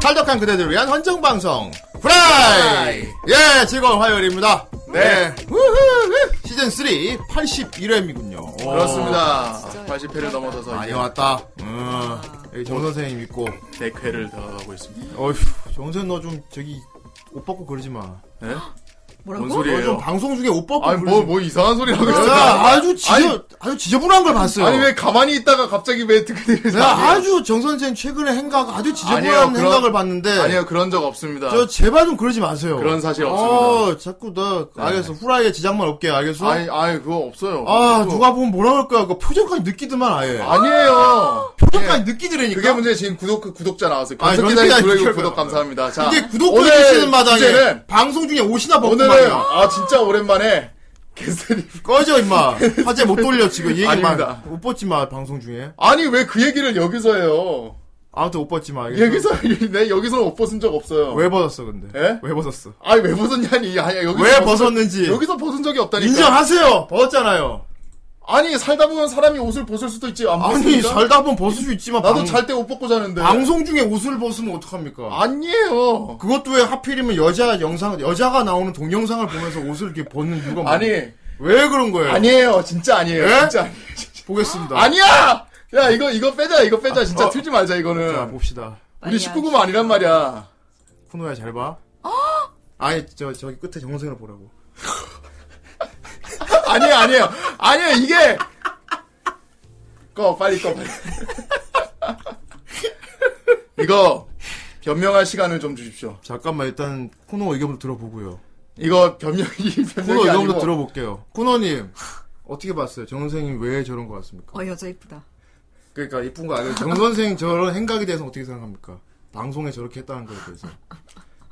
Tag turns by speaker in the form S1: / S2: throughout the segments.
S1: 탈덕한 그대들을 위한 헌정 방송 프라이. 예, 즐거운 화요일입니다. 네. 우후후. 예. 시즌 3 81회이군요.
S2: 그렇습니다.
S1: 아,
S2: 80회를 넘어서서
S1: 많이
S2: 이제
S1: 왔다. 음. 여기 정 선생님 있고.
S2: 백회를 다가가고 있습니다.
S1: 어휴, 정선 너 좀 저기 옷 벗고 그러지 마.
S2: 네?
S3: 뭐라고?
S2: 뭔 소리예요?
S1: 너좀 방송 중에 옷 벗고
S2: 아니
S1: 그러지
S2: 뭐 뭐
S1: 마.
S2: 이상한 소리 하고 있어.
S1: 내가 아주 지저
S2: 아니-
S1: 아주 지저분한 걸 봤어요.
S2: 아니 왜 가만히 있다가 갑자기 왜 듣게 되는
S1: 내가 아주 정 선생 최근에 행각 아주 지저분한
S2: 아니에요, 그런-
S1: 행각을 봤는데
S2: 아니요 그런 적 없습니다.
S1: 저 제발 좀 그러지 마세요.
S2: 그런 사실 없습니다.
S1: 어, 자꾸 나
S2: 네.
S1: 알겠어 후라이에 지장만 없게 알겠어.
S2: 아니 아니 그거 없어요.
S1: 아
S2: 그거-
S1: 누가 보면 뭐라 그럴 거야. 그 표정까지 느끼더만 아예.
S2: 아니에요.
S1: 표정까지 느끼더라니까.
S2: 예. 그게 문제 지금 구독 구독자 나왔어요.
S1: 아니,
S2: 감사
S1: 그건
S2: 기다리
S1: 그냥
S2: 구독
S1: 지켜봐요.
S2: 구독 감사합니다. 자
S1: 이게 구독자
S2: 오늘
S1: 주시는 마당에
S2: 주제는
S1: 방송 중에 옷이나 벗고
S2: 오늘은
S1: 말이야.
S2: 아 진짜 오랜만에 개새리
S1: 꺼져 임마. 화제 못 돌려 지금 이
S2: 아닙니다.
S1: 얘기만. 옷 벗지 마 방송 중에.
S2: 아니 왜 그 얘기를 여기서 해요?
S1: 아무튼 옷 벗지 마. 알겠어?
S2: 여기서 내 여기서 옷 벗은 적 없어요.
S1: 왜 벗었어 근데?
S2: 예?
S1: 왜 벗었어?
S2: 아니 왜 벗었냐니? 아니 여기서
S1: 왜
S2: 벗은-
S1: 벗었는지
S2: 여기서 벗은 적이 없다니까.
S1: 인정하세요. 벗었잖아요.
S2: 아니 살다 보면 사람이 옷을 벗을 수도 있지 안
S1: 아니
S2: 벗습니까?
S1: 살다 보면 벗을 수 있지만
S2: 나도
S1: 방-
S2: 잘 아, 때 옷 벗고 자는데.
S1: 방송 중에 옷을 벗으면 어떡합니까?
S2: 아니에요.
S1: 그것도 왜 하필이면 여자 영상 여자가 나오는 동영상을 보면서 옷을 이렇게 벗는 이유가 뭐야?
S2: 아니
S1: 왜 그런 거예요?
S2: 아니에요 진짜 아니에요
S1: 예?
S2: 진짜 아니에요.
S1: 보겠습니다.
S2: 아니야. 야 이거 이거 빼자 이거 빼자 진짜
S1: 어.
S2: 틀지 말자 이거는.
S1: 자 뭐- 봅시다.
S2: 우리 19금 아니란 말이야.
S1: 쿠노야 잘 봐. 아니 저 저기 끝에 정선생을 보라고.
S2: 아니에요 아니에요 아니에요 이게 꺼 빨리 꺼 빨리. 이거 변명할 시간을 좀 주십시오.
S1: 잠깐만 일단 쿠노 의견부터 들어보고요.
S2: 이거 변명이
S1: 쿠노
S2: 변명이
S1: 의견부터
S2: 아니고
S1: 들어볼게요. 쿠노님 어떻게 봤어요? 정선생님 왜 저런 거 같습니까?
S3: 어 여자 이쁘다.
S1: 그러니까 이쁜 거 아니에요. 정 선생 저런 행각에 대해서 어떻게 생각합니까? 방송에 저렇게 했다는 거에 대해서.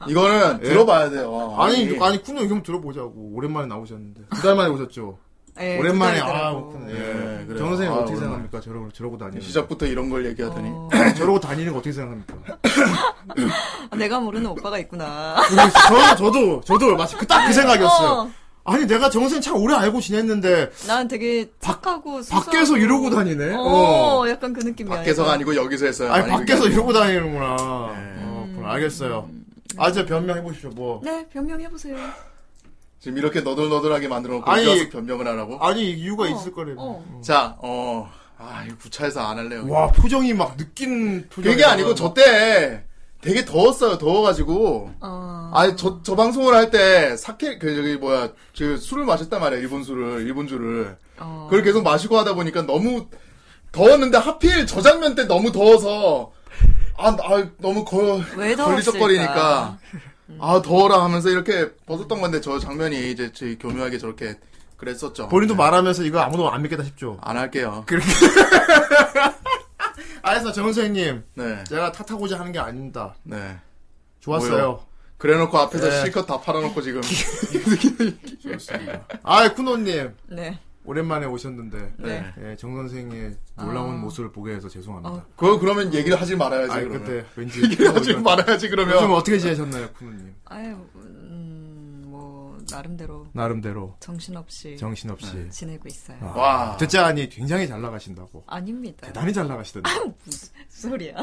S2: 이거는
S1: 예?
S2: 들어봐야 돼요.
S1: 아니 아니 쿠노 의견 들어보자고 오랜만에 나오셨는데 두 달 만에 오셨죠.
S3: 예,
S1: 오랜만에 아
S3: 부자이더라고.
S1: 그렇군.
S2: 예,
S1: 예.
S2: 그래요.
S1: 정 선생
S2: 아,
S1: 어떻게
S2: 오랜만에.
S1: 생각합니까? 저러고 저러고 다니는 거.
S2: 시작부터 이런 걸 얘기하더니 아,
S3: 어,
S1: 저러고 다니는 거 어떻게 생각합니까?
S3: 아, 내가 모르는 오빠가 있구나.
S1: 저 저도 저도 마치 그 딱 그 생각이었어요.
S3: 어,
S1: 아니 내가 정 선생 참 오래 알고 지냈는데
S3: 난 되게 착하고 순수하고.
S1: 밖에서 이러고 다니네.
S3: 어, 약간 그 느낌이야.
S2: 밖에서가 아니고 여기서 했어요. 네.
S1: 아니
S2: 아니,
S1: 밖에서
S2: 그게 아니고.
S1: 이러고 다니는구나. 어, 그럼 알겠어요. 아저 변명해 보십시오. 뭐
S3: 네, 변명해 보세요.
S2: 지금 이렇게 너덜너덜하게 만들어 놓고
S1: 아니,
S2: 여기 와서 변명을 하라고?
S1: 아니 이유가 있을 거래요.
S3: 어.
S2: 자, 어. 아, 이거 구차에서 안 할래요.
S1: 와 표정이 막 느낀 표정.
S2: 그게 아니고 저 때 되게 더웠어요. 더워 가지고
S3: 어.
S2: 아니 저, 저 방송을 할 때 사케 그 저기 뭐야 저 술을 마셨단 말이야 일본 술을 일본 주를
S3: 어.
S2: 그걸 계속 마시고 하다 보니까 너무 더웠는데 하필 저 장면 때 너무 더워서 아, 아 너무 거,
S3: 왜 더웠을까?
S2: 걸리적거리니까 아 더워라 하면서 이렇게 벗었던 건데 저 장면이 이제 저희 교묘하게 저렇게 그랬었죠. 네.
S1: 본인도 말하면서 이거 아무도 안 믿겠다 싶죠.
S2: 안 할게요.
S1: 알겠어 정 선생님
S2: 네,
S1: 제가 탓하고자 하는 게 아닙니다.
S2: 네.
S1: 좋았어요.
S2: 그래놓고 앞에서
S1: 네.
S2: 실컷 다 팔아놓고 지금
S1: 좋습니다. 아 쿠노님
S3: 네.
S1: 오랜만에 오셨는데
S3: 네.
S2: 네.
S1: 예, 정 선생의 놀라운
S3: 아. 어, 네.
S1: 모습을 보게 해서 죄송합니다.
S2: 그거 그러면 얘기를 하지 말아야지.
S1: 아니
S2: 그러면.
S1: 그때 왠지
S2: 얘기를 하지
S1: 요즘
S2: 말아야지 그러면.
S1: 어떻게 지내셨나요 쿠노님?
S3: 아유, 음, 뭐 나름대로
S1: 나름대로
S3: 정신없이
S1: 정신없이
S3: 지내고 있어요.
S1: 아,
S2: 와.
S1: 듣자 하니 굉장히 잘 나가신다고.
S3: 아닙니다.
S1: 대단히 잘 나가시던데.
S3: 무슨 소리야?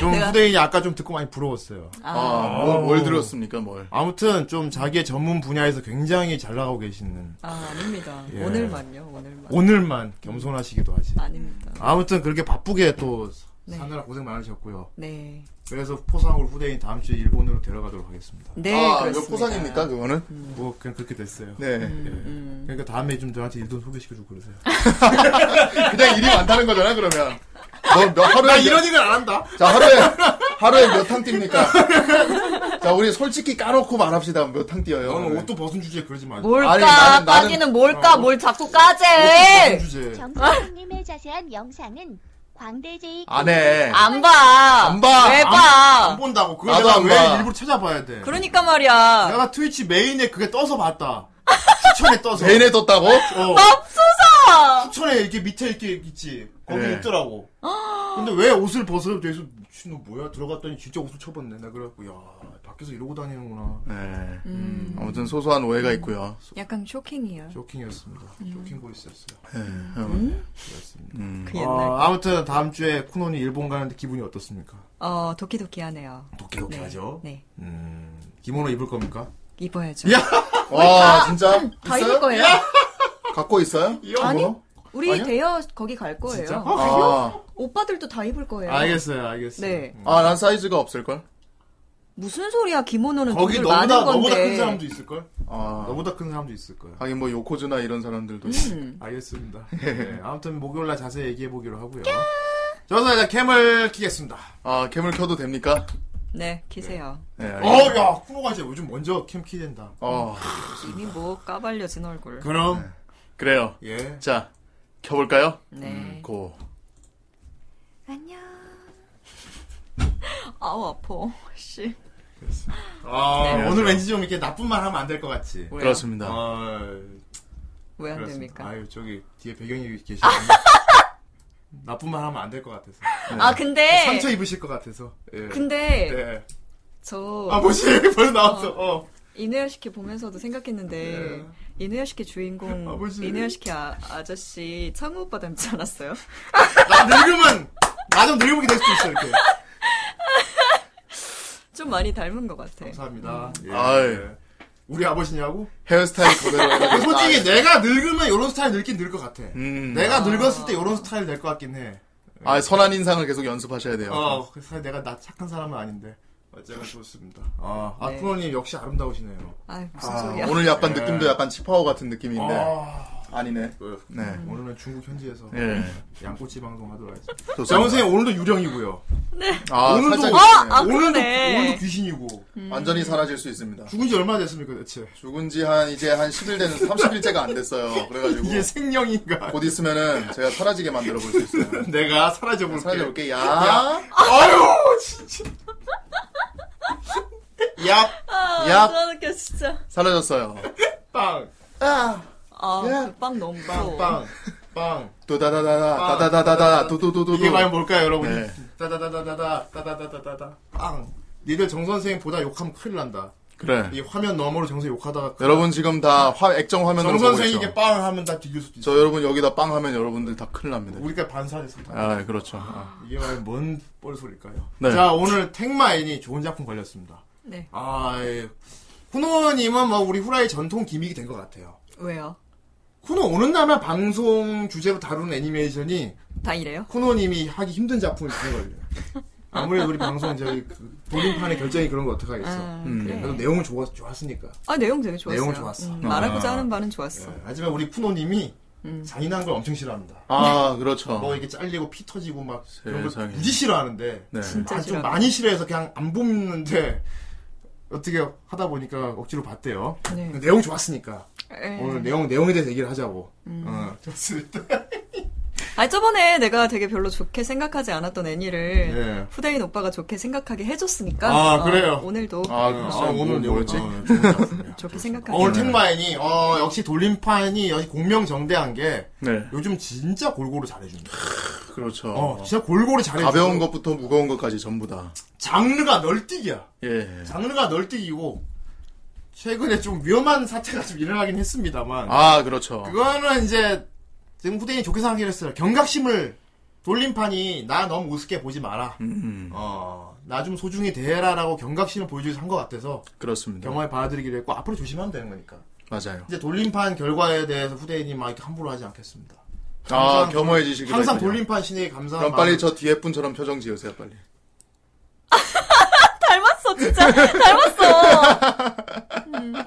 S1: 좀
S3: 내가-
S1: 후대인이 아까 좀 듣고 많이 부러웠어요.
S2: 아,
S3: 아,
S2: 뭘, 뭘 들었습니까, 뭘.
S1: 아무튼 좀 자기의 전문 분야에서 굉장히 잘 나가고 계시는
S3: 아, 아닙니다.
S1: 예.
S3: 오늘만요, 오늘만.
S1: 오늘만 겸손하시기도 하시.
S3: 아닙니다.
S1: 아무튼 그렇게 바쁘게 또
S3: 네.
S1: 사느라 고생 많으셨고요.
S3: 네.
S1: 그래서 포상으로 후대인 다음 주에 일본으로 데려가도록 하겠습니다.
S3: 네,
S2: 아, 이거
S3: 그렇습니다.
S2: 포상입니까, 그거는?
S1: 뭐 그냥 그렇게 됐어요.
S2: 네.
S3: 음. 아,
S1: 그러니까 다음에 좀 저한테 일 좀 소개시켜주고 그러세요.
S2: 그냥 일이 많다는 거잖아, 그러면. 너, 몇, 하루에. 몇-
S1: 그러니까 얘기를 안 한다.
S2: 자, 하루에, 하루에 몇 탕 뜁니까? 자, 우리 솔직히 까놓고 말합시다. 몇 탕 뛰어요?
S1: 너는 아, 옷도 벗은 주제에 그러지 마.
S3: 뭘까?
S2: 아니, 나는- 나는-
S3: 빠지는 뭘까?
S1: 어. 뭐
S3: 뭘 자꾸
S1: 벗은
S3: 까재?
S1: 주제.
S4: 정수님의 자세한 영상은 광대제이
S1: 아,
S2: 안
S1: 네.
S2: 해.
S3: 안 봐.
S2: 안 봐.
S3: 왜
S2: 안-
S3: 봐?
S1: 안 본다고. 그걸
S2: 나도
S1: 내가
S2: 안
S1: 왜
S2: 봐.
S1: 일부러 찾아봐야 돼.
S3: 그러니까 말이야.
S1: 내가 트위치 메인에 그게 떠서 봤다. 추천에 떠서.
S2: 개인에 떴다고?
S3: 아,
S1: 어.
S3: 없어서.
S1: 추천에 이렇게 밑에 이렇게 있지. 거기
S2: 네.
S1: 있더라고.
S2: 있더라고.
S3: 아.
S1: 근데 왜 옷을 벗으려 돼서 미친놈 뭐야 들어갔더니 진짜 옷을 쳐봤네. 나 그래갖고 야 밖에서 이러고 다니는구나.
S2: 네. 음, 아무튼 소소한 오해가 있고요.
S3: 약간 쇼킹이야.
S1: 쇼킹이었습니다.
S3: 음.
S1: 쇼킹 보이스였어요.
S2: 네. 음.
S1: 그렇습니다. 어,
S2: 음.
S3: 그 옛날.
S1: 아. 아무튼 다음 주에 쿠노니 일본 가는데 기분이 어떻습니까?
S3: 어, 도키도키하네요.
S1: 도끼도끼 하죠.
S3: 네.
S1: 음, 기모노 입을 겁니까?
S3: 입어야죠.
S1: 야!
S2: 와, 진짜?
S3: 다
S2: 있어요?
S3: 입을 거예요.
S2: 갖고 있어요?
S3: 아니,
S2: 뭐?
S3: 우리
S2: 아니야?
S3: 대여 거기 갈 거예요. 어?
S1: 진짜? 아,
S2: 아,
S3: 오빠들도 다 입을 거예요.
S1: 알겠어요, 알겠어요.
S3: 네.
S1: 음.
S2: 아, 난 사이즈가 없을걸?
S3: 무슨 소리야, 김원호는
S1: 거기
S3: 돈을
S1: 너무나,
S3: 많은 건데.
S1: 너무나 큰 사람도 있을 걸?
S2: 아,
S1: 너보다 큰 사람도 있을 거예요.
S2: 하긴 뭐 요코즈나 이런 사람들도.
S3: 음.
S1: 알겠습니다. 네, 아무튼 목요일날 자세히 얘기해 보기로 하고요. 저는 이제 캠을 키겠습니다.
S2: 아, 캠을 켜도 됩니까?
S3: 네, 키세요.
S2: 네,
S1: 어,
S2: 알겠습니다.
S1: 야, 쿠노가 이제 요즘 먼저 캠 키된다.
S2: 어,
S3: 이미 뭐 까발려진 얼굴.
S1: 그럼,
S2: 그래요.
S1: 예.
S2: 자, 켜볼까요?
S3: 네.
S1: 음, 그.
S2: 고.
S1: 어,
S3: 안녕. 아우, 아파. 씨.
S1: 아,
S3: 네.
S1: 오늘 왠지 좀 이렇게 나쁜 말 하면 안 될 것 같지?
S3: 왜요?
S2: 그렇습니다.
S1: 어,
S3: 왜 안
S1: 그렇습니다.
S3: 됩니까?
S1: 아유, 저기 뒤에 배경이 계시네. 나쁜 말 하면 안 될 것 같아서.
S3: 아, 근데.
S1: 상처 입으실 것 같아서. 예.
S3: 근데
S1: 그 네.
S3: 저
S1: 아, 뭐지? 벌써 나왔어. 어.
S3: 이누야시키 보면서도 생각했는데 이누야시키 주인공
S1: 네. 아버지.
S3: 이누야시키 아, 아저씨 창우 오빠 닮지 않았어요?
S1: 나 늙으면, 나 좀 늙으면 될 수도 있어, 이렇게.
S3: 좀 많이 닮은 것 같아.
S1: 감사합니다. 예.
S2: 음. 아유.
S1: 우리 아버지냐고?
S2: 헤어스타일 그대로. 해가지고
S1: 솔직히 내가 늙으면 이런 스타일 늙긴 늘 것 같아.
S2: 아, 네. 음.
S1: 내가 늙었을 때 이런 스타일 될 것 같긴 해. 네.
S2: 아, 선한 인상을 계속 연습하셔야 돼요.
S1: 어, 그 사실 내가 나 착한 사람은 아닌데. 어쨌든 좋습니다. 아,
S3: 네.
S1: 아쿠로님 역시 아름다우시네요.
S3: 아 무슨
S2: 아,
S3: 소리야?
S2: 오늘 약간
S1: 예.
S2: 느낌도 약간 치파오 같은 느낌인데.
S1: 아,
S2: 네. 아니네.
S1: 그,
S2: 네.
S1: 오늘은 중국 현지에서
S2: 예.
S1: 양꼬치 방송하도록 하겠습니다.
S2: 좋습니다.
S1: 네. 자, 선생님 오늘도 유령이고요.
S2: 아,
S1: 오늘도-
S2: 살짝 네.
S3: 아, 아,
S1: 오늘도
S3: 그러네. 음.
S1: 오늘도 귀신이고
S2: 완전히 사라질 수 있습니다.
S1: 죽은 지 얼마나 됐습니까, 대체?
S2: 죽은 지 한 이제 한 10일 되는 30일째가 안 됐어요. 그래가지고
S1: 이게 생명인가?
S2: 곧 있으면은 제가 사라지게 만들어 볼 수 있어요.
S1: 내가 사라져 볼게.
S2: 사라져 볼게. 야,
S1: 아유, 진짜. 야,
S3: 아,
S2: 야.
S3: 나 느껴 진짜.
S2: 사라졌어요.
S1: 빵,
S2: 아, 야.
S3: 아빵 너무
S1: 예. 빵,
S3: 무서워.
S1: 빵, 빵.
S2: 도다다다다, 다다다다다, 도도도도도.
S1: 아. 이게 과연 뭘까요, 여러분?
S2: 네.
S1: 따다다다다다, 따다다다다다, 빵. 니들 정 선생님 보다 욕하면 큰일 난다.
S2: 그래.
S1: 이 화면 너머로 정 선생 욕하다가 큰일
S2: 여러분 지금 다 화, 액정
S1: 난다. 정
S2: 화면으로 보고
S1: 선생이
S2: 있죠.
S1: 이게 빵 하면 다 뒤질 수도 있어.
S2: 저 여러분 여기다 빵 하면 여러분들 다 큰일 납니다.
S1: 우리가 반사됐습니다.
S2: 아, 그렇죠. 아.
S1: 이게 과연 뭔 뻘소리일까요?
S2: 네.
S1: 자, 오늘 택마인이 좋은 작품 걸렸습니다.
S3: 네
S1: 아, 예. 쿠노님은 뭐 우리 후라이 전통 기믹이 된 것 같아요.
S3: 왜요?
S1: 쿠노 오는 날만 방송 주제로 다루는 애니메이션이
S3: 다 이래요?
S1: 쿠노님이 하기 힘든 작품을 주는 걸요. 아무래도 우리 방송 저희 그 돌림판의 결정이 그런 거 어떡하겠어. 네.
S3: 아,
S2: 음.
S3: 그래.
S1: 그래도 내용은 좋았, 좋았으니까.
S3: 아 내용 되게 좋았어요.
S1: 내용은 좋았어.
S3: 음, 말하고자
S2: 아.
S3: 하는 바는 좋았어.
S1: 예, 하지만 우리 쿠노님이 잔인한 걸 엄청 싫어합니다.
S2: 아,
S1: 뭐
S2: 그렇죠.
S1: 이게 잘리고 피 터지고 막 그런 걸
S2: 세상에.
S1: 무지 싫어하는데
S2: 네.
S3: 진짜
S1: 아, 좀
S3: 싫어.
S1: 많이 싫어해서 그냥 안 뽑는데 어떻게 하다 보니까 억지로 봤대요.
S3: 네.
S1: 근데 내용 좋았으니까
S3: 예.
S1: 오늘 내용 내용에 대해서 얘기를 하자고. 어, 좋습니다.
S3: 아 저번에 내가 되게 별로 좋게 생각하지 않았던 애니를
S1: 예.
S3: 후대인 오빠가 좋게 생각하게 해줬으니까 어,
S1: 아, 그래요?
S3: 오늘도
S2: 아, 글쎄요. 뭐, 뭐였지?
S1: 어, 좋은 것 같습니다.
S3: 좋게 생각하게
S1: 어, 오늘 택마인이 어, 역시 돌림판이 역시 공명정대한 게
S2: 네,
S1: 요즘 진짜 골고루 잘해준다.
S2: 그렇죠.
S1: 어, 진짜 골고루 잘해준다.
S2: 가벼운 것부터 무거운 것까지 전부 다.
S1: 장르가 널뛰기야.
S2: 예.
S1: 장르가 널뛰기고 최근에 좀 위험한 사태가 좀 일어나긴 했습니다만
S2: 아, 그렇죠.
S1: 그거는 이제 지금 후대인이 좋게 생각하기로 했어요. 경각심을 돌림판이 나 너무 우습게 보지 마라.
S2: 음,
S1: 어, 나 좀 소중히 대해라라고 경각심을 보여주기 한것 같아서
S2: 그렇습니다.
S1: 경험에 받아들이기로 했고 앞으로 조심하면 되는 거니까.
S2: 맞아요.
S1: 이제 돌림판 결과에 대해서 후대인이 막 이렇게 함부로 하지 않겠습니다.
S2: 아,
S1: 네, 항상-
S2: 겸허해지시길
S1: 항상
S2: 바라요.
S1: 돌림판 아. 신에게 감사한
S2: 그럼 빨리
S1: 마음.
S2: 저 뒤에 분처럼 표정 지으세요, 빨리.
S3: 닮았어 진짜 닮았어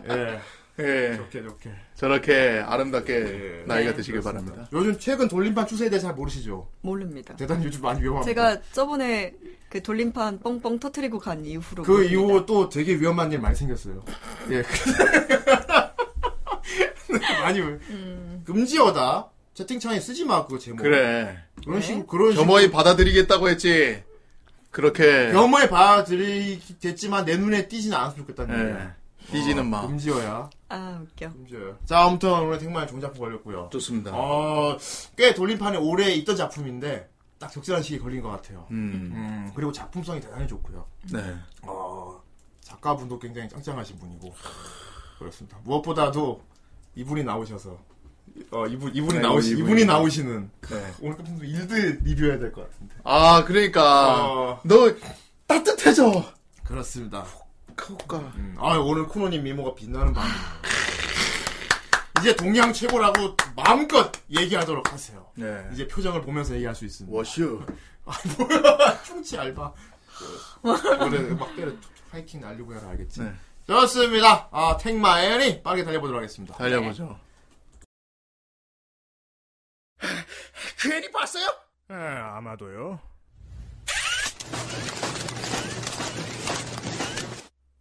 S1: 예,
S2: 예.
S1: 좋게 좋게.
S2: 저렇게 아름답게
S1: 예. 뭐.
S2: 나이가
S3: 네,
S2: 드시길
S1: 그렇습니다.
S2: 바랍니다.
S1: 요즘 최근 돌림판 추세에 대해 잘 모르시죠?
S3: 모릅니다
S1: 대단히 요즘 많이 위험합니다.
S3: 제가 저번에 그 돌림판 뻥뻥 터트리고 간 이후로
S1: 그
S3: 모릅니다.
S1: 이후 또 되게 위험한 일 많이 생겼어요. 예. 많이 왜-
S3: 음.
S1: 금지어다. 채팅창에 쓰지 마 그거 제목.
S2: 그래.
S1: 그런
S3: 네.
S1: 식으로 그런
S2: 겸허히 받아들이겠다고 했지. 그렇게.
S1: 식으로 겸허히 봐드리겠지만 내 눈에 띄지는 않았으면 좋겠다는
S2: 예.
S1: 얘기야.
S2: 삐지는 마.
S1: 음. 금지어야.
S3: 아 웃겨
S1: 금지어야. 자 아무튼 오늘 택마의 종작품 걸렸고요.
S2: 좋습니다.
S1: 아. 어꽤 돌림판에 오래 있던 작품인데 딱 적절한 시기 에 걸린 것 같아요.
S2: 음,
S1: 음 그리고 작품성이 대단히 좋고요.
S2: 네.
S1: 어, 작가분도 굉장히 짱짱하신 분이고 그렇습니다. 무엇보다도 이분이 나오셔서 어 이분 이분이
S2: 네,
S1: 나오시
S2: 이분이-
S1: 이분이,
S2: 이분이
S1: 나오시는
S2: 네.
S1: 오늘 끝으로 일들 리뷰해야 될 것 같은데.
S2: 아, 그러니까.
S1: 어.
S2: 너, 따뜻해져.
S1: 그렇습니다.
S2: 그니까.
S1: 음, 아 오늘 쿠노님 미모가 빛나는 밤입니다. 이제 동양 최고라고 마음껏 얘기하도록 하세요.
S2: 네.
S1: 이제 표정을 보면서 얘기할 수 있습니다.
S2: 워슈.
S1: 아 뭐야 충치 알바. 오늘 막 때려 하이킹 날리고 해라 알겠지.
S2: 네.
S1: 좋습니다. 아 택마연이 빠르게 달려보도록 하겠습니다.
S2: 달려보죠.
S1: 네.
S2: 그 애니 봤어요?
S5: 에, 예, 아마도요.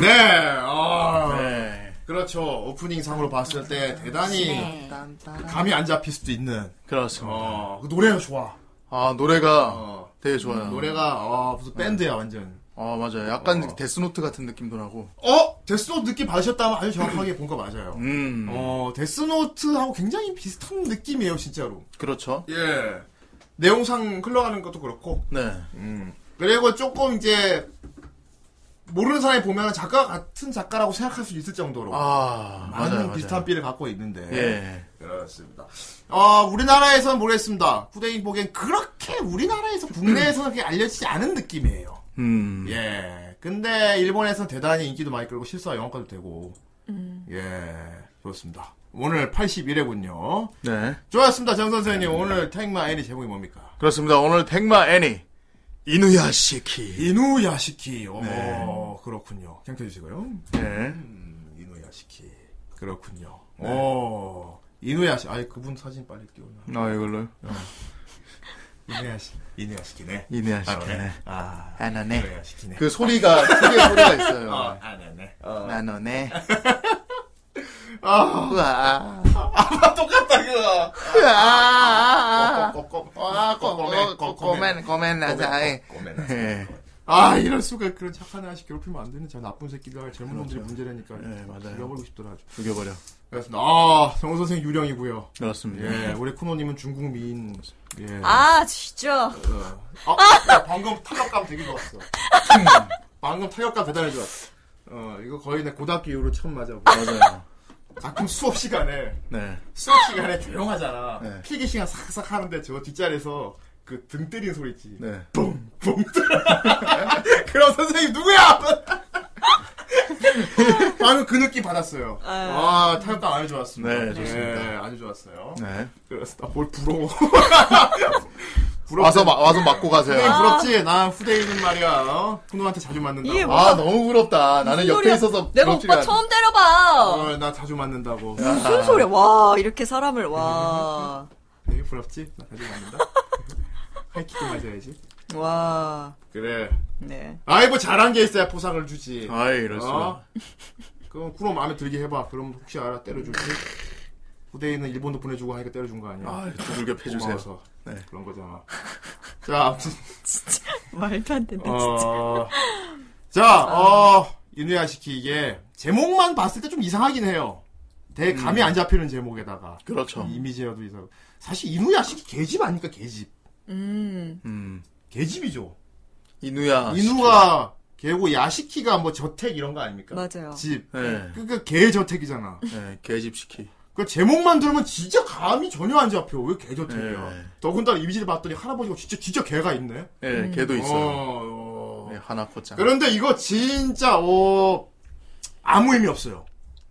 S1: 네. 아,
S2: 네.
S1: 그렇죠. 오프닝 상으로 봤을 때 대단히
S4: 그 네.
S1: 감이 안 잡힐 수도 있는.
S2: 그렇습니다.
S1: 어, 그 노래가 좋아.
S2: 아 노래가
S1: 어.
S2: 되게 좋아요.
S1: 노래가 어, 무슨 밴드야 완전.
S2: 아 맞아요. 약간
S1: 어.
S2: 데스노트 같은 느낌도 나고.
S1: 어 데스노트 느낌 받으셨다면 아주 정확하게 본 거 맞아요.
S2: 음.
S1: 어 데스노트하고 굉장히 비슷한 느낌이에요 진짜로.
S2: 그렇죠.
S1: 예. 내용상 흘러가는 것도 그렇고.
S2: 네.
S1: 그리고 조금 이제 모르는 사람이 보면 작가 같은 작가라고 생각할 수 있을 정도로
S2: 아
S1: 많은
S2: 맞아요.
S1: 비슷한 네.
S2: 맞아요.
S1: 삐를 갖고 있는데.
S2: 예.
S1: 그렇습니다. 어, 우리나라에서는 모르겠습니다. 후대인 보기엔 그렇게 우리나라에서 국내에서는 그렇게 알려지지 않은 느낌이에요.
S2: 음.
S1: 예. 근데 일본에서는 대단히 인기도 많이 끌고 실사 영화까지 되고. 예. 좋습니다. 오늘 81회군요.
S2: 네.
S1: 좋았습니다. 정 선생님. 오늘 탱마 애니 제목이 뭡니까?
S2: 그렇습니다. 오늘 택마 애니 이누야시키.
S1: 이누야시키. 어, 그렇군요. 그냥 켜주시고요.
S2: 네.
S1: 음, 이누야시키. 그렇군요. 어, 이누야시. 아이, 그분 사진 빨리 띄워놔.
S2: 아 이걸로
S1: 이누야시. 이누야시키네.
S2: 이누야시키.
S1: 바로네. 아,
S2: 나노네.
S1: 이누야시키네.
S2: 그 소리가 특유의 소리가 있어요.
S1: 어, 아, 네네. 어.
S2: 나노네. 우와.
S1: 똑같다, 그거.
S2: 우와.
S1: 꼬꼬.
S2: 아, 꼬, 꼬, 꼬, 꼬맨, 꼬맨, 나자이.
S1: 꼬맨.
S2: 예.
S1: 아, 이럴 수가 그런 착한 아저씨 괴롭히면 안 되는 저 나쁜 새끼들 젊은 놈들이 문제라니까.
S2: 예, 맞아요.
S1: 죽여버리고 싶더라. 아주.
S2: 죽여버려.
S1: 그렇습니다. 아, 정우 선생 유령이고요.
S2: 그렇습니다.
S1: 예, 우리 쿠노님은 중국 미인. 예.
S3: 아, 진짜.
S1: 어. 아, 야, 방금 타격감 되게 좋았어. 음, 방금 타격감 대단히 좋았어. 어, 이거 거의 내 고등학교 이후로 처음 맞아.
S2: 맞아요.
S1: 가끔 수업 시간에
S2: 네.
S1: 수업 시간에 조용하잖아.
S2: 네.
S1: 필기 시간 싹싹 하는데 저 뒷자리에서 그 등 때린 소리 있지.
S2: 네.
S1: 봉 그럼 선생님 누구야? 방금 그 느낌 받았어요. 아, 타격감 아주 좋았습니다.
S2: 네, 좋습니다.
S1: 예, 아주 좋았어요.
S2: 네.
S1: 그래서 나뭘 부러워. 부럽지? 아.
S2: 와서, 마- 와서 맞고 가세요.
S1: 후대인 부럽지? 난 후대인은 말이야. 어? 훈우한테 자주 맞는다고.
S3: 이게
S2: 아, 너무 부럽다. 나는 옆에
S3: 소리야.
S2: 있어서
S3: 내가
S2: 부럽지가
S3: 오빠
S2: 않아.
S3: 처음 때려봐.
S1: 어, 나 자주 맞는다고.
S3: 무슨 소리야? 와, 이렇게 사람을, 와.
S1: 되게 부럽지? 나 자주 맞는다. 하이킥도 맞아야지.
S3: 와.
S1: 그래.
S3: 네.
S1: 아이, 뭐 잘한 게 있어야 포상을 주지.
S2: 아이, 이럴수가.
S1: 어? 그럼 구로 마음에 들게 해봐. 그럼 혹시 알아 때려줄지? 후대인은 일본도 보내주고 하니까 때려준 거 아니야?
S2: 아, 두들겨 패주세요.
S1: 고마워서.
S2: 네.
S1: 그런 거잖아. 자, 아무튼
S3: 말도 안 된다, 진짜.
S1: 어... 자, 어, 이누야시키 이게 제목만 봤을 때 좀 이상하긴 해요. 되게 감이 안 잡히는 제목에다가
S2: 그렇죠.
S1: 이미지여도 이상 사실 이누야식 개집 아닙니까 개집
S3: 음.
S2: 음.
S1: 개집이죠 아,
S2: 이누야.
S1: 이누가 개고 야시키가 뭐 저택 이런 거 아닙니까
S3: 맞아요.
S1: 집
S2: 네.
S1: 그러니까 개 저택이잖아
S2: 네, 개집시키.
S1: 그 제목만 들으면 진짜 감이 전혀 안 잡혀 왜 개 저택이야
S2: 네.
S1: 더군다나 이미지를 봤더니 할아버지가 진짜 진짜 개가 있네
S2: 예, 개도 있어요.
S1: 어, 어.
S2: 네, 하나코짱.
S1: 그런데 이거 진짜 어 아무 의미 없어요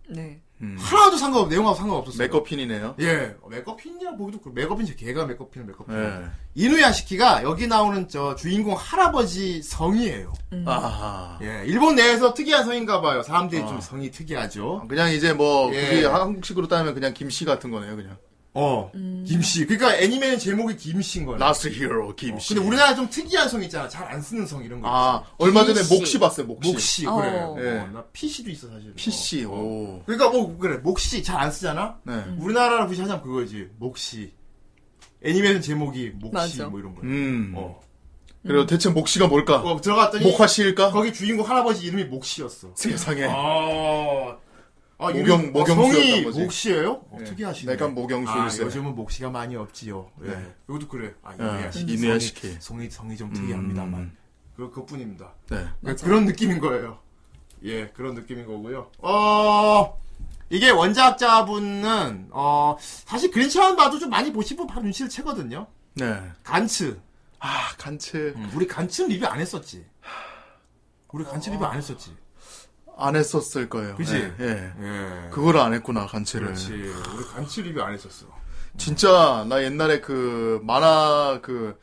S3: 네.
S2: 음.
S1: 하나도 상관없 내용하고 상관없었어요
S2: 메커핀이네요.
S1: 예, 메커핀이야 보기도 그렇고 메커핀 제 개가 메커핀 메커핀.
S2: 예.
S1: 이누야시키가 여기 나오는 저 주인공 할아버지 성이에요.
S2: 아하.
S1: 예, 일본 내에서 특이한 성인가 봐요. 사람들이
S2: 아.
S1: 좀 성이 특이하죠.
S2: 그냥 이제 뭐
S1: 예.
S2: 그게 한국식으로 따면 그냥 김씨 같은 거네요, 그냥.
S1: 어, 김씨. 그러니까 애니메이션 제목이 김씨인 거예요.
S2: 라스트 히어로 김씨.
S1: 근데 우리나라 좀 특이한 성 있잖아. 잘 안 쓰는 성 이런 거.
S2: 아, 얼마 전에
S1: 김씨.
S2: 목씨 봤어요, 목씨.
S1: 목씨 그래.
S3: 어.
S2: 예.
S1: 어, 나 PC도 있어 음. 사실.
S2: PC. 오.
S1: 그러니까 뭐 그래 목씨 잘 안 쓰잖아.
S2: 네.
S3: 음.
S1: 우리나라 굳이 하자면 그거지. 목씨. 애니메이션 제목이 목씨
S3: 맞아.
S1: 뭐 이런 거.
S2: 음.
S1: 어.
S2: 그리고 대체 목씨가 뭘까?
S1: 어, 들어갔더니
S2: 목화씨일까?
S1: 거기 주인공 할아버지 이름이 목씨였어.
S2: 세상에.
S1: 아, 아
S2: 목영-
S1: 이름- 아,
S2: 목영수였단
S1: 성이
S2: 거지.
S1: 목씨예요? 어,
S2: 예.
S1: 특이하시네.
S2: 내가 목영수를
S1: 아,
S2: 써요.
S1: 요즘은 목씨가 많이 없지요. 예.
S2: 네.
S1: 이것도 그래. 아,
S2: 아,
S1: 이누야시키.
S2: 이누야시키.
S1: 성이, 성이, 성이 좀
S2: 음.
S1: 특이합니다만. 그, 그뿐입니다.
S2: 네.
S1: 그러니까 그런 느낌인 거예요. 예, 그런 느낌인 거고요. 어, 이게 원작자분은, 어, 사실 그린치만 봐도 좀 많이 보시면 바로 눈치를 채거든요.
S2: 네.
S1: 간츠.
S2: 아, 간체.
S1: 음, 우리 간츠 리뷰 안 했었지. 우리 간츠 리뷰 안 했었지.
S2: 안 했었을 거예요.
S1: 그지?
S2: 예. 예.
S1: 예.
S2: 그걸 안 했구나, 간체를.
S1: 그렇지. 우리 간치 리뷰 안 했었어.
S2: 진짜 나 옛날에 그 만화 그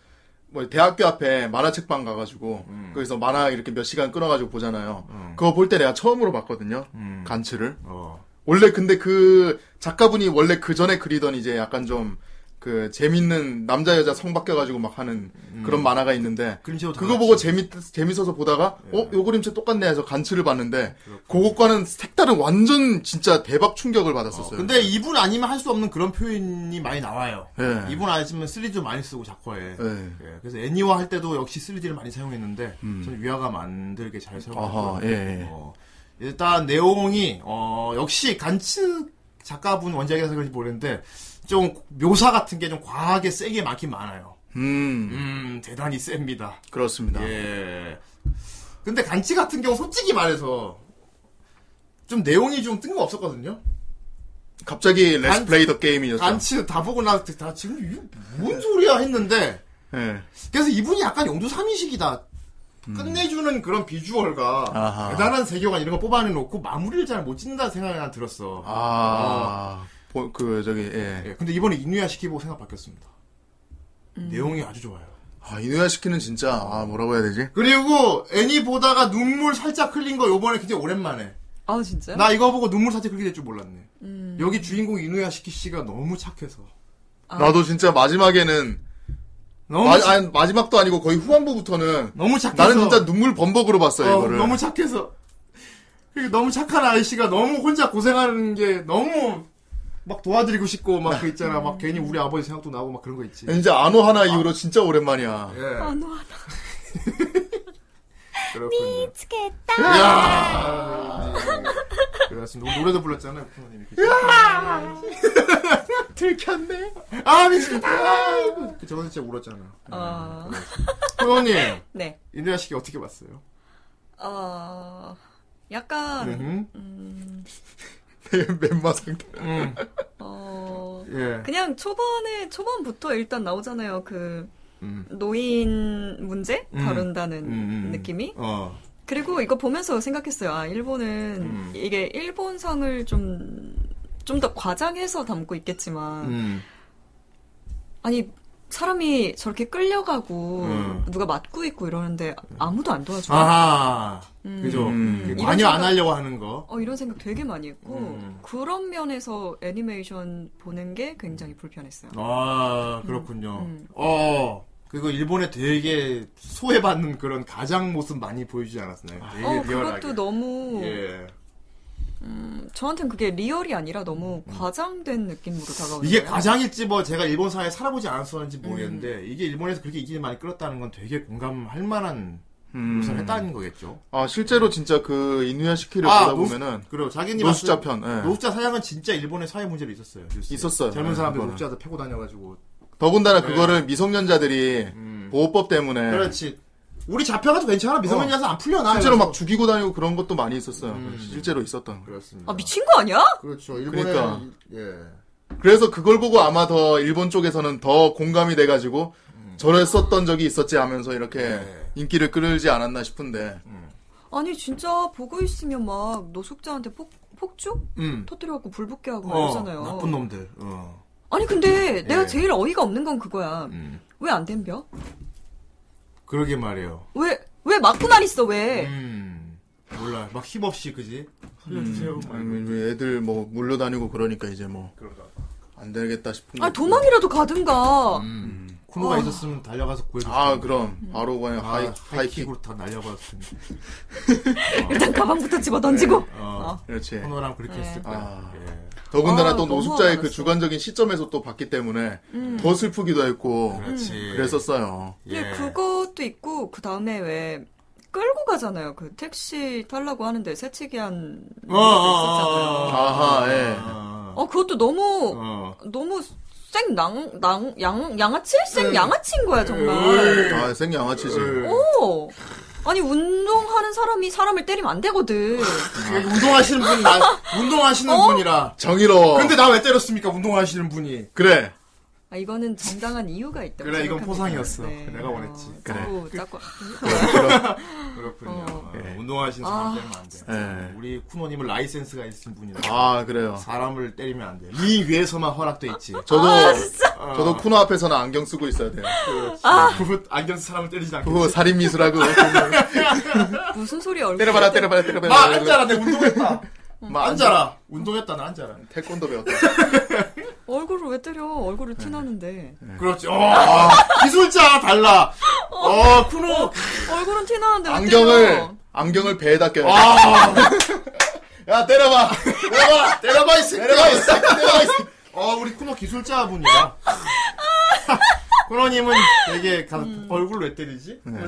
S2: 뭐 대학교 앞에 만화책방 가가지고
S1: 음.
S2: 거기서 만화 이렇게 몇 시간 끊어가지고 보잖아요. 그거 볼 때 내가 처음으로 봤거든요. 간츠를.
S1: 어.
S2: 원래 근데 그 작가분이 원래 그 전에 그리던 이제 약간 좀 그 재밌는 남자 여자 성 바뀌어가지고 막 하는 그런 만화가 있는데
S1: 음. 그림체도
S2: 그거 보고 재밌 재밌어서 보다가
S1: 예.
S2: 어 요 그림체 똑같네 해서 간츠를 봤는데 그것과는 색다른 완전 진짜 대박 충격을 받았었어요.
S1: 근데 이분 아니면 할 수 없는 그런 표현이 많이 나와요.
S2: 예.
S1: 이분 아니면 3D도 많이 쓰고 작화에.
S2: 예.
S1: 예, 그래서 애니화 할 때도 역시 3D를 많이 사용했는데 저는 위화가 만들게 잘 사용했고요.
S2: 음. 아하, 예, 예.
S1: 어, 일단 내용이 어, 역시 간츠 작가분 원작이라서 그런지 모르겠는데 좀 묘사 같은 게 좀 과하게 세게 많긴 많아요.
S2: 음. 아.
S1: 음 대단히 셉니다.
S2: 그렇습니다.
S1: 예. 근데 간치 같은 경우 솔직히 말해서 좀 내용이 좀 뜬금없었거든요.
S2: 갑자기 레츠
S1: 간-
S2: 플레이 더 게임이었죠.
S1: 간치 다 보고 나다 지금 이게 뭔 소리야 했는데
S2: 예.
S1: 그래서 이분이 약간 용두삼인식이다. 끝내주는 그런 비주얼과
S2: 음. 아하.
S1: 대단한 세계관 이런 거 뽑아내놓고 마무리를 잘 못 짓는다는 생각이 난 들었어.
S2: 아, 보- 그, 저기, 예.
S1: 예, 근데 이번에 인류야 시키고 생각 바뀌었습니다. 내용이 아주 좋아요.
S2: 아, 이누야시키는 진짜, 아, 뭐라고 해야 되지?
S1: 그리고 애니 보다가 눈물 살짝 흘린 거 요번에 굉장히 오랜만에
S3: 아, 진짜요?
S1: 나 이거 보고 눈물 사실 그렇게 될 줄 몰랐네.
S3: 음.
S1: 여기 주인공 이누야시키 씨가 너무 착해서.
S3: 아.
S2: 나도 진짜 마지막에는,
S1: 너무, 착-
S2: 마, 아니, 마지막도 아니고 거의 후반부부터는,
S1: 너무 착해서.
S2: 나는 진짜 눈물 범벅으로 봤어요,
S1: 어,
S2: 이거를.
S1: 너무 착해서. 그리고 너무 착한 아이씨가 너무 혼자 고생하는 게 너무 막 도와드리고 싶고 막 그 있잖아. 막 괜히 우리 아버지 생각도 나고 막 그런 거 있지.
S2: 이제 아노 하나 이후로 진짜 오랜만이야.
S1: 예.
S3: 아, 너 하나.
S1: 그렇군요.
S4: 미치겠다.
S1: 야. 예. 그렇습니다. 노래도 불렀잖아요, 부모님이.
S2: 들켰네.
S1: 아 미치겠다. 그 저번에 진짜 울었잖아.
S3: 아,
S1: 부모님,
S3: 네.
S1: 이누야시키 어떻게 봤어요?
S3: 어, 약간,
S1: 음. 예.
S2: 맨마상.
S1: 음.
S3: 어,
S1: 예.
S3: 그냥 초반에, 초반부터 일단 나오잖아요. 그,
S1: 음.
S3: 노인 문제?
S1: 음.
S3: 다룬다는
S1: 음, 음.
S3: 느낌이?
S1: 어.
S3: 그리고 이거 보면서 생각했어요. 아, 일본은
S1: 음.
S3: 이게 일본성을 좀, 좀 더 과장해서 담고 있겠지만,
S1: 음.
S3: 아니, 사람이 저렇게 끌려가고,
S1: 음.
S3: 누가 맞고 있고 이러는데 아무도 안 도와줘요.
S1: 아하.
S3: 음.
S1: 그죠.
S2: 음.
S1: 그 관여 안
S3: 이런 생각-
S1: 하려고 하는 거.
S3: 어, 이런 생각 되게 많이 했고,
S1: 음.
S3: 그런 면에서 애니메이션 보는 게 굉장히 불편했어요.
S1: 아, 그렇군요.
S3: 음.
S1: 어. 그리고 일본에 되게 소외받는 그런 가장 모습 많이 보여주지 않았나요? 되게
S3: 어,
S1: 리얼하게.
S3: 그것도 너무,
S1: 예.
S3: 저한텐 그게 리얼이 아니라 너무 과장된 느낌으로 다가오는
S1: 음, 이게
S3: 거예요.
S1: 과장일지 뭐 제가 일본
S3: 음.
S1: 사회에 살아보지 않았었는지 모르겠는데 이게 일본에서 그렇게 인기를 많이 끌었다는 건 되게 공감할 만한
S2: 음.
S1: 묘사를 했다는 거겠죠.
S2: 아 실제로 진짜 그
S1: 음.
S2: 이누야시키를
S1: 아,
S2: 보다
S1: 노-
S2: 보면은
S1: 그리고 자기님
S2: 노숙자 편 예.
S1: 노숙자 사냥은 진짜 일본의 사회 문제로 있었어요. 뉴스에.
S2: 있었어요.
S1: 젊은
S2: 네,
S1: 사람들
S2: 그거는.
S1: 노숙자도 패고 다녀가지고.
S2: 더군다나 그거를 미성년자들이 보호법 때문에
S1: 네. 음. 그렇지. 우리 잡혀가도 괜찮아. 미성년이라서 안 풀려나.
S2: 예.
S1: 이래서.
S2: 실제로
S1: 음.
S2: 막 죽이고 다니고 그런 것도 많이 있었어요. 실제로 있었던 거.
S1: 그렇습니다.
S3: 아 미친 거 아니야?
S1: 그렇죠. 일본에
S2: 그러니까.
S1: 예.
S2: 그래서 그걸 보고 아마 더 일본 쪽에서는 더 공감이 돼가지고 저를 썼던 적이 있었지 하면서 이렇게
S1: 음. 네.
S2: 인기를 끌지 않았나 싶은데
S3: 아니 진짜 보고 있으면 막 노숙자한테 폭 폭주
S1: 음.
S3: 터뜨려갖고 불 붙게 하고
S1: 어,
S3: 이러잖아요.
S1: 나쁜 놈들. 어.
S3: 아니 근데 내가
S1: 예.
S3: 제일 어이가 없는 건 그거야.
S1: 음.
S3: 왜 안 댐벼?
S1: 그러게 말이에요.
S3: 왜 왜 맞고만 있어 왜?
S1: 음. 몰라. 막 힘없이 그지. 살려주세요. 막 이러고.
S2: 아니면 왜 애들 뭐 물려다니고 그러니까 이제 뭐 안
S1: 그러다.
S2: 되겠다 싶은
S3: 아
S2: 것도
S3: 도망이라도 가든가.
S1: 쿠노가
S3: 어.
S1: 있었으면 달려가서 구해줬을
S2: 아
S1: 텐데.
S2: 그럼 바로 그냥
S1: 아,
S2: 하이, 하이킥
S1: 하이킥으로 다 날려버렸을 텐데.
S3: 일단 가방부터 집어 던지고.
S1: 어.
S2: 그렇지
S1: 쿠노랑 그렇게
S3: 네.
S1: 했을 거야.
S2: 아.
S1: 예.
S2: 더군다나
S3: 아,
S2: 또
S3: 너무
S2: 노숙자의 그
S3: 화났어. 음.
S2: 주관적인 시점에서 또 봤기 때문에 더 슬프기도 했고
S1: 그렇지. 예.
S2: 그랬었어요
S3: 근데 음. 예, 그것도 있고 그 다음에 왜 끌고 가잖아요. 그 택시 타려고 하는데 새치기한
S1: 어, 어, 어,
S3: 있었잖아요.
S1: 어.
S2: 아하 예
S1: 아.
S3: 어 그것도 너무
S1: 어.
S3: 너무 생낭낭양 양아치 생 양아치인 거야 정말.
S1: 에이.
S2: 아, 생양아치지.
S1: 어.
S3: 오 아니 운동하는 사람이 사람을 때리면 안 되거든.
S1: 여기 운동하시는 분, 나, 운동하시는
S3: 어?
S1: 분이라.
S2: 정의로워.
S1: 근데 나 왜 때렸습니까? 운동하시는 분이.
S2: 그래.
S3: 아 이거는 정당한 이유가 있다고
S1: 그래, 이건
S3: 생각합니다.
S1: 포상이었어.
S3: 네.
S1: 내가 원했지.
S3: 어,
S2: 그래.
S3: 자꾸 자꾸
S1: 그렇군요.
S3: 어.
S1: 아, 운동하시는 사람 때리면 안 돼.
S2: 예.
S1: 우리 쿠노님은 라이센스가 있으신 분이라.
S2: 아, 그래요.
S1: 사람을 때리면 안 돼. 이 위에서만 허락돼 있지.
S2: 저도
S3: 아,
S1: 어.
S2: 저도 쿠노 앞에서는 안경 쓰고 있어야 돼요.
S1: 그거 안경 쓴 사람을 때리지 않겠지.
S2: 그거 살인 미수라고
S3: 무슨 소리 얼굴
S2: 때려봐라 때려봐라 때려봐라.
S1: 마 앉아라, 내가 운동했다.
S2: 마,
S1: 앉아라. 운동했다, 나 앉아라.
S2: 태권도 배웠다.
S3: 얼굴을 왜 때려? 얼굴을 티나는데.
S2: 예.
S1: 그렇지. 어, 아, 기술자 달라. 어, 쿠노.
S3: 얼굴은 티나는데 왜
S2: 안경을
S3: 아, 때려?
S2: 안경을 배에다 껴. 야
S1: 아,
S2: 야 때려봐. 때려봐.
S1: 때려봐, 이 새끼야.
S2: 때려봐 이 새끼. 때려봐 이 새끼.
S1: 어, 우리 쿠노 기술자 분이다. 쿠노님은 되게 가, 얼굴 왜 때리지?
S2: 네.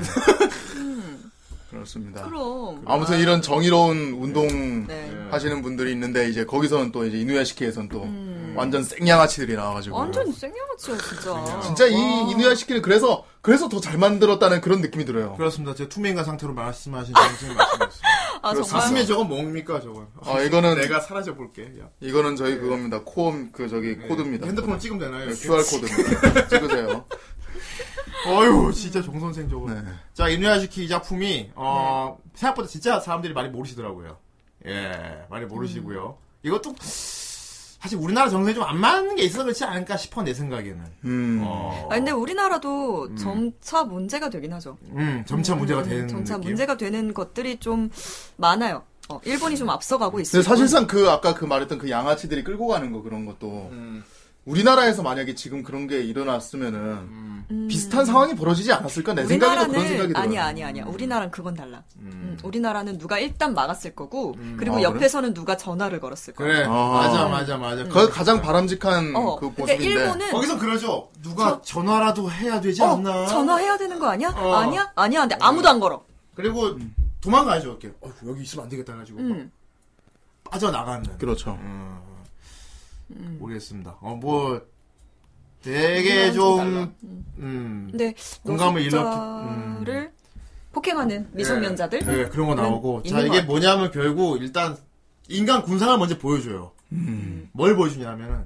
S2: 그렇습니다.
S3: 그럼.
S2: 아무튼 이런 정의로운 운동
S3: 네. 네.
S2: 하시는 분들이 있는데 이제 거기서는 또 이제 이누야시키에서는 또 완전 생양아치들이 나와가지고
S3: 음. 완전 생양아치야 진짜.
S2: 진짜
S3: 와.
S2: 이 이누야시키는 그래서 그래서 더 잘 만들었다는 그런 느낌이 들어요.
S1: 그렇습니다. 제 투명한 상태로 말씀하신 정신 말씀이었습니다.
S3: 아 정말.
S1: 가슴에 저건 뭡니까, 저건?
S2: 아 이거는
S1: 내가 사라져 볼게. 야. 네.
S2: 이거는 저희 그겁니다. 코음 그 저기 코드입니다. 네,
S1: 핸드폰으로 찍으면 되나요? 이렇게?
S2: QR 코드입니다. 찍으세요.
S1: 어휴, 진짜 정 선생 저거.
S2: 네.
S1: 자, 이누야시키 이 작품이 어, 생각보다 진짜 사람들이 많이 모르시더라고요. 예, 많이 모르시고요. 이것도 사실 우리나라 정서에 좀 안 맞는 게 있어서 그렇지 않을까 싶어 내 생각에는.
S2: 음.
S1: 어,
S3: 아 근데 우리나라도 점차 문제가 되긴 하죠.
S1: 음, 점차 문제가
S3: 음,
S1: 되는
S3: 점차
S1: 느낌.
S3: 문제가 되는 것들이 좀 많아요. 어, 일본이 좀 앞서가고 있어요.
S2: 근데 사실상 그 아까 그 말했던 그 양아치들이 끌고 가는 거 그런 것도
S1: 음,
S2: 우리나라에서 만약에 지금 그런 게 일어났으면은
S1: 음.
S2: 음. 비슷한 상황이 벌어지지 않았을까 내 네, 생각에도 그런 생각이
S3: 음. 우리나라는
S2: 들어요.
S3: 아니야 아니야 아니야. 우리나라는 그건 달라. 음, 우리나라는 누가 일단 막았을 거고 그리고
S2: 아, 그래?
S3: 옆에서는 누가 전화를 걸었을 거야.
S1: 그래,
S2: 아.
S1: 맞아, 맞아, 맞아.
S2: 그 가장 바람직한
S3: 어,
S2: 그
S3: 그러니까
S2: 모습인데
S3: 일본은
S1: 거기서 그러죠. 누가 전화라도 해야 되지
S3: 어,
S1: 않나?
S3: 전화해야 되는 거 아니야?
S1: 어.
S3: 아니야? 아니야. 근데 아무도 안 걸어.
S1: 그리고 도망가야죠. 이렇게 어, 여기 있으면 안 되겠다 해가지고
S3: 음.
S1: 막 빠져나가는.
S2: 그렇죠.
S1: 음, 모르겠습니다. 어, 뭐 되게 좀 음,
S3: 근데
S1: 공감을
S3: 노숙자를 폭행하는 미성년자들.
S2: 네.
S3: 음,
S1: 예, 예, 그런 거 나오고
S3: 있는
S1: 자
S3: 것
S1: 이게
S3: 같아요.
S1: 뭐냐면 결국 일단 인간 군상을 먼저 보여줘요. 뭘 보여주냐면은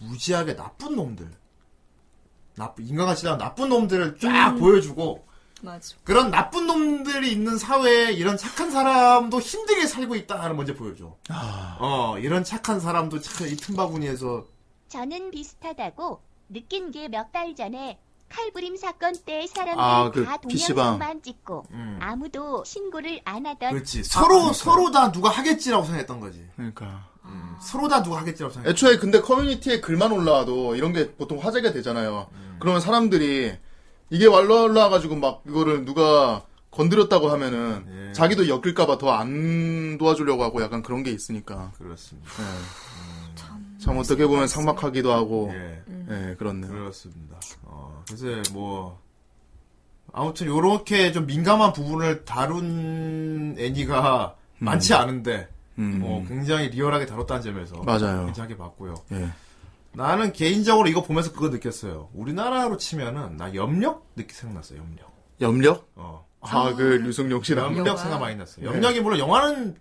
S1: 무지하게 나쁜 놈들, 나쁜 인간같이 나온 나쁜 놈들을 쫙
S3: 음.
S1: 보여주고
S3: 맞아.
S1: 그런 나쁜 놈들이 있는 사회에 이런 착한 사람도 힘들게 살고 있다는 먼저 보여줘.
S2: 아.
S1: 어 이런 착한 사람도 참 이 틈바구니에서
S4: 저는 비슷하다고 느낀 게 몇 달 전에 칼부림 사건 때 사람들이
S2: 아, 그
S4: 다
S2: PC 방.
S4: 동영상만 찍고 아무도 신고를 안
S1: 음.
S4: 하던
S2: 아,
S1: 그렇지 서로 서로 다 누가 하겠지라고 생각했던 거지. 음,
S2: 그러니까
S1: 서로 다 누가 하겠지라고 생각.
S2: 애초에 근데 커뮤니티에 글만 올라와도 이런 게 보통 화제가 되잖아요. 그러면 사람들이 이게 말로 올라와가지고 막 이거를 누가 건드렸다고 하면은
S1: 예.
S2: 자기도 엮일까봐 더 안 도와주려고 하고 약간 그런 게 있으니까
S1: 그렇습니다.
S2: 예. 참 어떻게 보면 삭막하기도 하고
S3: 음.
S1: 예.
S2: 예 그렇네요.
S1: 그렇습니다. 어, 글쎄, 뭐, 아무튼 요렇게 좀 민감한 부분을 다룬 애니가 많지 않은데
S2: 음.
S1: 어, 굉장히 리얼하게 다뤘다는 점에서
S2: 맞아요.
S1: 괜찮게 봤고요.
S2: 예.
S1: 나는 개인적으로 이거 보면서 그거 느꼈어요. 우리나라로 치면은 나 염력 느끼 생각났어. 염력.
S2: 염력?
S1: 어.
S2: 아, 그, 류승룡 씨랑.
S1: 염력
S3: 영화.
S1: 생각 많이 났어요.
S2: 네.
S1: 염력이 물론 영화는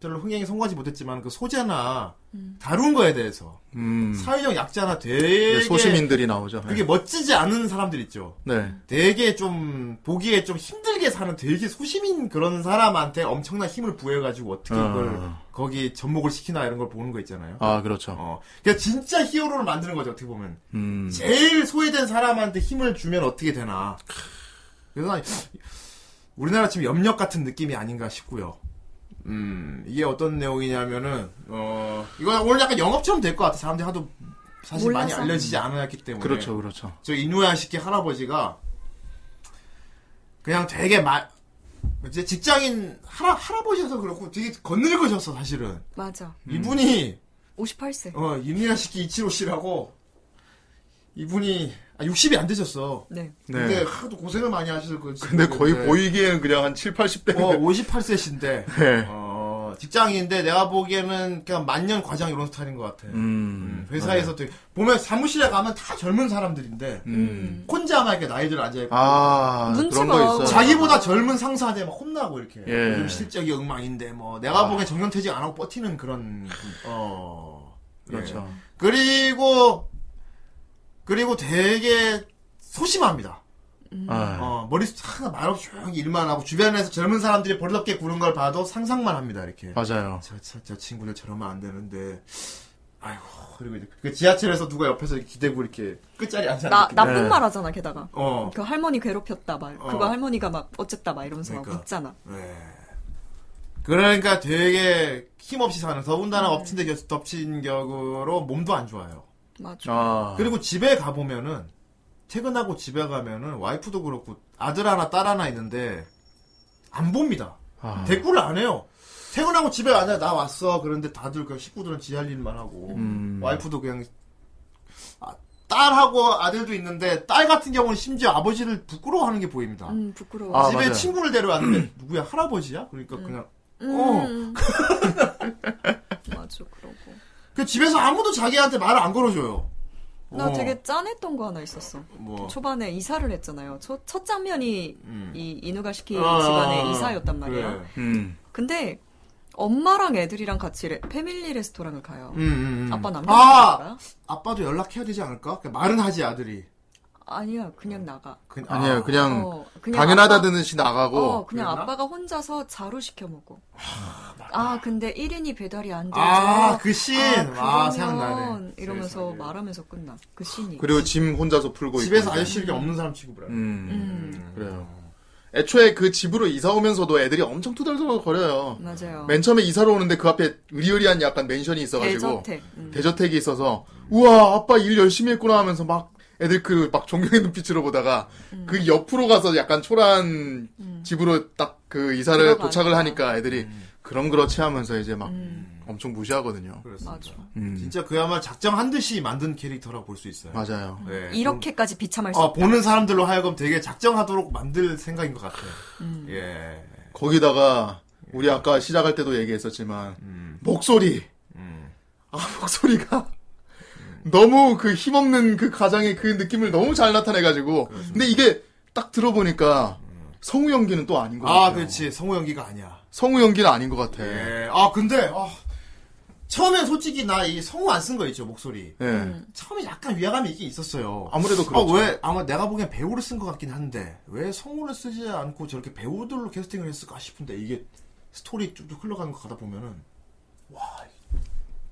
S1: 별로 흥행에 성공하지 못했지만 그 소재나 다룬 거에 대해서
S2: 음. 예, 네,
S1: 사회적 약자나 되게
S2: 소시민들이 네. 나오죠. 예.
S1: 그게 멋지지 않은 사람들 있죠.
S2: 네.
S1: 되게 좀 보기에 좀 힘들게 사는 되게 소시민 그런 사람한테 엄청난 힘을 부여해가지고 어떻게 그걸
S2: 아.
S1: 거기 접목을 시키나 이런 걸 보는 거 있잖아요.
S2: 아, 그렇죠.
S1: 어, 그러니까 진짜 히어로를 만드는 거죠 어떻게 보면
S2: 음.
S1: 제일 소외된 사람한테 힘을 주면 어떻게 되나. 그래서 난 우리나라 지금 염력 같은 느낌이 아닌가 싶고요. 음 이게 어떤 내용이냐면은 어 이거 오늘 약간 영업처럼 될 것 같아 사람들이 하도 사실
S3: 몰라서.
S1: 많이 알려지지 않았기 때문에
S2: 그렇죠, 그렇죠.
S1: 저 이누야시키 할아버지가 그냥 되게 마 이제 직장인 할아, 할아버지여서 그렇고 되게 건늙으셨어 사실은
S3: 맞아.
S2: 음.
S1: 이분이
S3: 58세.
S1: 어 이누야시키 이치로 씨라고 이분이 아, 60이 안 되셨어
S3: 네.
S1: 근데
S2: 네.
S1: 하도 고생을 많이 하셔서 그
S2: 근데 거의
S1: 네.
S2: 보이기에는 그냥 한 7, 80대.
S1: 어 58세신데
S2: 네.
S1: 어 직장인인데 내가 보기에는 그냥 만년 과장 이런 스타일인 것 같아
S2: 음.
S1: 회사에서 되게 보면 사무실에 가면 다 젊은 사람들인데
S2: 음.
S1: 혼자만 이렇게 나이들 앉아있고
S2: 아,
S3: 눈치
S2: 그런
S3: 봐.
S2: 거 있어요.
S1: 자기보다 젊은 상사한테 막 혼나고 이렇게
S2: 예.
S1: 요즘 실적이 엉망인데 뭐 내가
S2: 아.
S1: 보기엔 정년퇴직 안 하고 버티는 그런 어
S2: 그렇죠.
S1: 예. 그리고 그리고 되게 소심합니다.
S3: 네. 음.
S2: 아,
S1: 어, 머리 하나 말없이 조용히 일만 하고 주변에서 젊은 사람들이 버릇없게 구는 걸 봐도 상상만 합니다. 이렇게
S2: 맞아요.
S1: 저, 저, 저 친구들 저러면 안 되는데 아이고 그리고 이제 그 지하철에서 누가 옆에서 기대고 이렇게 끝자리 앉아
S3: 나, 나쁜
S2: 네.
S3: 말 하잖아, 게다가.
S1: 어
S3: 그 할머니 괴롭혔다, 막.
S1: 어.
S3: 그거 할머니가 막, 어쨌다, 막 이러면서 막
S1: 그러니까.
S3: 웃잖아.
S1: 네. 그러니까 되게 힘없이 사는
S3: 음.
S1: 더군다나 엎친 데 겨- 덮친 격으로 몸도 안 좋아요.
S3: 맞아.
S2: 아,
S1: 그리고 집에 가 보면은 퇴근하고 집에 가면은 와이프도 그렇고 아들 하나 딸 하나 있는데 안 봅니다.
S2: 아.
S1: 대꾸를 안 해요. 퇴근하고 집에 가냐 나 왔어. 그런데 다들 그 식구들은 지 할 일만 하고
S2: 음.
S1: 와이프도 그냥 아, 딸하고 아들도 있는데 딸 같은 경우는 심지어 아버지를 부끄러워하는 게 보입니다.
S3: 음, 부끄러워.
S2: 아,
S1: 집에
S2: 맞아요.
S1: 친구를 데려왔는데 누구야 할아버지야? 그러니까 그냥 어.
S3: 음. 맞아, 그러고.
S1: 그 집에서 아무도 자기한테 말을 안 걸어줘요.
S3: 나
S1: 어,
S3: 되게 짠했던 거 하나 있었어.
S1: 뭐
S3: 초반에 이사를 했잖아요. 첫, 첫 장면이
S1: 음.
S3: 이 이누가시키
S1: 아,
S3: 집안의 이사였단 말이에요.
S1: 그래.
S2: 음.
S3: 근데 엄마랑 애들이랑 같이 레- 패밀리 레스토랑을 가요.
S1: 음, 음, 음.
S3: 아빠
S1: 아!
S3: 남편이랑
S1: 아빠도 연락해야 되지 않을까? 그러니까 말은 하지 아들이.
S3: 아니야 그냥 나가.
S1: 그, 아.
S2: 아니에요. 그냥,
S3: 어, 그냥 아빠-
S2: 당연하다는 듯이 나가고.
S3: 어 그냥
S1: 뭐 그랬나?
S3: 아빠가 혼자서 자루 시켜 먹어. 아 근데 1인이 배달이 안 되죠.
S1: 아, 그 씬. 와,
S3: 그러면
S1: 생각나네.
S3: 이러면서
S1: 세상에.
S3: 말하면서 끝나. 그 씬이.
S2: 그리고 짐 혼자서 풀고
S1: 집에서
S2: 있고.
S1: 아저씨에게 없는 사람 취급을 하네.
S2: 음.
S3: 음.
S2: 그래요. 애초에 그 집으로 이사 오면서도 애들이 엄청 투덜투덜 거려요.
S3: 맞아요.
S2: 맨 처음에 이사로 오는데 그 앞에 의리의리한 약간 맨션이 있어가지고
S3: 대저택. 음.
S2: 대저택이 있어서 우와 아빠 일 열심히 했구나 하면서 막 애들 그 막 존경의 눈빛으로 보다가
S3: 음.
S2: 그 옆으로 가서 약간 초라한 집으로 딱 그 이사를
S3: 들어가니까.
S2: 도착을 하니까 애들이
S1: 음.
S2: 그럼 그렇지 하면서 이제 막
S3: 음,
S2: 엄청 무시하거든요. 음.
S1: 그렇습니다.
S3: 맞아.
S1: 진짜 그야말로 작정한 듯이 만든 캐릭터라고 볼 수 있어요.
S2: 맞아요.
S1: 네,
S3: 이렇게까지 비참할 수
S1: 좀, 어,
S3: 없다.
S1: 보는 사람들로 하여금 되게 작정하도록 만들 생각인 것 같아요.
S3: 음.
S1: 예.
S2: 거기다가 우리 아까 시작할 때도 얘기했었지만
S1: 음.
S2: 목소리
S1: 음.
S2: 아 목소리가 너무 그 힘없는 그 가장의 그 느낌을 너무 잘 나타내가지고 근데 이게 딱 들어보니까 성우 연기는 또 아닌 것 같아요.
S1: 음. 아, 그렇지. 성우 연기가 아니야.
S2: 성우 연기는 아닌 것 같아. 예.
S1: 예. 아, 근데, 아, 처음엔 솔직히 나 이 성우 안 쓴 거 있죠, 목소리.
S2: 예.
S1: 처음에 약간 위화감이 있긴 있었어요.
S2: 아무래도 그렇죠.
S1: 아, 왜, 아마 내가 보기엔 배우를 쓴 것 같긴 한데, 왜 성우를 쓰지 않고 저렇게 배우들로 캐스팅을 했을까 싶은데, 이게 스토리 쭉쭉 흘러가는 거 가다 보면은, 와,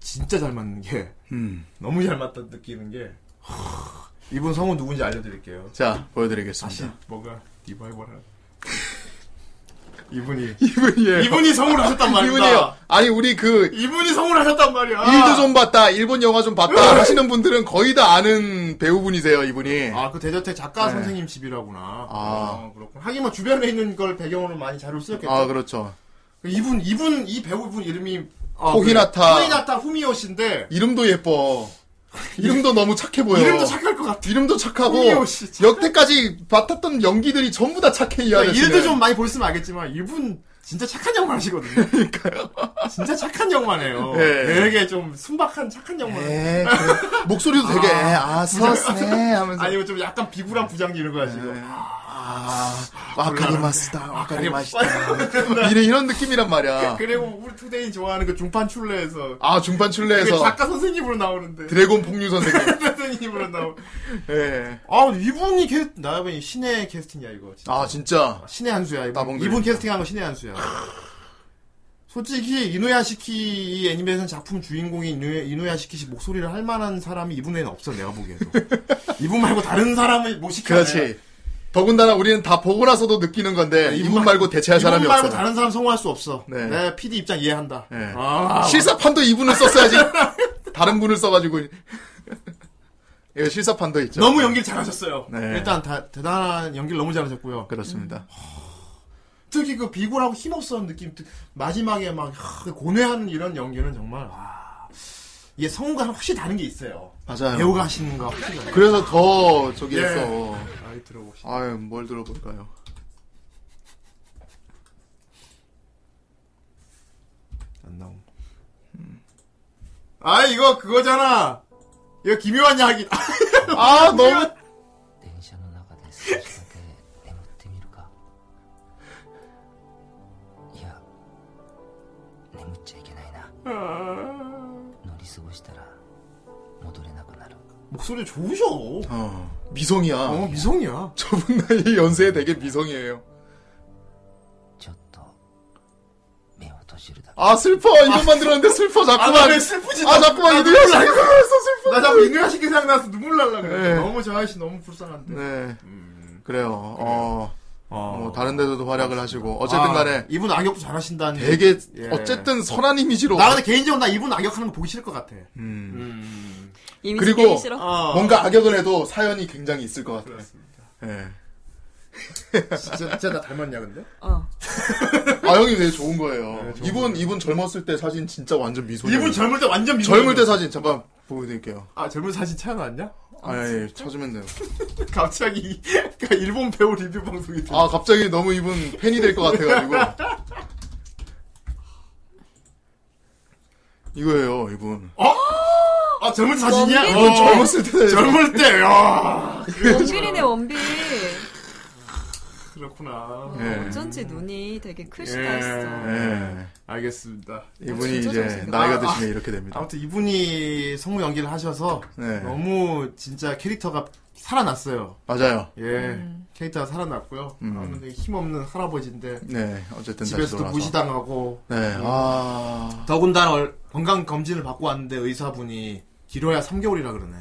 S1: 진짜 잘 맞는 게,
S2: 음.
S1: 너무 잘 맞다 느끼는 게, 하, 이분 성우 누군지 알려드릴게요.
S2: 자
S1: 다시
S2: 보여드리겠습니다.
S1: 뭐가 리바이벌한. 이분이,
S2: 이분이에요. 예.
S1: 이분이 성우를 하셨단 말이야.
S2: 이분이에요. 아니 우리 그
S1: 이분이 성우를 하셨단 말이야.
S2: 일도 좀 봤다, 일본 영화 좀 봤다 하시는 분들은 거의 다 아는 배우분이세요 이분이.
S1: 아, 그 대저택 작가
S2: 네.
S1: 선생님 집이라구나.
S2: 아.
S1: 어, 그렇군. 하긴 뭐 주변에 있는 걸 배경으로 많이 자료를 쓰였겠죠.
S2: 아 그렇죠.
S1: 이분, 이분, 이 배우분 이름이. 아,
S2: 호히나타.
S1: 그래. 호히나타 후미오씨인데,
S2: 이름도 예뻐. 이름도 너무 착해 보여.
S1: 이름도 착할 것 같아.
S2: 이름도 착하고
S1: 홍기호 씨 진짜.
S2: 역대까지 맡았던 연기들이 전부 다 착해 이
S1: 그러니까
S2: 아저씨.
S1: 일도 좀 많이 보셨으면 알겠지만 이분 진짜 착한 영화 하시거든요. 그러니까요. 진짜 착한 영화네요.
S2: 예.
S1: 되게 좀 순박한 착한 영화.
S2: 에, 그 목소리도 되게 에, 아 서스네 하면서 네,
S1: 아니면 좀 약간 비굴한 부장님 이런 거 하시고.
S2: 아 와카리마스다
S6: 아,
S1: 아,
S2: 와카리마스다
S1: 와카리마스다.
S2: 아, 이런 이런 느낌이란 말이야.
S1: 뭐, 그리고 우리 투데인 좋아하는 그 중판 출래에서
S2: 아 중반
S1: 그
S2: 출래에서
S1: 작가 선생님으로 나오는데
S2: 드래곤 폭류 선생님.
S1: 선생님으로 나오.
S2: 예.
S1: 아 근데 이분이 캐 나보니 신의 캐스팅이야 이거. 진짜.
S2: 아 진짜
S1: 신의 한 수야. 이분,
S2: 따봉들.
S1: 이분 캐스팅한 거 신의 한 수야. 솔직히 이누야시키 이 애니메이션 작품 주인공인 이누, 야시키씨 목소리를 할 만한 사람이 이분 외에는 없어 내가 보기에도. 이분 말고 다른 사람을 못 시켜.
S2: 그렇지. 더군다나 우리는 다 보고 나서도 느끼는
S1: 네.
S2: 건데
S1: 아, 이분
S2: 이분
S1: 말-
S2: 말고 대체할
S1: 이분
S2: 사람이
S1: 말고
S2: 없어.
S1: 다른 사람 성공할 수 없어.
S2: 네.
S1: 내 PD 입장 이해한다.
S2: 네.
S1: 아,
S2: 실사판도 이분을 썼어야지. 다른 분을 써가지고 이거 실사판도 있죠.
S1: 너무 연기를 잘하셨어요.
S2: 네.
S1: 일단 다- 대단한 연기를 너무 잘하셨고요.
S2: 그렇습니다.
S1: 특히 그 비굴하고 힘없었던 느낌, 특- 마지막에 막 하, 고뇌하는 이런 연기는 정말 와, 이게 성우가 확실히 다른 게 있어요.
S2: 맞아요.
S1: 배우가 하시는 거 확실히 다른 게
S2: 그래서 더 저기
S1: 예.
S2: 해서
S1: 있어요. 아이 들어봅시다.
S2: 아유 뭘 들어볼까요?
S1: 안 나옴. 음. 아 이거 그거잖아. 이거 김요한 이야기.
S2: 아 너무
S7: 電車の中で少しだけ眠ってみるかいや眠っちゃいけないな乗り過ごしたら戻れなくなる
S1: 목소리 좋으셔.
S2: 어, 미성이야.
S1: 어 미성이야.
S2: 저분 나이 연세에 되게 미성이에요.
S7: ちょっと目を閉じるだけ
S2: 아 슬퍼 이것만 들었는데 슬퍼
S1: 아나
S2: 자꾸만
S1: 왜 슬프지?
S2: 아 자꾸만 이들이
S1: 눈물 나.
S2: 슬퍼했어 슬퍼.
S1: 나 자꾸 이누야 시키 생각나서 눈물 날라 그래.
S2: 네.
S1: 너무 저 아저씨 너무 불쌍한데.
S2: 네 그래요. 어,
S1: 어.
S2: 뭐 다른 데서도 활약을 하시고 어쨌든간에
S1: 아, 이분 악역도 잘하신다는.
S2: 되게
S1: 예.
S2: 어쨌든 선한 이미지로
S1: 나 근데 개인적으로 나 이분 악역하는 거 보기 싫을 것 같아.
S2: 음,
S1: 음.
S3: 이미지
S2: 그리고-
S3: 깨기 싫어.
S1: 어.
S2: 뭔가 악역을 해도 사연이 굉장히 있을 것 같아요.
S1: 그렇습니다.
S2: 예.
S1: 진짜, 진짜 나 닮았냐 근데?
S3: 어.
S2: 아 형이 되게 좋은 거예요.
S1: 네, 좋은
S2: 이분
S1: 거예요.
S2: 이분 젊었을 때 사진 진짜 완전 미소.
S1: 이분 젊을 때 완전 미소.
S2: 젊을 때 사진 잠깐 보여드릴게요.
S1: 아 젊은 사진 찾아놨냐?
S2: 아, 예, 찾으면 돼요.
S1: 갑자기 그러니까 일본 배우 리뷰 방송이 돼.
S2: 아 갑자기 너무 이분 팬이 될 것 같아가지고 이거예요 이분
S1: 아 젊은 때 사진이야?
S3: 원빈?
S1: 어,
S2: 젊었을 때
S1: 젊을 때. 야
S3: 원빈이네 원빈.
S1: 그렇구나.
S2: 예.
S3: 어쩐지 눈이 되게 크시다
S1: 예.
S3: 했어.
S2: 예.
S1: 알겠습니다.
S2: 이분이
S3: 진짜
S2: 이제
S3: 잘생겼다.
S2: 나이가
S1: 아,
S2: 드시면 이렇게 됩니다
S1: 아무튼 이분이 성우 연기를 하셔서
S2: 네.
S1: 너무 진짜 캐릭터가 살아났어요.
S2: 맞아요
S1: 예, 캐릭터가 살아났고요. 아무튼 힘없는 할아버지인데
S2: 네 어쨌든 다시
S1: 집에서도
S2: 돌아서 네,
S1: 무시당하고
S2: 네아
S1: 더군다나 얼- 건강 검진을 받고 왔는데 의사분이 길어야 3개월이라 그러네.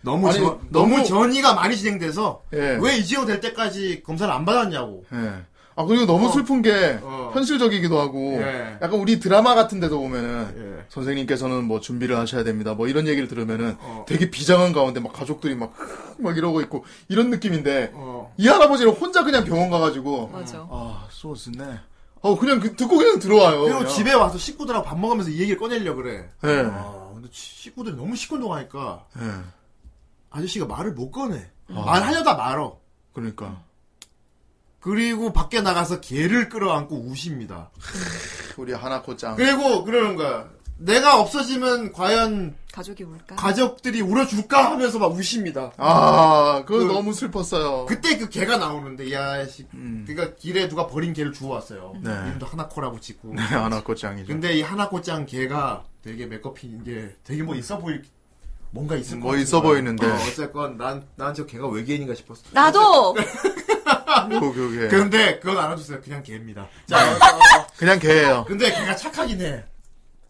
S1: 너무
S2: 아니,
S1: 저-
S2: 너무-
S1: 너무 전이가 많이 진행돼서
S2: 예.
S1: 음. 왜 이재용 될 때까지 검사를 안 받았냐고.
S2: 예. 아 그리고 너무
S1: 어.
S2: 슬픈 게
S1: 어.
S2: 현실적이기도 하고
S1: 예.
S2: 약간 우리 드라마 같은 데도 보면은
S1: 예.
S2: 선생님께서는 뭐 준비를 하셔야 됩니다 뭐 이런 얘기를 들으면은
S1: 어. 되게
S2: 되게 비장한 가운데 막 가족들이 막 막 이러고 있고 이런 느낌인데
S1: 어.
S2: 이 할아버지는 혼자 그냥 병원 가가지고
S3: 맞아.
S2: 아 소스네 어 그냥 그- 듣고 그냥 들어와요
S1: 그리고
S2: 그냥.
S1: 집에 와서 식구들하고 밥 먹으면서 이 얘기를 꺼내려 그래.
S2: 예.
S1: 아, 근데 치- 식구들이 너무 시큰둥하니까
S2: 예
S1: 아저씨가 말을 못 꺼내.
S2: 아.
S1: 말하려다 말어.
S2: 그러니까
S1: 그리고 밖에 나가서 개를 끌어안고 우십니다.
S2: 우리 하나코짱
S1: 그리고 그러는 거야. 내가 없어지면 과연
S3: 가족이 울까?
S1: 가족들이 울어줄까 하면서 막 우십니다.
S2: 아 그거
S1: 그-
S2: 너무 슬펐어요
S1: 그때 그 개가 나오는데 야 씨.
S2: 음.
S1: 그러니까 길에 누가 버린 개를 주워 왔어요.
S2: 네.
S1: 이름도 하나코라고 짓고.
S2: 네, 하나코짱이죠
S1: 근데 이 하나코짱 개가 되게 메커핀 게 되게 뭐 있어 보일 뭔가 있을
S2: 뭐
S1: 것 같은
S2: 있어
S1: 거야.
S2: 보이는데.
S1: 어, 어쨌건 난 난 저 개가 외계인인가 싶었어.
S3: 나도
S2: 그, 그게
S1: 근데 그건 알아주세요. 그냥 개입니다. 자,
S2: 네.
S1: 어, 어,
S2: 그냥 걔예요
S1: 근데 걔가 착하긴 해.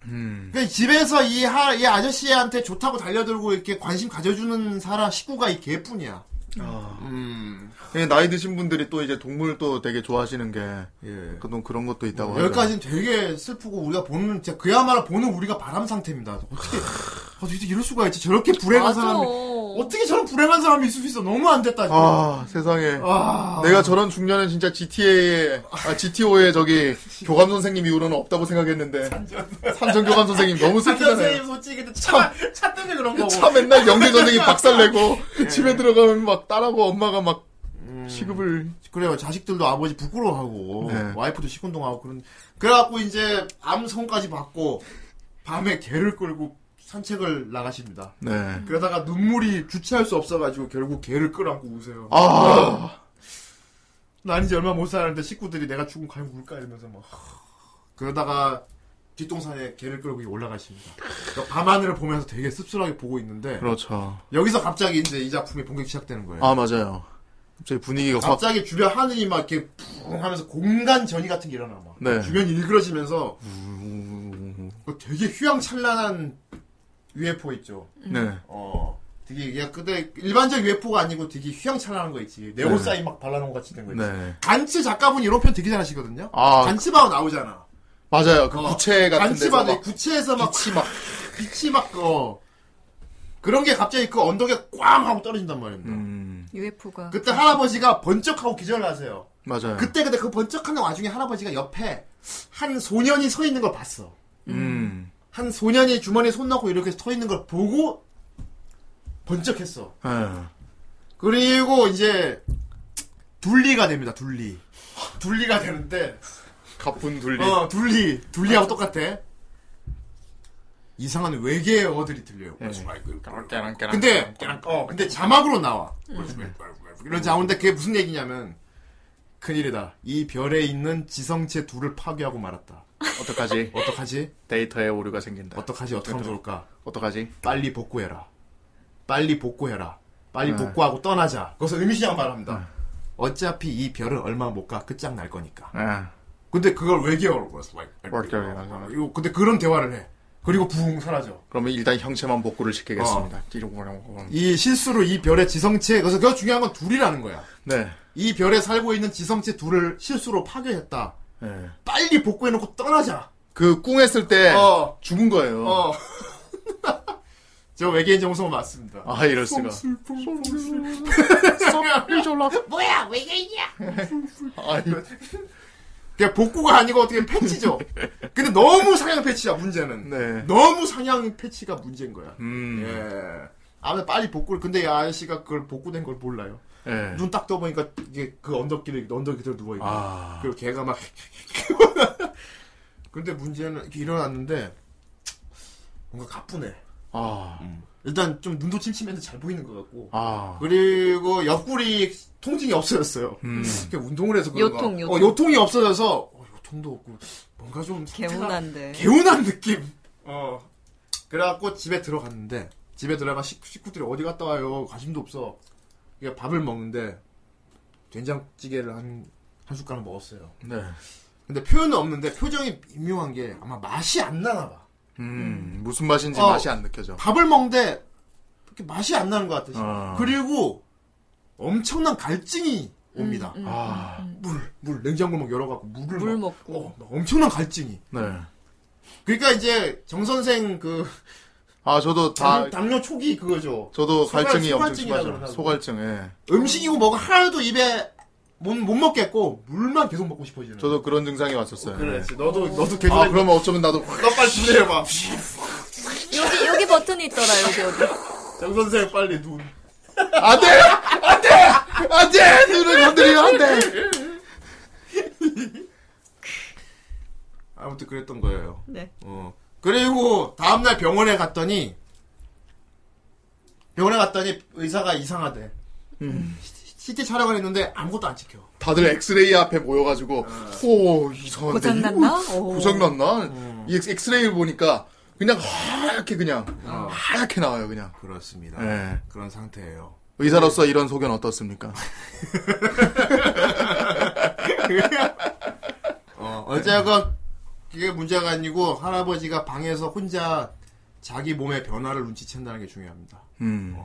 S2: 음
S1: 그 집에서 이, 하, 이 아저씨한테 좋다고 달려들고 이렇게 관심 가져주는 사람 식구가 이 개뿐이야.
S2: 아.
S1: 음,
S2: 예, 나이 드신 분들이 또 이제 동물 또 되게 좋아하시는 게
S1: 예.
S2: 그동 그런 것도 있다고 하죠
S1: 여기까지는 되게 슬프고 우리가 보는 진짜 그야말로 보는 우리가 바람 상태입니다. 어떻게 어떻게 이럴 수가 있지? 저렇게 불행한 사람이 어떻게 저런 불행한 사람이 있을 수 있어? 너무 안 됐다.
S2: 아 세상에
S1: 아.
S2: 내가 저런 중년은 진짜 GTA에 아, GTO에 저기 교감 선생님 이후로는 없다고 생각했는데 산전 교감 선생님 너무
S1: 상
S2: 슬프잖아요.
S1: 선생님 솔직히 근데 차, 차 때문에 그런 거고.
S2: 차 맨날 연기 선생님 박살내고 집에 들어가면 막 딸하고 엄마가 막 시급을
S1: 그래요. 자식들도 아버지 부끄러워하고
S2: 네.
S1: 와이프도 시큰둥하고 그런 그래갖고 이제 암성까지 받고 밤에 개를 끌고 산책을 나가십니다.
S2: 네.
S1: 그러다가 눈물이 주체할 수 없어가지고 결국 개를 끌어안고 우세요.
S2: 아
S1: 난 이제 얼마 못 사는데 식구들이 내가 죽으면 과연 울까 이러면서 막 하- 그러다가 뒷동산에 개를 끌고 올라가십니다. 그러니까 밤하늘을 보면서 되게 씁쓸하게 보고 있는데
S2: 그렇죠.
S1: 여기서 갑자기 이제 이 작품이 본격 시작되는 거예요.
S2: 아 맞아요. 갑자기 분위기가 확
S1: 갑자기 주변 하늘이 막 이렇게 붕 하면서 공간 전이 같은 게 일어나 막
S2: 네. 음.
S1: 주변이 일그러지면서 그 되게 휘황찬란한 UFO 있죠.
S2: 네.
S1: 어. 되게 이게 근데 일반적 UFO가 아니고 되게 휘황찬란한 거 있지. 네온사인 막 발라놓은 것 같이 된 거 있지.
S2: 네.
S1: 간츠 작가분이 이런 표현 되게 잘하시거든요.
S2: 아.
S1: 간츠바오 나오잖아.
S2: 맞아요. 그
S1: 어,
S2: 구체 같은 데서
S1: 간츠바도
S2: 막
S1: 구체에서 막
S2: 빛이 막
S1: 빛이 막 어. 그런 게 갑자기 그 언덕에 꽝 하고 떨어진단 말입니다.
S2: 음,
S3: UFO가
S1: 그때 할아버지가 번쩍하고 기절을 하세요.
S2: 맞아요.
S1: 그때 근데 그 번쩍하는 와중에 할아버지가 옆에 한 소년이 서 있는 걸 봤어.
S2: 음.
S1: 한 소년이 주머니에 손 넣고 이렇게 서 있는 걸 보고 번쩍했어.
S2: 예.
S1: 그리고 이제 둘리가 됩니다. 둘리. 둘리가 되는데
S2: 가쁜 둘리.
S1: 어 둘리 둘리하고 똑같아. 이상한 외계의 어들이
S2: 네.
S1: 들려요. 근데 어 근데 자막으로 나와.
S2: 음.
S1: 이런 자막인데 아, 그게 무슨 얘기냐면 큰일이다. 이 별에 있는 지성체 둘을 파괴하고 말았다.
S2: 어떡하지?
S1: 어떡하지?
S2: 데이터에 오류가 생긴다.
S1: 어떡하지? 어떻게 하면 좋을까?
S2: 어떡하지?
S1: 빨리 복구해라. 빨리 복구해라. 빨리
S2: 네.
S1: 복구하고 떠나자. 그것을 의미시장 말합니다. 어차피 이 별은 얼마 못 가 끝장 날 거니까.
S2: 예.
S1: 근데 그걸 외계어로
S2: 외계어로
S1: 이거 근데 그런 대화를 해. 그리고 부웅 사라져.
S2: 그러면 일단 형체만 복구를 시키겠습니다. 이러고 그러고.
S1: 어. 이 실수로 이 별의 지성체 그래서 그 중요한 건 둘이라는 거야.
S2: 네.
S1: 이 별에 살고 있는 지성체 둘을 실수로 파괴했다.
S2: 예.
S1: 빨리 복구해놓고 떠나자.
S2: 그 꿍했을 때
S1: 어.
S2: 죽은 거예요.
S1: 어. 저 외계인 정성 맞습니다.
S2: 아 이럴 수가.
S1: 뭐야 외계인이야?
S2: 아, 이거-
S1: 그냥 복구가 아니고 어떻게 패치죠. 근데 너무 상향 패치야 문제는.
S2: 네.
S1: 너무 상향 패치가 문제인 거야.
S2: 음.
S1: 예. 아무튼 빨리 복구를 근데 이 아저씨가 그걸 복구된 걸 몰라요.
S2: 예.
S1: 눈 딱 떠보니까 이게 그 언덕길에 언덕 밑에 누워 있고
S2: 아.
S1: 그리고 걔가 막 근데 문제는 이렇게 일어났는데 뭔가 가쁘네.
S2: 아.
S1: 음. 일단 좀 눈도 침침해서 잘 보이는 것 같고
S2: 아.
S1: 그리고 옆구리 통증이 없어졌어요.
S2: 음.
S1: 이렇게 운동을 해서 그런가.
S3: 요통, 요통.
S1: 어, 요통이 없어져서 어, 요통도 없고 뭔가 좀 상태가
S3: 개운한데
S1: 개운한 느낌. 어. 그래갖고 집에 들어갔는데 집에 들어가 식, 식구들이 어디 갔다 와요 관심도 없어. 그러니까 밥을 먹는데 된장찌개를 한 한 숟가락 먹었어요.
S2: 네.
S1: 근데 표현은 없는데 표정이 미묘한 게 아마 맛이 안 나나 봐.
S2: 음. 무슨 맛인지
S1: 어.
S2: 맛이 안 느껴져.
S1: 밥을 먹는데 이렇게 맛이 안 나는 것 같아. 지금.
S2: 아.
S1: 그리고 엄청난 갈증이 옵니다.
S2: 아.
S1: 물, 물 냉장고 막 열어갖고 물을
S3: 음, 물
S1: 막,
S3: 먹고
S1: 어, 막 엄청난 갈증이.
S2: 네.
S1: 그러니까 이제 정 선생 그
S2: 아 저도 다
S1: 당, 당뇨 초기 그거죠.
S2: 저도
S1: 소갈-
S2: 갈증이 엄청
S1: 소갈증이라
S2: 심하죠.
S1: 그러나?
S2: 소갈증. 예.
S1: 음식이고 뭐가 하나도 입에 못, 못 먹겠고 물만 계속 먹고 싶어지는.
S2: 저도 그런 증상이 왔었어요.
S1: 그래,
S2: 예.
S1: 너도 너도 계속.
S2: 아 그러면 어쩌면 나도
S1: 너 빨리 주세요,
S3: 여기 여기 버튼이 있더라 여기 여기
S1: 정 선생 빨리 눈.
S2: 안돼 안돼 안돼 눈을 건드리면 안돼
S1: 아무튼 그랬던 거예요.
S3: 네
S1: 어. 그리고 다음날 병원에 갔더니 병원에 갔더니 의사가 이상하대. 음. CT 촬영을 했는데 아무것도 안 찍혀.
S2: 다들 엑스레이 앞에 모여가지고 오 이상한데
S3: 고장났나? 어.
S2: 이거
S3: 오.
S2: 고장났나 이 엑스- 엑스레이를 보니까 그냥 하얗게 그냥 하얗게 나와요 그냥
S1: 그렇습니다.
S2: 예.
S1: 그런 상태예요.
S2: 의사로서 이런 소견 어떻습니까
S1: 어, 어제가 그게 문제가 아니고 할아버지가 방에서 혼자 자기 몸의 변화를 눈치챈다는 게 중요합니다.
S2: 음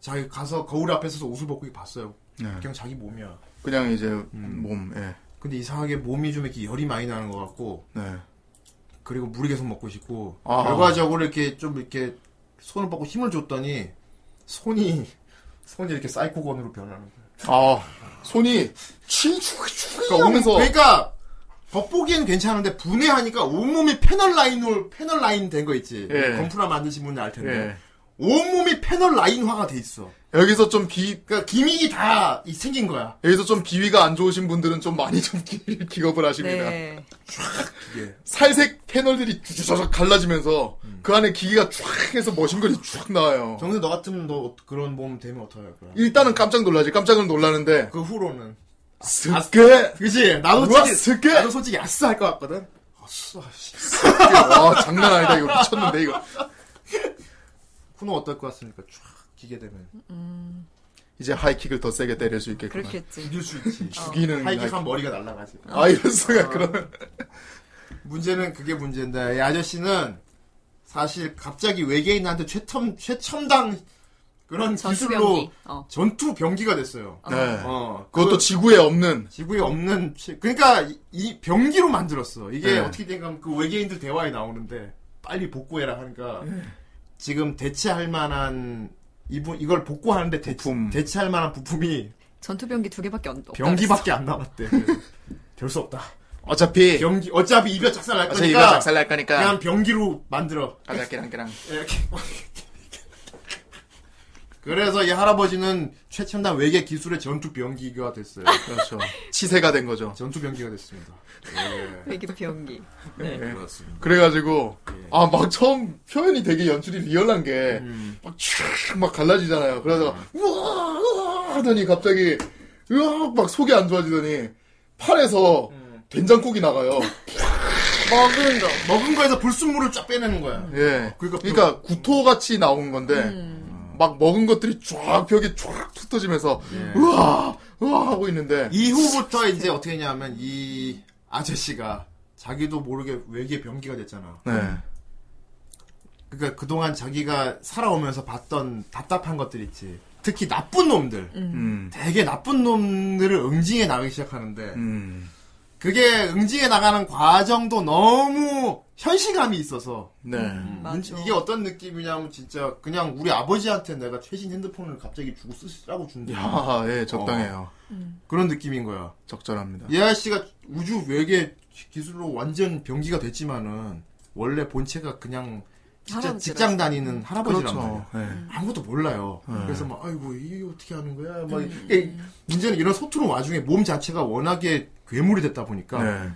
S1: 자기 가서 거울 앞에 서서 옷을 벗고 봤어요.
S2: 네.
S1: 그냥 자기 몸이야.
S2: 그냥 이제 몸 예.
S1: 근데 이상하게 몸이 좀 이렇게 열이 많이 나는 것 같고
S2: 네.
S1: 그리고 물이 계속 먹고 싶고
S2: 아.
S1: 결과적으로 이렇게 좀 이렇게 손을 뻗고 힘을 줬더니 손이 손이 이렇게 사이코건으로 변하는 거예요.
S2: 아 손이
S1: 그러니까, 온-
S2: 치죽죽하면서
S1: 그러니까 겉보기엔 괜찮은데 분해하니까 온몸이 패널 라인으로 패널 라인 된 거 있지.
S2: 예.
S1: 건프라 만드신 분이 알 텐데
S2: 예.
S1: 온몸이 패널 라인화가 돼 있어.
S2: 여기서 좀 비,
S1: 그러니까 기믹이 다 이- 생긴 거야.
S2: 여기서 좀 비위가 안 좋으신 분들은 좀 많이 좀 기- 기겁을 하십니다.
S3: 네.
S2: 살색 패널들이 쫙 갈라지면서 그 안에 기계가 쫙 해서 머신건이 쫙 나와요.
S1: 정세 너 같으면 너 어- 그런 몸 되면 어떡할 거야?
S2: 일단은 깜짝 놀라지. 깜짝은 놀라는데
S1: 그 후로는
S2: 스게
S1: 그지 나도
S2: 우와,
S1: 솔직히
S2: 스케!
S1: 나도 솔직히 아싸 할 것 같거든. 아싸. 씨.
S2: 와 장난 아니다 이거 미쳤는데 이거
S1: 쿠노 어떨 것 같습니까? 촥 기게 되면
S2: 이제 하이킥을 더 세게 때릴 수 있겠구나.
S3: 그렇겠지.
S1: 이길 수 있지.
S2: 죽이는 하이킥.
S1: 하이킥한 머리가 날아가지.
S2: 아 이런 수가 그런
S1: 문제는 그게 문제인데 이 아저씨는 사실 갑자기 외계인한테 최첨 최첨단 그런 기술로
S3: 전투병기. 어.
S1: 전투 병기가 됐어요.
S2: 네.
S1: 어.
S2: 그것도 지구에 없는
S1: 지구에 없는 최- 그러니까 이- 이 병기로 만들었어. 이게
S2: 네.
S1: 어떻게 된가 그 외계인들 대화에 나오는데 빨리 복구해라 하니까
S3: 네.
S1: 지금 대체할 만한 이분 이걸 복구하는데 대체,
S2: 부품.
S1: 대체할 만한 부품이
S3: 전투병기 두 개밖에 없- 없다.
S1: 병기밖에 안 남았대.
S3: 네.
S1: 될 수 없다.
S2: 어차피
S1: 병기 어차피 이별 작살 날
S2: 어차피
S1: 거니까
S2: 아, 이거 작살 날 거니까
S1: 그냥 병기로 만들어.
S2: 가자 끼랑 끼랑
S1: 이렇게. 그래서 이 할아버지는 최첨단 외계 기술의 전투 병기가 됐어요.
S2: 그렇죠 치세가 된 거죠.
S1: 전투 병기가 됐습니다. 예.
S3: 외기 병기.
S1: 그렇습니다.
S2: 그래가지고
S1: 예.
S2: 아 막 처음 표현이 되게 연출이 리얼한 게
S1: 음.
S2: 막촥막 갈라지잖아요. 그러다가 우와, 우와 하더니 갑자기 으악 막 속이 안 좋아지더니 팔에서
S1: 음.
S2: 된장국이
S1: 어,
S2: 나가요.
S3: 먹은 거. 음.
S1: 먹은 거에서 불순물을 쫙 빼내는 거야.
S2: 예.
S1: 그러니까
S2: 그러니까, 구토 같이 나온 건데 막 먹은 것들이 쫙 벽에 쫙 흩어지면서 우와 우와 하고 있는데
S1: 예. 이후부터 이제 어떻게 했냐면 이 아저씨가 자기도 모르게 외계 병기가 됐잖아.
S2: 네.
S1: 그러니까 그동안 자기가 살아오면서 봤던 답답한 것들 있지. 특히 나쁜 놈들.
S2: 음.
S1: 되게 나쁜 놈들을 응징해 나가기 시작하는데
S2: 음.
S1: 그게 응징해 나가는 과정도 너무 현실감이 있어서
S2: 네.
S1: 음.
S3: 맞아.
S1: 이게 어떤 느낌이냐면 진짜 그냥 우리 아버지한테 내가 최신 핸드폰을 갑자기 주고 쓰라고 준다
S2: 야, 예, 적당해요.
S1: 어. 그런 느낌인 거야
S2: 적절합니다.
S1: 이 아저씨가 우주 외계 기- 기술로 완전 병기가 됐지만은 원래 본체가 그냥 진짜
S3: 할아버지라서. 음.
S1: 직장 다니는 할아버지란 말이야
S2: 그렇죠. 예.
S3: 네.
S1: 아무것도 몰라요. 그래서 막 아이고 이 어떻게 하는 거야. 막
S3: 음.
S1: 이게 문제는 이런 소투는 와중에 몸 자체가 워낙에 괴물이 됐다 보니까
S2: 네.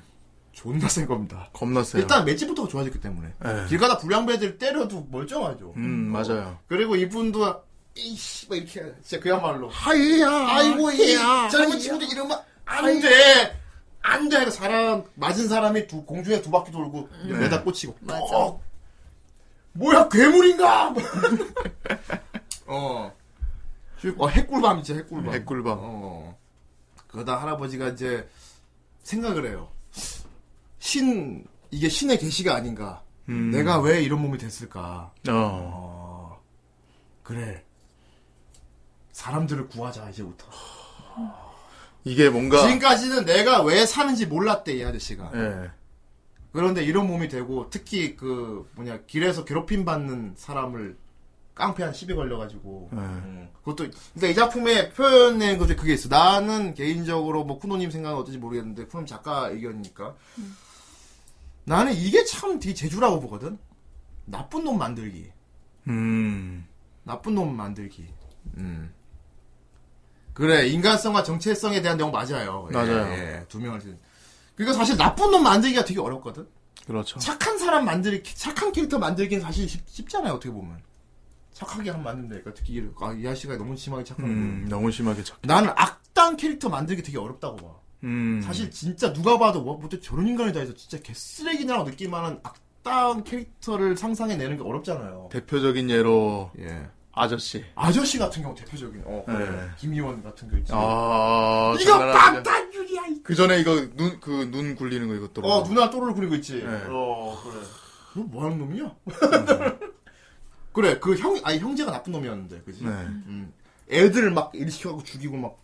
S1: 존나 센 겁니다.
S2: 겁나 세요.
S1: 일단 맷집부터가 좋아졌기 때문에
S2: 예.
S1: 길 가다 불량배들 때려도 멀쩡하죠.
S2: 음, 맞아요.
S1: 그리고 이분도 이씨 막 이렇게 진짜 그야말로
S2: 하이야,
S1: 아, 아이고 이 젊은 친구들 이러면 안 돼. 안 돼. 그래서 사람 맞은 사람이 두 공중에 두 바퀴 돌고 매다 꽂히고.
S3: 맞아.
S1: 어, 뭐야 괴물인가? 어. 쭉, 어 핵꿀밤이지 핵꿀밤.
S2: 백굴밤.
S1: 어. 그러다 할아버지가 이제 생각을 해요. 신 이게 신의 계시가 아닌가.
S2: 음.
S1: 내가 왜 이런 몸이 됐을까?
S2: 어.
S1: 그래. 사람들을 구하자 이제부터.
S2: 이게 뭔가
S1: 지금까지는 내가 왜 사는지 몰랐대 이 아저씨가.
S2: 예.
S1: 그런데 이런 몸이 되고 특히 그 뭐냐 길에서 괴롭힘 받는 사람을 깡패 한 시비 걸려가지고. 음. 그것도 근데 이 작품의 표현된 것중 그게 있어. 나는 개인적으로 뭐 쿠노님 생각은 어떨지 모르겠는데 쿠노 작가 의견이니까. 나는 이게 참 되게 재주라고 보거든. 나쁜 놈 만들기.
S2: 음.
S1: 나쁜 놈 만들기. 음. 그래 인간성과 정체성에 대한 내용 맞아요. 예,
S2: 맞아요.
S1: 예, 두 명을. 쓴. 그러니까 사실 나쁜 놈 만들기가 되게 어렵거든.
S2: 그렇죠.
S1: 착한 사람 만들기, 착한 캐릭터 만들기는 사실 쉽, 잖아요 어떻게 보면. 착하게 하면 만든다니까. 특히 이- 아, 이 아씨가 너무 심하게 착한 음.
S2: 음, 너무 심하게 착.
S1: 나는 악당 캐릭터 만들기 되게 어렵다고 봐.
S2: 음.
S1: 사실 진짜 누가 봐도 뭐, 뭐 저런 인간이다 해서 진짜 개쓰레기라고 느낄만한 악당 캐릭터를 상상해내는 게 어렵잖아요.
S2: 대표적인 예로
S1: 예.
S2: 아저씨.
S1: 아저씨 같은 경우 대표적인 어,
S2: 네.
S1: 김희원 같은 거 있지.
S2: 아,
S1: 이거
S2: 장난 아니죠.
S1: 빵빵유리야 이거.
S2: 그 전에 이거 눈 그 눈 굴리는 거 이것도.
S1: 어 누나 또를 그리고 있지.
S2: 네.
S1: 어 그래. 너 뭐하는 놈이야? 그래 그 형 아니 형제가 나쁜 놈이었는데 그지.
S2: 네.
S1: 음. 애들을 막 일시켜갖고 죽이고 막.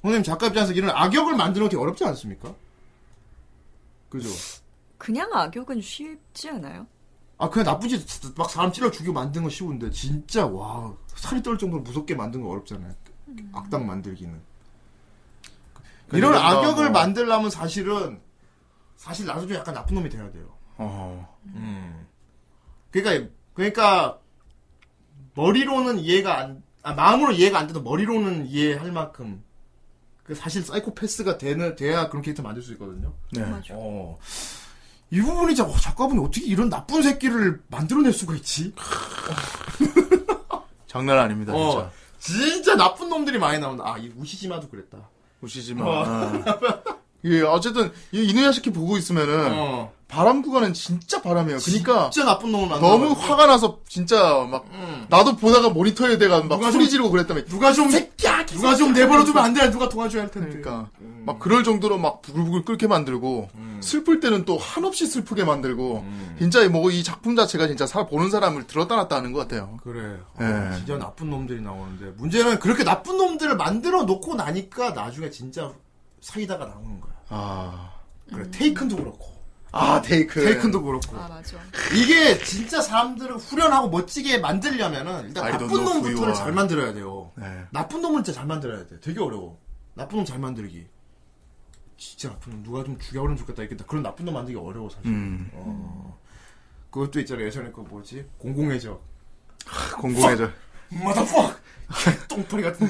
S1: 선생님 작가 입장에서 이런 악역을 만드는 게 어렵지 않습니까? 그죠.
S3: 그냥 악역은 쉽지 않아요?
S1: 아 그냥 나쁘지 막 사람 찔러 죽이고 만든 건 쉬운데 진짜 와 살이 떨 정도로 무섭게 만든 거 어렵잖아요. 악당 만들기는. 이런
S2: 그러니까
S1: 악역을
S2: 뭐-
S1: 만들려면 사실은 사실 나도 좀 약간 나쁜 놈이 돼야 돼요.
S2: 어.
S1: 그러니까 그러니까 머리로는 이해가 안 아, 마음으로 이해가 안 돼도 머리로는 이해할 만큼 그 사실 사이코패스가 되는 돼야 그런 캐릭터 만들 수 있거든요.
S2: 네.
S3: 맞아.
S1: 어. 이 부분이 진짜 어, 작가분이 어떻게 이런 나쁜 새끼를 만들어낼 수가 있지?
S2: 장난 아닙니다,
S1: 어,
S2: 진짜.
S1: 진짜 나쁜 놈들이 많이 나온다. 아, 이 우시지마도 그랬다.
S2: 우시지 마. 어. 예, 어쨌든 이 이누야시키 보고 있으면은
S1: 어.
S2: 바람 구간은 진짜 바람이에요. 그러니까
S1: 진짜 나쁜 놈을 만들어.
S2: 너무 화가 나서 진짜 막 나도 보다가 모니터에 대가 막
S1: 누가 좀-
S2: 소리 지르고 그랬다며.
S1: 누가 좀 아, 새끼야, 누가 좀 내버려두면 안 돼. 누가 도와줘야 할 텐데.
S2: 그러니까
S1: 음.
S2: 막 그럴 정도로 막 부글부글 끓게 만들고 슬플 때는 또 한없이 슬프게 만들고
S1: 음.
S2: 진짜 뭐 이 작품 자체가 진짜 사, 보는 사람을 들었다 놨다 하는 것 같아요.
S1: 그래. 어,
S2: 예.
S1: 진짜 나쁜 놈들이 나오는데 문제는 그렇게 나쁜 놈들을 만들어 놓고 나니까 나중에 진짜 사이다가 나오는 거야.
S2: 아,
S1: 그래. 테이큰도 그렇고.
S2: 아 테이크.
S1: 테이큰도 그렇고.
S3: 아 맞아.
S1: 이게 진짜 사람들을 후련하고 멋지게 만들려면은 일단
S2: I don't
S1: 나쁜
S2: know who you
S1: 놈부터를
S2: are.
S1: 잘 만들어야 돼요.
S2: 네.
S1: 나쁜 놈은 진짜 잘 만들어야 돼. 되게 어려워. 나쁜 놈 잘 만들기. 진짜 나쁜 놈 누가 좀 죽여버리면 좋겠다. 이렇게 그런 나쁜 놈 만들기 어려워 사실.
S2: 음,
S1: 어. 그것도 있잖아 예전에 그 뭐지 공공의 적. 아,
S2: 공공해져.
S1: 마다팍 똥파리 같은.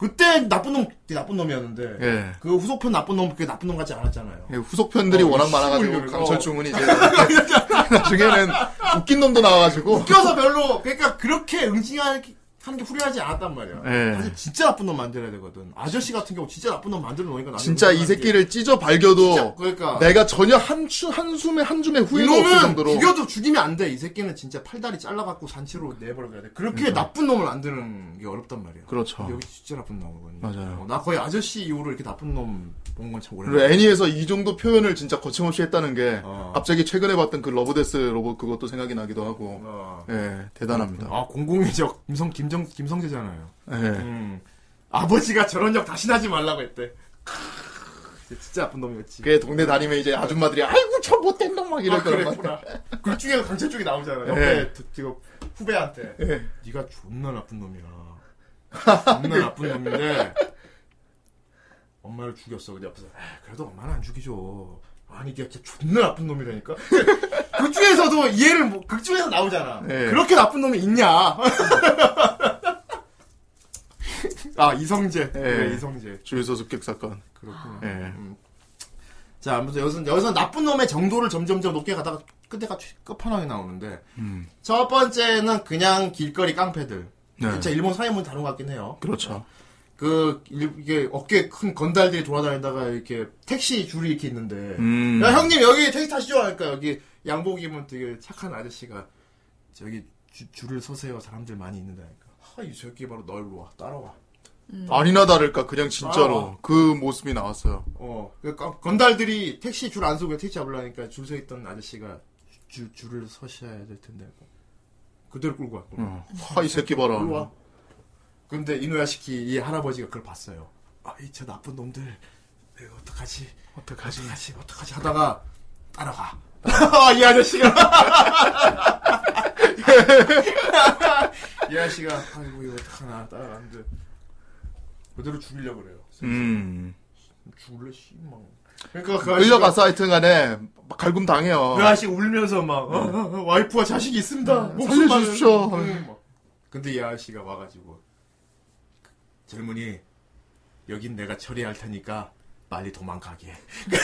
S1: 그때 나쁜 놈 그때 나쁜 놈이었는데
S2: 예.
S1: 그 후속편 나쁜 놈 그게 나쁜 놈 같지 않았잖아요.
S2: 예, 후속편들이
S1: 어,
S2: 워낙
S1: 이
S2: 많아가지고
S1: 시골 이거.
S2: 강철충은 이제 나중에는 웃긴 놈도 나와가지고
S1: 웃겨서 별로 그러니까 그렇게 응징하는 게 후련하지 않았단 말이야.
S2: 예.
S1: 사실 진짜 나쁜 놈 만들어야 되거든. 아저씨 같은 경우 진짜 나쁜 놈 만들어 놓으니까 나는
S2: 진짜 이
S1: 후련한 게
S2: 새끼를 찢어
S1: 진짜
S2: 발겨도
S1: 그러니까
S2: 내가 전혀 한추 한숨에 한줌의 후회가 없을
S1: 이놈은
S2: 그 정도로
S1: 죽여도 죽이면 안 돼. 이 새끼는 진짜 팔다리 잘라갖고 산치로 내버려야 돼. 그렇게 나쁜 놈을 안 드는 게 어렵단 말이야.
S2: 그러니까. 그렇죠.
S1: 여기 진짜 나쁜 놈이거든요.
S2: 맞아요.
S1: 어, 나 거의 아저씨 이후로 이렇게 나쁜 놈 본 건 참
S2: 그리고
S1: 오랜만에.
S2: 애니에서 이 정도 표현을 진짜 거침없이 했다는 게
S1: 어.
S2: 갑자기 최근에 봤던 그 러브데스 로봇 그것도 생각이 나기도 하고
S1: 어.
S2: 예 대단합니다
S1: 아 공공의 적 김성 김정 김성재잖아요.
S2: 예
S1: 음. 아버지가 저런 역 다시 나지 말라고 했대. 진짜 진짜 나쁜 놈이었지.
S2: 그게 동네 다니면 이제 아줌마들이 아이고 저 못된 놈 막
S1: 아,
S2: 이럴 거란 말이야
S1: 그랬구나. 그 중에 강철 쪽이 나오잖아.
S2: 예.
S1: 옆에 두- 지금 후배한테
S2: 예.
S1: 네가 존나 나쁜 놈이야. 존나 나쁜 놈인데 엄마를 죽였어. 근데 옆에서 "에이, 그래도 엄마는 안 죽이죠. 아니 이게 진짜 존나 나쁜 놈이라니까. 극 중에서도 이해를 못, 극 중에서 나오잖아.
S2: 예.
S1: 그렇게 나쁜 놈이 있냐? 아 이성재,
S2: 예.
S1: 그래, 이성재.
S2: 주유소 습격 사건
S1: 그렇구나.
S2: 예
S1: 자, 아무튼 여기서, 여기서 나쁜 놈의 정도를 점점점 높게 가다가 끝에가 최- 끝판왕이 나오는데 첫 번째는 그냥 길거리 깡패들.
S2: 음. 네.
S1: 진짜 일본 사회문 다른 것 같긴 해요.
S2: 그렇죠
S1: 그 일- 이게 어깨 큰 건달들이 돌아다니다가 이렇게 택시 줄이 이렇게 있는데
S2: 음.
S1: 야 형님 여기 택시 타시죠 하니까 여기 양복 입은 되게 착한 아저씨가 저기 주- 줄을 서세요 사람들 많이 있는다니까 하이 저기 바로 널로 와 따라와
S2: 아니나 다를까 그냥
S1: 아.
S2: 진짜로 그 모습이 나왔어요
S1: 어, 그 건- 건달들이 택시 줄 안 서고 택시 잡으려니까 줄 서 있던 아저씨가 줄, 줄을 서셔야 될 텐데. 그대로 끌고 왔고.
S2: 어. 하이 새끼 봐라
S1: 끌고 와. 근데 이노야시키 이 할아버지가 그걸 봤어요. 아, 이 저 나쁜 놈들. 내가 어떡하지? 어떡하지? 어떡하지? 어떡하지? 하다가 따라가. 아, 이 아저씨가. 이 아저씨가, 아이고, 이거 어떡하나. 따라가는데. 그대로 죽이려고 그래요.
S2: 음
S1: 죽을래, 씨망. 그러니까 그 아저씨가
S2: 끌려가서 하여튼간에 막 갈굼 당해요
S1: 그 아저씨 울면서 막 어, 어, 어, 와이프와 자식이 있습니다. 목숨
S2: 살려주십시오.
S1: 많은- 응, 막. 근데 이 아저씨가 와가지고 젊은이 여긴 내가 처리할 테니까 빨리 도망가게. 그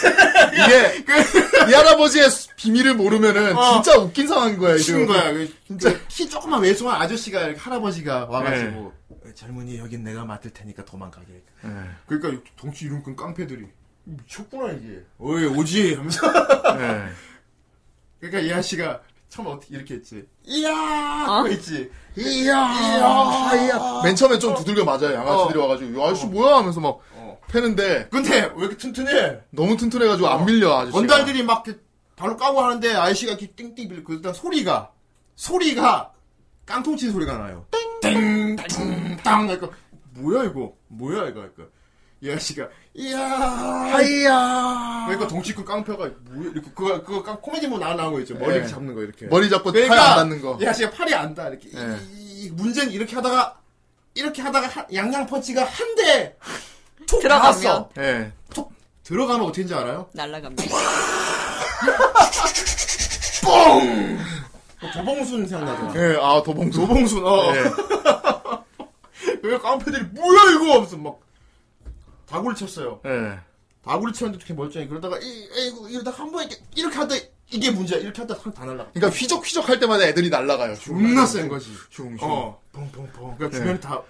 S2: 이게 이 할아버지의 수- 비밀을 모르면은
S1: 어.
S2: 진짜 웃긴 상황인 거야
S1: 죽은
S2: 지금
S1: 거야. 그- 그키 조금만 왜소한 아저씨가 이렇게 할아버지가 와가지고 젊은이 여긴 내가 맡을 테니까 도망가게.
S2: 예.
S1: 네. 그러니까 덩치 이름 끈 깡패들이 미쳤구나 이게. 어이 오지 하면서.
S2: 예.
S1: 그러니까 이 아저씨가 처음 어떻게 이렇게 했지. 이야
S3: 어?
S1: 그거 있지.
S2: 이야, 이야. 맨 처음에 좀 두들겨 맞아요. 양아치들이 와가지고, 야, 아저씨 뭐야? 하면서 막
S1: 어.
S2: 패는데,
S1: 근데 왜 이렇게 튼튼해?
S2: 너무 튼튼해가지고 안 밀려, 아저씨.
S1: 건달들이 막 이렇게 바로 까고 하는데 아저씨가 이렇게 띵띵 빌고 일단 소리가 소리가 깡통 친 소리가 나요. 띵, 띵, 땅. 그러니까 뭐야 이거? 뭐야 이거? 그러니까 이 아저씨가 이야
S2: 하이야.
S1: 그러니까 덩치큰 깡패가 뭐야 이렇게 그거 그거 깡 코미디 뭐 나오는 거 있죠 머리
S2: 예.
S1: 이렇게 잡는 거 이렇게
S2: 머리 잡고 팔 안
S1: 그러니까
S2: 닿는 거.
S1: 이 아저씨가 팔이 안 닿아 이렇게 이-
S2: 예.
S1: 이, 이 문제는 이렇게 하다가 이렇게 하다가 한- 양양 펀치가 한대
S3: 들어가면.
S1: 들어갔어
S2: 예.
S1: 들어가면 어떻게인지 알아요?
S3: 날라갑니다.
S1: 그 조봉순 생각나잖아
S2: 예. 아 도봉수.
S1: 조봉순 어
S2: 예.
S1: 왜 깡패들이 뭐야 이거 무슨 막 다구를 쳤어요.
S2: 예.
S1: 다구를 쳤는데 이렇게 멀쩡히 그러다가 이 에이구 이러다가 한 번 이렇게 이렇게 하다 이게 문제야. 이렇게 하다 다 날라.
S2: 그러니까 휘적휘적 할 때마다 애들이 날아가요.
S1: 존나 센 거지.
S2: 슝슝.
S1: 어, 펑펑펑. 그러니까 주변이 다.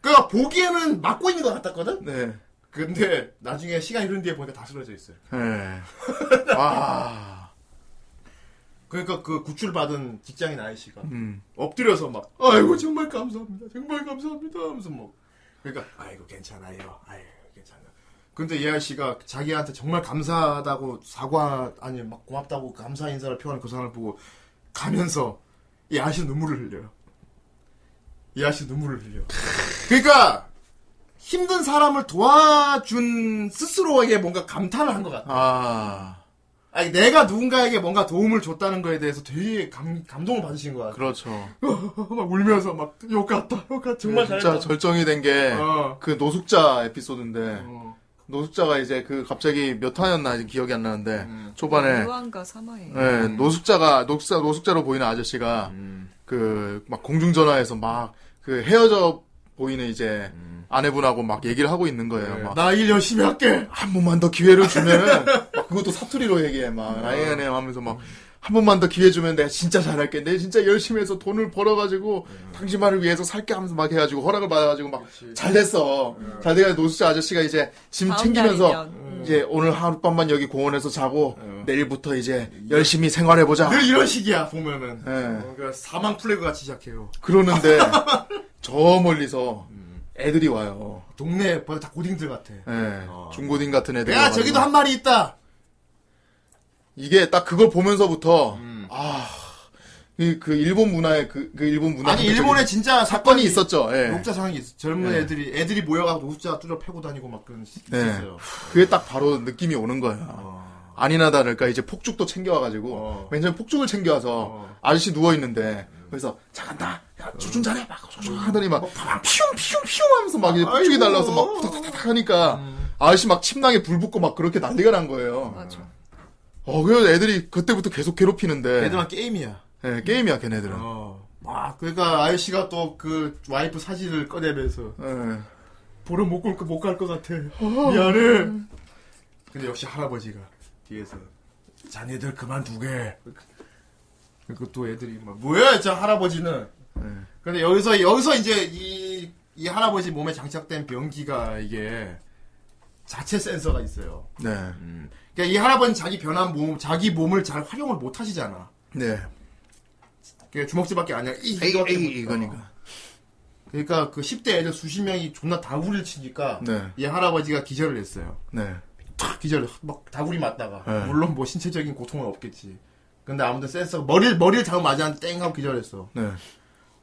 S1: 그러니까 보기에는 막고 있는 것 같았거든.
S2: 네.
S1: 근데 나중에 시간이 흐른 뒤에 보니까 다 쓰러져 있어요.
S2: 예. 아, 와.
S1: 그러니까 그 구출 받은 직장인 아이씨가
S2: 음.
S1: 엎드려서 막 아이고 정말 감사합니다. 정말 감사합니다. 하면서 뭐 그러니까 아이고 괜찮아요. 아이고 괜찮아요. 근데 예아 씨가 자기한테 정말 감사하다고 사과 아니 막 고맙다고 감사 인사를 표하는 그 사람을 보고 가면서 예아 씨 눈물을 흘려요. 예아 씨 눈물을 흘려. 그러니까 힘든 사람을 도와준 스스로에게 뭔가 감탄을 한 것 같아.
S2: 아.
S1: 아니 내가 누군가에게 뭔가 도움을 줬다는 거에 대해서 되게 감, 감동을 받으신 것 같아.
S2: 그렇죠.
S1: 막 울면서 막 욕같다 욕같 정말
S2: 진짜 절정이 된 게 그
S1: 어.
S2: 노숙자 에피소드인데
S1: 어.
S2: 노숙자가 이제 그 갑자기 몇 화였나 아직 기억이 안 나는데
S1: 음.
S2: 초반에
S3: 유황과 사마의
S2: 예, 노숙자가 노숙자 노숙자로 보이는 아저씨가 그 막 공중전화에서 막 그 헤어져 보이는 이제 아내분하고 막 얘기를 하고 있는 거예요. 막
S1: 네. 나 일 열심히 할게
S2: 한 번만 더 기회를 주면은 막 그것도 사투리로 얘기해 막
S1: 음.
S2: 라이언에 하면서 막 한 번만 더 기회 주면 내가 진짜 잘할게. 내가 진짜 열심히 해서 돈을 벌어가지고
S1: 음.
S2: 당신만을 위해서 살게 하면서 막 해가지고 허락을 받아가지고 막 잘 됐어.
S1: 음.
S2: 잘 돼가 노숙자 아저씨가 이제 짐
S3: 다음
S2: 챙기면서
S3: 날이면, 음.
S2: 이제 오늘 하룻밤만 여기 공원에서 자고
S1: 네.
S2: 내일부터 이제 열심히 생활해 보자.
S1: 늘 이런 식이야 보면은
S2: 예.
S1: 어, 그러니까 사망 플래그 같이 시작해요
S2: 그러는데 저 멀리서 애들이 와요.
S1: 동네 벌써 다 고딩들 같아
S2: 예. 중고딩 같은 애들.
S1: 야 저기도 한 마리 있다
S2: 이게 딱 그걸 보면서부터
S1: 음.
S2: 아. 그, 그 일본 문화의 그, 그 일본 문화
S1: 아니 일본에 진짜
S2: 사건이 있었죠. 예.
S1: 녹자 상황이 있어 젊은
S2: 예.
S1: 애들이 애들이 모여가고 노숙자 뚫어 패고 다니고 막 그런 시-
S2: 예.
S1: 있었어요
S2: 그게 딱 바로 느낌이 오는 거예요.
S1: 어.
S2: 아니나 다를까 이제 폭죽도 챙겨와가지고
S1: 어.
S2: 맨 폭죽을 챙겨와서
S1: 어.
S2: 아저씨 누워 있는데 그래서 잠깐다 소중 잘해 막 소중 하더니 막 피움 피움 피움 하면서 막 이제 폭죽이
S1: 어, 아이고. 음.
S2: 날라와서 막 부닥닥닥 하니까 아저씨 막 침낭에 불 붙고 막 그렇게 난리가 난 거예요.
S3: 맞아.
S2: 어 그래서 애들이 그때부터 계속 괴롭히는데
S1: 애들만 게임이야
S2: 예, 게임이야 네. 걔네들은.
S1: 어. 막 그러니까 아저씨가 또 그 와이프 사진을 꺼내면서
S2: 예.
S1: 보름 못갈것못갈 것 같아. 미안해. 근데 역시 할아버지가 뒤에서 자네들 그만두게. 그리고 또 애들이 막 뭐야 저 할아버지는. 근데 여기서 여기서 이제 이, 이 할아버지 몸에 장착된 변기가 이게 자체 센서가 있어요.
S2: 네.
S1: 그러니까 이 할아버지 는 자기 변한 몸 자기 몸을 잘 활용을 못 하시잖아.
S2: 네.
S1: 그게 주먹질밖에 아니야. 이,
S2: 에이,
S1: 이거밖에
S2: 에이,
S1: 못-
S2: 이거니까.
S1: 그러니까 그 10대 애들 수십 명이 존나 다 우리를 치니까
S2: 네.
S1: 이 할아버지가 기절을 했어요.
S2: 네.
S1: 탁 기절 막 다구리 맞다가
S2: 네.
S1: 물론 뭐 신체적인 고통은 없겠지 근데 아무튼 센서가 머리를 머리를 잘못 맞았는데 땡 하고 기절했어
S2: 네.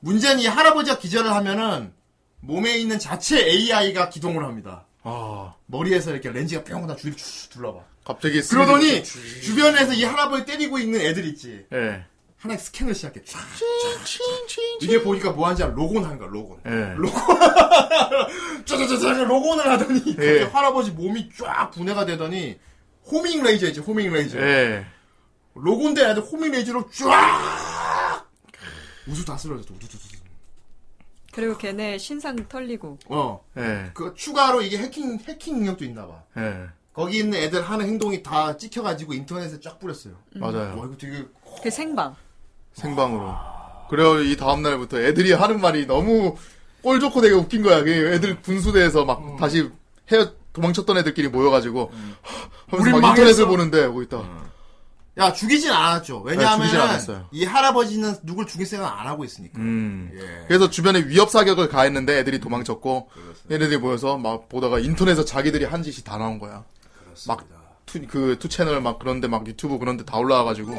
S1: 문제는 이 할아버지가 기절을 하면은 몸에 있는 자체 AI가 기동을 합니다
S2: 아
S1: 머리에서 이렇게 렌즈가 뿅 하다 주위를 쭉 둘러봐
S2: 갑자기
S1: 그러더니
S2: 스릴이-
S1: 주변에서 이 할아버지 때리고 있는 애들 있지
S2: 예.
S1: 하나 스캔을 시작해 촤악, 촤악, 촤악. 이게 보니까 뭐하는지 알아? 로건 하는 거야 로건
S2: 예.
S1: 짜자자자 로건을 하더니 갑자기
S2: 예.
S1: 할아버지 몸이 쫙 분해가 되더니 호밍 레이저 있지 호밍 레이저
S2: 예.
S1: 로고인데 아주 호미네이지로 쫙 우수 다 쓰러졌어. 우두두두.
S3: 그리고 걔네 신상 털리고
S1: 어.
S2: 예.
S1: 그 추가로 이게 해킹 해킹 능력도 있나 봐.
S2: 예.
S1: 거기 있는 애들 하는 행동이 다 찍혀가지고 인터넷에 쫙 뿌렸어요.
S2: 맞아요.
S1: 와 이거 되게
S3: 그 생방.
S2: 생방으로. 그래요, 이 다음날부터 애들이 하는 말이 너무 꼴 좋고 되게 웃긴 거야. 그 애들 분수대에서 막 다시 헤어, 도망쳤던 애들끼리 모여가지고, 하면서
S1: 우린
S2: 막 인터넷을
S1: 망했어.
S2: 보는데, 오고 있다.
S1: 야 죽이진 않았죠.
S2: 네, 죽이진
S1: 왜냐하면
S2: 않았어요.
S1: 이 할아버지는 누굴 죽일 생각 안 하고 있으니까.
S2: 음.
S1: 예.
S2: 그래서 주변에 위협 사격을 가했는데 애들이 도망쳤고, 얘네들이 모여서 막 보다가 인터넷에서 자기들이 한 짓이 다 나온 거야.
S1: 그렇습니다.
S2: 투, 그, 투 채널 막 그런데 막 유튜브 그런데 다 올라와가지고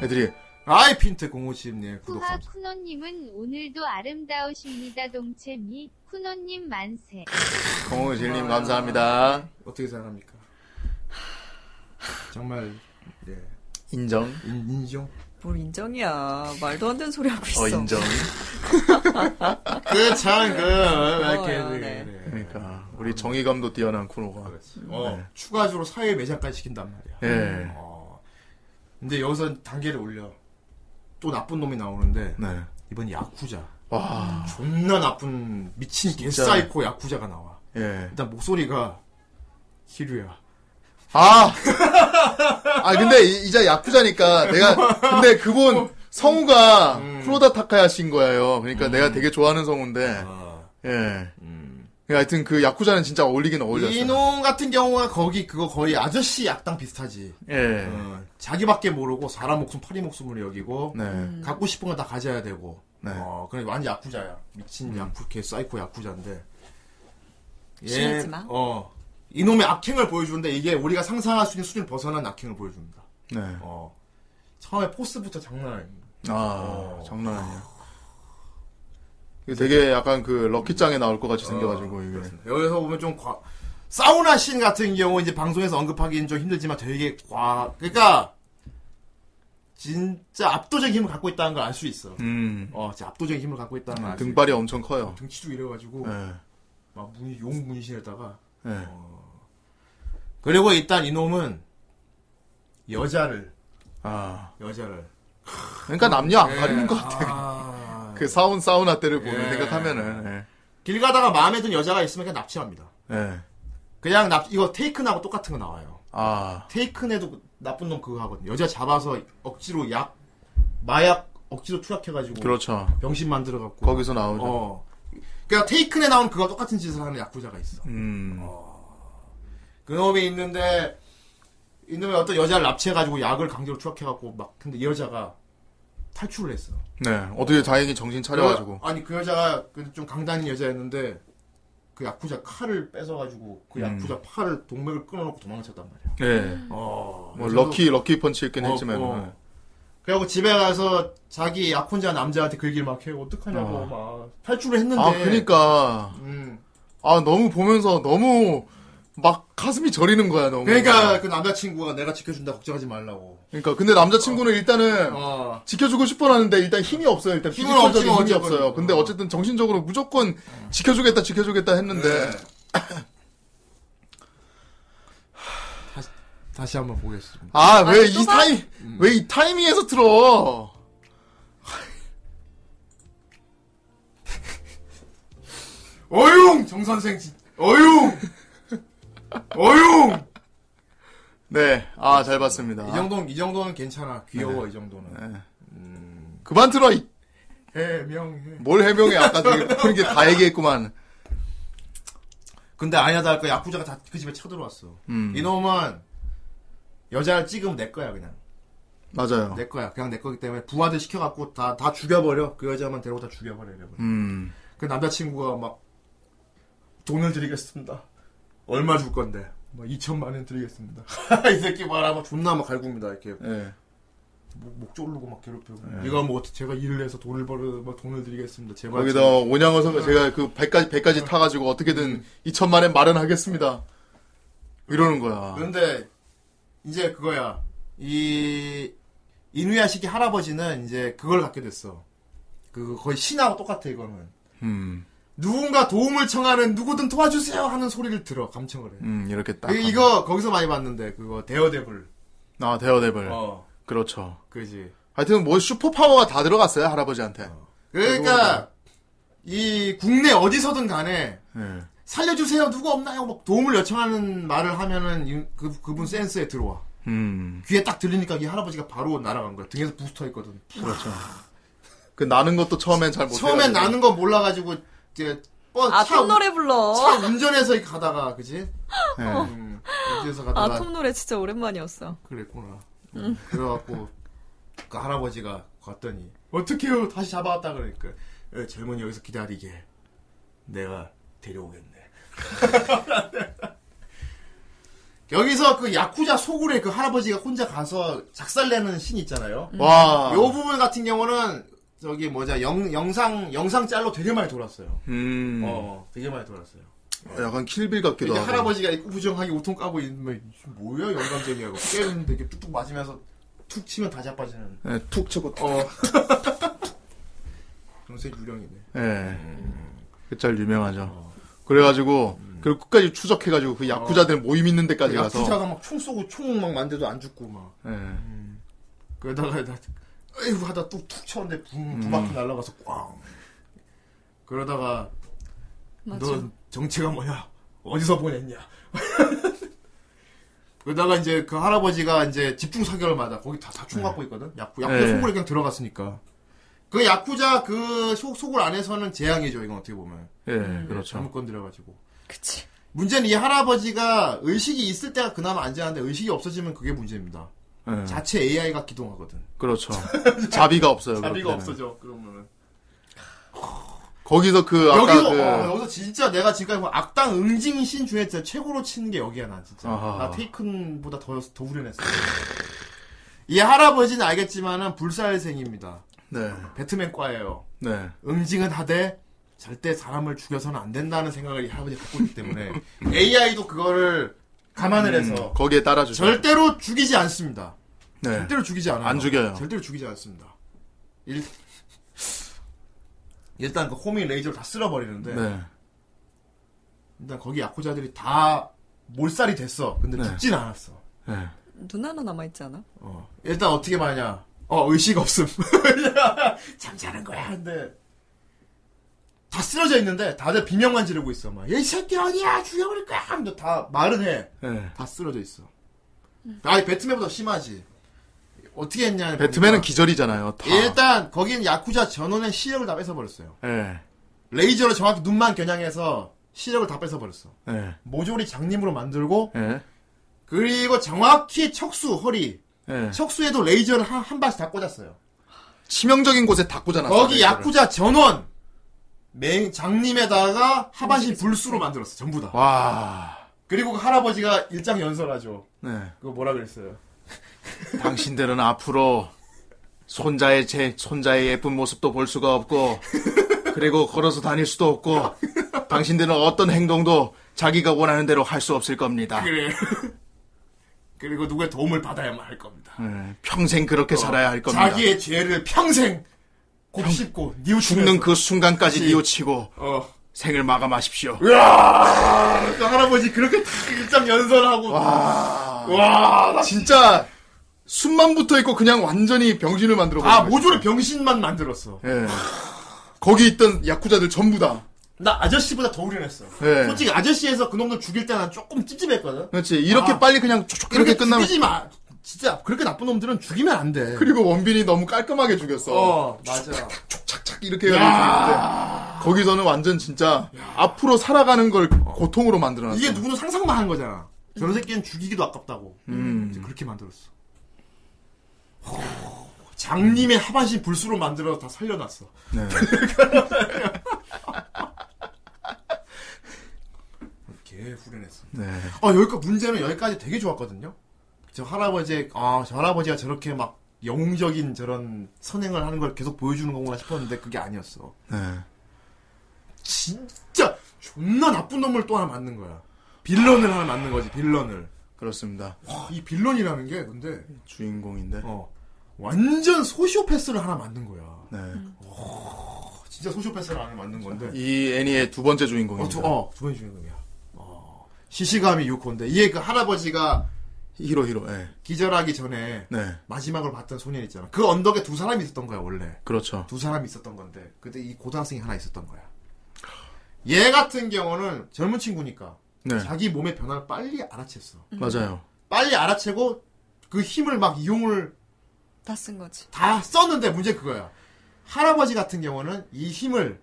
S2: 애들이
S1: 아이 핀트 057님 구독
S8: 후하
S1: 감사.
S8: 쿠노님은 오늘도 아름다우십니다. 동채미 쿠노님 만세.
S2: 공우 질님 감사합니다.
S1: 어떻게 생각합니까? 정말 예
S2: 인정.
S1: 인- 인정.
S3: 뭘 인정이야. 말도 안 되는 소리 하고 있어.
S2: 어 인정.
S1: 그 그참그왜
S3: 어,
S1: 이렇게
S3: 네.
S1: 그래.
S2: 그러니까 우리 정의감도 뛰어난 쿠노가.
S1: 어
S2: 네.
S1: 추가적으로 사회 매장까지 시킨단 말이야.
S2: 예.
S1: 어 근데 여기서 단계를 올려. 또 나쁜 놈이 나오는데
S2: 네.
S1: 이번 야쿠자
S2: 와.
S1: 존나 나쁜 미친 개사이코 야쿠자가 나와.
S2: 예.
S1: 일단 목소리가 히류야.
S2: 아. 아 근데 이- 이제 야쿠자니까 내가 근데 그분 성우가 쿠로다 타카야시인 거예요. 그러니까 내가 되게 좋아하는 성우인데. 예. 하여튼 그 야쿠자는 진짜 어울리긴 어울렸어요.
S1: 이놈 같은 경우가 거기 그거 거의 아저씨 약당 비슷하지.
S2: 예.
S1: 어, 자기밖에 모르고 사람 목숨, 파리 목숨을 여기고
S2: 네.
S1: 갖고 싶은 건 다 가져야 되고.
S2: 네. 음.
S1: 어, 그래 완전 야쿠자야. 미친 야쿠 개 사이코 야쿠자인데.
S3: 쉬지 마.
S1: 어. 이놈의 악행을 보여주는데 이게 우리가 상상할 수 있는 수준을 벗어난 악행을 보여줍니다.
S2: 네.
S1: 어. 처음에 포스부터 장난 아닙니다.
S2: 아, 장난 아니야. 이게 되게 약간 그 럭키짱에 나올 것 같이 생겨가지고 이게.
S1: 여기서 보면 좀 과, 사우나 씬 같은 경우 이제 방송에서 언급하기는 좀 힘들지만 되게 과, 그러니까 진짜 압도적인 힘을 갖고 있다는 걸 알 수 있어.
S2: 음.
S1: 어, 진짜 압도적인 힘을 갖고 있다는 걸 알 수 있어.
S2: 등발이 엄청 커요.
S1: 등치도 이래가지고
S2: 예.
S1: 막 문, 용 문신에다가
S2: 예.
S1: 그리고 일단 이놈은 여자를
S2: 아.
S1: 여자를
S2: 그러니까 남녀 안 가리는 것 같아.
S1: 뭐, 예. 같아.
S2: 그 사운 사우나 때를 보는
S1: 예.
S2: 생각하면은.
S1: 길 가다가 마음에 든 여자가 있으면 그냥 납치합니다.
S2: 예. 예.
S1: 그냥 납 이거 테이큰하고 똑같은 거 나와요.
S2: 아.
S1: 테이큰에도 그- 나쁜 놈 그거 하거든. 요 여자 잡아서 억지로 약 마약 억지로 투약해가지고
S2: 그렇죠.
S1: 병신 만들어갖고
S2: 거기서 나오죠.
S1: 어 그러니까 테이큰에 나온 그거 똑같은 짓을 하는 야쿠자가 있어.
S2: 음.
S1: 그놈이 있는데 이놈이 어떤 여자를 납치해가지고 약을 강제로 투약해갖고 막 근데 이 여자가 탈출을 했어.
S2: 네. 어떻게 다행히 정신 차려가지고.
S1: 그 여- 아니 그 여자가 그래도 좀 강단인 여자였는데 그 야쿠자 칼을 뺏어가지고 그 야쿠자 팔을 동맥을 끊어놓고 도망쳤단 말이야.
S2: 예.
S1: 어,
S2: 뭐 럭키 럭키 펀치 있긴
S1: 어,
S2: 했지만. 예.
S1: 어. 그리고 집에 가서 자기 약혼자 남자한테 그 얘기를 막 해요. 어떡하냐고 그러니까.
S2: 어.
S1: 막 탈출을 했는데.
S2: 아, 그니까.
S1: 음.
S2: 아, 너무 보면서 너무 막 가슴이 저리는 거야, 너무.
S1: 그러니까 그 남자친구가 내가 지켜준다 걱정하지 말라고.
S2: 그러니까 근데 남자친구는 일단은
S1: 어.
S2: 지켜주고 싶어하는데 일단 힘이 없어요. 일단
S1: 힘은 어.
S2: 피지컬적인
S1: 없지만
S2: 힘이
S1: 어쨌건.
S2: 없어요. 근데 어쨌든 정신적으로 무조건 지켜주겠다, 지켜주겠다 했는데
S1: 네. 다시, 다시 한번 보겠습니다.
S2: 아 왜
S3: 아니,
S2: 이
S3: 또 봐?
S2: 타임 왜 이 타이밍에서 틀어?
S1: 어용! 정선생, 진- 어용! 어용!
S2: 네, 아 잘 봤습니다.
S1: 이 정도는, 이 정도는 괜찮아. 귀여워, 이 정도는.
S2: 그만 틀어. 이-
S1: 네. 해명해.
S2: 뭘 해명해? 아까 되게 푸는 게 다 얘기했구만.
S1: 근데 아니야, 다할거 야쿠자가 다 그 집에 쳐들어왔어.
S2: 음.
S1: 이놈은 여자를 찍으면 내 거야, 그냥.
S2: 맞아요.
S1: 내 거야. 그냥 내 거기 때문에 부하들 시켜갖고 다, 다 죽여버려. 그 여자만 데리고 다 죽여버리려고.
S2: 음,
S1: 그 남자친구가 막 돈을 드리겠습니다. 얼마 줄 건데? 막 2천만 원 드리겠습니다. 이 새끼 봐라. 막 존나 막 갈굽니다. 이렇게
S2: 예.
S1: 목, 목 졸르고 막 괴롭히고. 이거 뭐 어떻게 제가 일을 해서 돈을 벌어 막 돈을 드리겠습니다. 제발.
S2: 네. 거기다 온양어 선배 제가 그 배까지 배까지 타가지고
S1: 음.
S2: 어떻게든 2천만 엔 마련하겠습니다. 이러는 거야.
S1: 근데 이제 그거야. 이 이누야시키 할아버지는 이제 그걸 갖게 됐어. 그 거의 신하고 똑같아 이거는.
S2: 음,
S1: 누군가 도움을 청하는 누구든 도와주세요 하는 소리를 들어 감청을 해.
S2: 음 이렇게 딱.
S1: 그, 이거 거기서 많이 봤는데 그거 데어데블.
S2: 아 대어대벌.
S1: 어,
S2: 그렇죠.
S1: 그지.
S2: 하여튼 뭐 슈퍼 파워가 다 들어갔어요 할아버지한테.
S1: 그러니까 이 국내 어디서든 간에
S2: 예.
S1: 살려주세요 누구 없나요 막 도움을 요청하는 말을 하면은 이- 그 그분 센스에 들어와.
S2: 음,
S1: 귀에 딱 들리니까 이 할아버지가 바로 날아간 거야. 등에서 부스터 있거든.
S2: 그렇죠. 그 나는 것도 처음엔 잘 못해.
S1: 처음엔 나는 거 몰라가지고 이제 버-
S3: 아,
S1: 차,
S3: 톱 노래 불러.
S1: 차 운전해서 가다가 그지?
S2: 예.
S3: 어.
S1: 음, 운전해서 가다가
S3: 아, 톱 음. 노래 진짜 오랜만이었어.
S1: 그랬구나. 음, 그래갖고 그 할아버지가 갔더니 어떻게요? 다시 잡아왔다 그러니까 예, 젊은이 여기서 기다리게 내가 데려오겠네. 여기서 그 야쿠자 소굴에 그 할아버지가 혼자 가서 작살내는 신 있잖아요.
S3: 음.
S2: 와.
S1: 요 부분 같은 경우는 저기 뭐자 영, 영상 영상 짤로 되게 많이 돌았어요.
S2: 음.
S1: 어, 되게 많이 돌았어요.
S2: 약간 킬빌 같기도
S1: 이게
S2: 하고.
S1: 할아버지가 이렇게 꾸부정하게 우통 까고 있는 뭐야 영감쟁이하고 깨는데 이렇게 뚝뚝 맞으면서 툭 치면 다 자빠지는.
S2: 예, 툭 치고 탁.
S1: 어. 요새 유령이네.
S2: 예. 그 짤 유명하죠. 그래가지고 그 끝까지 추적해가지고 그 야쿠자들 모임 있는 데까지 가서.
S1: 어. 그 야쿠자가 막 총 쏘고 총 막 만대도 안 죽고 막.
S2: 예.
S1: 그러다가 나 에휴 하다 뚝툭 쳤는데 붕,
S2: 음.
S1: 두 바퀴 날아가서 꽝. 그러다가
S3: 맞아.
S1: 너 정체가 뭐야? 어디서 보냈냐? 그러다가 이제 그 할아버지가 이제 집중 사격을마다 거기 다 사충 갖고 있거든. 야쿠 야쿠
S2: 네.
S1: 속으로 그냥 들어갔으니까. 그 야쿠자 그속 속을 안에서는 재앙이죠. 이건 어떻게 보면
S2: 예, 그렇죠.
S1: 잘못 건드려가지고.
S3: 그치.
S1: 문제는 이 할아버지가 의식이 있을 때가 그나마 안전한데 의식이 없어지면 그게 문제입니다.
S2: 예,
S1: 음. 자체 AI가 기동하거든.
S2: 그렇죠. 자비가 없어요. 그렇게
S1: 자비가
S2: 되면.
S1: 없어져 그러면은.
S2: 거기서 그 아까
S1: 여기서
S2: 그
S1: 어, 여기서 진짜 내가 지금까지 본 악당 응징신 중에 진짜 최고로 치는 게 여기야 난 진짜
S2: 아하.
S1: 나 테이큰보다 더, 더 후련했어 이 할아버지는 알겠지만은 불살생입니다
S2: 네,
S1: 배트맨과예요
S2: 네,
S1: 응징은 하되 절대 사람을 죽여서는 안 된다는 생각을 이 할아버지가 갖고 있기 때문에 AI도 그거를 감안을 해서
S2: 음, 거기에 따라주죠.
S1: 절대로 죽이지 않습니다
S2: 네,
S1: 절대로 죽이지 않아요.
S2: 안 죽여요.
S1: 절대로 죽이지 않습니다. 일... 일단 그 호밍 레이저를 다 쓸어버리는데
S2: 네,
S1: 일단 거기 야쿠자들이 다 몰살이 됐어. 근데
S2: 네.
S1: 죽진 않았어.
S2: 네.
S3: 눈 하나 남아있지 않아?
S1: 어. 일단 어떻게 말하냐. 어, 의식 없음. 잠자는 거야. 근데 다 쓰러져 있는데 다들 비명만 지르고 있어. 막, 이 새끼 어디야? 죽여버릴 거야. 근데 다 말은 해.
S2: 네.
S1: 다 쓰러져 있어. 아니, 배트맨보다 심하지. 어떻게 그러니까 했냐.
S2: 배트맨은
S1: 보니까.
S2: 기절이잖아요. 다.
S1: 일단 거긴 야쿠자 전원의 시력을 다 뺏어버렸어요.
S2: 예,
S1: 레이저로 정확히 눈만 겨냥해서 시력을 다 뺏어버렸어.
S2: 예,
S1: 모조리 장님으로 만들고
S2: 예,
S1: 그리고 정확히 척수 허리
S2: 예.
S1: 척수에도 레이저를 한, 한 발씩 다 꽂았어요.
S2: 치명적인 곳에 다 꽂아놨어요.
S1: 거기
S2: 레이저를.
S1: 야쿠자 전원 맹 장님에다가 하반신 불수로 만들었어 전부 다.
S2: 와,
S1: 그리고 그 할아버지가 일장 연설하죠.
S2: 네.
S1: 그거 뭐라 그랬어요?
S2: 당신들은 앞으로 손자의 제 손자의 예쁜 모습도 볼 수가 없고 그리고 걸어서 다닐 수도 없고 당신들은 어떤 행동도 자기가 원하는 대로 할 수 없을 겁니다.
S1: 그래. 그리고 누구의 도움을 받아야만 할 겁니다.
S2: 예, 평생 그렇게 살아야 할 겁니다.
S1: 자기의 죄를 평생 곱씹고 뉘우치면서
S2: 죽는 그 순간까지
S1: 다시-
S2: 뉘우치고
S1: 어.
S2: 생을 마감하십시오.
S1: 으아! 그 할아버지 그렇게 다 일장 연설하고 와, 나-
S2: 진짜 숨만 붙어 있고 그냥 완전히 병신을 만들어 버린
S1: 아
S2: 거예요.
S1: 모조리 병신만 만들었어.
S2: 예. 거기 있던 야쿠자들 전부 다.
S1: 나 아저씨보다 더 우려냈어.
S2: 예.
S1: 솔직히 아저씨에서 그놈들 죽일 때난 조금 찝찝했거든.
S2: 그렇지. 이렇게
S1: 아.
S2: 빨리 그냥 쭉쭉 이렇게 끝나면
S1: 죽이지 마. 진짜 그렇게 나쁜 놈들은 죽이면 안 돼.
S2: 그리고 원빈이 너무 깔끔하게 죽였어.
S1: 어 맞아.
S2: 착착 이렇게 해가지고 죽였는데 거기서는 완전 진짜 앞으로 살아가는 걸 고통으로 만들어놨어.
S1: 이게 누구는 상상만 한 거잖아. 저런 새끼는 죽이기도 아깝다고. 이제 그렇게 만들었어. 허, 장님의 하반신 불수로 만들어서 다 살려놨어.
S2: 네.
S1: 개 후련했어.
S2: 네.
S1: 아, 여기까 문제는 여기까지 되게 좋았거든요. 저 할아버지, 아, 저 할아버지가 저렇게 막 영웅적인 저런 선행을 하는 걸 계속 보여주는 거구나 싶었는데 그게 아니었어.
S2: 네.
S1: 진짜 존나 나쁜 놈을 또 하나 만든 거야. 빌런을 하나 만든 거지, 빌런을.
S2: 그렇습니다.
S1: 와, 이 빌런이라는 게 근데
S2: 주인공인데.
S1: 어, 완전 소시오패스를 하나 만든 거야.
S2: 네.
S1: 어, 진짜 소시오패스를 하나 만든 건데.
S2: 이 애니의 두 번째 주인공입니다.
S1: 어, 두, 어, 두 번째 주인공이야. 어, 시시감이 6호인데, 이게 그 할아버지가
S2: 히로 히로. 예.
S1: 기절하기 전에
S2: 네.
S1: 마지막으로 봤던 소년 있잖아. 그 언덕에 두 사람이 있었던 거야, 원래.
S2: 그렇죠.
S1: 두 사람이 있었던 건데, 그때 이 고등학생이 하나 있었던 거야. 얘 같은 경우는 젊은 친구니까
S2: 네.
S1: 자기 몸의 변화를 빨리 알아챘어.
S2: 맞아요.
S1: 빨리 알아채고 그 힘을 막 이용을
S3: 다 쓴 거지.
S1: 다 썼는데 문제 그거야. 할아버지 같은 경우는 이 힘을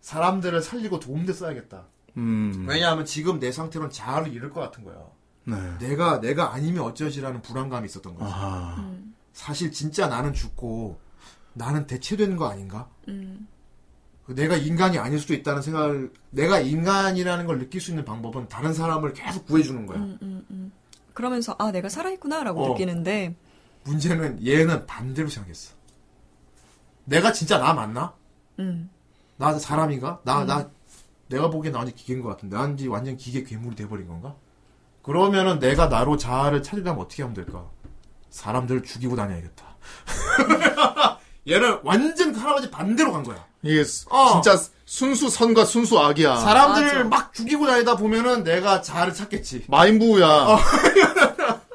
S1: 사람들을 살리고 도움돼 써야겠다.
S2: 음.
S1: 왜냐하면 지금 내 상태로는 자아를 잃을 것 같은 거야.
S2: 네.
S1: 내가 내가 아니면 어쩌지라는 불안감이 있었던 거지.
S2: 아하.
S1: 음. 사실 진짜 나는 죽고 나는 대체되는 거 아닌가?
S3: 음.
S1: 내가 인간이 아닐 수도 있다는 생각을 내가 인간이라는 걸 느낄 수 있는 방법은 다른 사람을 계속 구해주는 거야.
S3: 음, 음, 음. 그러면서 아 내가 살아있구나라고
S1: 어.
S3: 느끼는데
S1: 문제는 얘는 반대로 생각했어. 내가 진짜 나 맞나?
S3: 음,
S1: 나 사람인가? 나, 나, 내가 보기엔 나 완전 기계인 것 같은데. 난 이제 완전 기계 괴물이 돼버린 건가? 그러면은 내가 나로 자아를 찾으려면 어떻게 하면 될까? 사람들을 죽이고 다녀야겠다. 얘는 완전 그 할아버지 반대로 간 거야.
S2: 이게 수-
S1: 어.
S2: 진짜 순수 선과 순수 악이야.
S1: 사람들을
S3: 맞아.
S1: 막 죽이고 다니다 보면은 내가 자아를 찾겠지.
S2: 마인부우야.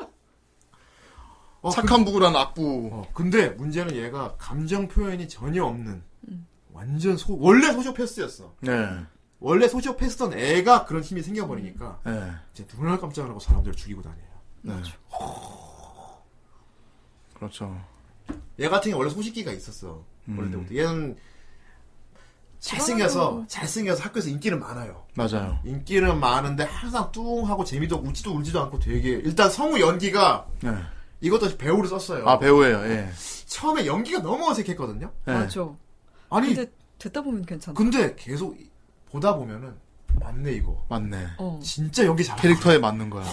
S1: 어,
S2: 착한 부부란 악부.
S1: 어, 근데 문제는 얘가 감정 표현이 전혀 없는 완전 소, 원래 소시오패스였어.
S2: 네.
S1: 원래 소시오패스던 애가 그런 힘이 생겨버리니까
S2: 네.
S1: 이제 눈을 깜짝 하고 사람들을 죽이고 다녀요.
S2: 네. 그렇죠.
S1: 얘 같은 경우 원래 소식기가 있었어.
S2: 음.
S1: 어릴 때부터. 얘는 잘생겨서, 잘생겨서 학교에서 인기는 많아요.
S2: 맞아요.
S1: 인기는 많은데 항상 뚱하고 재미도 없고 웃지도 울지도 않고 되게 일단 성우 연기가
S2: 네.
S1: 이것도 배우를 썼어요.
S2: 아, 배우예요. 예.
S1: 처음에 연기가 너무 어색했거든요.
S2: 예.
S3: 맞아.
S1: 아니 근데,
S3: 근데 듣다 보면 괜찮아.
S1: 계속 이- 보다 보면은 맞네 이거.
S2: 맞네.
S3: 어.
S1: 진짜 연기 잘해.
S2: 캐릭터에 맞는 거야.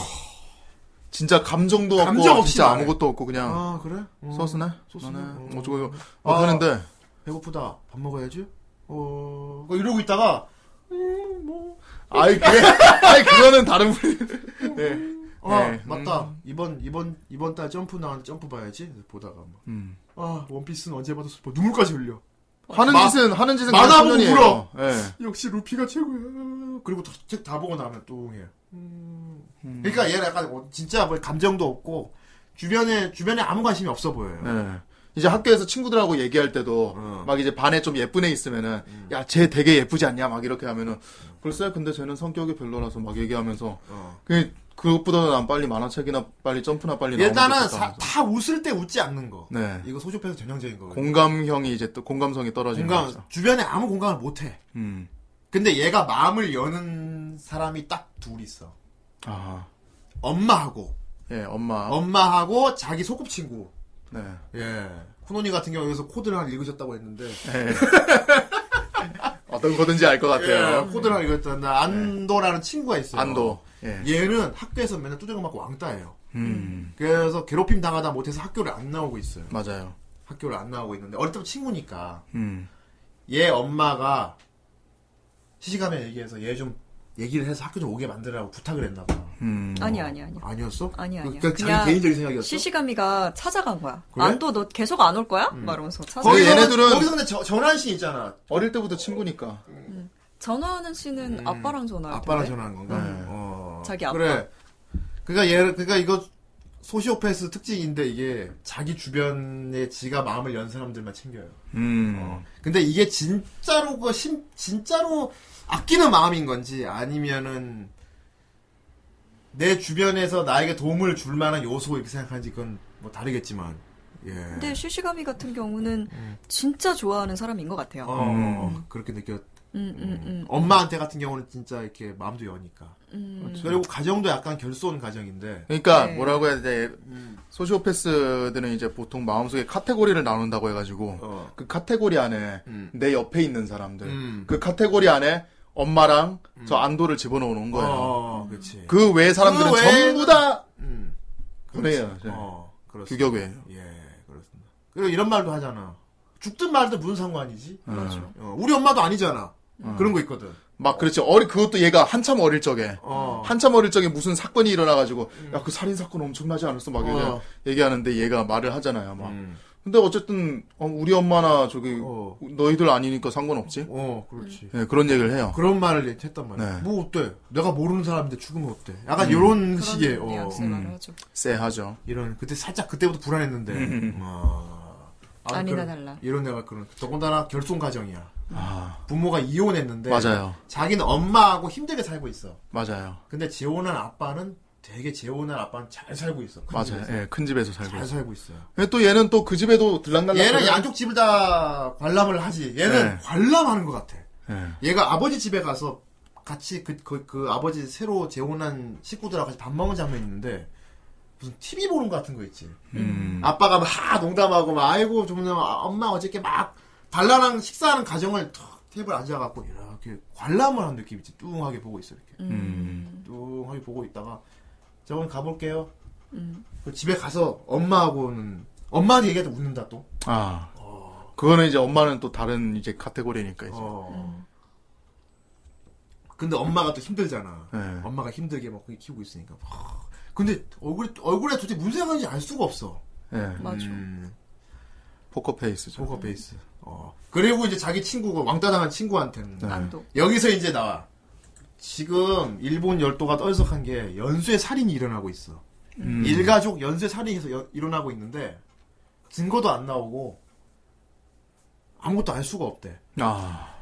S2: 진짜 감정도
S1: 감정
S2: 없고
S1: 없이
S2: 진짜
S1: 말해.
S2: 아무것도 없고 그냥
S1: 아 그래? 어,
S2: 소스네.
S1: 소스네.
S2: 너네
S1: 어.
S2: 어쩌고 저쩌고
S1: 아.
S2: 하는데
S1: 배고프다. 밥 먹어야지. 어 이러고 있다가 음, 뭐
S2: 아이 그게 아이 그거는 다른 분이 네.
S1: 아,
S2: 네.
S1: 맞다. 이번, 이번, 이번 달 점프 나왔는데 점프 봐야지. 그래서 보다가 막.
S2: 음.
S1: 아, 원피스는 언제 봐도 슬퍼. 눈물까지 흘려.
S2: 하는
S1: 마-
S2: 짓은 하는 짓은
S1: 만화
S2: 그냥
S1: 보고
S2: 소년이에요.
S1: 울어.
S2: 예.
S1: 역시 루피가 최고야. 그리고 책 다 보고 나면 뚱해. 음. 그러니까 얘는 약간 어, 진짜 뭐 감정도 없고, 주변에, 주변에 아무 관심이 없어 보여요.
S2: 예. 이제 학교에서 친구들하고 얘기할 때도
S1: 어.
S2: 막 이제 반에 좀 예쁜 애 있으면은 야 쟤 되게 예쁘지 않냐 막 이렇게 하면은 글쎄 근데 쟤는 성격이 별로라서 막 얘기하면서
S1: 어.
S2: 그 그것보다는 난 빨리 만화책이나 빨리 점프나 빨리 나오면
S1: 일단은
S2: 좋겠다
S1: 사-
S2: 하면서.
S1: 다 웃을 때 웃지 않는 거.
S2: 네.
S1: 이거 소주패서 전형적인 거거든
S2: 그 공감형이 이제 또 공감성이 떨어지는 거죠.
S1: 공감, 주변에 아무 공감을 못 해.
S2: 음.
S1: 근데 얘가 마음을 여는 사람이 딱 둘 있어.
S2: 아.
S1: 엄마하고,
S2: 예, 엄마.
S1: 엄마하고 자기 소꿉친구.
S2: 네.
S1: 예. 쿠노니 같은 경우 여기서 코드를 하나 읽으셨다고 했는데.
S2: 예. 어떤 거든지 알 것 같아요.
S1: 예, 코드를 하나 읽으셨다는데, 안도라는 친구가 있어요.
S2: 안도. 예.
S1: 얘는 학교에서 맨날 뚜들겨 맞고 왕따예요.
S2: 음.
S1: 그래서 괴롭힘 당하다 못해서 학교를 안 나오고 있어요.
S2: 맞아요.
S1: 학교를 안 나오고 있는데, 어릴 때부터 친구니까.
S2: 음.
S1: 얘 엄마가 시시감에 얘기해서 얘 좀 얘기를 해서 학교 좀 오게 만들라고 부탁을 했나 봐.
S2: 음.
S3: 아니 아니 아니.
S1: 아니었어?
S3: 아니, 아니야.
S1: 그냥 그러니까
S3: 그냥
S1: 자기 개인적인 생각이었어.
S3: 시시가미가 찾아간 거야.
S1: 그래?
S3: 안도 너 계속 안 올 거야? 막 이러면서 찾아.
S2: 거기-
S1: 거기서
S2: 얘네들은-
S1: 얘네들은 거기서 근데 저- 전환 씬 있잖아.
S2: 어릴 때부터 친구니까.
S3: 전화하는 씨는 아빠랑 전화할
S1: 아빠랑
S3: 텐데. 음.
S1: 전화한 건가?
S2: 네.
S1: 어.
S3: 자기 아빠.
S1: 그래. 그러니까 얘, 그러니까 이거 소시오패스 특징인데 이게 자기 주변에 지가 마음을 연 사람들만 챙겨요.
S2: 음.
S1: 어. 근데 이게 진짜로 그 신, 진짜로 아끼는 마음인 건지 아니면은 내 주변에서 나에게 도움을 줄 만한 요소 이렇게 생각하는지 그건 뭐 다르겠지만. 예.
S3: 근데 시시가미 같은 경우는 진짜 좋아하는 사람인 것 같아요.
S1: 어,
S2: 음.
S1: 그렇게 느꼈.
S3: 음, 음, 음.
S1: 엄마한테 같은 경우는 진짜 이렇게 마음도 여니까.
S3: 음.
S1: 그리고 가정도 약간 결손 가정인데.
S2: 그러니까
S3: 네.
S2: 뭐라고 해야 돼? 소시오패스들은 이제 보통 마음속에 카테고리를 나눈다고 해가지고
S1: 어.
S2: 그 카테고리 안에
S1: 음.
S2: 내 옆에 있는 사람들
S1: 음.
S2: 그 카테고리 안에 엄마랑 저 안도를 음. 집어넣어놓은 거예요.
S1: 어, 그렇지.
S2: 그 외의 사람들은
S1: 그 외에는-
S2: 전부 다
S1: 음.
S2: 그래요. 네.
S1: 그렇지. 어, 그렇습니다.
S2: 규격이에요.
S1: 예, 그렇습니다. 그리고 이런 말도 하잖아. 죽든 말든 무슨 상관이지?
S2: 맞아.
S1: 어, 우리 엄마도 아니잖아.
S2: 음.
S1: 그런 거 있거든.
S2: 막 그렇지 어리 그것도 얘가 한참 어릴 적에
S1: 어. 음.
S2: 한참 어릴 적에 무슨 사건이 일어나가지고 야 그 살인 사건 엄청나지 않았어 막 이래
S1: 어.
S2: 얘기하는데 얘가 말을 하잖아요 막
S1: 음.
S2: 근데 어쨌든 어, 우리 엄마나 저기
S1: 어.
S2: 너희들 아니니까 상관없지
S1: 어, 그렇지.
S2: 예, 그런 얘기를 해요
S1: 그런 말을 했단 말이야.
S2: 네. 음.
S1: 뭐 어때? 내가 모르는 사람인데 죽으면 어때? 약간 이런
S3: 그런
S1: 식의 어,
S3: 뉘앙스의 말을 하죠.
S2: 쎄하죠
S1: 이런 그때 살짝 그때부터 불안했는데.
S2: 음.
S1: 어. 아무튼
S3: 아니나
S1: 그런-
S3: 달라.
S1: 이런 내가 그런 더군다나 결손 가정이야.
S2: 아
S1: 부모가 이혼했는데
S2: 맞아요
S1: 자기는 엄마하고 힘들게 살고 있어.
S2: 맞아요
S1: 근데 재혼한 아빠는 되게 재혼한 아빠는 잘 살고 있어. 큰
S2: 맞아요
S1: 집에서.
S2: 예, 큰 집에서 살고
S1: 잘
S2: 있어요
S1: 살고 있어요.
S2: 근데 또 얘는 또 그 집에도 들락날락
S1: 얘는 양쪽 집을 다 관람을 하지. 얘는
S2: 네.
S1: 관람하는 것 같아.
S2: 예.
S1: 얘가 아버지 집에 가서 같이 그, 그, 그 아버지 새로 재혼한 식구들하고 같이 밥 먹는 장면이 있는데 무슨 TV 보는 것 같은 거 있지.
S2: 음.
S1: 아빠가 막 하, 농담하고 막 아이고 좀 아, 엄마 어저께 막 단란한 식사하는 가정을 턱 테이블 앉아갖고 이렇게 관람을 한 느낌이지. 뚱하게 보고 있어 이렇게.
S2: 음.
S1: 뚱하게 보고 있다가 저번 가볼게요.
S3: 음.
S1: 그리고 집에 가서 엄마하고는 엄마한테 얘기해도 웃는다 또.
S2: 아. 그거는 이제 엄마는 또 다른 이제 카테고리니까 이제.
S1: 어. 근데 엄마가 또 힘들잖아.
S2: 네.
S1: 엄마가 힘들게 막 거기 키우고 있으니까. 하, 근데 얼굴 얼굴에 도대체 무슨 생각인지 알 수가 없어.
S2: 예.
S3: 맞아.
S1: 음,
S2: 포커페이스죠.
S1: 포커 페이스. 어. 그리고 이제 자기 친구가 왕따당한 친구한테는
S3: 안도.
S1: 여기서 이제 나와. 지금 일본 열도가 떠들썩한 게 연쇄 살인이 일어나고 있어.
S2: 음.
S1: 일가족 연쇄 살인에서 여- 일어나고 있는데 증거도 안 나오고 아무것도 알 수가 없대.
S2: 아.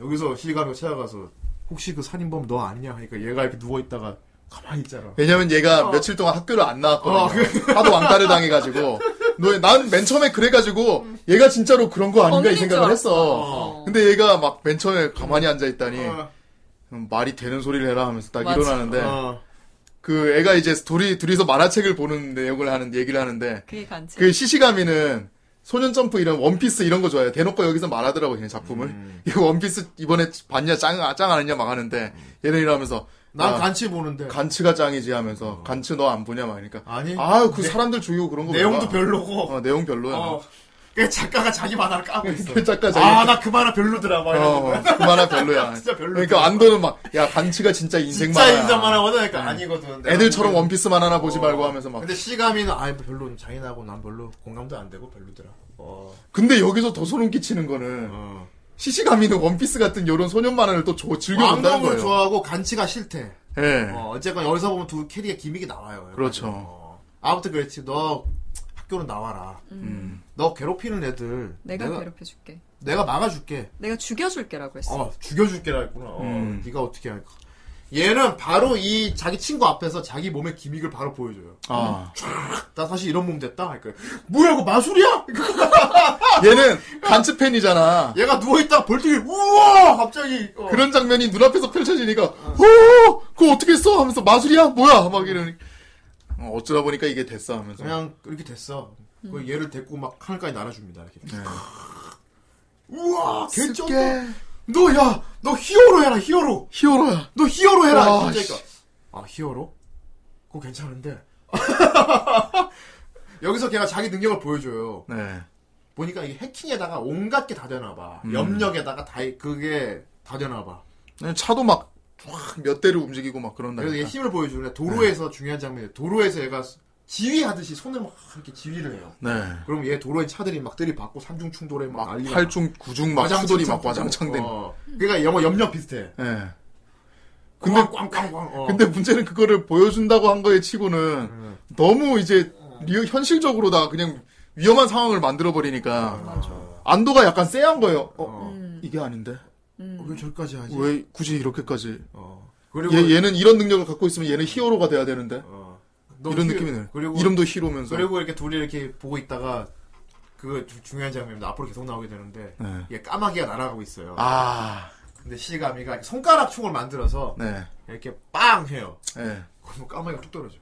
S1: 여기서 실감을 찾아가서 혹시 그 살인범 너 아니냐 하니까 얘가 이렇게 누워 있다가 가만히 있잖아.
S2: 왜냐면
S3: 어.
S2: 얘가 며칠 동안 학교를 안 나왔거든요. 하도 왕따를 당해가지고. 너, 난 맨 처음에 그래가지고, 얘가 진짜로 그런 거 아닌가 이
S3: 범인인 줄
S2: 생각을
S3: 알았어.
S2: 했어.
S3: 어.
S2: 근데 얘가 막 맨 처음에 가만히 앉아있다니,
S1: 어,
S2: 음, 말이 되는 소리를 해라 하면서 딱
S3: 맞아.
S2: 일어나는데,
S1: 어.
S2: 그 애가 이제 둘이, 둘이서 만화책을 보는 내용을 하는, 얘기를 하는데,
S3: 그게 간지.
S2: 그 시시가미는 소년점프 이런 원피스 이런 거 좋아해요. 대놓고 여기서 말하더라고, 그냥 작품을.
S3: 음.
S2: 이거 원피스 이번에 봤냐, 짱, 아, 짱 아니냐 막 하는데, 얘는 이러면서,
S1: 난
S2: 아,
S1: 간치 보는데
S2: 간츠가 짱이지 하면서 간츠 너 안 보냐 막 그러니까
S1: 어. 아니.
S2: 아유 그
S1: 내-
S2: 사람들 죽이고 그런 거
S1: 내용도
S2: 몰라.
S1: 별로고.
S2: 어, 내용 별로야
S1: 어. 그 작가가 자기 만화를 까고 있어.
S2: 그 작가 자기
S1: 아, 나 그 만화 별로더라. 막 이러고.
S2: 어, 그만한 별로야
S1: 진짜 별로야.
S2: 그러니까 안도는 막 야 간츠가 진짜 인생
S1: 진짜
S2: 만화야 네.
S1: 인상 만화거든. 그러니까 아니거든. 내가
S2: 애들처럼
S1: 보기엔.
S2: 원피스만 하나 보지
S1: 어.
S2: 말고 하면서 막
S1: 근데 시감이는 아, 별로 자기나고 난 별로 공감도 안 되고 별로더라. 어.
S2: 근데 여기서 더 소름 끼치는 거는
S1: 어.
S2: 시시가미는 원피스 같은 요런 소년 만화를 또 조- 즐겨본다는
S1: 왕동을
S2: 거예요
S1: 좋아하고 간치가 싫대.
S2: 예
S1: 어, 어쨌건 여기서 보면 두 캐릭의 기믹이 나와요. 약간.
S2: 그렇죠.
S1: 어. 아무튼 그렇지. 너 학교는 나와라.
S2: 음.
S1: 너 괴롭히는 애들
S3: 내가,
S1: 내가,
S3: 괴롭혀줄게.
S1: 내가 막아줄게.
S3: 내가 죽여줄게라고 했어.
S1: 어, 죽여줄게라 했구나. 어,
S2: 음.
S1: 네가 어떻게 할까? 얘는 바로 이 자기 친구 앞에서 자기 몸의 기믹을 바로 보여줘요.
S2: 아
S1: 나 사실 이런 몸 됐다. 그러니까 뭐야 이거 마술이야? 그러니까
S2: 얘는 간츠 팬이잖아
S1: 얘가 누워 있다가 벌떡이 우와 갑자기 어.
S2: 그런 장면이 눈앞에서 펼쳐지니까 오 그거 어떻게 했어 하면서 마술이야 뭐야 막 이러니 어, 어쩌다 보니까 이게 됐어 하면서
S1: 그냥 이렇게 됐어. 그 얘를 데리고 막 하늘까지 날아줍니다. 이렇게.
S2: 네.
S1: 우와 개쩐다.
S2: 습게
S1: 너야 너 히어로 해라 히어로.
S2: 히어로야
S1: 너 히어로 해라.
S2: 와,
S1: 진짜
S2: 씨.
S1: 이거. 아 히어로? 그거 괜찮은데. 여기서 걔가 자기 능력을 보여줘요.
S2: 네
S1: 보니까 이게 해킹에다가 온갖 게 다 되나 봐.
S2: 음.
S1: 염력에다가 다 그게 다 되나 봐.
S2: 네, 차도 막쫙몇 대를 움직이고 막 그런다니까 네.
S1: 그래서 얘 힘을 보여주는데 도로에서 중요한 장면이 도로에서 얘가 지휘하듯이 손을 막 이렇게 지휘를 해요.
S2: 네
S1: 그럼 얘 도로에 차들이 막 들이받고 삼중 충돌에 막,
S2: 막
S1: 난리가
S2: 팔중 구중 막
S1: 와장창
S2: 수돌이 막
S1: 쳐지고.
S2: 와장창 되는
S1: 어. 그러니까 영어 염력 비슷해.
S2: 네.
S1: 근데
S2: 근데-
S1: 꽝꽝꽝. 어.
S2: 근데 문제는 그거를 보여준다고 한 거에 치고는
S1: 음.
S2: 너무 이제 리얼 현실적으로다가 그냥 위험한 상황을 만들어 버리니까
S1: 맞아.
S2: 안도가 약간 쎄한 거예요 어,
S1: 어.
S3: 음,
S2: 이게 아닌데
S3: 음.
S1: 왜 저까지 하지?
S2: 왜 굳이 이렇게까지
S1: 어. 그리고
S2: 얘, 얘는 이런 능력을 갖고 있으면 얘는 히어로가 돼야 되는데
S1: 어. 너무
S2: 이런
S1: 히-
S2: 느낌이 나요.
S1: 그리고
S2: 이름도 히로면서
S1: 그리고 이렇게 둘이 이렇게 보고 있다가 그 주- 중요한 장면입니다. 앞으로 계속 나오게 되는데
S2: 네.
S1: 이게 까마귀가 날아가고 있어요.
S2: 아,
S1: 근데 시가미가 손가락 총을 만들어서
S2: 네,
S1: 이렇게 빵 해요.
S2: 네.
S1: 그럼 까마귀가 뚝 떨어져.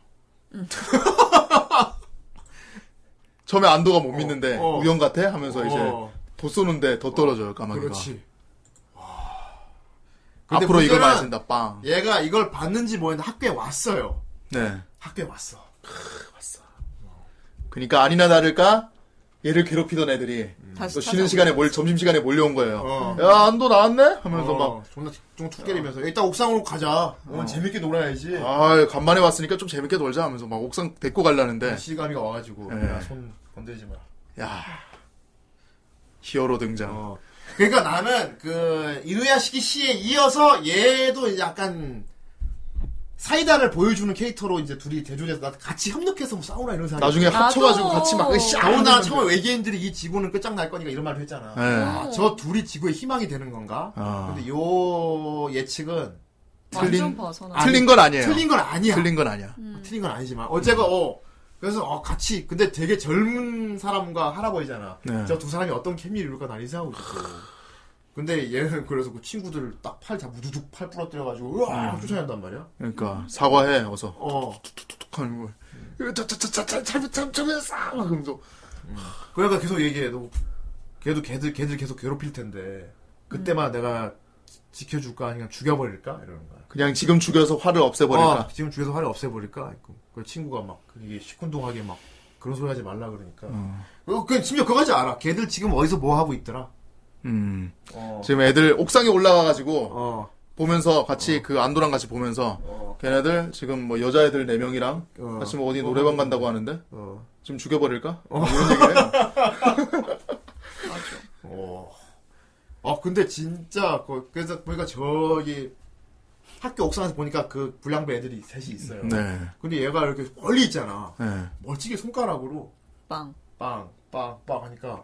S2: 처음에 안도가 못 믿는데
S1: 어.
S2: 우연 같아 하면서 이제
S1: 어,
S2: 더 쏘는데 더 떨어져요 까마귀가.
S1: 그렇지. 와. 근데
S2: 앞으로 이걸
S1: 문제는
S2: 많이 쓴다 빵.
S1: 얘가 이걸 봤는지 모르겠는데 학교에 왔어요.
S2: 네.
S1: 학교에 왔어.
S2: 그러니까 아니나 다를까 얘를 괴롭히던 애들이
S3: 다시
S2: 또
S3: 찾아오고.
S2: 쉬는 시간에 몰 점심 시간에 몰려온 거예요.
S1: 어.
S2: 야 안도 나왔네 하면서
S1: 어, 존나 좀툭 때리면서 일단 옥상으로 가자. 오늘 재밌게 놀아야지.
S2: 막 어. 아, 간만에 왔으니까 좀 재밌게 놀자 하면서 막 옥상 데리고 가려는데
S1: 시가미가 그 와가지고
S2: 네.
S1: 야, 손 건들지 마.
S2: 야 히어로 등장.
S1: 어. 그러니까 나는 그 이누야시키 씨에 이어서 얘도 이제 약간 사이다를 보여주는 캐릭터로 이제 둘이 대조돼서 나 같이 협력해서 뭐 싸우나 이런 생각이.
S2: 나중에
S3: 나도.
S2: 합쳐가지고 같이 막 으쌰.
S1: 더구나 처음에 외계인들이 이 지구는 끝장날 거니까 이런 말을 했잖아.
S2: 네.
S1: 아, 저 둘이 지구의 희망이 되는 건가?
S2: 아.
S1: 근데 요 예측은
S3: 완전
S2: 틀린-
S3: 벗어나.
S1: 아,
S2: 틀린 건 아니에요.
S1: 틀린 건 아니야.
S2: 네. 틀린 건 아니야.
S1: 어, 틀린 건 아니지만 어제가 어 그래서 어, 같이 근데 되게 젊은 사람과 할아버지잖아.
S2: 네.
S1: 저 두 사람이 어떤 케미를 이룰까 난 이상하고 있고. 근데 얘는 그래서 그 친구들 딱 팔 잡고 누둑 팔 부러뜨려가지고 으아 쫓아낸단 말이야.
S2: 그러니까 사과해 어서
S1: 어
S2: 툭툭 하는 걸. 이거 저저저저저잘잘잘못했어 막 그러면서
S1: 그러니까 계속 얘기해. 너 걔도 걔들 걔들 계속 괴롭힐 텐데 그때만 내가 지- 지켜줄까 아니면 죽여버릴까 이러는 거야.
S2: 그냥 지금 죽여서 화를 없애버릴까.
S1: 아, 지금 주에서 화를 없애버릴까? 했고. 그 친구가 막 그게 시큰둥하게 막 그런 소리 하지 말라 그러니까. 어, 그 심지어 그거까지 알아. 걔들 지금 어디서 뭐 하고 있더라.
S2: 음.
S1: 어.
S2: 지금 애들 옥상에 올라가가지고
S1: 어.
S2: 보면서 같이 그 안도랑 같이 보면서
S1: 어.
S2: 걔네들 지금 뭐 여자애들 네 명이랑
S1: 어.
S2: 같이 뭐 어디 노래방 간다고 하는데
S1: 어.
S2: 지금 죽여버릴까? 뭐 이런 얘기를 해요.
S1: 어. 아, 근데 진짜 그 그래서 보니까 저기 학교 옥상에서 보니까 그 불량배 애들이 셋이 있어요.
S2: 네.
S1: 근데 얘가 이렇게 멀리 있잖아.
S2: 네.
S1: 멀찍이 손가락으로
S3: 빵.
S1: 빵, 빵, 빵 하니까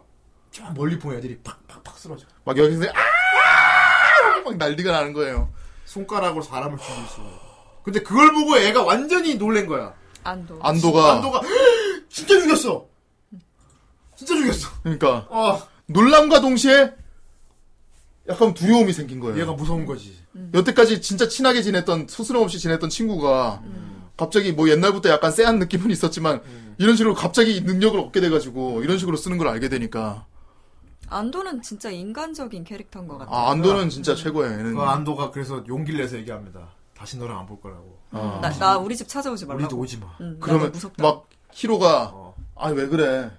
S1: 저 멀리 보는 애들이 팍, 팍, 팍 쓰러져.
S2: 막 여기서 아! 막 난리가 나는 거예요.
S1: 손가락으로 사람을 죽일 수가. 있어. 근데 그걸 보고 애가 완전히 놀란 거야.
S3: 안도.
S2: 안도가
S1: 안도가 진짜 죽였어. 진짜 죽였어.
S2: 그러니까
S1: 아,
S2: 놀람과 동시에 약간 두려움이 생긴 거예요.
S1: 얘가 무서운 거지.
S2: 음. 여태까지 진짜 친하게 지냈던 스스럼 없이 지냈던 친구가 갑자기 뭐 옛날부터 약간 쎄한 느낌은 있었지만
S1: 음.
S2: 이런 식으로 갑자기 이 능력을 얻게 돼가지고 이런 식으로 쓰는 걸 알게 되니까
S3: 안도는 진짜 인간적인 캐릭터인 것 같아.
S2: 아 안도는 진짜 최고예요. 얘는
S1: 그 안도가 그래서 용기를 내서 얘기합니다. 다시 너랑 안 볼 거라고.
S2: 아.
S3: 나, 나 우리 집 찾아오지
S1: 우리도
S3: 말라고.
S1: 오지 마.
S3: 응, 나도
S2: 그러면
S3: 무섭다.
S2: 막 히로가
S1: 어.
S2: 아 왜 그래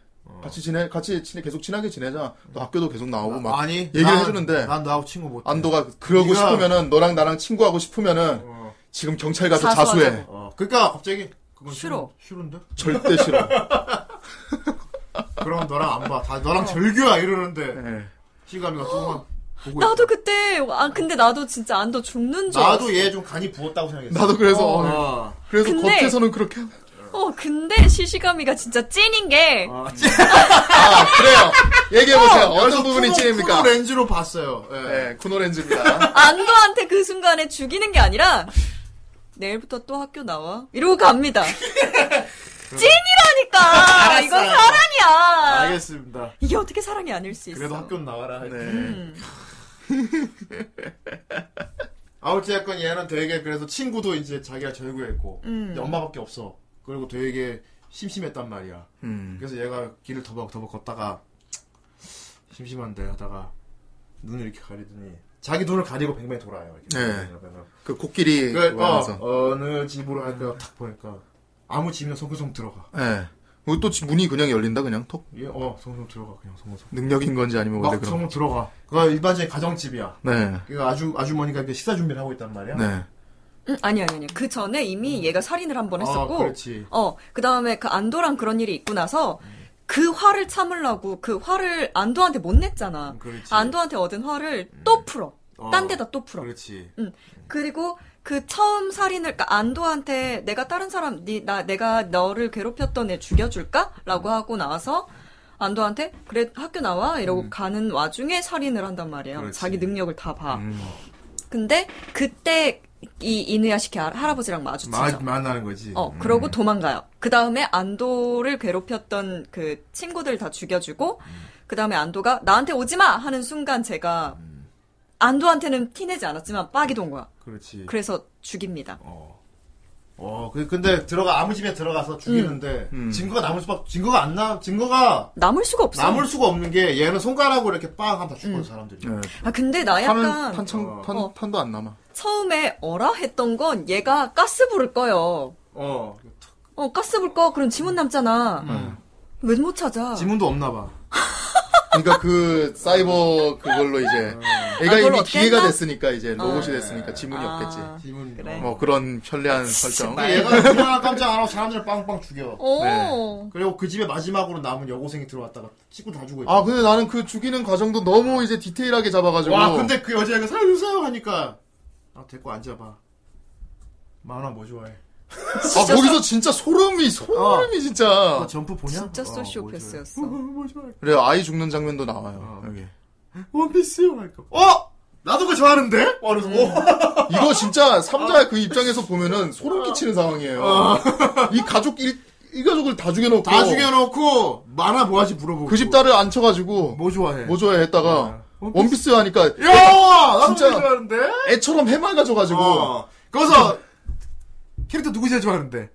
S2: 같이 지내 같이 친해 계속 친하게 지내자 너 학교도 계속 나오고 막
S1: 아니,
S2: 얘기를
S1: 난-
S2: 해주는데
S1: 난 너하고 친구 못.
S2: 안도가 그러고
S1: 네가-
S2: 싶으면은 너랑 나랑 친구하고 싶으면은
S1: 어.
S2: 지금 경찰 가서
S3: 자수하자고.
S2: 자수해
S1: 어. 그러니까 갑자기 그건
S3: 싫어.
S1: 싫은데?
S2: 절대 싫어
S1: 그럼 너랑 안 봐. 다 너랑 절교야 이러는데
S2: 예.
S1: 시감이가 조금만 보고.
S3: 나도
S1: 있어.
S3: 그때 아 근데 나도 진짜 안도 죽는 줄
S1: 나도
S3: 알았어.
S1: 얘 좀 간이 부었다고 생각했어.
S2: 나도 그래서 어, 예.
S1: 어.
S2: 그래서
S3: 근데-
S2: 겉에서는 그렇게
S3: 어 근데 시시가미가 진짜 찐인 게
S1: 어.
S2: 아 그래요 얘기해보세요 어, 떤 부분이
S1: 쿠노-
S2: 찐입니까
S1: 쿠노 그러니까 렌즈로 봤어요. 예.
S2: 네 쿠노렌즈입니다
S3: 안도한테 그 순간에 죽이는 게 아니라 내일부터 또 학교 나와 이러고 갑니다. 찐이라니까
S1: 알았어요.
S3: 이건 사랑이야.
S1: 알겠습니다.
S3: 이게 어떻게 사랑이 아닐 수 있어?
S1: 그래도 학교 나와라.
S2: 네.
S3: 음.
S1: 아무튼 약간 얘는 되게 그래서 친구도 이제 자기가 절구했고
S3: 음.
S1: 이제 엄마밖에 없어. 그리고 되게 심심했단 말이야.
S2: 음.
S1: 그래서 얘가 길을 더벅더벅 걷다가 심심한데 하다가 눈을 이렇게 가리더니 자기 눈을 가리고 뱅뱅 돌아요. 이렇게.
S2: 네.
S1: 그래서
S2: 그 코끼리
S1: 그,
S2: 그거에서
S1: 어, 어느 집으로 할까 탁 보니까 아무 집이나 성성성 들어가.
S2: 예. 그리고 또 문이 그냥 열린다 그냥 톡
S1: 얘, 어 성성 들어가 그냥 성성.
S2: 능력인 건지 아니면 원래
S1: 막
S2: 뭐 그런
S1: 성성 들어가. 그거 일반적인 가정집이야.
S2: 네
S1: 그러니까 아주 아주머니가 이렇게 식사 준비를 하고 있단 말이야.
S2: 네.
S3: 음, 아니 아니 아니 그 전에 이미 얘가 살인을 한 번
S1: 음. 아,
S3: 했었고
S1: 그렇지.
S3: 어 그 다음에 그 안도랑 그런 일이 있고 나서 그 화를 참으려고 그 화를 안도한테 못 냈잖아.
S1: 음, 그렇지.
S3: 안도한테 얻은 화를 또 풀어.
S1: 어,
S3: 딴 데다 또 풀어.
S1: 그렇지.
S3: 그리고 그 처음 살인을 그러니까 안도한테 내가 다른 사람 니 나 내가 너를 괴롭혔던 애 죽여줄까라고
S1: 음.
S3: 하고 나와서 안도한테 그래 학교 나와 이러고 가는 와중에 살인을 한단 말이에요.
S1: 음. 그렇지.
S3: 자기 능력을 다 봐.
S2: 음.
S3: 근데 그때 이 이누야시키 할- 할아버지랑 마주치죠.
S1: 마, 음. 만나는 거지.
S3: 어 그러고 도망가요. 그 다음에 안도를 괴롭혔던 그 친구들 다 죽여주고 그 다음에 안도가 나한테 오지 마 하는 순간 제가 안도한테는 티내지 않았지만 빡이 돈 거야.
S1: 그렇지.
S3: 그래서 죽입니다.
S1: 어. 어, 그- 근데 들어가 아무 집에 들어가서 죽이는데
S2: 음.
S1: 증거가 남을 수밖 증거가 안 나. 증거가
S3: 남을 수가 없어.
S1: 남을 수가 없는 게 얘는 손가락으로 이렇게 빵 하면 다 죽어요, 사람들이.
S2: 네.
S3: 아 근데 나
S2: 탄은
S3: 약간
S2: 탄청 탄
S3: 어.
S2: 탄도 안 남아.
S3: 처음에 어라 했던 건 얘가 가스불을 꺼요.
S1: 어.
S3: 어 가스불 꺼 그럼 지문 남잖아. 왜 못 찾아?
S1: 음. 지문도 없나 봐.
S2: 그러니까 그 사이버 그걸로 이제
S3: 아,
S2: 애가
S3: 그걸로
S2: 이미 기계가
S3: 어땠나?
S2: 됐으니까 이제 로봇이
S1: 아.
S2: 됐으니까 지문이
S3: 아.
S2: 없겠지.
S1: 지문.
S3: 그래.
S1: 어.
S2: 뭐 그런 편리한 설정.
S3: 씨발.
S1: 얘가 그냥 깜짝 안 하고 사람들을 빵빵 죽여.
S3: 어.
S2: 네.
S1: 그리고 그 집에 마지막으로 남은 여고생이 들어왔다가 친구 다 죽어.
S2: 아 근데 나는 그 죽이는 과정도 너무 이제 디테일하게 잡아가지고.
S1: 와, 근데 그 여자애가 살려주세요 하니까 아, 데리고 앉아봐. 만화 뭐 좋아해?
S2: 아 거기서 진짜 소름이 소름이 진짜.
S1: 너 점프 보냐?
S3: 진짜
S1: 어, 뭐 좋아해?
S3: 소시오패스였어.
S1: 뭐 좋아해?
S2: 그래 아이 죽는 장면도 나와요.
S1: 어.
S2: 여기.
S1: 원피스 할까? 어? 나도 그거 좋아하는데? 와, 그래서 어?
S2: 이거 진짜 삼자 그 입장에서 보면은 소름 끼치는 상황이에요. 이 가족 일, 이 가족을 어. 다 죽여놓고
S1: 다 죽여놓고 만화 뭐 하지 물어보고
S2: 어. 그 집 딸을 앉혀가지고
S1: 뭐 좋아해?
S2: 뭐 좋아해 했다가
S1: 어.
S2: 원피스 하니까
S1: 야! 나도
S2: 진짜.
S1: 그거 좋아하는데?
S2: 애처럼 해맑아져가지고
S1: 어. 거기서 캐릭터 누구 제일 좋아하는데?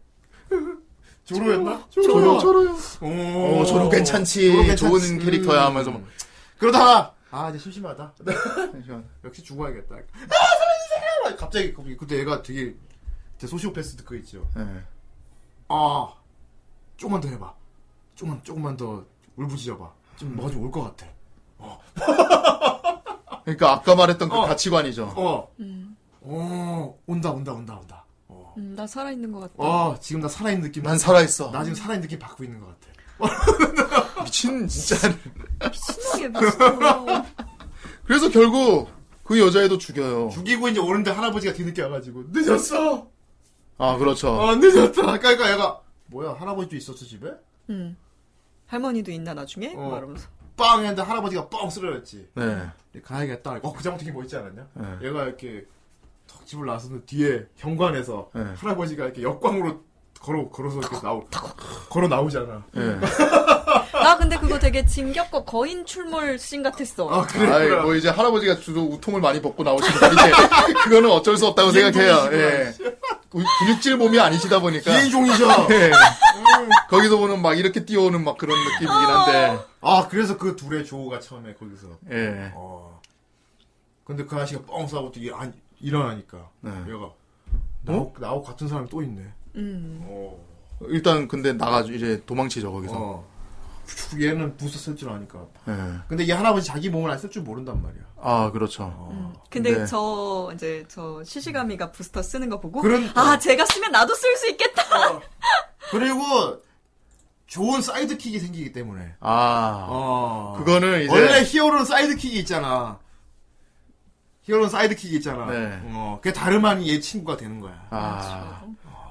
S1: 조로였나?
S2: 저요 저요
S1: 오,
S2: 어 저로 괜찮지
S1: 조로 괜찮지. 음.
S2: 좋은 캐릭터야 하면서 막
S1: 그러다가 아 이제 심심하다.
S2: 잠시만.
S1: 역시 죽어야겠다. 아 살려주세요! 막 갑자기 거기- 그때 얘가 되게 제 소시오패스 그거 있죠.
S2: 네.
S1: 아 조금만 더 해봐. 조금만 조금만 더 울부짖어봐. 좀 뭐가 좀 올 것 같아.
S2: 그러니까 아까 말했던 그
S1: 어.
S2: 가치관이죠.
S1: 어,
S3: 음,
S1: 어 온다 온다 온다 온다. 어,
S3: 음, 나 살아있는 것 같다.
S1: 어 지금 나 살아있는 느낌.
S2: 난 살아있어.
S1: 나 지금 살아있는 느낌 받고 있는 것 같아.
S2: 미친 진짜.
S3: 신나게 미쳤어.
S2: 그래서 결국 그 여자애도 죽여요.
S1: 죽이고 이제 오는데 할아버지가 뒤늦게 와가지고 늦었어.
S2: 아 그렇죠.
S1: 아 늦었다. 그러니까 얘가 뭐야 할아버지도 있었어 집에?
S3: 음. 할머니도 있나 나중에?
S1: 어.
S3: 말하면서.
S1: 빵 했는데 할아버지가 뻥 쓰러졌지.
S2: 네.
S1: 가야겠다. 어, 그 장면 되게 멋있지 않았냐?
S2: 네.
S1: 얘가 이렇게 턱 집을 나서는 뒤에 현관에서
S2: 네.
S1: 할아버지가 이렇게 역광으로 걸어 걸어서 이렇게 나오 걸어 나오잖아.
S2: 네.
S3: 나 아, 근데 그거 되게 징겹고 거인 출몰 씬 같았어.
S1: 아 그래.
S2: 아이,
S1: 그래.
S2: 뭐 이제 할아버지가 주로 우통을 많이 벗고 나오시는 분인데 그거는 어쩔 수 없다고 생각해요. 예. 우- 근육질 몸이 아니시다 보니까
S1: 기인종이셔.
S2: 예. 거기서 보는 막 이렇게 뛰어오는 막 그런 느낌이긴 한데
S1: 아 그래서 그 둘의 조우가 처음에 거기서.
S2: 예.
S1: 어. 근데 그 아저씨가 뻥 싸고 또 일, 안, 일어나니까
S2: 네.
S1: 얘가 나하고, 나하고 같은 사람이 또 있네.
S3: 음.
S1: 어.
S2: 일단 근데 나가죠 이제 도망치죠 거기서
S1: 어. 얘는 부스 쓸 줄 아니까.
S2: 예.
S1: 근데 이 할아버지 자기 몸을 안 쓸 줄 모른단 말이야.
S2: 아 그렇죠
S3: 음. 근데
S2: 네.
S3: 저 이제 저 시시가미가 부스터 쓰는 거 보고
S1: 그러니까.
S3: 아 제가 쓰면 나도 쓸 수 있겠다.
S1: 그리고 좋은 사이드킥이 생기기 때문에.
S2: 아
S1: 어.
S2: 그거는 이제
S1: 원래 히어로는 사이드킥이 있잖아. 히어로는 사이드킥이 있잖아.
S2: 네.
S1: 어. 그게 다름 아닌 얘 친구가 되는 거야.
S2: 아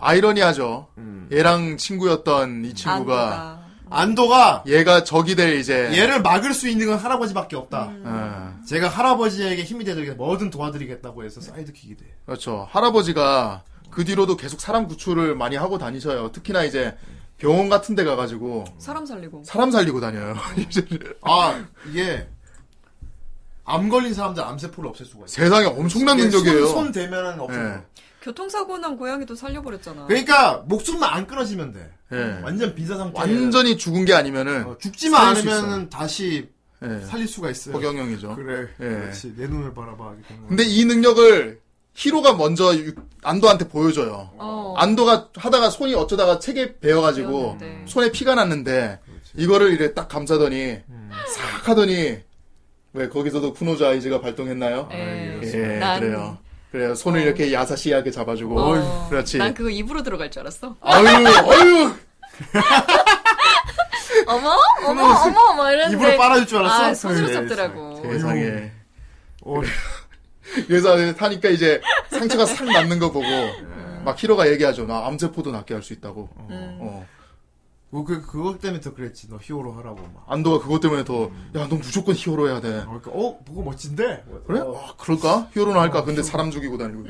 S2: 아이러니하죠
S1: 음.
S2: 얘랑 친구였던 이 친구가
S3: 안도가.
S1: 안도가
S2: 얘가 적이 될 이제
S1: 얘를 막을 수 있는 건 할아버지밖에 없다.
S2: 예.
S1: 제가 할아버지에게 힘이 되도록 뭐든 도와드리겠다고 해서 사이드킥이 돼.
S2: 그렇죠. 할아버지가 그 뒤로도 계속 사람 구출을 많이 하고 다니셔요. 특히나 이제 병원 같은 데 가가지고
S3: 사람 살리고.
S2: 사람 살리고 다녀요.
S1: 아, 이게 암 걸린 사람들 암세포를 없앨 수가 있어.
S2: 세상에 엄청난 능력이에요.
S1: 손, 손 대면은 없어.
S2: 예.
S3: 교통사고 난 고양이도 살려버렸잖아.
S1: 그러니까 목숨만 안 끊어지면 돼.
S2: 예.
S1: 완전 빈사 상태.
S2: 완전히 죽은 게 아니면은
S1: 어, 죽지만
S2: 살릴 수
S1: 않으면 다시
S2: 예.
S1: 살릴 수가 있어요.
S2: 허경영이죠.
S1: 그래.
S2: 예.
S1: 그렇지. 내 눈을 바라봐. 이렇게 되는 거야.
S2: 근데 이 능력을 히로가 먼저 유- 안도한테 보여줘요.
S3: 어.
S2: 안도가 하다가 손이 어쩌다가 책에 베어가지고
S3: 베었는데.
S2: 손에 피가 났는데 이거를 이래 딱 감싸더니
S3: 음.
S2: 싹 하더니 왜 거기서도 쿠노자 아이즈가 발동했나요?
S3: 예.
S2: 예,
S3: 난-
S2: 그래요. 그래요. 손을 이렇게 야사시하게 잡아주고.
S3: 어,
S2: 그렇지.
S3: 난 그거 입으로 들어갈 줄 알았어.
S2: 아유, 아유!
S3: 어머, 어머, 어머, 어머 이랬는데.
S1: 입으로 빨아줄 줄 알았어?
S3: 아, 손으로
S2: 세상에,
S1: 예.
S3: 잡더라고.
S2: 세상에.
S1: 어,
S2: 그래서 타니까 이제 상처가 싹 남는 거 보고 막 히로가 얘기하죠. 나 암세포도 낫게 할 수 있다고.
S3: 음.
S2: 어.
S1: 뭐, 그, 그것 때문에 더 그랬지. 너 히어로 하라고 막.
S2: 안도가 그것 때문에 더, 야, 너 무조건 히어로 해야 돼.
S1: 어, 그러니까, 어, 그거 멋진데?
S2: 그래?
S1: 어.
S2: 아, 그럴까? 히어로는 음. 할까? 근데 사람 죽이고 다니고.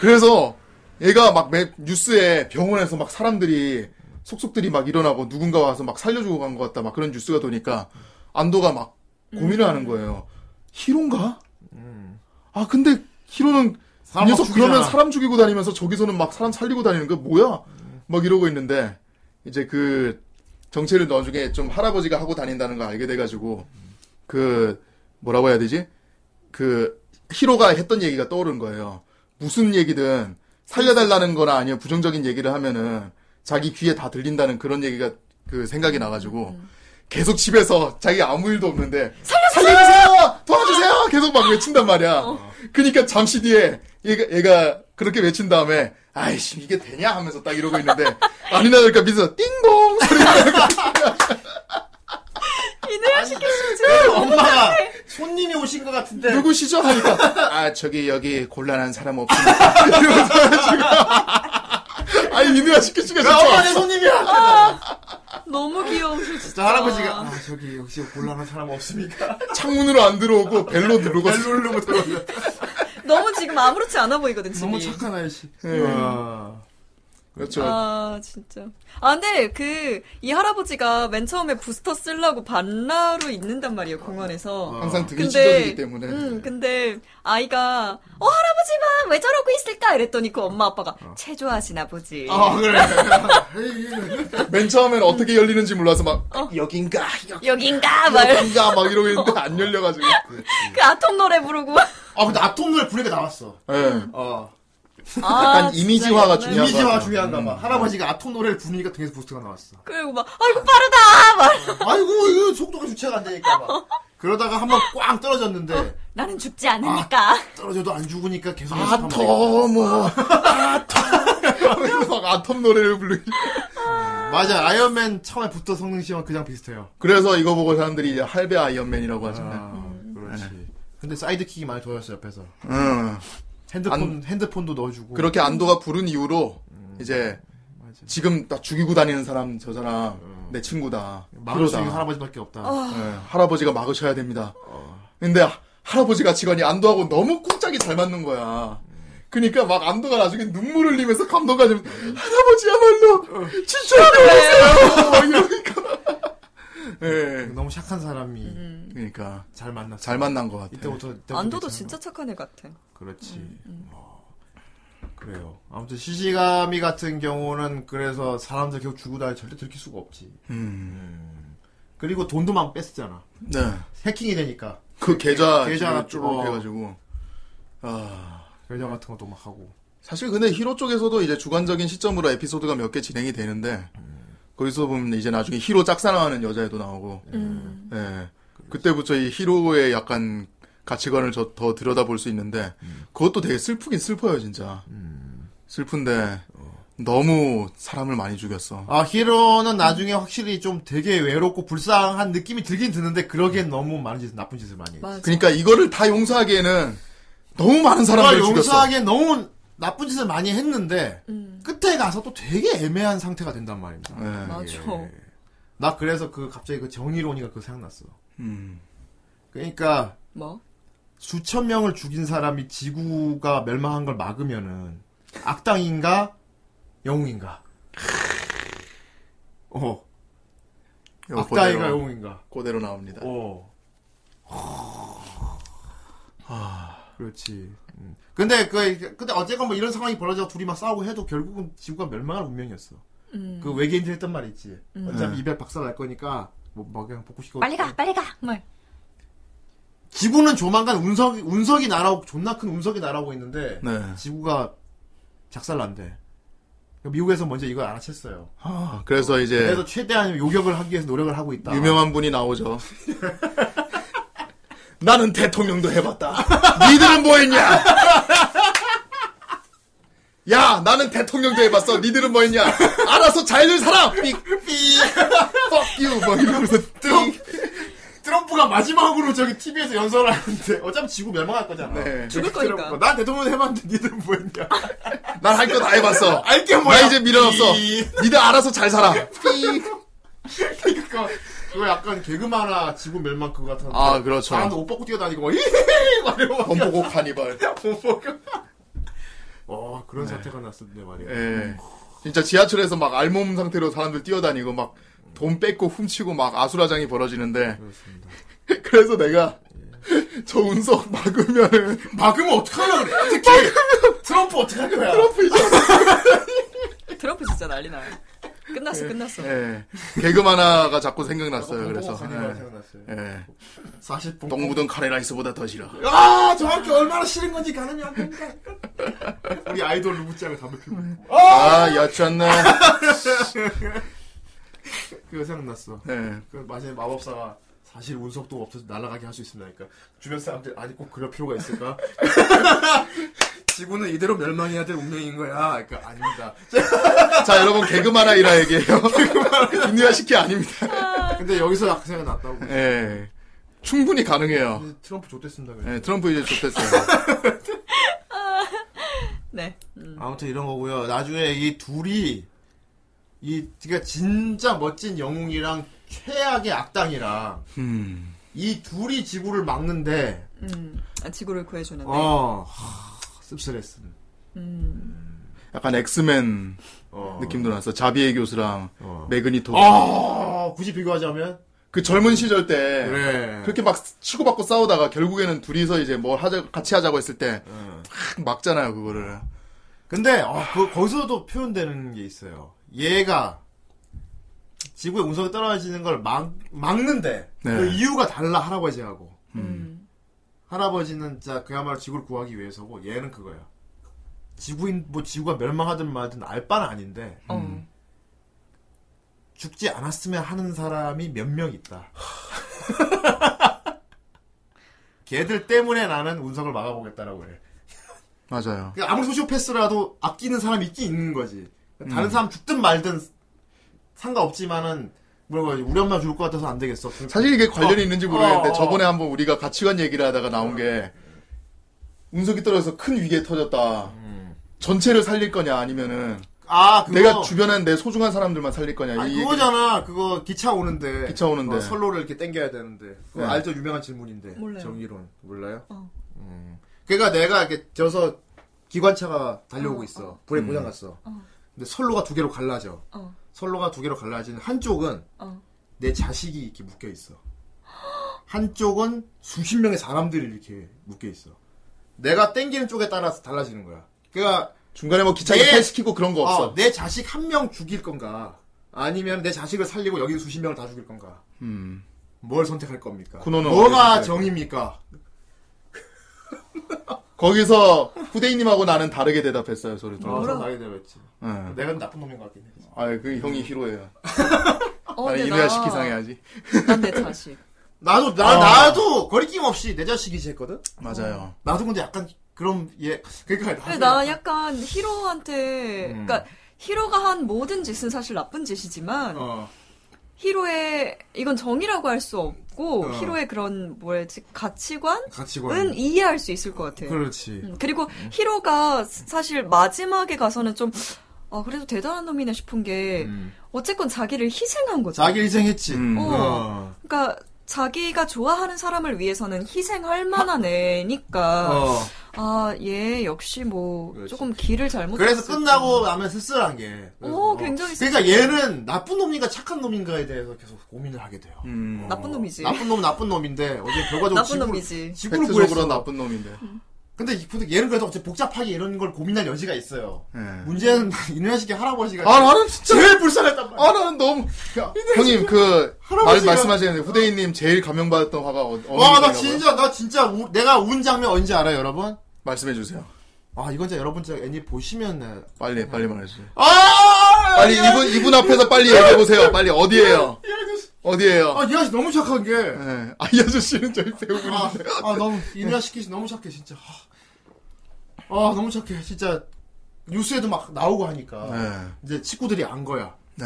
S2: 그래서 얘가 막 매- 뉴스에 병원에서 막 사람들이 속속들이 막 일어나고 누군가 와서 막 살려주고 간 것 같다 막 그런 뉴스가 도니까 안도가 막 고민을 하는 거예요. 히로인가? 아 근데 히로는 이
S1: 음. 사람 막
S2: 녀석 그러면
S1: 죽이잖아.
S2: 사람 죽이고 다니면서 저기서는 막 사람 살리고 다니는 거 뭐야? 막 이러고 있는데 이제 그 정체를 나중에 좀 할아버지가 하고 다닌다는 걸 알게 돼가지고 그 뭐라고 해야 되지? 그 히로가 했던 얘기가 떠오른 거예요. 무슨 얘기든 살려달라는 거나 아니면 부정적인 얘기를 하면은 자기 귀에 다 들린다는 그런 얘기가 그 생각이
S1: 음.
S2: 나가지고 계속 집에서 자기 아무 일도 없는데 살려주세요! 도와주세요! 계속 막 외친단 말이야. 그러니까 잠시 뒤에 얘가, 얘가 그렇게 외친 다음에 아이씨 이게 되냐 하면서 딱 이러고 있는데 아니나 그러니까 밑에서 띵동 소리가
S3: 이노야 시켜
S1: 엄마가 손님이 오신 것
S2: 네.
S1: 같은데.
S2: 누구시죠? 하니까 아 저기 여기 곤란한 사람 없습니다. 이러면서 지금 아니 이누야 시키시가
S1: 야, 엄마 내
S2: 진짜
S1: 손님이야!
S3: 너무 귀여워 진짜.
S1: 자, 할아버지가, 아, 저기, 역시 곤란한 사람 없습니까?
S2: 창문으로 안 들어오고 벨로 누르고
S1: 잘 누르고 들어오네.
S3: 너무 지금 아무렇지 않아 보이거든 지금.
S1: 예. 너무 착한 아저씨.
S2: 예.
S1: 와.
S2: 그렇죠.
S3: 아 진짜. 아 근데 그 이 할아버지가 맨 처음에 부스터 쓰려고 반라로 있는단 말이에요 공원에서.
S2: 항상 등이 아, 찢어지기 때문에. 네.
S3: 음 근데 아이가 어 할아버지만 왜 저러고 있을까 이랬더니 그 엄마 아빠가
S2: 어.
S3: 체조하시나 보지.
S1: 아 그래.
S2: 맨 처음에는 어떻게 열리는지 몰라서 막 여긴가 아,
S3: 여긴가 아, 말그
S2: 여긴가 막 이러고 있는데 안 열려가지고.
S3: 아톰 노래 부르고.
S1: 아 근데 아톰 노래 부르니까 나왔어.
S2: 예.
S1: 어.
S3: 아,
S2: 약간 이미지화가
S3: 진짜
S2: 중요한
S3: 옛날.
S1: 이미지화
S2: 맞아.
S1: 중요한가 봐. 할아버지가 아톰 노래를 부르니까 등에서 부스트가 나왔어.
S3: 그리고 막 아이고 빠르다 막
S1: 아이고 이거 속도가 주체가 안 되니까 막. 그러다가 한번 꽝 떨어졌는데
S3: 나는 죽지
S2: 아.
S3: 않으니까.
S1: 떨어져도 안 죽으니까 계속 연습하면 되겠다.
S2: 아톰아 아톰 막 아톰 노래를 부르기
S1: 맞아 아이언맨 처음에 붙어 성능 시험 그냥 비슷해요.
S2: 그래서 이거 보고 사람들이 이제 할배 아이언맨이라고 하잖아요
S1: 아, 그렇지. 근데 사이드킥이 많이 도와줬어 옆에서.
S2: 응.
S1: 핸드폰 핸드폰도 넣어주고.
S2: 그렇게 안도가 부른 이후로 이제 지금 나 죽이고 다니는 사람 저 사람 내 친구다
S1: 마루스
S2: 히로다.
S1: 할아버지밖에 없다.
S2: 예, 할아버지가 막으셔야 됩니다 근데 하- 할아버지가 직원이 안도하고 너무 쿵짝이 잘 맞는 거야 그니까 막 안도가 나중에 눈물 흘리면서 감동까지 할아버지야말로 진짜 안도하세요 막 이러니까 예
S1: 너무 착한 사람이
S2: 그러니까
S1: 잘 만났어.
S2: 잘 만난 것 같아.
S1: 이때부터 이때부터
S3: 음. 네. 안도도
S1: 괜찮은
S3: 진짜 음, 착한 애 같아.
S1: 그렇지. 어, 그래요. 아무튼 시시가미 같은 경우는 그래서 사람들 계속 주고 다니 절대 들킬 수가 없지.
S2: 음.
S1: 그리고 돈도 막 뺐었잖아.
S2: 네.
S1: 해킹이 되니까
S2: 그 계좌
S1: 계좌
S2: 계좌
S1: 같은
S2: 쪽으로
S1: 거.
S2: 해가지고 아
S1: 결정 같은 것도 막 하고.
S2: 사실 근데 히로 쪽에서도 이제 주관적인 시점으로 에피소드가 몇 개 진행이 되는데 거기서 보면 이제 나중에 히로 짝사랑하는 여자애도 나오고
S3: 음.
S2: 예 그때부터 이 히로의 약간 가치관을 저, 더 들여다볼 수 있는데 그것도 되게 슬프긴 슬퍼요 진짜 슬픈데 너무 사람을 많이 죽였어
S1: 아 히로는 나중에 확실히 좀 되게 외롭고 불쌍한 느낌이 들긴 드는데
S2: 네.
S1: 그러기엔 너무 많은 짓 나쁜 짓을 많이 했어.
S3: 맞아.
S2: 그러니까 이거를 다 용서하기에는 너무 많은
S1: 그걸
S2: 사람을 죽였어
S1: 용서하기엔 너무 나쁜 짓을 많이 했는데
S3: 음.
S1: 끝에 가서 또 되게 애매한 상태가 된단 말입니다.
S2: 예.
S3: 맞아. 뭐?
S1: 나 그래서 그 갑자기 그 정의로니가 그거 생각났어.
S2: 음.
S1: 그러니까
S3: 뭐?
S1: 수천 명을 죽인 사람이 지구가 멸망한 걸 막으면은 악당인가 영웅인가? 어,
S2: 이거
S1: 악당인가
S2: 그대로-
S1: 영웅인가?
S2: 그대로 나옵니다.
S1: 어. 그렇지. 음. 근데 그 근데 어쨌건 뭐 이런 상황이 벌어져 둘이 막 싸우고 해도 결국은 지구가 멸망할 운명이었어.
S3: 음.
S1: 그 외계인들 했던 말 있지. 어차피
S2: 음.
S1: 이백 박살 날 거니까 뭐막 그냥 복구시켜.
S3: 빨리 가, 빨리 가. 말.
S1: 지구는 조만간 운석 운석이 날아오고 존나 큰 운석이 날아오고 있는데
S2: 네.
S1: 지구가 작살난대. 그러니까 미국에서 먼저 이걸 알아챘어요.
S2: 아, 그래서 이제
S1: 그래서 최대한 요격을 하기 위해서 노력을 하고 있다.
S2: 유명한 분이 나오죠. 나는 대통령도 해봤다. 니들은 뭐했냐? 야, 나는 대통령도 해봤어. 니들은 뭐했냐? 알아서 잘들 살아. 삑, 삑. Fuck you. 막 이러면서 띵.
S1: 트럼프가 마지막으로 저기 TV에서 연설을 하는데 어차피 지구 멸망할 거잖아.
S2: 네.
S3: 죽을 거니까.
S1: 트럼프가, 난 대통령 해봤는데 니들은 뭐했냐.
S2: 난 할 거 다 해봤어.
S1: 알게 뭐야.
S2: 나 이제 미련 없어.
S1: 이-
S2: 니들 알아서 잘 살아. 삑.
S1: 그러니까 그거 약간 개그만화 지구 멸망 그거 같은.
S2: 아, 그렇죠.
S1: 사람들 옷 벗고 뛰어다니고 막 이히히 막 이러고.
S2: 범보고 카니발.
S1: 와 그런 사태가 났었는데 말이야.
S2: 예. 진짜 지하철에서 막 알몸 상태로 사람들 뛰어다니고 막 돈 뺏고 훔치고 막 아수라장이 벌어지는데
S1: 그렇습니다.
S2: 그래서 내가 저 운석 막으면은
S1: 막으면 어떡하려고 그래. 특히 트럼프 어떡할 거야.
S3: 트럼프 진짜 난리 나요. 끝났어, 끝났어.
S2: 예. 개그만 하나가 자꾸 생각났어요. 그래서 예.
S1: 생각났어요.
S2: 예.
S1: 40분.
S2: 똥 묻은 카레라이스보다 더 싫어.
S1: 아, 정확히 얼마나 싫은 건지 가늠이 안 됩니다. 우리 아이돌 루브짱을 담배 피고 있고.
S2: 아, 여쳤네.
S1: 그거 생각났어.
S2: 예.
S1: 그 마지막에 마법사가 사실 운석도 없어서 날아가게 할 수 있습니다니까. 주변 사람들 아니 꼭 그럴 필요가 있을까? 지구는 이대로 멸망해야 될 운명인 거야. 그러니까 아닙니다.
S2: 자, 여러분 개그만 하이라 얘기해요. 인류화 시키 아닙니다.
S1: 근데 여기서 약간 생각났다고.
S2: 예. 충분히 가능해요.
S1: 근데 트럼프 좋댔습니다.
S2: 예,
S1: 그래서.
S2: 트럼프 이제 좋댔어요.
S3: 네. 음.
S1: 아무튼 이런 거고요. 나중에 이 둘이 이 그러니까 진짜 멋진 영웅이랑 최악의 악당이랑
S2: 음.
S1: 이 둘이 지구를 막는데
S2: 네.
S3: 음. 아, 지구를 구해주는데.
S1: 어 하, 씁쓸했음.
S3: 음.
S2: 약간 엑스맨
S1: 어.
S2: 느낌도 나서 자비의 교수랑
S1: 어.
S2: 매그니토
S1: 아 굳이 비교하자면 네.
S2: 그 젊은 시절 때
S1: 그래.
S2: 네. 그렇게 막 치고받고 싸우다가 결국에는 둘이서 이제 뭘 하자 같이 하자고 했을 때 탁
S1: 응.
S2: 막잖아요 그거를
S1: 네. 근데 어, 그, 거기서도 표현되는 게 있어요. 얘가 지구의 운석이 떨어지는 걸 막, 막는데
S2: 네.
S1: 그 이유가 달라 할아버지하고
S3: 음.
S1: 할아버지는 진짜 그야말로 지구를 구하기 위해서고 얘는 그거야. 지구인 뭐 지구가 멸망하든 말든 알 바는 아닌데
S3: 어.
S1: 죽지 않았으면 하는 사람이 몇 명 있다. 걔들 때문에 나는 운석을 막아보겠다라고 해.
S2: 맞아요
S1: 그러니까 아무리 소시오패스라도 아끼는 사람이 있긴 있는 거지. 그러니까
S2: 음.
S1: 다른 사람 죽든 말든 상관없지만은 뭐라고 해야지 우리 엄마 죽을 것 같아서 안 되겠어.
S2: 사실 이게 관련이 있는지 모르겠는데
S1: 어, 어.
S2: 저번에 한번 우리가 가치관 얘기를 하다가 나온 게 운석이 떨어져서 큰 위기에 터졌다 전체를 살릴 거냐 아니면은
S1: 아 음. 그거
S2: 내가 주변한 내 소중한 사람들만 살릴 거냐
S1: 아니,
S2: 이 얘기-
S1: 그거잖아. 그거 기차 오는데
S2: 기차 오는데.
S1: 어, 선로를 이렇게 당겨야 되는데 그거
S2: 네.
S1: 알죠 유명한 질문인데
S3: 몰라요.
S1: 정의론 몰라요?
S3: 어.
S1: 음. 그러니까 내가 이렇게 져서 기관차가 달려오고 있어. 불에
S2: 음.
S1: 고장 났어. 근데 선로가 두 개로 갈라져.
S3: 어.
S1: 선로가 두 개로 갈라지는 한쪽은
S3: 어.
S1: 내 자식이 이렇게 묶여 있어. 한쪽은 수십 명의 사람들이 이렇게 묶여 있어. 내가 땡기는 쪽에 따라서 달라지는 거야. 그러니까
S2: 중간에 뭐 기차
S1: 내-
S2: 탈시키고 그런 거
S1: 어,
S2: 없어
S1: 내 자식 한 명 죽일 건가? 아니면 내 자식을 살리고 여기 수십 명을 다 죽일 건가?
S2: 음.
S1: 뭘 선택할 겁니까?
S2: 쿠노는
S1: 뭐가
S2: 어떻게
S1: 정입니까?
S2: 거기서 후대인님하고 나는 다르게 대답했어요 저래도
S1: 뭐라 아, 나게 되겠지.
S2: 예.
S1: 내가 나쁜 놈인 것 같긴 해.
S2: 아그 형이 히로예요
S3: 어,
S2: 아니
S3: 근데
S2: 이래야
S3: 나-
S2: 식기상 해야지 어,
S3: 난내 자식.
S1: 나도 나 나도 거리낌 없이 내 자식이지 했거든.
S2: 맞아요
S1: 나도 근데 약간 그럼 얘 그러니까 나도
S3: 근데 나
S1: 약간-
S3: 약간 히로한테, 그러니까 히로가 한 모든 짓은 사실 나쁜 짓이지만
S1: 어.
S3: 히로의 이건 정의라고 할 수 없고
S1: 어.
S3: 히로의 그런 뭐랄지 가치관은
S1: 가치관.
S3: 이해할 수 있을 것 같아.
S1: 그렇지.
S3: 음, 그리고 히로가 스- 사실 마지막에 가서는 좀 아, 그래도 대단한 놈이네 싶은 게
S1: 음.
S3: 어쨌건 자기를 희생한 거죠.
S1: 자기 희생했지.
S2: 음.
S1: 어.
S3: 그러니까 자기가 좋아하는 사람을 위해서는 희생할 만한 애니까
S1: 어.
S3: 아, 얘 역시 뭐
S1: 그렇지.
S3: 조금 길을 잘못
S1: 그래서
S3: 갔을
S1: 끝나고 나면 쓸쓸한 게. 그래서
S3: 오,
S1: 어.
S3: 굉장히
S1: 그러니까 얘는 나쁜 놈인가 착한 놈인가에 대해서 계속 고민을 하게 돼요.
S2: 음.
S3: 나쁜 놈이지.
S1: 나쁜 놈은 나쁜 놈인데 어제 결과적으로
S3: 나쁜
S1: 지구를-
S3: 놈이지.
S1: 지구를
S2: 팩트적으로
S1: 구했어.
S2: 나쁜 놈인데 예.
S1: 근데 이- 근데 얘는 그래도 어째 복잡하게 이런 걸 고민할 여지가 있어요.
S2: 예.
S1: 문제는 이누야시키 할아버지가
S2: 아 나는 진짜
S1: 제일 불쌍했단 말이야.
S2: 아 나는 너무 형님 그 말,
S1: 할아버지가-
S2: 말씀하시는데 후대인님 제일 감명받았던 화가 어, 어느
S1: 와 나
S2: 장면이라고요?
S1: 진짜 나 진짜 우- 내가 운 장면 언제 알아요, 여러분?
S2: 말씀해 주세요
S1: 아 이건 진짜 여러분 진짜 애니 보시면
S2: 빨리 빨리 말해주세요
S1: 아
S2: 빨리 이분 이분 앞에서 빨리 얘기해 보세요 빨리 어디에요 어디에요
S1: 아 이아씨 너무 착한 게.
S2: 예. 아이 아저씨는 저희
S1: 아,
S2: 배우분인데
S1: 아 너무 이누야 시키시 너무 착해 진짜. 아, 아, 너무 착해 진짜 뉴스에도 막 나오고 하니까
S2: 네.
S1: 이제 친구들이 안 거야.
S2: 네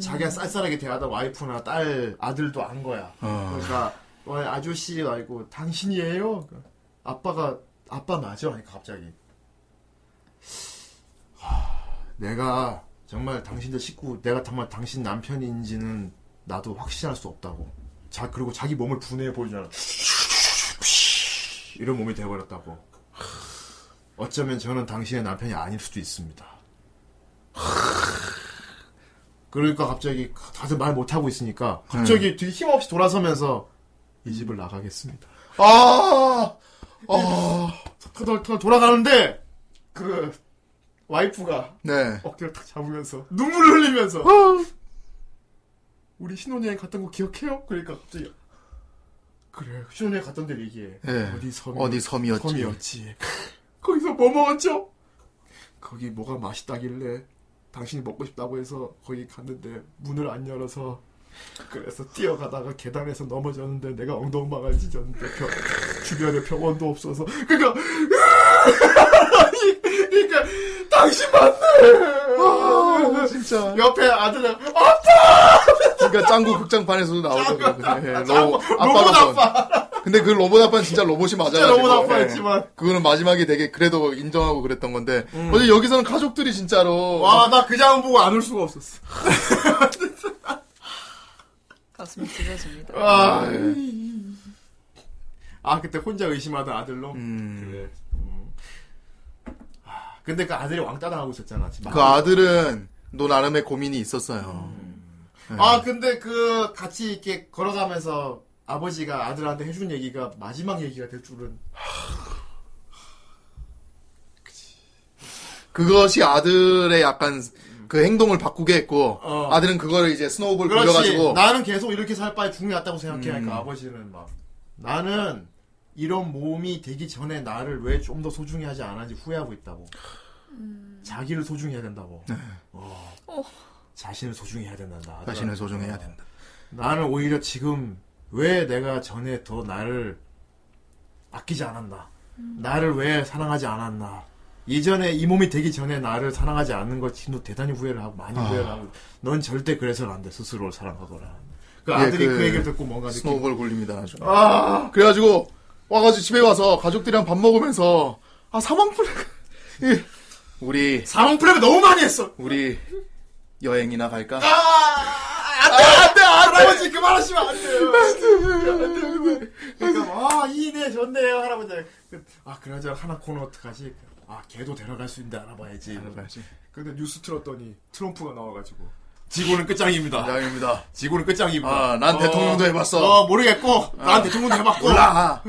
S1: 자기가 쌀쌀하게 대하던 와이프나 딸 아들도 안 거야.
S2: 어.
S1: 그러니까 와 아저씨 말고 당신이에요. 그러니까 아빠가 아빠 맞아? 하니까 갑자기 하, 내가 정말 당신들 식구 내가 정말 당신 남편인지는 나도 확신할 수 없다고. 자 그리고 자기 몸을 분해해 보이잖아. 이런 몸이 돼버렸다고. 어쩌면 저는 당신의 남편이 아닐 수도 있습니다. 그러니까 갑자기 다들 말 못하고 있으니까
S2: 네.
S1: 갑자기 뒤 힘없이 돌아서면서 이 집을 나가겠습니다.
S2: 아, 아,
S1: 터덜터덜 돌아가는데 그 와이프가
S2: 네.
S1: 어깨를 탁 잡으면서 눈물을 흘리면서
S2: 어.
S1: 우리 신혼여행 갔던 거 기억해요? 그러니까 갑자기 그래 신혼여행 갔던 데 얘기해
S2: 네.
S1: 어디 섬이
S2: 어디 섬이었지?
S1: 섬이었지 거기서 뭐 먹었죠? 거기 뭐가 맛있다길래 당신이 먹고 싶다고 해서 거기 갔는데 문을 안 열어서 그래서 뛰어가다가 계단에서 넘어졌는데 내가 엉덩망을 찢었는데 병- 주변에 병원도 없어서 그러니까 그러니까 당신 맞네
S2: 아, 진짜.
S1: 옆에 아들은 어,
S2: 그러니까 짱구 극장판에서도 나오더라고요. 예, 로봇,
S1: 로봇
S2: 아빠. 근데 그 로봇 아빠는 진짜 로봇이 맞아요.
S1: 로봇 아빠였지만.
S2: 그거는 마지막에 되게 그래도 인정하고 그랬던 건데. 어제 여기서는 가족들이 진짜로.
S1: 음. 와 나 그 장면 보고 안 울 수가 없었어
S3: 가슴이 찢어집니다.
S1: 아,
S2: 예.
S1: 아 그때 혼자 의심하던 아들로
S2: 음.
S1: 그래 음. 아, 근데 그 아들이 왕따 당하고 있었잖아. 지금.
S2: 그 아들은 노 나름의 고민이 있었어요. 예.
S1: 아 근데 그 같이 이렇게 걸어가면서 아버지가 아들한테 해준 얘기가 마지막 얘기가 될 줄은
S2: 그것이 아들의 약간 그 행동을 바꾸게 했고
S1: 어.
S2: 아들은 그거를 이제 스노우볼
S1: 그렇지
S2: 굴려가지고 음.
S1: 나는 계속 이렇게 살 바에 죽는 게 낫다고 생각해 하니까 아버지는 막 나는 이런 몸이 되기 전에 나를 왜 좀 더 소중히 하지 않았는지 후회하고 있다고 자기를 소중히 해야 된다고 어.
S3: 어.
S1: 자신을 소중히 해야 된다
S2: 네. 자신을 소중해야 된다.
S1: 나는 오히려 지금 왜 내가 전에 더 나를 아끼지 않았나? 나를 왜 사랑하지 않았나? 이전에 이 몸이 되기 전에 나를 사랑하지 않는 걸 지금도 대단히 후회를 하고
S2: 아.
S1: 많이 후회를 하고 넌 절대 그래서는 안 돼 스스로를 사랑하거라. 그 아들이
S2: 그
S1: 그 얘기를 듣고 뭔가 느낌.
S2: 스노우볼 굴립니다. 아주. 그래가지고 와가지고 집에 와서 가족들이랑 밥 먹으면서 아 사망 플래그 이- 우리
S1: 사랑 프랩을 너무 많이 했어.
S2: 우리 여행이나 갈까?
S1: 아, 안돼 안돼 할아버지 그만하시면 안 돼요. 안돼 안돼. 그러니까 아이네 좋네요 할아버지. 아 그나저나 하나 코너 어떡하지? 아 걔도 데려갈 수 있는데 알아봐야지.
S2: 가야지.
S1: 근데 뉴스 틀었더니 트럼프가 나와가지고 지구는 끝장입니다.
S2: 여행입니다.
S1: 지구는 끝장입니다.
S2: 아, 난 대통령도 해봤어.
S1: 어 모르겠고 난 대통령도 해봤고
S2: 몰라.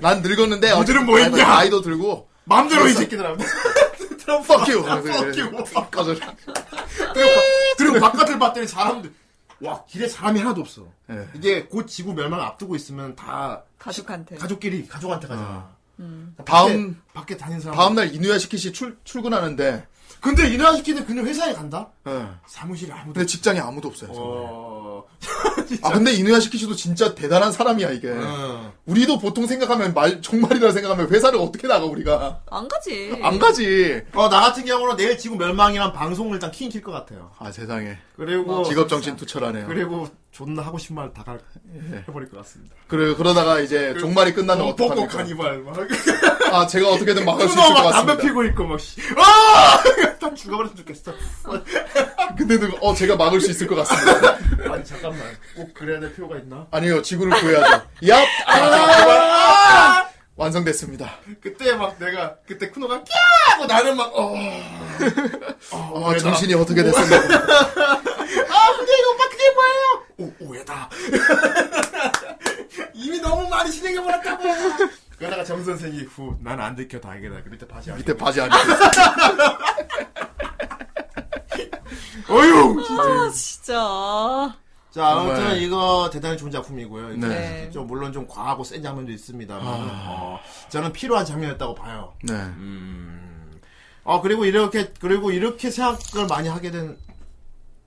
S2: 난 늙었는데
S1: 니들은 뭐 했냐?
S2: 나이도 들고
S1: 마음대로 이 새끼들아. 트럼프
S2: fuck you.
S1: fuck you.
S2: 꺼져.
S1: 그리고 바깥을 봤더니 사람들 와 길에 사람이 하나도 없어.
S2: 예.
S1: 이게 곧 지구 멸망 앞두고 있으면 다 네.
S3: 가족한테.
S1: 가족끼리 가족한테 가잖아.
S2: 다음-
S1: 밖에, 밖에 다닌 사람.
S2: 다음 날 이누야 시키시 출 출근하는데
S1: 근데 이나 시키는 그냥 회사에 간다.
S2: 예.
S1: 사무실에 아무도.
S2: 근데 직장에 아무도 없어요. 정말.
S1: 어.
S2: 아 근데 이누야 시키시도 진짜 대단한 사람이야 이게.
S1: 어.
S2: 우리도 보통 생각하면 말 정말이라 생각하면 회사를 어떻게 나가 우리가
S3: 안 가지.
S2: 안 가지.
S1: 어, 나 같은 경우는 내일 지구 멸망이란 방송을 일단 킹킬 것 같아요.
S2: 아 세상에
S1: 그리고
S2: 직업 정신 투철하네요. 그래
S1: 어, 그리고 존나 하고 싶은 말 다 해버릴 것 같습니다.
S2: 그러다가 이제 종말이 끝나면
S1: 뽀뽀
S2: 예. 어떡합니까?
S1: 카니발 막
S2: 아 제가 어떻게든 막을 수 있을
S1: 끊어
S2: 것
S1: 막 담배
S2: 같습니다.
S1: 피고 있고 막 씨. 아! 다 죽어버렸으면 좋겠어.
S2: 근데도 어 제가 막을 수 있을 것 같습니다.
S1: 아니 잠깐만 꼭 그래야 될 필요가 있나?
S2: 아니요 지구를 구해야죠. 얍
S1: 아!
S2: 완성됐습니다.
S1: 그때 막 내가 그때 쿠노가 끼야 하고 나는 막 어.
S2: 어,
S1: 오해다.
S2: 정신이 어떻게 됐습니까?
S1: 아 그게 오빠 그게 뭐예요? 오 오해다. 이미 너무 많이 진행해 버렸다고. 그러다가 정 선생이 후 난 안 들켜 다행이다. 그 밑에 바지 안.
S2: 밑에 바지 안 입고
S1: 어휴.
S3: 아 진짜.
S1: 자, 아무튼
S2: 정말.
S1: 이거 대단히 좋은 작품이고요. 이게
S3: 네.
S1: 좀 물론 좀 과하고 센 장면도 있습니다만 어, 저는 필요한 장면이었다고 봐요.
S2: 네.
S1: 어 그리고 이렇게 그리고 이렇게 생각을 많이 하게 된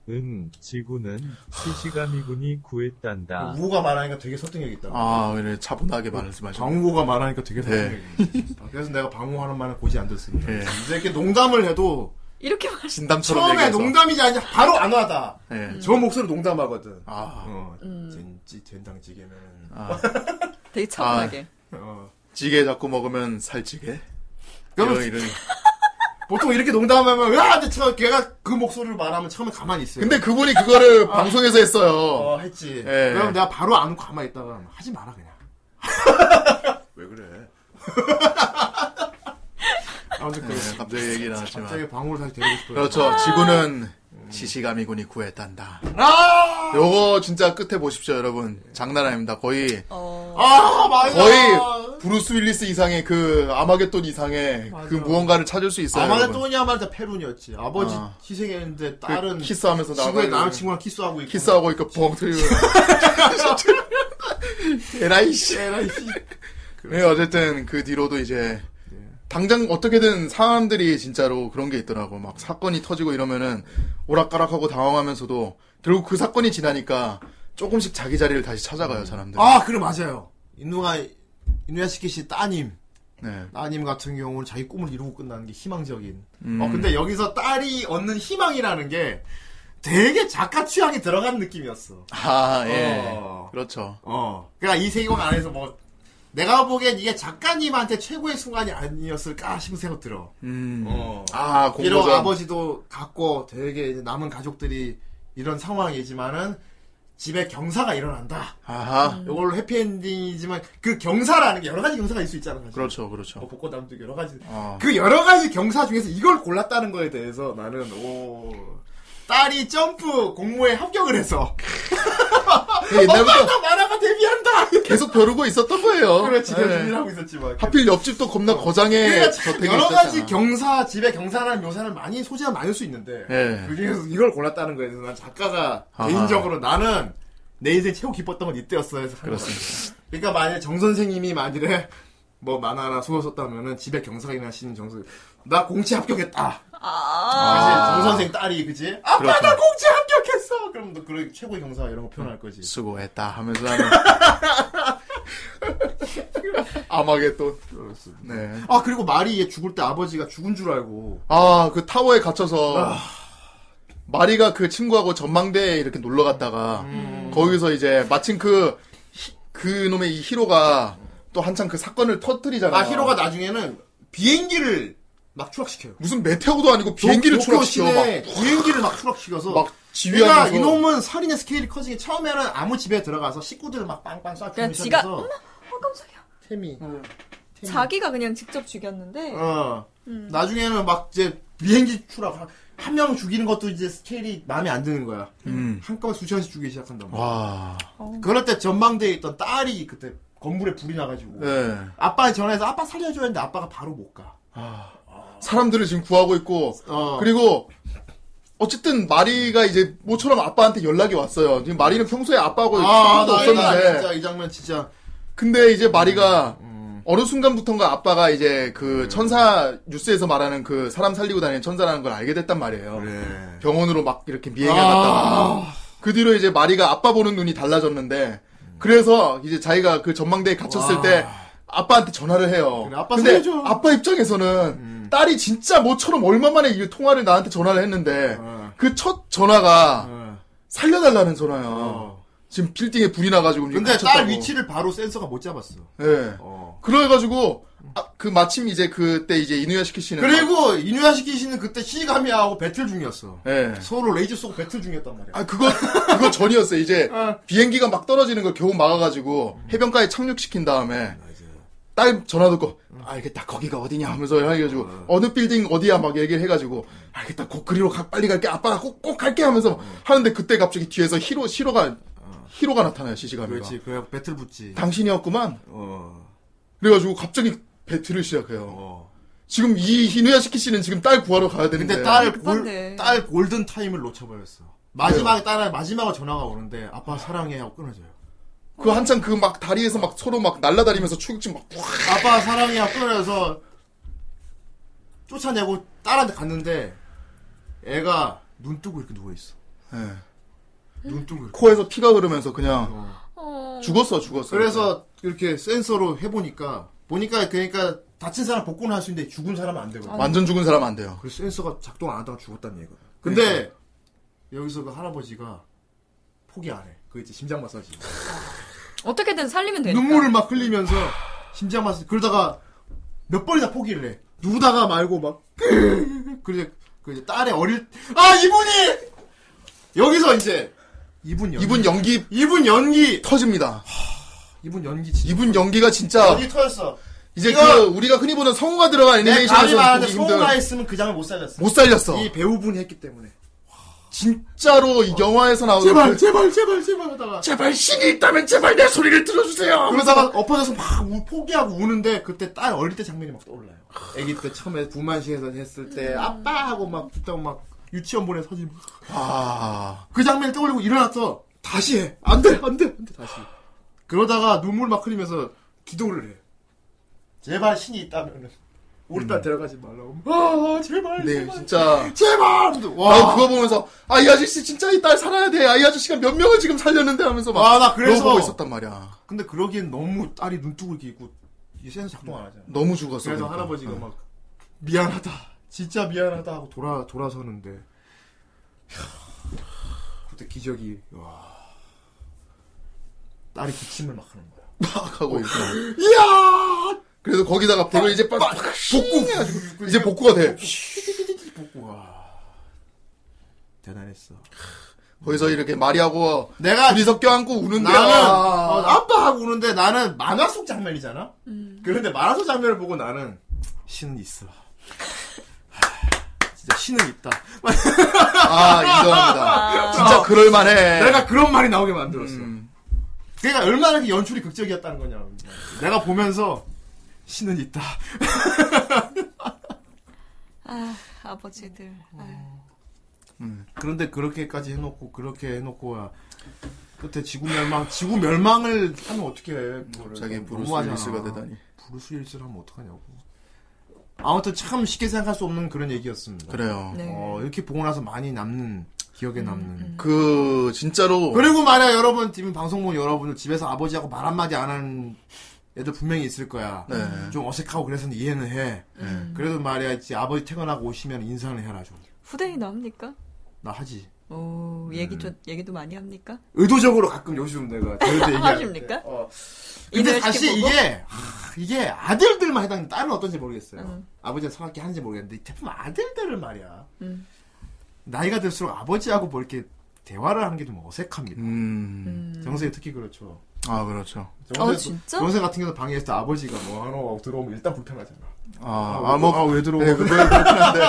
S9: 응, 지구는 시시가미군이 구했단다.
S1: 우호가 말하니까 되게 설득력 있다.
S2: 아 그래 차분하게 말씀하셨.
S1: 방호가 말하니까 되게
S2: 네.
S1: 설득력 있다. 그래서 내가 방호하는 말은 고지 안 듣습니다.
S2: 예.
S1: 이제 이렇게 농담을 해도
S3: 이렇게 말.
S2: 진담처럼
S1: 처음에
S2: 얘기해서.
S1: 농담이지 아니 바로 안 와다. 음.
S2: 예.
S1: 저 목소리 농담하거든.
S2: 아
S1: 어,
S3: 음.
S1: 젠지 된장찌개면은
S3: 되게 차분하게.
S1: 어.
S2: 찌개 자꾸 먹으면 살찌게.
S1: 그러면
S2: 이런 이런.
S1: 보통 이렇게 농담하면 야, 근데 저 걔가 그 목소리를 말하면 처음에 가만히 있어요.
S2: 근데 그분이 그거를 방송에서 아. 했어요.
S1: 어, 했지.
S2: 예.
S1: 그럼 내가 바로 안 가만히 있다가 하지 마라 그냥. 왜 그래? 아무튼 그
S2: 네, 갑자기 얘기 나왔지만.
S1: 갑자기 방울을 다시 데리고 싶어요.
S2: 그렇죠. 지구는 시시가미군이 구했단다.
S1: 아,
S2: 요거 진짜 끝에 보십시오, 여러분. 장난 아닙니다. 거의
S3: 어.
S1: 아 맞아.
S2: 거의 브루스 윌리스 이상의 그 아마겟돈 이상의 그 무언가를 찾을 수 있어요. 여러분.
S1: 아마겟돈이야 말자 페룬이었지. 아버지
S2: 아.
S1: 희생했는데
S2: 그
S1: 딸은
S2: 키스하면서
S1: 지구의
S2: 나가요.
S1: 남친구랑 키스하고 있고.
S2: 키스하고 있고 벙 틀리고. 에라이 씨.
S1: 에라이 씨.
S2: 네, 어쨌든 그 뒤로도 이제 당장 어떻게든 사람들이 진짜로 그런 게 있더라고. 막 사건이 터지고 이러면은 오락가락하고 당황하면서도 결국 그 사건이 지나니까 조금씩 자기 자리를 다시 찾아가요, 사람들.
S1: 아 그래 맞아요. 인누가 인누야시키 씨 따님.
S2: 네.
S1: 따님 같은 경우는 자기 꿈을 이루고 끝나는 게 희망적인.
S2: 음.
S1: 어, 근데 여기서 딸이 얻는 희망이라는 게 되게 작가 취향이 들어간 느낌이었어.
S2: 아, 예.
S1: 어.
S2: 그렇죠.
S1: 어. 그니까 이 세계관 안에서 뭐, 내가 보기엔 이게 작가님한테 최고의 순간이 아니었을까 싶은 생각 들어.
S2: 음.
S1: 어.
S2: 아,
S1: 비록
S2: 공모전.
S1: 아버지도 갖고 되게 이제 남은 가족들이 이런 상황이지만은 집에 경사가 일어난다.
S2: 아하.
S1: 이걸로 해피엔딩이지만 그 경사라는 게 여러 가지 경사가 있을 수 있잖아. 사실.
S2: 그렇죠, 그렇죠.
S1: 뭐 복고담도 여러 가지.
S2: 아.
S1: 그 여러 가지 경사 중에서 이걸 골랐다는 거에 대해서 나는 오 딸이 점프 공모에 합격을 해서
S2: 그 옛날부터
S1: 엄마가 만화가 데뷔한다.
S2: 계속 벼르고 있었던 거예요.
S1: 그렇지
S2: 어? 네.
S1: 대준이를 하고 있었지만.
S2: 하필 옆집도 겁나 거장에
S1: 그러니까
S2: 저택이
S1: 여러 가지
S2: 있었잖아.
S1: 경사 집에 경사라는 묘사를 많이 소재가 많을 수 있는데
S2: 예.
S1: 그 중에서 이걸 골랐다는 거에 대해서 난 작가가
S2: 아하.
S1: 개인적으로 나는 내 인생 최고 기뻤던 건 이때였어 해서 그렇습니다. 그러니까 만약에 정 선생님이 만일에 뭐 만화나 소설 썼다면은 집에 경사가 일어나시는 정 선생 나 공채 합격했다.
S3: 아,
S1: 아. 정 선생 딸이 그지? 아빠
S2: 그렇죠.
S1: 나 공채 합격했어. 그럼 너 그런 최고의 경사 이런 거 표현할 거지.
S2: 수고했다 하면서 하는. 아마겟돈. 네.
S1: 아 그리고 마리 얘 죽을 때 아버지가 죽은 줄 알고
S2: 아, 그 타워에 갇혀서
S1: 아.
S2: 마리가 그 친구하고 전망대에 이렇게 놀러 갔다가
S1: 음.
S2: 거기서 이제 마침 그, 히- 그 놈의 이 히로가 또 한참 그 사건을 터뜨리잖아.
S1: 아 히로가 나중에는 비행기를 막 추락시켜요.
S2: 무슨 메테오도 아니고 비행기를
S1: 도쿄
S2: 추락시켜.
S1: 시내에
S2: 막,
S1: 비행기를 막 추락시켜서
S2: 막
S1: 그러니까
S2: 지휘하면서.
S1: 이놈은 살인의 스케일이 커지게 처음에는 아무 집에 들어가서 식구들 막 빵빵 쏴
S3: 그냥
S1: 죽이면서
S3: 그러니까 지가- 어, 깜짝이야.
S1: 태미
S3: 자기가 음. 그냥 직접 죽였는데
S1: 음. 어 나중에는 막 이제 비행기 추락 한 명 죽이는 것도 이제 스케일이 마음에 안 드는 거야
S2: 음. 어.
S1: 한꺼번에 수천씩 죽이기 시작한단 말이야
S2: 와.
S1: 그럴 때 전망대에 있던 딸이 그때 건물에 불이 나가지고
S2: 네.
S1: 아빠에 전화해서 아빠 살려줘야 했는데 아빠가 바로 못가
S2: 사람들을 지금 구하고 있고
S1: 어.
S2: 그리고 어쨌든 마리가 이제 모처럼 아빠한테 연락이 왔어요. 지금 마리는 평소에 아빠하고
S1: 아, 나
S2: 소통도
S1: 이거
S2: 없었는데
S1: 진짜 이 장면 진짜 음.
S2: 근데 이제 마리가 어느 순간부턴가 아빠가 이제 그 천사 뉴스에서 말하는 그 사람 살리고 다니는 천사라는 걸 알게 됐단 말이에요.
S1: 그래
S2: 병원으로 막 이렇게 미행해 갔다가
S1: 아,
S2: 그 뒤로 이제 마리가 아빠 보는 눈이 달라졌는데 그래서 이제 자기가 그 전망대에 갇혔을
S1: 와.
S2: 때 아빠한테 전화를 해요.
S1: 그래, 아빠
S2: 근데
S1: 살려줘.
S2: 아빠 입장에서는
S1: 음.
S2: 딸이 진짜 모처럼 얼마 만에 이 통화를 나한테 전화를 했는데
S1: 어.
S2: 그 첫 전화가
S1: 어.
S2: 살려달라는 전화야.
S1: 어.
S2: 지금 빌딩에 불이 나가지고 지금
S1: 근데
S2: 갇혔다고.
S1: 딸 위치를 바로 센서가 못 잡았어
S2: 예.
S1: 어.
S2: 그래가지고 아, 그 마침 이제 그때 이제 이누야시키 씨는
S1: 그리고 이누야시키 씨는 그때 시가미하고 배틀 중이었어
S2: 막- 예.
S1: 서로 레이저 쏘고 배틀 중이었단 말이야
S2: 아 그거 그거 전이었어요. 이제 비행기가 막 떨어지는 걸 겨우 막아가지고 해변가에 착륙시킨 다음에 딸 전화 듣고 아, 알겠다 거기가 어디냐 하면서 해가지고 어느 빌딩 어디야 막 얘기를 해가지고 알겠다 곧 그리로 가, 빨리 갈게 아빠가 꼭 꼭 갈게 하면서
S1: 어.
S2: 하는데 그때 갑자기 뒤에서 히로 시로가 히로가 나타나요 시시가미가
S1: 그렇지 그래 배틀 붙지
S2: 당신이었구만
S1: 어.
S2: 그래가지고 갑자기 배틀을 시작해요.
S1: 어.
S2: 지금 이 히누야시키 씨는 지금 딸 구하러 가야 되는데
S1: 근데 딸,
S3: 급한데.
S1: 골, 딸 골든 타임을 놓쳐버렸어. 마지막에 딸 마지막으로 전화가 오는데 아빠 사랑해 하고 끊어져요.
S2: 그 한참 그 막 다리에서 막 서로 막 날라다니면서 추격증 막
S1: 아빠 사랑해 하고 끊어져서 쫓아내고 딸한테 갔는데 애가 눈 뜨고 이렇게 누워 있어.
S2: 예.
S1: 눈 뜨고 이렇게.
S2: 코에서 피가 흐르면서 그냥
S1: 어.
S3: 어,
S2: 죽었어 죽었어
S1: 그래서 이렇게 센서로 해보니까 보니까 그러니까 다친 사람 복구는 할 수 있는데 죽은 사람은 안 되거든.
S2: 완전 죽은 사람 안 돼요
S1: 그 센서가 작동 안 하다가 죽었다는 얘기거든. 근데 여기서 그 할아버지가 포기 안 해. 그 이제 심장 마사지.
S3: 어떻게든 살리면 되니까.
S1: 눈물을 막 흘리면서 심장 마사지. 그러다가 몇 번이나 포기를 해. 누다가 말고 막 그래 그 이제 딸의 어릴 아 이분이 여기서 이제 이분 연기
S2: 이분 연기
S1: 이분 연기
S2: 터집니다
S1: 이분 연기 진짜
S2: 이분 연기가 진짜
S1: 어디 터졌어.
S2: 이제
S1: 이거-
S2: 그 우리가 흔히 보는 성우가 들어간
S1: 내 감이
S2: 애니메이션에서
S1: 많은데
S2: 보기 힘든
S1: 소가 했으면 그 장을 못 살렸어.
S2: 못 살렸어
S1: 이 배우분이 했기 때문에.
S2: 진짜로 이 영화에서 나오는
S1: 제발
S2: 그-
S1: 제발 제발 제발 하다가
S2: 제발 신이 있다면 제발 내 소리를 들어주세요
S1: 그러다가 엎어져서 막 우- 포기하고 우는데 그때 딸 어릴 때 장면이 막 떠올라요. 아기 때 처음에 부만시에서 했을
S2: 음.
S1: 때 아빠 하고 막 그때 막 유치원 보내 사진 막.
S2: 아
S1: 그 장면 떠올리고 일어나서 다시 해. 안 돼, 안 돼, 안 돼, 다시. 그러다가 눈물 막 흘리면서 기도를 해. 제발 신이 있다면은 우리
S2: 음.
S1: 딸 데려가지 말라고. 아, 제발,
S2: 근데
S1: 제발.
S2: 네, 진짜
S1: 제발! 와,
S2: 나 그거 보면서 아 이 아저씨 진짜 이 딸 살아야 돼아 이 아저씨가 몇 명을 지금 살렸는데 하면서 막
S1: 아, 나 그래서-
S2: 그러고 보고 있었단 말이야
S1: 근데 그러기엔 너무 딸이 눈 뜨고 이렇게 있고 이 센서 작동 안 하잖아.
S2: 너무 죽었어
S1: 음. 그래서
S2: 그러니까.
S1: 할아버지가
S2: 응.
S1: 막 미안하다 진짜 미안하다 하고 돌아 돌아서는데 이야, 그때 기적이 와 딸이 기침을 막 하는 거야
S2: 막 하고 있고
S1: 이야
S2: 그래서 거기다가 불을 이제 빡 복구
S1: 해가지고
S2: 이제 복구가 돼
S1: 복구가 대단했어
S2: 거기서 이렇게 마리하고
S1: 내가
S2: 둘이 섞여 안고 우는데
S1: 나는
S2: 아.
S1: 어, 아빠하고 우는데 나는 만화 속 장면이잖아.
S3: 음.
S1: 그런데 만화 속 장면을 보고 나는 신은 있어. 하, 진짜 신은 있다.
S2: 아, 인정합니다. 진짜 그럴만해.
S1: 내가 그런 말이 나오게 만들었어.
S2: 네. 음.
S1: 그러니까 얼마나 그 연출이 극적이었다는 거냐. 내가 보면서 신은 있다.
S3: 아, 아버지들.
S1: 어.
S3: 아,
S1: 그런데 그렇게까지 해놓고 그렇게 해놓고야 끝에 지구 멸망 지구 멸망을 하면 어떻게 해? 그거를.
S2: 자기 브루스
S1: 너무하잖아.
S2: 윌리스가 되다니.
S1: 브루스 윌리스를 하면 어떡하냐고. 아무튼 참 쉽게 생각할 수 없는 그런 얘기였습니다.
S2: 그래요.
S3: 네.
S1: 어, 이렇게 보고 나서 많이 남는 기억에 남는.
S2: 그 진짜로
S3: 어.
S1: 그리고 만약 여러분 지금 방송 본 여러분들 집에서 아버지하고 말 한마디 안 하는 애들 분명히 있을 거야.
S2: 네.
S1: 좀 어색하고 그래서 이해는 해.
S2: 네.
S1: 그래도 말이야, 이제 아버지 퇴근하고 오시면 인사는 해라 좀.
S3: 후대인 합니까?
S1: 나 하지.
S3: 오,
S1: 음.
S3: 얘기 좀, 얘기도 많이 합니까?
S1: 의도적으로 가끔 요즘 내가 저희도 얘기할 때.
S3: 하십니까?
S1: 어.
S3: 이별
S1: 근데 사실
S3: 시켜보고?
S1: 이게 하, 이게 아들들만 해당 딸은 어떤지 모르겠어요.
S3: 음.
S1: 아버지가 성악기 하는지 모르겠는데 이 제품 아들들을 말이야.
S3: 음.
S1: 나이가 들수록 아버지하고 뭐 이렇게 대화를 하는 게 좀 어색합니다.
S2: 음.
S3: 음.
S1: 정세이 특히 그렇죠.
S2: 아, 그렇죠.
S1: 정세,
S3: 어, 진짜?
S1: 정세 같은 경우는 방에서 아버지가 뭐 하러 와 들어오면 일단 불편하잖아.
S2: 아,
S1: 아,
S2: 아, 뭐,
S1: 아, 왜 들어오고.
S2: 네, 그건 그렇긴 한데.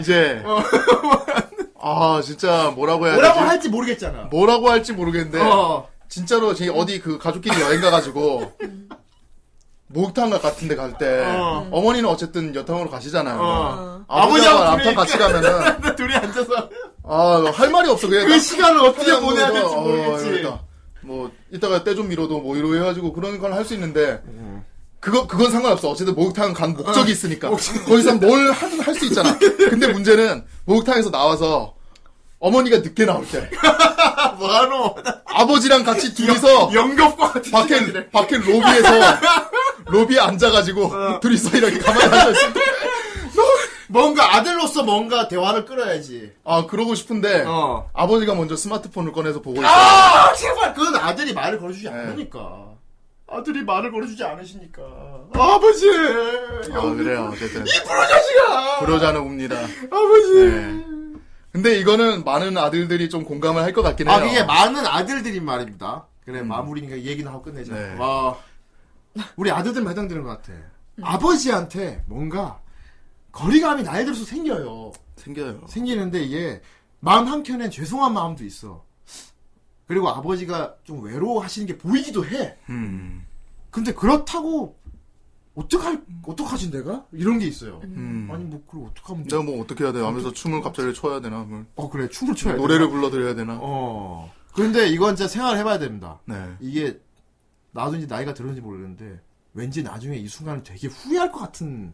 S2: 이제. 아, 진짜 뭐라고 해야
S1: 뭐 뭐라고
S2: 되지?
S1: 할지 모르겠잖아.
S2: 뭐라고 할지 모르겠는데.
S1: 어.
S2: 진짜로 제 어디 그 가족끼리 여행 가가지고. 목욕탕 같은 데 갈 때
S1: 음. 어.
S2: 어. 머니는 어쨌든 여탕으로 가시잖아요.
S1: 어.
S2: 아버지하고
S1: 아버지하고
S2: 남편 같이 가면은
S1: 둘이 앉아서
S2: 아 할 말이 없어 그냥
S1: 그 시간을 어떻게
S2: 그냥 뭐
S1: 보내야 될지
S2: 이러다, 어,
S1: 모르겠지.
S2: 이러다. 뭐 이따가 때 좀 미뤄도 뭐 이러 해가지고 그런 걸 할 수 있는데 그거 그건 상관없어 어쨌든 목욕탕 간
S1: 아,
S2: 목적이 있으니까 거기서 뭘 하든 할 수 있잖아 근데 문제는 목욕탕에서 나와서 어머니가 늦게 나올 때
S1: 뭐하노?
S2: 아버지랑 같이 둘이서
S1: 영겁과 같은 시간이래.
S2: 밖에 밖에 로비에서 로비에 앉아가지고
S1: 어.
S2: 둘이서 이렇게 가만히 앉아 있을
S1: 뭔가 아들로서 뭔가 대화를 끌어야지.
S2: 때아 그러고 싶은데
S1: 어.
S2: 아버지가 먼저 스마트폰을 꺼내서 보고 있어
S1: 아, 제발! 그건 아들이 말을 걸어주지
S2: 네.
S1: 않으니까. 아들이 말을 걸어주지 않으시니까. 아버지!
S2: 아 그래요 어쨌든
S1: 브로자식아!
S2: 불효자는 옵니다
S1: 아버지!
S2: 네. 근데 이거는 많은 아들들이 좀 공감을 할 것 같긴 해요.
S1: 아, 그게 많은 아들들이 말입니다. 그래, 마무리니까 이 얘기는 하고 끝내자.
S2: 네.
S1: 와. 우리 아들들만 해당되는 것 같아.
S3: 음.
S1: 아버지한테 뭔가 거리감이 나이 들어서 생겨요.
S2: 생겨요.
S1: 생기는데 이게 마음 한켠엔 죄송한 마음도 있어. 그리고 아버지가 좀 외로워하시는 게 보이기도 해.
S2: 음.
S1: 근데 그렇다고 어떡할 어떡하지 내가 이런 게 있어요.
S2: 음.
S1: 아니 뭐 그걸 어떡하면 돼?
S2: 내가 뭐 어떻게 해야 돼? 하면서 춤을 갑자기 춰야 되나? 뭘
S1: 어 그래 춤을 춰야 돼.
S2: 노래를 불러드려야 되나?
S1: 어. 근데 이건 진짜 생각을 해봐야 됩니다.
S2: 네.
S1: 이게 나도 이제 나이가 들었는지 모르겠는데 왠지 나중에 이 순간을 되게 후회할 것 같은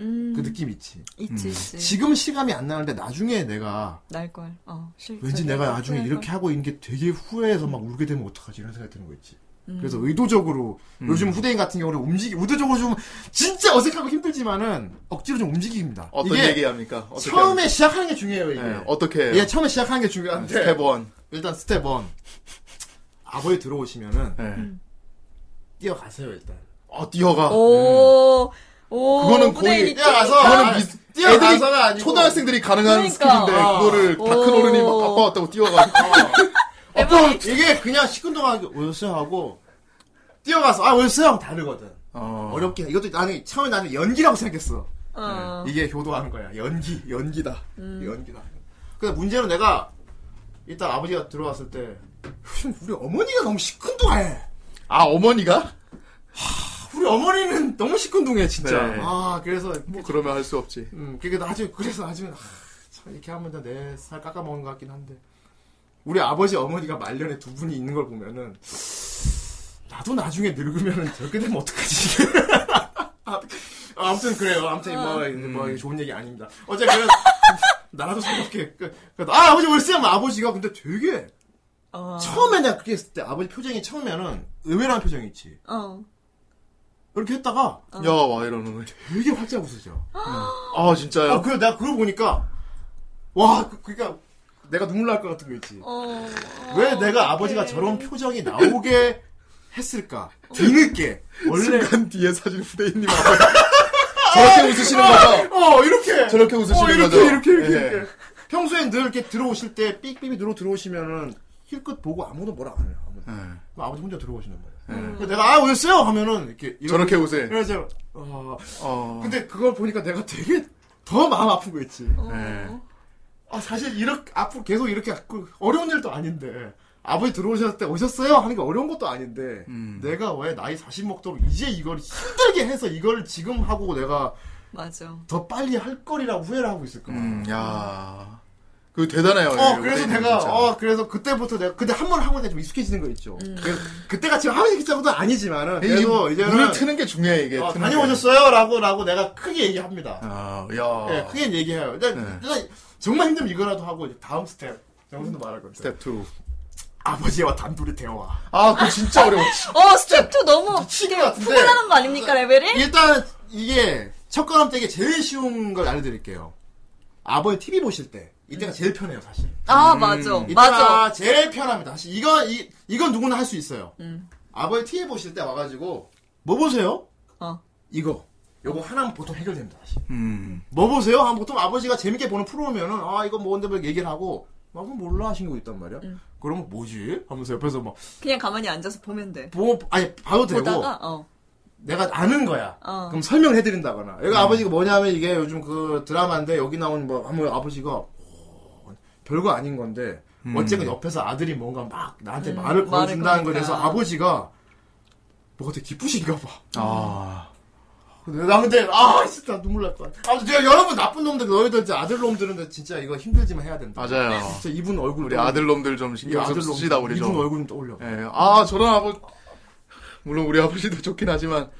S3: 음. 네.
S1: 그 느낌 있지.
S3: 있지, 있지.
S1: 지금 실감이 안 나는데 나중에 내가
S3: 날걸. 어, 실제.
S1: 왠지 내가 나중에
S3: 그래,
S1: 이렇게 하고 있는 게 되게 후회해서 막 울게 되면 어떡하지 이런 생각이 드는 거 있지.
S3: 음.
S1: 그래서 의도적으로
S2: 음.
S1: 요즘 후대인 같은 경우는 움직이 의도적으로 좀 진짜 어색하고 힘들지만은 억지로 좀 움직입니다.
S2: 어떤
S1: 이게
S2: 얘기합니까? 어떻게
S1: 처음에 시작하는 게 중요해요 이게.
S2: 합니까? 네. 어떻게 해요? 네.
S1: 이게 처음에 시작하는 게 중요한데
S2: 스텝 원.
S1: 일단 스텝 1 아버지 들어오시면은
S2: 네.
S1: 뛰어가세요 일단.
S2: 어 뛰어가.
S3: 오, 오.
S2: 그거는 거의-
S3: 후대인이 뛰어-
S1: 뛰어가서
S2: 그거는
S1: 아,
S2: 미스- 애들이
S1: 뛰어가서가 아니고
S2: 초등학생들이 가능한
S3: 그러니까.
S2: 스킬인데
S1: 아.
S2: 그거를
S3: 오.
S2: 다 큰 어른이 막 바빠 왔다고 뛰어가.
S1: 아빠 이게 그냥 시큰둥하게 오셨어요 하고 뛰어가서 아 오셨어요 하면 다르거든.
S2: 어.
S1: 어렵긴 해. 이것도 나는 처음에 나는 연기라고 생각했어. 음.
S3: 어.
S1: 이게 효도하는 거야. 연기, 연기다.
S2: 음.
S1: 연기다. 근데 문제는 내가 일단 아버지가 들어왔을 때 요즘 우리 어머니가 너무 시큰둥해.
S2: 아 어머니가?
S1: 우리 어머니는 너무 시큰둥해 진짜.
S2: 네.
S1: 아 그래서
S2: 뭐 그러면 할 수 없지.
S1: 음 그게 나중에 그래서 나중에 아, 참 이렇게 하면 내살 깎아 먹는 것 같긴 한데 우리 아버지 어머니가 말년에 두 분이 있는 걸 보면은 나도 나중에 늙으면은 저렇게 되면 어떡하지? 아, 아무튼 그래요. 아무튼 뭐, 뭐 이게 좋은 얘기 아닙니다. 어제 그래 나라도 생각해. 그, 그, 아 아버지 월세 하면 아버지가 근데 되게
S3: 어.
S1: 처음에 내가 그렇게 했을 때 아버지 표정이 처음에는 의외라는 표정이 있지.
S3: 어.
S1: 이렇게 했다가
S2: 야 와 이러는 거.
S1: 되게 활짝 웃으죠.
S2: 아 진짜요?
S1: 어, 그래 내가 그걸 보니까 와 그, 그러니까 내가 눈물 날 것 같은 거 있지.
S3: 어.
S1: 왜 내가 아버지가 저런 표정이 나오게 했을까? 뒤늦게 원래
S2: 순간 뒤에 사진 후대인님 앞에 저렇게 웃으시는 거죠?
S1: 어 이렇게
S2: 저렇게 웃으시는
S1: 어, 이렇게,
S2: 거죠?
S1: 이렇게 이렇게
S2: 예.
S1: 이렇게 평소엔 늘 이렇게 들어오실 때 삑삑이 누르고 들어오시면은 힐끗 보고 아무도 뭐라 안 해요. 아무도.
S2: 네.
S1: 그럼 아버지 혼자 들어오시는 거예요. 그래서 내가 아 오셨어요 하면은 이렇게 이런-
S2: 저렇게 오세요.
S1: 그래서 어,
S2: 어.
S1: 근데 그걸 보니까 내가 되게 더 마음 아픈 거 있지.
S2: 네.
S1: 아 사실 이렇게 앞으로 계속 이렇게 갖고 어려운 일도 아닌데 아버지 들어오셨을 때 오셨어요 하는 게 어려운 것도 아닌데
S2: 음.
S1: 내가 왜 나이 40 먹도록 이제 이걸 힘들게 해서 이걸 지금 하고 내가
S3: 맞아.
S1: 더 빨리 할 거리라 후회를 하고 있을 거야.
S2: 음, 야. 그 대단해요.
S1: 어
S2: 이
S1: 그래서
S2: 레이는
S1: 내가
S2: 진짜.
S1: 어 그래서 그때부터 내가 근데 한 번 하고 나좀 익숙해지는 거 있죠. 그래서 그때가 지금 하고 있는 정도는 아니지만은
S2: 이게
S1: 그래도 이제는
S2: 문을 트는 게 중요해 이게.
S1: 어,
S2: 트는
S1: 다녀오셨어요라고 라고 내가 크게 얘기합니다.
S2: 게. 아, 야.
S1: 예, 크게 얘기해요. 일단,
S2: 네.
S1: 일단 정말 힘들면 이거라도 하고 이제 다음 스텝. 정순도 말할 거예요.
S2: 스텝 2.
S1: 아버지와 단둘이 대화.
S2: 아, 그거 진짜 어려웠지.
S3: 어, 스텝 2 너무
S1: 미친 것 같은데. 음.
S3: 포근하는 거 아닙니까, 레벨이?
S1: 예? 일단 이게 첫 걸음 때 이게 제일 쉬운 걸 알려드릴게요. 아버지 TV 보실 때 이때가 제일 편해요, 사실.
S3: 아, 맞아.
S1: 음. 이때가
S3: 음. 맞아.
S1: 제일 편합니다. 사실 이거 이 이건 누구나 할 수 있어요.
S3: 음.
S1: 아버지 TV 보실 때 와가지고 뭐 보세요?
S3: 어.
S1: 이거. 요거 하나면 보통 해결됩니다. 사실.
S2: 음.
S1: 뭐 보세요? 하면 보통 아버지가 재밌게 보는 프로면은 아 이거 뭔데 뭐 얘기를 하고 나 그건 몰라 하신 거 있단 말이야. 그러면 뭐지? 하면서 옆에서 막
S3: 그냥 가만히 앉아서 보면 돼.
S1: 보 아니 봐도 되고
S3: 보다가, 어.
S1: 내가 아는 거야.
S3: 어.
S1: 그럼 설명을 해드린다거나. 여기 아버지가 뭐냐면 이게 요즘 그 드라마인데 여기 나온 뭐 한번 아버지가 오, 별거 아닌 건데 어쨌건 옆에서 아들이 뭔가 막 나한테
S3: 음,
S1: 말을
S3: 말을
S1: 걸어준다는 거에
S3: 거니까.
S1: 대해서 아버지가 뭐가 되게 기쁘신가 봐.
S2: 아.
S1: 근데 나 근데 아 진짜 눈물 날 거야. 아 제가 여러분 나쁜 놈들 너희들 이제 아들 놈들은 진짜 이거 힘들지만 해야 된다.
S2: 맞아요.
S1: 진짜 이분 얼굴
S2: 우리
S1: 떠올려.
S2: 아들놈들 좀
S1: 이
S2: 신경 좀
S1: 아들
S2: 쓰시다 우리
S1: 이분
S2: 좀.
S1: 얼굴 떠올려.
S2: 예. 아, 저런 아버 물론 우리 아버지도 좋긴 하지만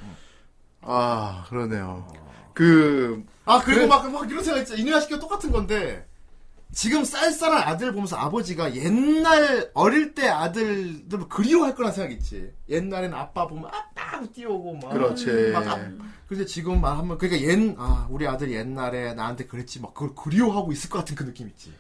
S2: 아, 그러네요. 그
S1: 아 그리고
S2: 그래.
S1: 막, 막 이런 생각 있죠. 이누야 시켜 똑같은 건데 지금 쌀쌀한 아들 보면서 아버지가 옛날 어릴 때 아들들 그리워할 거란 생각 있지. 옛날에는 아빠 보면 아빠 하고 뛰어오고 막.
S2: 그렇지.
S1: 막 아, 근데 지금 말하면 그러니까 옛 아, 우리 아들 옛날에 나한테 그랬지 막 그걸 그리워하고 있을 것 같은 그 느낌 있지.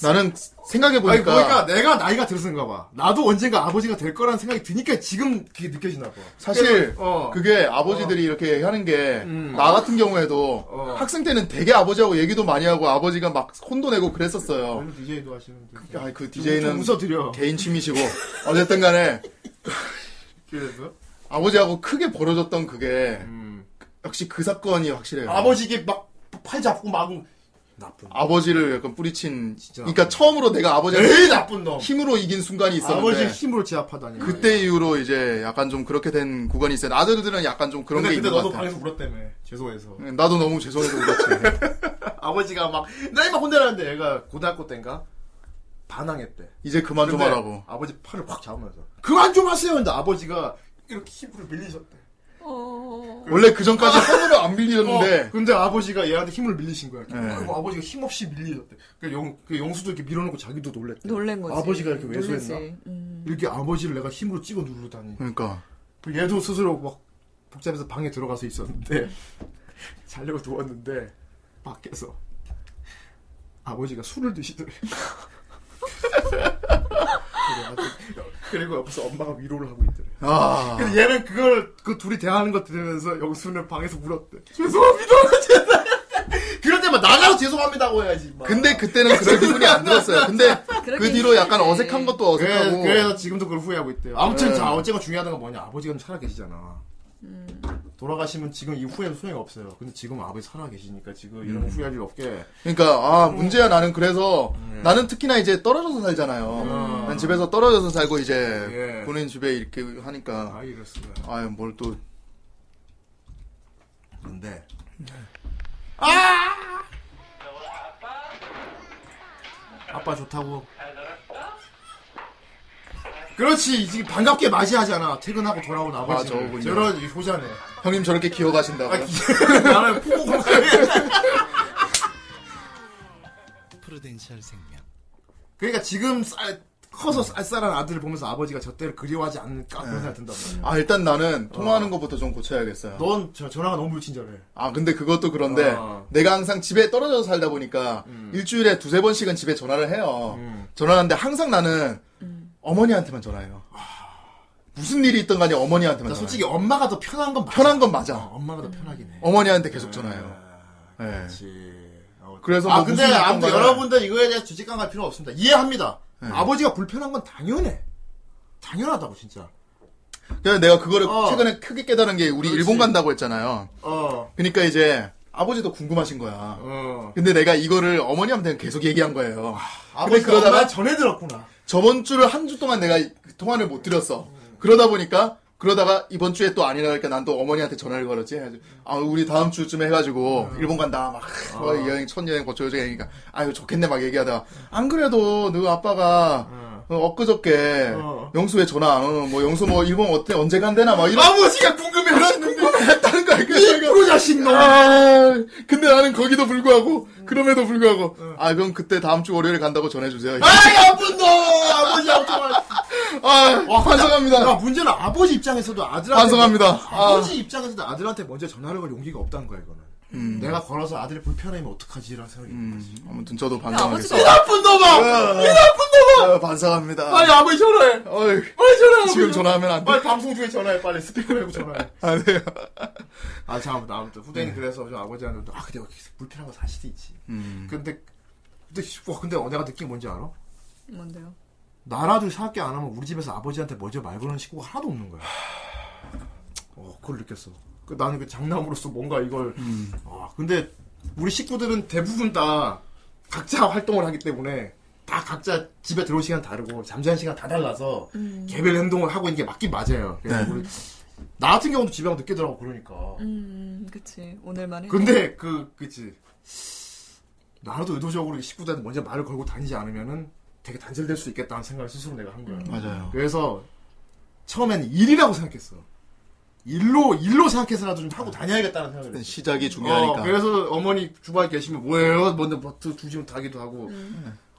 S2: 나는 생각해
S1: 아니,
S2: 보니까
S1: 그러니까 내가 나이가 들었는가 봐. 나도 언젠가 아버지가 될 거라는 생각이 드니까 지금 그게 느껴지나 봐.
S2: 사실
S1: 그래서, 어.
S2: 그게 아버지들이 이렇게 하는 게 나
S1: 음.
S2: 같은 경우에도
S1: 어.
S2: 학생 때는 되게 아버지하고 얘기도 많이 하고 아버지가 막 혼도 내고 그랬었어요.
S1: 오늘 DJ도 하시는 분.
S2: 아니 그
S1: 좀- 음. 좀
S2: DJ는
S1: 웃어드려.
S2: 개인 취미시고 어쨌든 간에
S1: 그래서
S2: 아버지하고 크게 벌어졌던 그게
S1: 음.
S2: 역시 그 사건이 확실해요.
S1: 아버지 이게 막 팔 잡고 막 나쁜.
S2: 아버지를 약간 뿌리친
S1: 진짜.
S2: 그러니까 처음으로 내가
S1: 에이
S2: 아버지를
S1: 나쁜 놈.
S2: 힘으로 이긴 순간이
S1: 아버지
S2: 있었는데
S1: 힘으로 제압하다니.
S2: 그때 이후로 이제 약간 좀 그렇게 된 구간이 있어요. 아들들은 약간 좀 그런
S1: 근데
S2: 게
S1: 그때
S2: 있는
S1: 너도
S2: 것 같아.
S1: 방에서 울었다며. 죄송해서.
S2: 나도 너무 죄송해서 울었지.
S1: 아버지가 막 나이만 혼내라는데 얘가 고등학교 때인가 반항했대.
S2: 이제 그만 좀
S1: 근데
S2: 하라고.
S1: 아버지 팔을 확 잡으면서 그만 좀 하세요. 근데 아버지가 이렇게 힘으로 밀리셨대.
S3: 어.
S2: 원래 그 전까지 손으로 안 빌리는데
S1: 아. 어, 근데 아버지가 얘한테 힘을 밀리신 거야.
S2: 네.
S1: 그리고 아버지가 힘없이 밀리셨대. 그, 영, 그 영수도 이렇게 밀어놓고 자기도 놀랬대.
S3: 놀란 거지.
S1: 아버지가 이렇게 왜소했나?
S3: 놀랬지. 음.
S1: 이렇게 아버지를 내가 힘으로 찍어 누르다니.
S2: 그러니까
S1: 그 얘도 스스로 막 복잡해서 방에 들어가서 있었는데 자려고 누웠는데 밖에서 아버지가 술을 드시더래. 그래가지고 그리고 옆에서 엄마가 위로를 하고 있더래.
S2: 아
S1: 근데 얘는 그걸 그 둘이 대하는 거 들으면서 영수는 방에서 울었대. 죄송합니다. 죄송합니다. 그럴 때만 나가서 죄송합니다고 해야지. 막.
S2: 근데 그때는 그런 기분이 안 들었어요. 근데 그
S3: 그러긴
S2: 뒤로 약간
S3: 했지.
S2: 어색한 것도
S1: 그래,
S2: 어색하고
S1: 그래서 지금도 그걸 후회하고 있대요. 아무튼
S2: 네.
S1: 자 어쨌건 중요한 건 뭐냐 아버지가 좀 살아 계시잖아. 돌아가시면 지금 이 후회는 소용이 없어요. 근데 지금 아버지 살아 계시니까 지금
S2: 음.
S1: 이런 후회할 일 없게.
S2: 그러니까 아 문제야 나는 그래서
S1: 음.
S2: 나는 특히나 이제 떨어져서 살잖아요. 난 집에서 떨어져서 살고 이제
S1: 예.
S2: 본인 집에 이렇게 하니까
S1: 아 이럴 수가.
S2: 아유 뭘또
S1: 근데 아! 아빠 좋다고. 그렇지 지금 반갑게 맞이하잖아. 퇴근하고 돌아온 아버지.
S2: 맞아, 그냥.
S1: 저런 이 효자네.
S2: 형님 저렇게 기어가신다고.
S1: 아, 기- 나는 포고만.
S7: 프루덴셜 생명
S1: 그러니까 지금 쌀, 커서 쌀쌀한 아들을 보면서 아버지가 저 때를 그리워하지 않을까 그런 생각 든단 말이야.
S2: 아 일단 나는
S1: 어.
S2: 통화하는 것부터 좀 고쳐야겠어요.
S1: 넌 저, 저랑 너무 불친절해.
S2: 아 근데 그것도 그런데
S1: 어. 음.
S2: 내가 항상 집에 떨어져서 살다 보니까 일주일에 두세 번씩은 집에 전화를 해요. 전화하는데 항상 나는 어머니한테만 전화해요. 무슨 일이 있던 간에 어머니한테만
S1: 나
S2: 전화해요.
S1: 솔직히 어. 엄마가 더 편한 건 맞아.
S2: 편한 건 맞아.
S1: 어, 엄마가 더 편하긴 해.
S2: 어머니한테 계속 전화해요. 예.
S1: 그렇지. 어,
S2: 그래서
S1: 아
S2: 뭐
S1: 근데
S2: 무슨
S1: 아무튼
S2: 사건가요? 네.
S1: 여러분들 이거에 대해 죄책감 갈 필요 없습니다. 이해합니다. 아버지가 불편한 건 당연해. 당연하다고 진짜.
S2: 그래서 내가 그거를
S1: 어.
S2: 최근에 크게 깨달은 게 우리
S1: 그렇지.
S2: 일본 간다고 했잖아요.
S1: 어,
S2: 그러니까 이제 아버지도 궁금하신 거야.
S1: 어.
S2: 근데 내가 이거를 어머니한테 계속 얘기한 거예요.
S1: 아버지
S2: 그러다가-
S1: 그러다가 전해 들었구나.
S2: 저번 주를 한 주 동안 내가 그 통화를 못 드렸어. 그러다 보니까 그러다가 이번 주에 또 아니라니까 난 또 어머니한테 전화를 걸었지. 해가지고 아 우리 다음 주쯤에 해가지고 일본 간다 막 어,
S1: 아.
S2: 이 여행 첫 여행 거쳐서 얘기니까 아유 좋겠네 막 얘기하다가 안 그래도 너 아빠가 어, 엊그저께
S1: 어.
S2: 영수 왜 전화 안 오는 뭐 영수 뭐 일본 어때 언제 간대나 막 이런
S1: 아버지가 궁금해 하시는데
S2: 했다는 거야. 그래서 내가
S1: 프로 자신 너.
S2: 아, 근데 나는 거기도 불구하고 그럼에도 불구하고 아 그럼 그때 다음 주 월요일에 간다고 전해주세요.
S1: 아이 아픈 너. 아버지 아픈
S2: 아
S1: 와,
S2: 환성합니다.
S1: 야, 문제는 아버지 입장에서도 아들한테.
S2: 반성합니다. 아.
S1: 아버지 입장에서도 아들한테 먼저 전화를 걸 용기가 없다는 거야, 이거는. 내가 걸어서 아들이 불편하면 어떡하지, 이런 생각이. 음.
S2: 음, 아무튼 저도
S3: 그 아버지가
S2: 반성하겠습니다.
S1: 나쁜 놈아!
S2: 이 나쁜 놈아! 반성합니다.
S1: 빨리 아버지 전화해!
S2: 어이,
S1: 빨리 전화해!
S2: 지금
S1: 아버지.
S2: 전화하면 안 돼.
S1: 빨리 방송 중에 전화해, 빨리 스피커 해고 전화해.
S2: 안 돼요.
S1: 아, 참, 아무튼, 아무튼. 후대인 그래서 좀 아버지한테, 아, 근데 여기 불편한 거 사실이 있지.
S2: 네. 음.
S1: 근데, 근데, 씨, 와, 근데 내가 느낀 게 뭔지 알아?
S3: 뭔데요?
S1: 나라도 사악게 안 하면 우리 집에서 아버지한테 먼저 말 거는 식구가 하나도 없는 거야. 어, 그걸 느꼈어. 그, 나는 그 장남으로서 뭔가 이걸, 아, 근데 우리 식구들은 대부분 다 각자 활동을 하기 때문에 다 각자 집에 들어올 시간 다르고 잠자는 시간 다 달라서 개별 행동을 하고 있는 게 맞긴 맞아요. 그래서 우리- 나 같은 경우도 집에 가면 늦게 들어가고 그러니까.
S3: 음, 그치. 오늘만 해.
S1: 근데 그 그치 나라도 의도적으로 이 식구들한테 먼저 말을 걸고 다니지 않으면은 되게 단절될 수 있겠다는 생각을 스스로 내가 한 거야.
S2: 맞아요.
S1: 그래서 처음엔 일이라고 생각했어. 일로 일로 생각해서라도 좀 하고 다녀야겠다는 생각을 했어.
S2: 시작이
S1: 어,
S2: 중요하니까.
S1: 그래서 어머니 주방에 계시면 뭐예요? 먼저 버트 두시면 다기도 하고.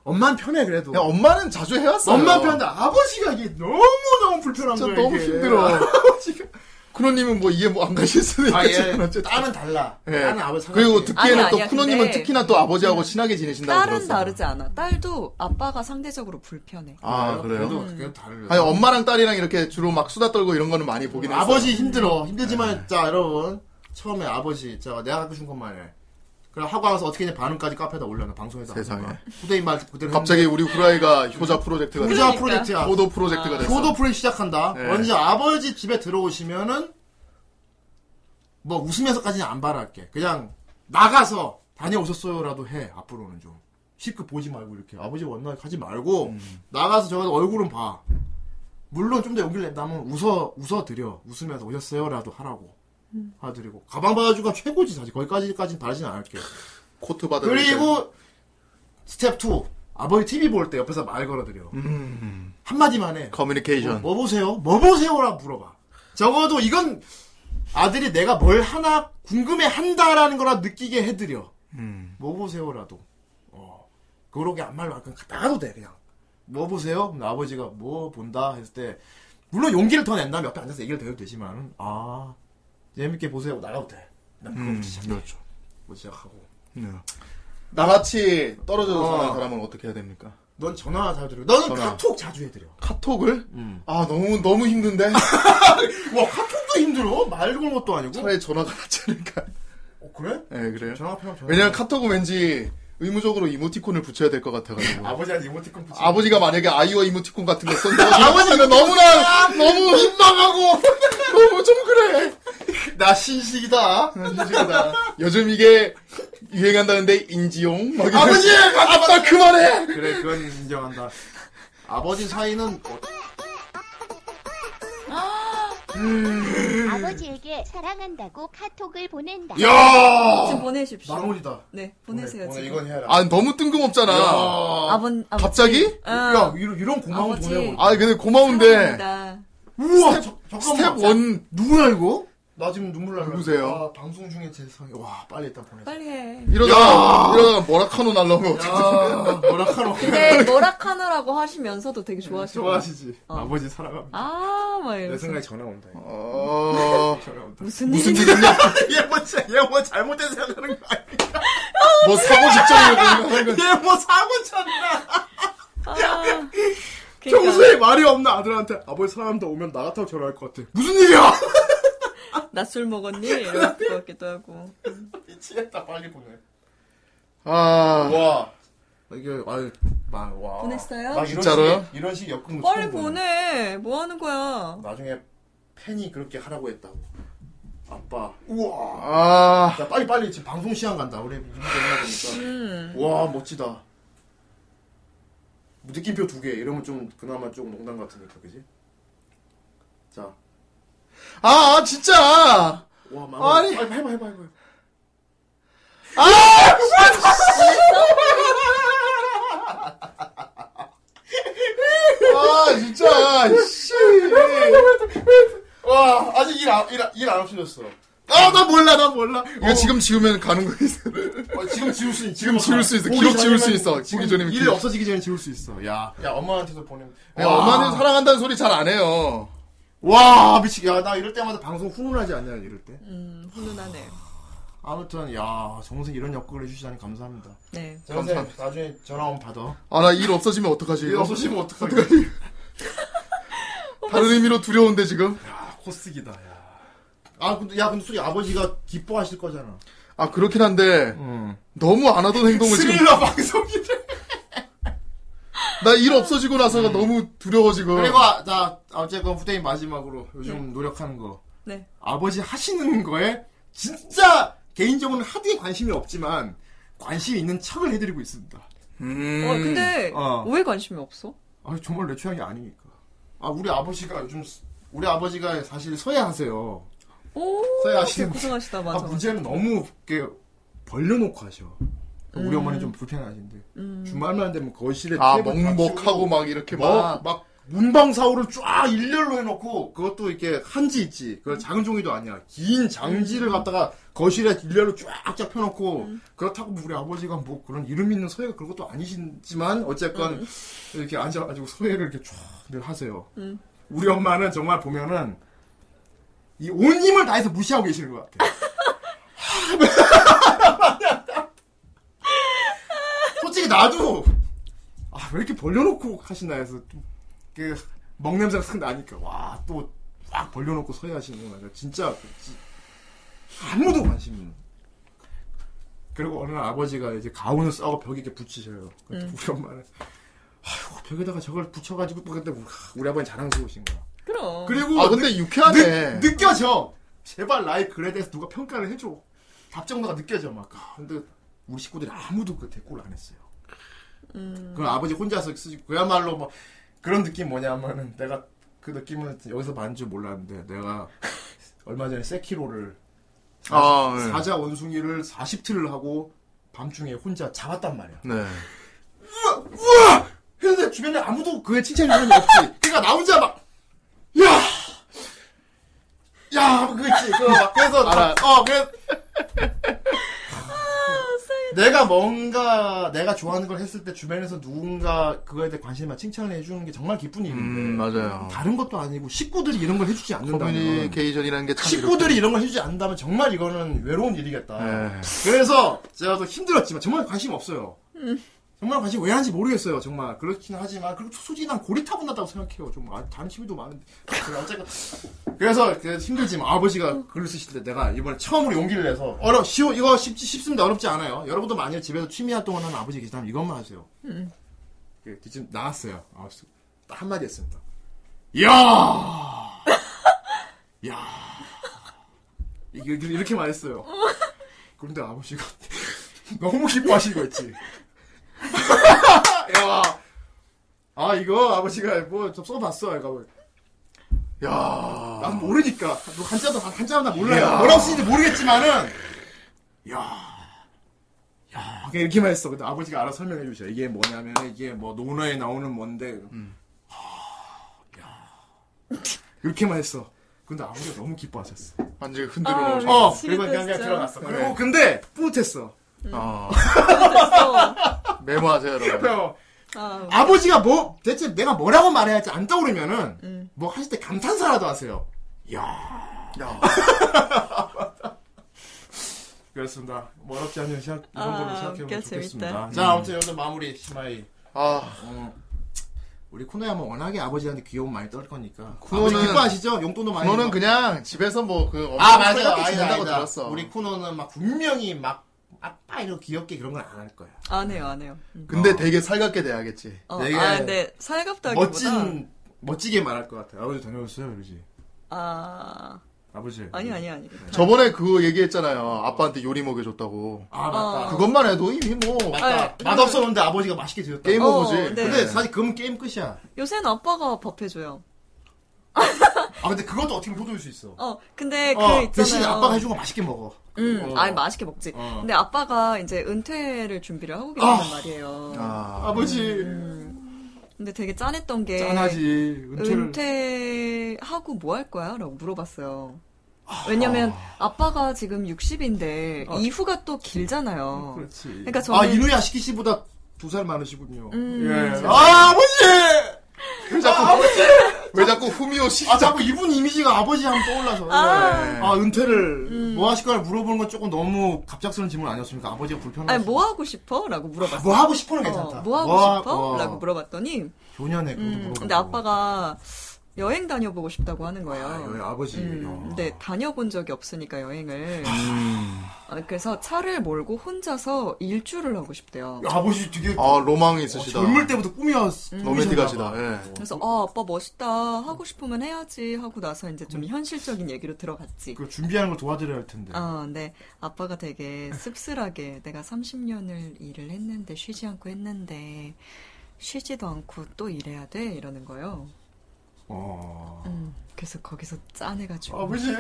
S1: 엄만 편해 그래도.
S2: 그냥 엄마는 자주 해왔어요.
S1: 엄만 편한데 아버지가 이게 너무 너무 불편한
S2: 진짜
S1: 거야.
S2: 너무
S1: 이게.
S2: 힘들어.
S1: 아버지가.
S2: 쿠노님은 뭐 이해 뭐 안 가실 수도
S1: 아
S2: 있겠지.
S1: 예. 딸은 달라.
S2: 예.
S1: 딸은 아버지
S2: 그리고
S1: 생각해.
S2: 듣기에는
S3: 아니야,
S2: 또
S3: 아니야,
S2: 쿠노님은
S3: 근데-
S2: 특히나 또 아버지하고 친하게 지내신다고
S3: 딸은
S2: 들었어요.
S3: 다르지 않아. 딸도 아빠가 상대적으로 불편해.
S2: 아 그래요?
S1: 그래도 그래도 다르죠.
S2: 아니 엄마랑 딸이랑 이렇게 주로 막 수다 떨고 이런 거는 많이 보긴 했어요.
S1: 음,
S2: 음. 네.
S1: 아버지 힘들어. 힘들지만, 자, 여러분. 처음에 아버지, 자, 내가 갖고 준 것만 해. 그럼 하고 와서 어떻게 이제 반응까지 카페에다 올려놔, 방송에서.
S2: 세상에.
S1: 하는 거야. 후대인 말 그대로.
S2: 갑자기 우리 후라이가 효자 프로젝트가
S1: 효자
S2: 됐어.
S3: 그러니까.
S1: 프로젝트야.
S2: 효도 프로젝트가 됐어.
S1: 효도 프로젝트 시작한다.
S2: 네.
S1: 먼저 아버지 집에 들어오시면은, 뭐 웃으면서까지는 안 바랄게. 그냥 나가서 다녀오셨어요라도 해, 앞으로는 좀. 시크 보지 말고 이렇게 아버지 원날 가지 말고 나가서 저가 얼굴은 봐. 물론 좀 더 용기를 낸다면 웃어 웃어 드려 웃으면서 오셨어요라도 하라고 하드리고 가방 받아주가 최고지 사실 거기까지까지는 바라지는 않을게
S2: 코트 받아.
S1: 그리고 스텝 2 아버지 TV 볼 때 옆에서 말 걸어드려 한마디만 해 뭐,
S2: 커뮤니케이션.
S1: 뭐 보세요? 뭐 보세요라고 물어봐. 적어도 이건 아들이 내가 뭘 하나 궁금해 한다라는 거라 느끼게 해드려.
S2: 음.
S1: 뭐 보세요라도. 어. 그러게 안 말로 그냥 나가도 돼 그냥. 뭐 보세요? 그럼 아버지가 뭐 본다 했을 때 물론 용기를 더 낸다면 옆에 앉아서 얘기를 해도 되지만 아 재밌게 보세요 하고 나가도 돼. 난 그거부터 시작해.
S2: 그렇죠.
S1: 그거 시작하고.
S2: 나같이 떨어져서
S1: 어.
S2: 사는 사람은 어떻게 해야 됩니까?
S1: 넌 전화 자주 드려. 너는
S2: 전화.
S1: 카톡 자주 해드려.
S2: 카톡을? 아 너무 너무 힘든데
S1: 와 카톡도 힘들어? 말 거는 것도 아니고.
S2: 차라리 전화가 낫지 않을까?
S1: 어, 그래?
S2: 예 그래요.
S1: 전화 편하면 전화.
S2: 왜냐면 카톡은 왠지 의무적으로 이모티콘을 붙여야 될 것 같아가지고
S1: 아버지한테 이모티콘 붙이.
S2: 아버지가 만약에 아이와 이모티콘 같은 거 썼는데 아버지가 너무나 너무 민망하고 너무 좀 그래.
S1: 나 신식이다.
S2: 진심이다. 요즘 이게 유행한다는데 인지용 막 이런-
S1: 아버지!
S2: 아빠 그만해.
S1: 그래, 그건 인정한다. 아버지 사이는 어-
S4: 아버지에게 사랑한다고 카톡을 보낸다.
S1: 그 야
S3: 지금 보내십시오.
S1: 마무리다.
S3: 네, 보내세요.
S1: 오늘
S3: 지금.
S1: 이건 해라.
S2: 아 너무 뜬금없잖아.
S1: 야.
S3: 아버, 아버,
S2: 갑자기?
S1: 야, 이런, 이런 고마운
S3: 아버지.
S1: 보내고.
S2: 아 근데 고마운데
S1: 우와, 저- 잠깐만.
S2: 스텝 원
S1: 누구야 이거? 나 지금 눈물 나.
S2: 누구세요?
S1: 아, 방송 중에 제 상이. 와, 빨리 일단 보내.
S3: 빨리 해.
S2: 이러다가 이러다가 뭐라카노 날라오면 어떡해.
S1: 야, 아, 뭐라카노.
S3: 근데 뭐라카노라고 하시면서도 되게 좋아하시고.
S1: 좋아하시지.
S3: 어.
S1: 아버지 사랑합니다.
S3: 아, 막
S1: 내
S3: 이러면서.
S1: 생각에 전화 온다. 이거.
S2: 어,
S1: 전화 온다.
S3: 무슨,
S2: 무슨
S3: 일이
S2: 일이냐?
S1: 얘뭐 얘뭐 잘못된 생각하는 거 아니야?
S2: 뭐 사고 직전이라고
S1: 아,
S2: 생각하는 건
S1: 얘뭐 사고 쳤나?
S3: 아, 그러니까
S1: 평소에 말이 없는 아들한테 아버지 사람도 오면 나 같다고 전화할 것 같아. 무슨 일이야?
S3: 그러니까 낮술 먹었니? 이럴 것 같기도 하고.
S1: 미치겠다 빨리 보내.
S2: 아,
S1: 와 이게 아유 막와
S3: 보냈어요?
S1: 막 이런
S2: 진짜로요?
S1: 식의- 이런 식 역군
S3: 빨리 보내. 뭐 하는 거야?
S1: 나중에 팬이 그렇게 하라고 했다고 아빠 우와
S2: 아,
S1: 자 빨리 빨리 지금 방송 시간 간다 우리 이렇게 해야
S3: 음.
S1: 되니까 와 멋지다 느낌표 두 개 이러면 좀 그나마 좀 농담 같으니까 그지 자와
S2: 아, 아, 진짜.
S1: 마마
S2: 아니.
S1: 해봐 해봐 해봐 해봐
S2: 아, 진짜. 씨.
S1: 와 아직 일안일안 없어졌어 어. 아 나 몰라 나 몰라
S2: 이거 지금 지우면 가는 거 있어.
S1: 어, 지금 지울 수 있어.
S2: 지금 지울 수 있어. 기록 지울 수 있어. 보기 전이면
S1: 일
S2: 기록.
S1: 없어지기 전에 지울 수 있어. 야, 야 엄마한테도 보내면.
S2: 야, 엄마는 사랑한다는 소리 잘 안 해요.
S1: 와 미치. 야 나 이럴 때마다 방송 훈훈하지 않냐 이럴 때.
S3: 음, 훈훈하네.
S1: 아무튼 야 정선생 이런 역할을 해주시다니 감사합니다.
S3: 네.
S1: 정선생 나중에 전화 오면 받아.
S2: 아, 나 일 없어지면 어떡하지?
S1: 일
S2: 이거?
S1: 없어지면 어떡하지?
S2: 다른 의미로 두려운데, 지금?
S1: 아 코스기다. 야. 아 근데 야 근데 솔직히 아버지가 기뻐하실 거잖아.
S2: 아, 그렇긴 한데, 너무 안 하던 행동을 지금.
S1: 스릴러 방송이래.
S2: 나 일 없어지고 나서가 너무 두려워, 지금.
S1: 그리고 아, 자 어쨌건 후대인 마지막으로 요즘 노력하는 거.
S3: 네.
S1: 아버지 하시는 거에 진짜 개인적으로는 하드에 관심이 없지만 관심이 있는 척을 해드리고 있습니다.
S2: 음.
S3: 어, 근데
S1: 어.
S3: 왜 관심이 없어?
S1: 아 정말 내 취향이 아니니까. 아 우리 아버지가 요즘 스- 우리 아버지가 사실 서예하세요.
S3: 오.
S1: 서예하시는
S3: 고생하시다.
S1: 아,
S3: 맞아. 맞아.
S1: 문제는 너무 이렇게 벌려놓고 하셔. 우리 어머니 좀 불편하신데 주말만 되면 거실에
S2: 아,
S1: 테이블 다
S2: 먹먹하고
S1: 치우고
S2: 막 이렇게
S1: 막,
S2: 막.
S1: 막 문방사오를 쫙 일렬로 해놓고 그것도 이렇게 한지 있지 그 작은 종이도 아니야 긴 장지를 갖다가 거실에 일렬로 쫙쫙 펴놓고 그렇다고 우리 아버지가 뭐 그런 이름 있는 서예가 그런 것도 아니시지만 어쨌건 이렇게 앉아가지고 서예를 이렇게 쫙늘 하세요
S3: 음.
S1: 우리 엄마는 정말 보면은 이 온 힘을 다해서 무시하고 계시는 것 같아 솔직히 나도 아, 왜 이렇게 벌려놓고 하시나 해서 좀, 그, 먹냄새가 싹 나니까, 와, 또, 막 벌려놓고 서야 하시는구나. 진짜, 그 지- 아무도 관심 없는. 그리고 어느 날 아버지가 이제 가운을 싸고 벽에 이렇게 붙이셔요. 그때 우리 엄마는, 아이고, 벽에다가 저걸 붙여가지고, 뭐 그때 우리- 우리 아버지 자랑스러우신 거야.
S3: 그럼.
S1: 그리고,
S2: 아, 근데 유쾌하네.
S1: 뭐? 느, 껴져 제발 나의 글에 대해서 누가 평가를 해줘. 답정너가 느껴져 막. 아, 근데 우리 식구들이 아무도 그 대꾸를 안 했어요. 그럼 아버지 혼자서 쓰시고 그야말로 뭐 그런 느낌 뭐냐면은 내가 그 느낌을 여기서 받는 줄 몰랐는데 내가 얼마 전에 세키로를
S2: 아, 네.
S1: 사자 원숭이를 40틀을 하고 밤중에 혼자 잡았단 말이야.
S2: 네.
S1: 우와! 했는데 주변에 아무도 그에 칭찬해 주는 사람이 없지. 그러니까 나 혼자 막, 야! 야! 뭐 그랬지. 그거 막, 그래서, 나, 어, 그래. 내가 뭔가, 내가 좋아하는 걸 했을 때 주변에서 누군가 그거에 대해 관심이나 칭찬을 해주는 게 정말 기쁜 일인데.
S2: 음, 맞아요.
S1: 다른 것도 아니고 식구들이 이런 걸 해주지 않는다면.
S2: 커뮤니케이션이라는 게 참.
S1: 식구들이 이런 걸 해주지 않는다면 정말 이거는 외로운 일이겠다.
S2: 네.
S1: 그래서 제가 또 힘들었지만 정말 관심 없어요. 정말 관심 왜 하는지 모르겠어요. 정말 그렇긴 하지만 그리고 솔직히 난 고리타분하다고 생각해요. 좀 아, 다른 취미도 많은데 그래, 어쨌건 그래서 그래서 힘들지만 아버지가 글을 쓰실 때 내가 이번에 처음으로 용기를 내서 어려 쉬워 이거 쉽지 쉽습니다. 어렵지 않아요. 여러분도 만약 집에서 취미 활동을 하는 아버지 계시다면 이것만 하세요. 그 지금 나왔어요. 아, 딱 한마디 했습니다. 야, 야. 이게 이렇게- 이렇게 말했어요. 그런데 아버지가 너무 기뻐하신 거 있지. 야, 아 이거 아버지가 뭐 좀 써봤어. 그러니까 뭐,
S2: 야
S1: 난 모르니까 뭐 한자도 한- 한자도 나 몰라요. 뭐라고 쓰는지 모르겠지만은, 야, 야, 그냥 이렇게만 했어. 근데 아버지가 알아 서 설명해 주셔. 이게 뭐냐면 이게 뭐 논어에 나오는 뭔데. 하, 야, 이렇게만 했어. 근데 아버지가 너무 기뻐하셨어.
S2: 완전
S3: 아,
S2: 흔들어 놓으
S1: 어,
S3: 미치겠다,
S1: 그리고 그냥, 그냥
S3: 진짜.
S1: 들어갔어.
S2: 네.
S1: 그리고 근데 뿌듯했어.
S2: 어,
S3: 됐어.
S2: 메모하세요, 여러분.
S1: 그래서
S3: 아,
S1: 아버지가 뭐 대체 내가 뭐라고 말해야 할지 안 떠오르면은
S3: 음.
S1: 뭐 하실 때 감탄사라도 하세요. 이야.
S2: 야.
S1: 그렇습니다. 뭐 어렵지 않은 시작 이런
S3: 아,
S1: 걸로 시작해보면
S3: 웃겨,
S1: 좋겠습니다.
S3: 재밌다.
S6: 음.
S1: 자, 아무튼 여기서 마무리 시마이.
S2: 아,
S1: 어, 우리 쿠노야 뭐 워낙에 아버지한테 귀여움 많이 떨 거니까.
S2: 쿠노는-
S1: 아버지 기뻐하시죠? 용돈도 많이.
S2: 너는
S1: 막-
S2: 그냥 집에서 뭐 그 엄청
S1: 아 맞아
S2: 생각해
S1: 아니다
S2: 준다고
S1: 아니다.
S2: 들었어.
S1: 우리 쿠노는 막 분명히 막
S6: 아빠 이러고 귀엽게 그런 건 안 할 거야.
S3: 안 해요, 안 해요. 음.
S2: 근데
S6: 어.
S2: 되게 살갑게 돼야겠지.
S3: 어,
S6: 되게
S3: 아, 근데 살갑다기보다
S6: 멋진 멋지게 말할 것 같아. 아버지 다녀오세요 이러지.
S3: 아
S6: 아버지.
S3: 아니 아니 아니.
S2: 저번에 그거 얘기했잖아요. 아빠한테 요리 먹여줬다고.
S6: 아 맞다.
S3: 어. 아, 네.
S2: 그것만 해도 이미 뭐
S6: 맞다. 맛없었는데 아버지가 맛있게 드셨다.
S2: 게임
S3: 어,
S2: 오버지.
S3: 네.
S6: 근데 사실 그럼 게임 끝이야.
S3: 요새는 아빠가 밥 해줘요.
S6: 아 근데 그것도 어떻게 보도할 수 있어.
S3: 어 근데 그
S6: 어,
S3: 있잖아요.
S6: 대신 아빠가 해준 거 맛있게 먹어.
S3: 음,
S6: 어.
S3: 아니 맛있게 먹지.
S6: 어.
S3: 근데 아빠가 이제 은퇴를 준비를 하고 계시단 말이에요.
S2: 아,
S6: 아버지
S3: 음. 근데 되게 짠했던 게 네.
S6: 짠하지 은퇴를
S3: 은퇴하고 뭐 할 거야? 라고 물어봤어요.
S6: 아.
S3: 왜냐면 아빠가 지금 60인데 이후가 또 길잖아요.
S6: 음, 그렇지.
S3: 그러니까 저는
S6: 아 이누야 시키 씨보다 두 살 많으시군요.
S3: 음.
S6: 예. 아 아버지.
S2: 왜 자꾸 왜 자꾸 후미오 씨?
S6: 아 자꾸 이분 이미지가 아버지 하면 떠올라서
S3: 아.
S6: 네. 아, 은퇴를 뭐 하실 거를 물어보는 건 조금 너무 갑작스러운 질문 아니었습니까? 아버지가 불편하시
S3: 아니 뭐 하고 싶어? 라고 물어봤어요.
S6: 뭐 하고 싶어는 괜찮다.
S3: 어, 뭐 하고
S6: 하-
S3: 싶어?
S6: 어.
S3: 라고 물어봤더니
S6: 교년에 그것도
S3: 음,
S6: 물어보고
S3: 근데 아빠가 여행 다녀보고 싶다고 하는 거예요.
S6: 아, 여기 아버지
S3: 음,
S6: 어.
S3: 근데 다녀본 적이 없으니까 여행을 아, 그래서 차를 몰고 혼자서 일주를 하고 싶대요.
S6: 아버지 되게
S2: 아 로망이
S6: 어,
S2: 있으시다.
S6: 젊을 때부터 꿈이었
S2: 로맨틱하시다. 예.
S3: 그래서 아 아빠 멋있다 하고 싶으면 해야지 하고 나서 이제
S6: 음.
S3: 좀 현실적인 얘기로 들어갔지.
S6: 그 준비하는 걸 도와드려야 할 텐데.
S3: 아, 근데 아빠가 되게 씁쓸하게 내가 30년을 일을 했는데 쉬지 않고 했는데 쉬지도 않고 또 일해야 돼 이러는 거예요.
S6: 어.
S3: 음, 그래서 거기서 짠해가지고
S6: 아버지,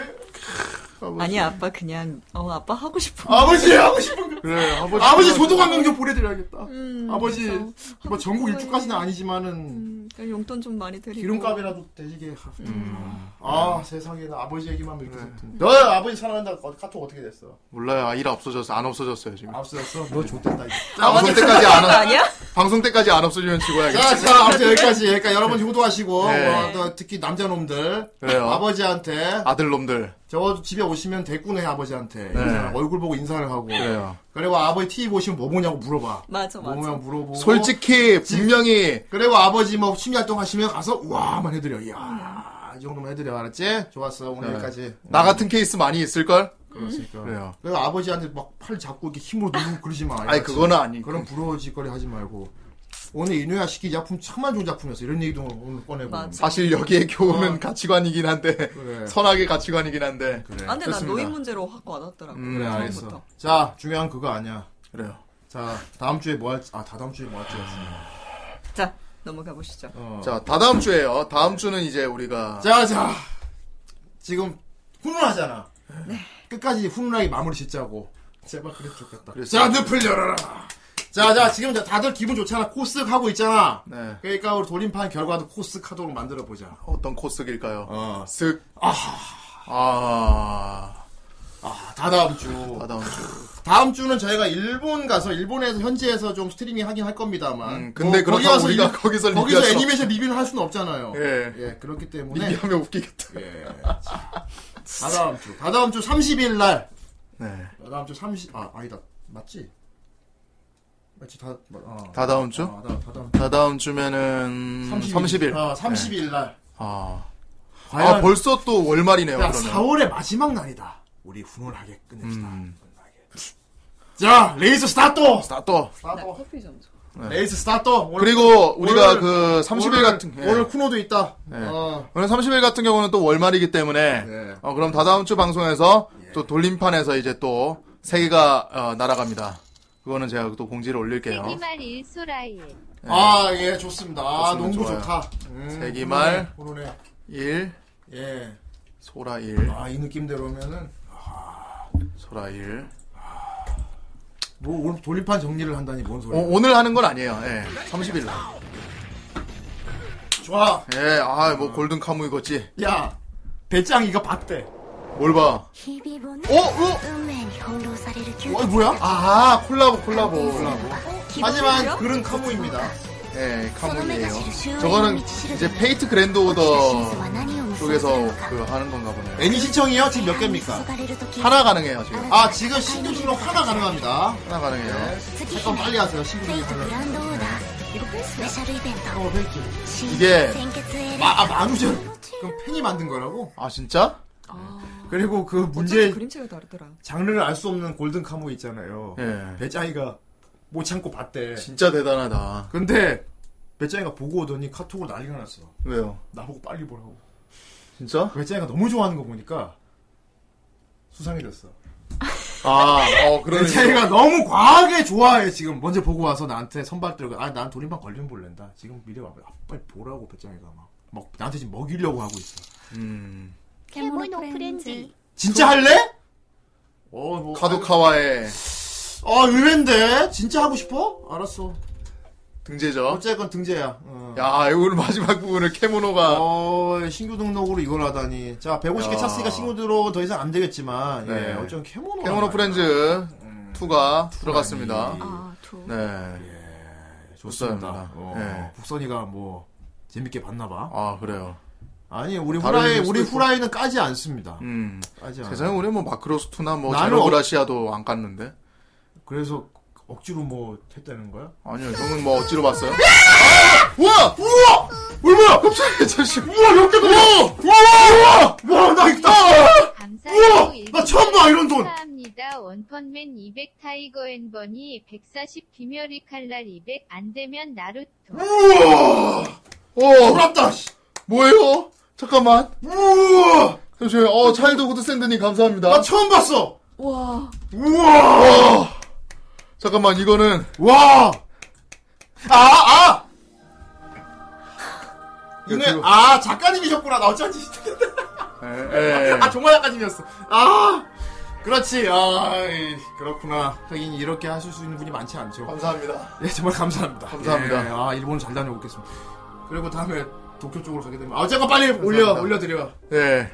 S3: 아니 아빠 그냥 어 아빠 하고 싶어.
S6: 아버지 하고 싶은 거.
S2: 그래 아버지.
S6: 네, 아버지 조동환경 좀 보내드려야겠다.
S3: 음,
S6: 아버지,
S3: 그래서 하고
S6: 뭐 전국
S3: 싶은
S6: 일주까지는
S3: 거예요.
S6: 아니지만은
S3: 음, 그냥 용돈 좀 많이 드리고
S6: 기름값이라도 되지게. 하- 아 세상에 나 아버지 얘기만 이렇게 음. 너 아버지 사랑한다. 어, 카톡 어떻게 됐어?
S2: 몰라요. 아, 일 없어졌어. 안 없어졌어요 지금.
S6: 없어졌어. 너 좋댔다. 이제.
S2: 방송 때까지 안
S3: 그거
S2: 없-
S3: 아니야?
S2: 방송 때까지 안 없어지면
S6: 자,
S2: 죽어야겠다.
S6: 자, 아무튼 여기까지. 그러니까 여러분 효도하시고,
S2: 네.
S6: 어, 또 특히 남자놈들,
S2: 그래요.
S6: 아버지한테,
S2: 아들놈들.
S6: 적어도 집에 오시면 대꾸네, 아버지한테.
S2: 네.
S6: 인사를, 얼굴 보고 인사를 하고.
S2: 그래요.
S6: 그리고 아버지 TV 보시면 뭐 보냐고 물어봐.
S3: 맞아
S6: 뭐
S3: 맞아.
S6: 보냐고 물어보고.
S2: 솔직히 분명히
S6: 그리고 아버지 뭐 취미활동 하시면 가서, 우와만 해드려. 이야, 이 정도만 해드려. 알았지? 좋았어. 오늘
S2: 네.
S6: 여기까지.
S2: 나 같은 케이스 많이 있을 걸.
S6: 어. 그렇으니까.
S2: 그래요.
S6: 그리고 아버지한테 막 팔 잡고 이렇게 힘으로 누르고 그러지 마.
S2: 아니 그거는 아니.
S6: 그런 부러워 짓거리 하지 말고. 오늘 이누야 시키 작품 참만 좋은 작품이었어. 이런 얘기도 오늘 꺼내고.
S3: 맞아.
S2: 사실 여기에 교훈은 가치관이긴 한데
S6: 어. 그래.
S2: 선악의 가치관이긴 한데
S6: 그래.
S3: 아, 근데 난
S2: 그렇습니다.
S3: 노인 문제로 확 와닿더라고.
S2: 음,
S6: 그래
S3: 처음부터.
S6: 네, 알겠어. 자 중요한 그거 아니야.
S2: 그래요.
S6: 자 다음 주에 뭐 할지 아 다다음 주에 뭐 할지 알았어.
S3: 자 넘어가 보시죠.
S6: 어.
S2: 자 다다음 주에요. 다음 주는 이제 우리가
S6: 자자 지금 훈훈하잖아.
S3: 네.
S6: 끝까지 훈훈하게 마무리 짓자고. 제발 그래 좋겠다.
S2: 그래.
S6: 자 늪을 열어라. 자자 지금 자, 다들 기분 좋잖아. 코스 하고 있잖아.
S2: 네.
S6: 그러니까 우리 돌림판 결과도 코스 하도록 만들어 보자.
S2: 어떤 코스길까요?
S6: 어.
S2: 쓱. 아.
S6: 아 다다음 주.
S2: 아. 다다음 주.
S6: 다음 주는 저희가 일본 가서 일본에서 현지에서 좀 스트리밍 하긴 할 겁니다만.
S2: 음, 근데
S6: 뭐,
S2: 그렇다고
S6: 거기
S2: 우리가
S6: 와서
S2: 거기서
S6: 일- 거기서
S2: 리뷰할 수
S6: 애니메이션 리뷰를 할 수는 없잖아요.
S2: 예.
S6: 예, 그렇기 때문에
S2: 리뷰하면 웃기겠다.
S6: 예. 다다음 주. 다다음 주 30일 날.
S2: 네.
S6: 다다음 주 30. 아, 아니다. 맞지? 맞지? 다 아.
S2: 다다음 주?
S6: 아, 다, 다다음 주.
S2: 다다음 주면은 30일.
S6: 아, 30일 날.
S2: 아.
S6: 과연
S2: 아, 벌써 또 월말이네요.
S6: 야,
S2: 그러면.
S6: 4월의 아, 마지막 날이다. 우리 훈훈하게 끝냅시다.
S2: 음.
S6: 훈훈하게. 자, 레이스 스타트!
S2: 스타트.
S3: 나 커피 좀 줘.
S6: 레이스 스타트! 오늘
S2: 아, 그리고 우리가
S6: 오늘-
S2: 그 30일
S6: 오늘-
S2: 같은 예.
S6: 오늘 쿠노도 있다.
S2: 예.
S6: 어.
S2: 오늘 30일 같은 경우는 또 월말이기 때문에
S6: 네.
S2: 어, 그럼 다다음 주 방송에서 또 돌림판에서 이제 또 세 개가 어, 날아갑니다. 그거는 제가 또 공지를 올릴게요.
S4: 세기말 일소라이
S6: 아, 예, 좋습니다. 아,
S2: 네. 좋습니다.
S6: 농구
S2: 좋아요.
S6: 좋다. 음,
S2: 세기말.
S6: 훈훈해. 훈훈해.
S2: 1
S6: 예.
S2: 소라 1
S6: 아, 이 느낌대로면은
S2: 소라 1
S6: 뭐 오늘 돌림판 정리를 한다니 뭔
S2: 어,
S6: 소리야?
S2: 오늘 하는 건 아니에요. 예. 30일 날.
S6: 좋아.
S2: 예. 아, 뭐 골든 카무 이거지.
S6: 야, 대짱 이거 봤대.
S2: 뭘 봐.
S10: 日々をね
S2: 어, 어.
S10: 運命に翻弄される窮
S6: 어
S10: 屈
S6: 뭐야?
S2: 아, 콜라보 콜라보.
S6: ハジマン、 그런 카모입니다.
S2: 예,
S10: その目が知る
S2: 카무이에요.
S10: 周囲の
S2: 저거는
S10: 道しるべ
S2: 이제 페이트 그랜드 오더
S10: 何を見据えて
S2: 쪽에서
S10: るのか
S2: 그 하는 건가 보네요.
S6: 애니 신청이요? 지금 몇
S10: 急
S6: 개입니까?
S10: がれる時
S2: 하나 가능해요, 지금.
S6: 아, 지금 신규 등록 하나 가능합니다.
S2: 하나 가능해요.
S10: 次
S6: 좀 빨리 하세요. 신규
S10: フェイ
S6: 등록
S10: ト
S6: 하나.
S10: グランドオーダースペシャルイベント
S6: 어, 팬티.
S10: 신
S2: 이게
S10: 献血エレ
S6: 마, 아, 만우절. 그럼 팬이 만든 거라고?
S2: 아, 진짜?
S6: 그러니까 그리고 그
S3: 문제
S6: 문제 예.
S3: 그림체가 다르더라.
S6: 장르를 알 수 없는 골든 카무 있잖아요.
S2: 예.
S6: 배짱이가 못 참고 봤대.
S2: 진짜 대단하다.
S6: 근데 배짱이가 보고 오더니 카톡으로 난리가 났어.
S2: 왜요?
S6: 나보고 빨리 보라고.
S2: 진짜?
S6: 배짱이가 그 너무 좋아하는 거 보니까 수상해졌어.
S2: 아, 어, 그런 식으로.
S6: 배짱이가 너무 과하게 좋아해 지금. 먼저 보고 와서 나한테 선발 들고 아난 돌림판 걸리면 볼랜다. 지금 미래 와봐. 아, 빨리 보라고 배짱이가 막. 막 나한테 지금 먹이려고 하고 있어.
S2: 음.
S4: 캐모노 프렌즈.
S6: 진짜 할래? 어, 뭐,
S2: 카도카와의
S6: 아, 의외인데? 진짜 하고 싶어? 알았어.
S2: 등재죠.
S6: 어쨌건 등재야. 어.
S2: 야, 오늘 마지막 부분을 캐모노가
S6: 어, 신규 등록으로 이걸 하다니. 자, 150개
S2: 야.
S6: 찼으니까 신규 등록 더 이상 안 되겠지만,
S2: 네.
S6: 예, 어쨌든 캐모노.
S2: 캐모노 프렌즈 2가 들어갔습니다.
S3: 아, 두.
S2: 네.
S6: 좋습니다.
S2: 좋습니다.
S6: 어,
S2: 예.
S6: 북선이가 뭐, 재밌게 봤나봐.
S2: 아, 그래요.
S6: 아니, 우리
S2: 다른
S6: 후라이,
S2: 의미일 수도
S6: 우리
S2: 있고.
S6: 후라이는 까지 않습니다.
S2: 음.
S6: 까지 않아.
S2: 세상에 우리 뭐 마크로스투나 뭐
S6: 나는
S2: 자르브라시아도 안 깠는데.
S6: 그래서 억지로 뭐, 했다는 거야?
S2: 아니요, 형은 뭐 어찌로 봤어요? 아! 우와!
S6: 우와! 얼마야!
S2: 갑자기 저씨
S6: 우와, 역대 우와! 우와! 우와! 나 있다! 우와!
S10: 감사해요.
S6: 나 처음 봐, 이런 돈!
S10: 감사합니다. 원펀맨 200 타이거 앤버니 140 김열이 칼날 200 안되면 나루토.
S6: 우와!
S2: 어,
S6: 놀랍다! 씨.
S2: 뭐예요? 잠깐만.
S6: 우와!
S2: 잠시만요. 어, 차일드 후드 샌드님 감사합니다.
S6: 나 아, 처음 봤어!
S3: 와,
S6: 우와!
S2: 잠깐만, 이거는
S6: 와! 아, 아! 이네,
S2: 그리고-
S6: 아, 작가님이셨구나. 나 어쩐지.
S2: 에, 에.
S6: 아, 정말 작가님이었어. 아! 그렇지, 아, 에이, 그렇구나. 하긴 이렇게 하실 수 있는 분이 많지 않죠.
S2: 감사합니다.
S6: 예, 정말 감사합니다.
S2: 감사합니다.
S6: 예, 아, 일본 잘 다녀오겠습니다. 그리고 다음에 도쿄 쪽으로 가게 되면. 아, 어쨌건 빨리 올려, 올려드려.
S2: 예.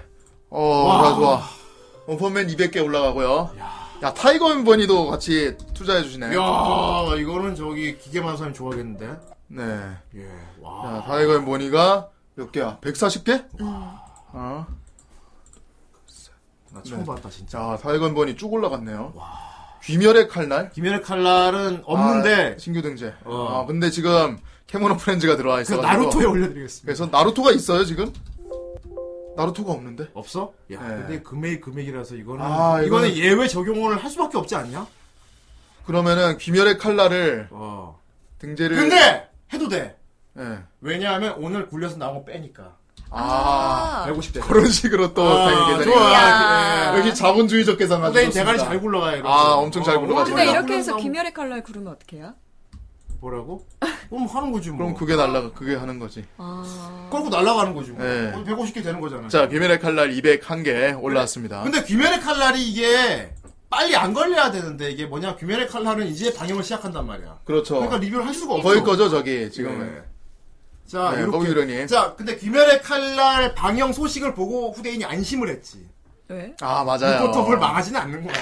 S2: 어,
S6: 와.
S2: 좋아, 좋아. 원펀맨 200개 올라가고요. 야, 타이거 앤버니도 같이 투자해주시네.
S6: 이야, 이거는 저기 기계만 사람이 좋아하겠는데.
S2: 네.
S6: 예, 와.
S2: 야, 타이거 앤버니가몇 개야? 140개? 어.
S6: 나 처음
S2: 네.
S6: 봤다, 진짜.
S2: 자, 타이거 앤버니쭉 올라갔네요. 귀멸의 칼날?
S6: 김연의 칼날은 없는데
S2: 아, 신규 등재.
S6: 어.
S2: 아, 근데 지금 캐모노 프렌즈가 들어와
S6: 그
S2: 있어가지고.
S6: 나루토에 올려드리겠습니다.
S2: 그래서 나루토가 있어요 지금? 나루토가 없는데?
S6: 없어? 야,
S2: 네.
S6: 근데 금액이 금액이라서 이거는
S2: 아,
S6: 이거는
S2: 이거는-
S6: 예외 적용을 할 수밖에 없지 않냐?
S2: 그러면은 귀멸의 칼날을
S6: 어.
S2: 등재를
S6: 근데 해도 돼.
S2: 예.
S6: 왜냐하면 오늘 굴려서 나온 거 빼니까.
S2: 아,
S6: 150대.
S2: 그런 식으로 또
S6: 아,
S2: 당일 계산이
S6: 좋아.
S3: 야.
S2: 예. 여기 자본주의적 계산 아주
S6: 선생님
S2: 좋습니다
S6: 대가리 잘 굴러가요. 이러면서. 어,
S2: 아, 엄청 잘 굴러가죠.
S6: 오늘
S3: 근데
S6: 굴러서
S3: 이렇게 해서
S6: 나온-
S3: 김열의 칼날 구르면 어떡해요?
S6: 뭐라고? 그럼 하는 거지 뭐.
S2: 그럼 그게 날라가 그게 하는 거지
S3: 아,
S6: 끌고 날아가는 거지 뭐.
S2: 네.
S6: 150개 되는 거잖아.
S2: 자 귀멸의 칼날 201개 올라왔습니다
S6: 근데 귀멸의 칼날이 이게 빨리 안 걸려야 되는데 이게 뭐냐? 귀멸의 칼날은 이제 방영을 시작한단 말이야.
S2: 그렇죠
S6: 그러니까 리뷰를 할 수가 없어.
S2: 거의 거죠 저기 지금은
S6: 네. 자,
S2: 네,
S6: 이렇게
S2: 거기로니.
S6: 자, 근데 귀멸의 칼날 방영 소식을 보고 후대인이 안심을 했지.
S3: 왜?
S2: 아 맞아요
S6: 유포터블 망하지는 않는 거야.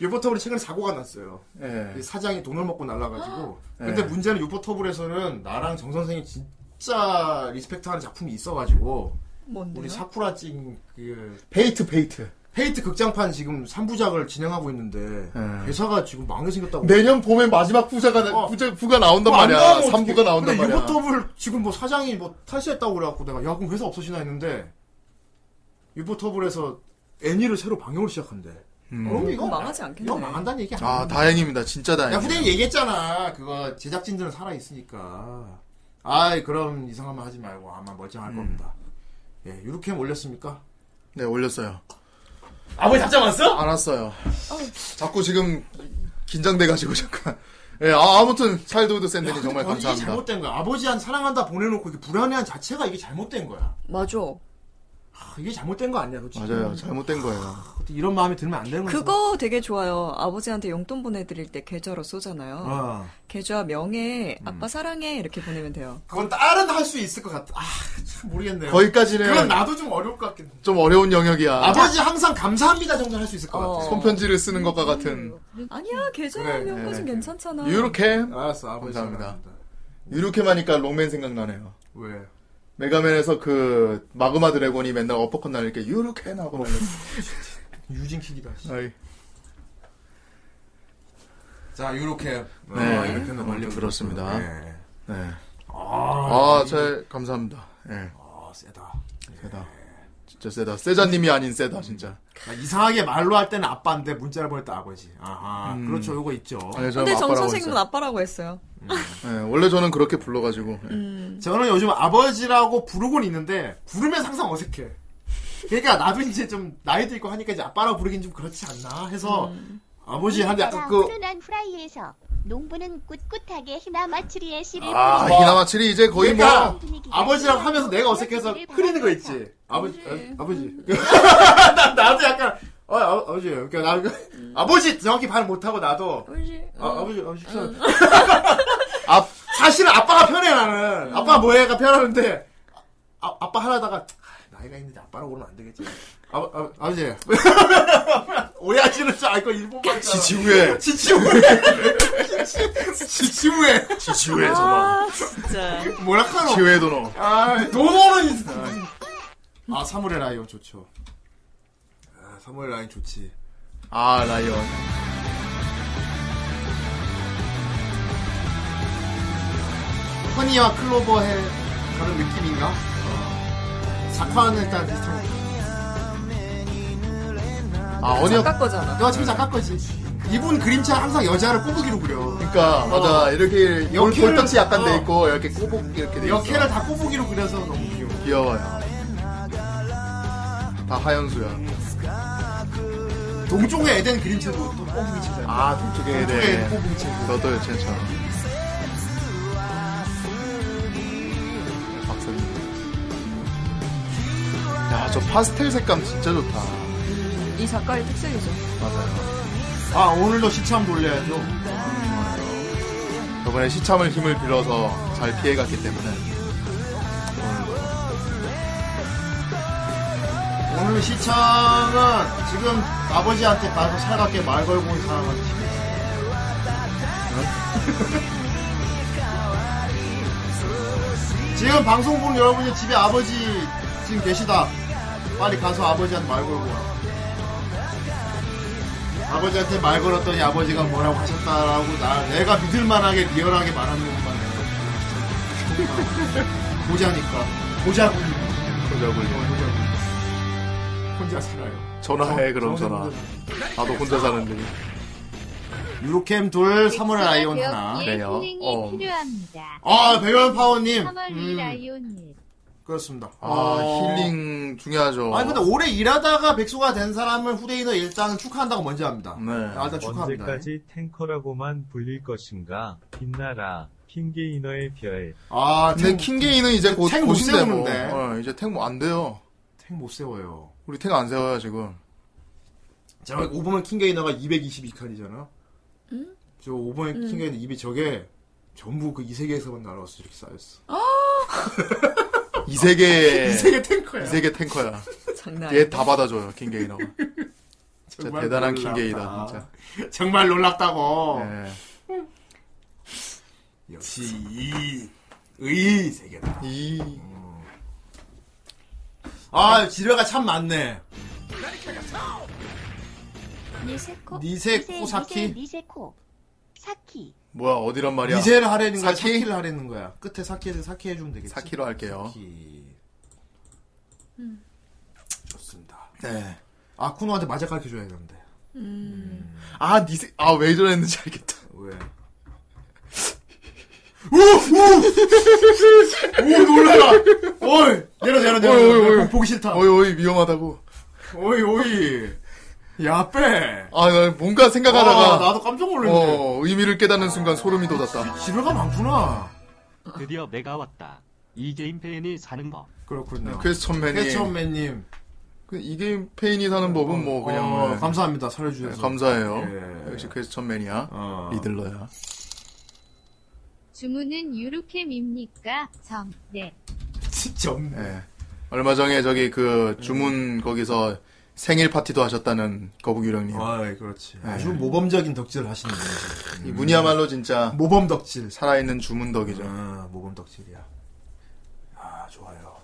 S6: 유포터블이 최근에 사고가 났어요.
S2: 예.
S6: 이 사장이 돈을 먹고 날라가지고.
S2: 네.
S6: 근데 문제는 유포터블에서는 나랑 정 선생이 진짜 리스펙트하는 작품이 있어가지고
S2: 네.
S3: 뭔데?
S6: 우리 사쿠라 찡그
S2: 페이트 페이트
S6: 페이트 극장판 지금 3부작을 진행하고 있는데
S2: 네.
S6: 회사가 지금 망해 생겼다고.
S2: 내년 봄에 마지막 부자가 나-
S6: 어.
S2: 부자, 부가 나온단
S6: 뭐안
S2: 말이야
S6: 나오면
S2: 3부가
S6: 어떡해.
S2: 나온단
S6: 근데
S2: 말이야
S6: 유포터블 지금 뭐 사장이 뭐 탈세했다고 그래갖고 내가 야 그럼 회사 없어지나 했는데 유포터블에서 애니를 새로 방영을 시작한대.
S2: 음.
S6: 그럼 이거
S3: 그럼 망하지 않겠네.
S6: 이거 망한다는 얘기 아니야?
S2: 아 다행입니다 진짜
S6: 야
S2: 다행이에요
S6: 후대인 얘기했잖아. 그거 제작진들은 살아 있으니까. 아이 그럼 이상한 말 하지 말고 아마
S2: 음.
S6: 멀쩡할 겁니다. 예, 이렇게 올렸습니까?
S2: 네 올렸어요
S6: 아버지 답장 왔어?
S2: 알았어요. 자꾸 지금 긴장돼가지고 잠깐. 예, 아, 아무튼 차일드우드 샌드님 정말
S6: 어, 이게
S2: 네, 감사합니다.
S6: 잘못된 거야. 아버지한 사랑한다 보내놓고 이게 불안해한 자체가 이게 잘못된 거야.
S3: 맞아.
S6: 아, 이게 잘못된 거 아니야, 그렇지?
S2: 맞아요, 잘못된 거예요.
S6: 이런 마음이 들면 안 되는 거야.
S3: 그거 되게 좋아요. 아버지한테 용돈 보내드릴 때 계좌로 쏘잖아요.
S6: 어.
S3: 계좌 명예,
S6: 음.
S3: 아빠 사랑해 이렇게 보내면 돼요.
S6: 그건 딸은 할 수 있을 것 같아. 아, 참 모르겠네요. 그건
S2: 거기까지는
S6: 나도 좀 어려울 것 같긴. 해.
S2: 좀 어려운 영역이야.
S6: 아버지 항상 감사합니다 정도 할 수 있을 것 같아.
S3: 어.
S2: 손편지를 쓰는 것과 같은.
S3: 아니야 계좌
S6: 그래,
S3: 명까진
S2: 네.
S3: 괜찮잖아.
S2: 이렇게
S6: 알았어, 아버지
S2: 감사합니다.
S6: 사랑합니다.
S2: 이렇게만 하니까 롱맨 생각나네요.
S6: 왜?
S2: 메가맨에서 그 마그마 드래곤이 맨날 어퍼컷 날릴 게 이렇게 나고 날렸어.
S6: 유진킥이다. 씨.
S2: 아이,
S6: 자, 요렇게.
S2: 네.
S6: 어, 이렇게
S2: 아무튼
S6: 걸리고
S2: 그렇습니다.
S6: 네.
S2: 네.
S6: 아,
S2: 아, 잘 감사합니다. 예.
S6: 아, 세다.
S2: 대다. 진짜 세다. 세자님이 아닌 세다 진짜.
S6: 아, 이상하게 말로 할 때는 아빠인데 문자를 보낼 때 아버지. 아하, 그렇죠. 요거 있죠.
S2: 음. 아니, 저는
S3: 근데 정
S2: 아빠라고
S3: 선생님은
S2: 했어요.
S3: 아빠라고 했어요.
S2: 예, 원래 저는 그렇게 불러가지고 예.
S3: 음.
S6: 저는 요즘 아버지라고 부르곤 있는데 부르면 항상 어색해. 그러니까 나도 이제 좀 나이도 있고 하니까 이제 아빠라고 부르긴 좀 그렇지 않나 해서
S2: 음.
S6: 아버지 하는데 약간 그
S4: 훈훈한 후라이에서 농부는 꿋꿋하게 희나마 추리의 씨를
S2: 아
S4: 뿌리고
S2: 희나마칠이 이제 거의
S6: 그러니까
S2: 뭐
S4: 분위기가
S6: 아버지라고 하면서 내가 어색해서 흐리는 거 있지. 아버지, 아, 버지 난 나도 약간 어, 아, 아버지. 그러니까 나 아버지 정확히 발음 못 하고 나도
S3: 음. 아버지.
S6: 아, 아버지, 아버지.
S3: 음.
S6: 아, 사실은 아빠가 편해
S3: 음.
S6: 나는. 아빠 뭐해가 편하는데 아, 아빠 하려다가 나이가 있는데 아빠라고 그러면 안 되겠지. 아, 아, 아버지. 오해하시는 줄 알고 일본말 지지
S2: 지우에
S6: 지지우해. 지지우해.
S2: 지우에 저만
S3: 아, 진짜.
S6: 뭐라 카노?
S2: 지우에 도노.
S6: 아, 도노는 있어. 아, 사무엘 라이온 좋죠. 아, 사무엘 라이온 좋지.
S2: 아 라이언.
S6: 허니와 클로버의 그런 느낌인가? 어. 작화는 일단 비슷한.
S2: 아 언니
S3: 작가 거잖아.
S6: 내가 지금 작가 거지. 이분 그림체 항상 여자를 꼬부기로 그려.
S2: 그러니까 맞아 이렇게 볼-
S6: 어. 역회를-
S2: 볼터치 약간
S6: 어.
S2: 돼 있고 이렇게 꼬북 이렇게 돼 있어.
S6: 역캐를 다 꼬부기로 그려서 너무 귀여워.
S2: 귀여워요. 다 하연수야.
S6: 동쪽의 에덴 그림체도 또 꼬부기 체잖아.
S2: 아 동쪽에
S6: 동쪽의
S2: 네.
S6: 꼬부기 체.
S2: 너도 괜찮아. 박사님. 야저 파스텔 색감 진짜 좋다.
S3: 이 작가의 특색이죠.
S2: 맞아요.
S6: 아, 오늘도 시참 돌려야죠.
S2: 저번에 시참을 힘을 빌어서 잘 피해갔기 때문에
S6: 오늘 시참은 지금 아버지한테 가서 살갑게 말 걸고 온 사람한테 시켰어요. 지금 방송 본 여러분이 집에 아버지 지금 계시다. 빨리 가서 아버지한테 말 걸고 와. 아버지한테 말 걸었더니 아버지가 뭐라고 하셨다라고 나, 내가 믿을만하게 리얼하게 말하는 것만 내가 좋다. 보자니까. 보자군요.
S2: 혼자군요.
S6: 혼자 살아요.
S2: 전화해 그럼 전화. 나도 혼자 사는데.
S6: 유로캠 둘, 사무라이 아이온 하나.
S4: 예.
S6: 네.
S2: 그래요.
S10: 되었기에 힐링이
S2: 어.
S10: 필요합니다.
S6: 아, 백연 파워님.
S10: 3월
S6: 음,
S10: 1일 아이오님.
S6: 그렇습니다.
S2: 아
S6: 어.
S2: 힐링 중요하죠.
S6: 아니, 근데 오래 일하다가 백수가 된 사람을 후대인은 일단 축하한다고 먼저 합니다.
S2: 네.
S6: 아, 일단 축하합니다.
S9: 언제까지 탱커라고만 불릴 것인가? 빛나라 핑계이너의 별.
S6: 아,
S2: 근데
S6: 탱,
S2: 킹게이는 이제 곧
S6: 탱못
S2: 곧인데 뭐.
S6: 세우는데.
S2: 어, 이제 탱 뭐 안 돼요.
S6: 탱못 세워요.
S2: 우리 탱 안 세워요 지금.
S6: 자, 5번의 킹게이너가 222칸이잖아. 저 5번의 킹게이너 2 0 저게 전부 그 이 세계에서만 날아와서 이렇게 쌓였어.
S2: 이 세계
S6: 이 세계 탱커야.
S2: 이 세계 탱커야.
S3: 장난 아니야. 네.
S2: 얘 다 받아줘요 킹게이너가. 진짜
S6: 정말
S2: 대단한
S6: 놀랍다. 어. 네.
S2: 킹게이다 진짜.
S6: 정말 놀랍다고.
S2: 예.
S6: 역시 이, 의 세계다.
S2: 이
S6: 아, 지뢰가 참 많네.
S4: 니세코
S6: 니세
S4: 니세,
S6: 코사키?
S4: 니세, 니세코 사키
S2: 뭐야 어디란 말이야?
S6: 이제를 하려는 거야.
S2: 사키?
S6: 사키? 를 하려는 거야. 끝에 사키에서 사키 해주면 되겠지.
S2: 사키로 할게요.
S6: 사키. 좋습니다.
S2: 네.
S6: 아 쿠노한테 맞아 가르쳐 줘야 되는데.
S2: 아 니세 아왜 저랬는지 알겠다.
S6: 왜? 오! 오! 오 놀라라! 어이! 내려 내려 내려
S2: 어이, 어이,
S6: 내려
S2: 어이.
S6: 보기 싫다
S2: 어이 어이 위험하다고.
S6: 어이 어이 야 빼!
S2: 아나 뭔가
S6: 아,
S2: 생각하다가
S6: 나도 아. 깜짝 놀랐네
S2: 어 의미를 깨닫는 순간 소름이 돋았다.
S6: 어. 지뢰가 많구나
S11: 드디어 내가 왔다. 이 게임 팬이 사는 법.
S6: 그렇군요
S2: 퀘스천맨이
S6: 캐처맨님
S2: 그 이게 페인이 사는 법은 뭐 그냥
S6: 어,
S2: 네.
S6: 감사합니다
S2: 네,
S6: 살려주셔서
S2: 감사해요.
S6: 예.
S2: 역시 퀘스천맨이야.
S6: 어.
S2: 리들러야.
S10: 주문은 유로캠입니까? 점. 네.
S6: 진짜 없네
S2: 예. 얼마 전에 저기 그 주문
S6: 예.
S2: 거기서 생일 파티도 하셨다는 거북유령님.
S6: 아 그렇지 아주 모범적인 덕질을 하시는 분이죠
S2: 이 문이야말로 진짜
S6: 모범 덕질
S2: 살아있는 주문덕이죠.
S6: 아, 모범 덕질이야. 아, 좋아요.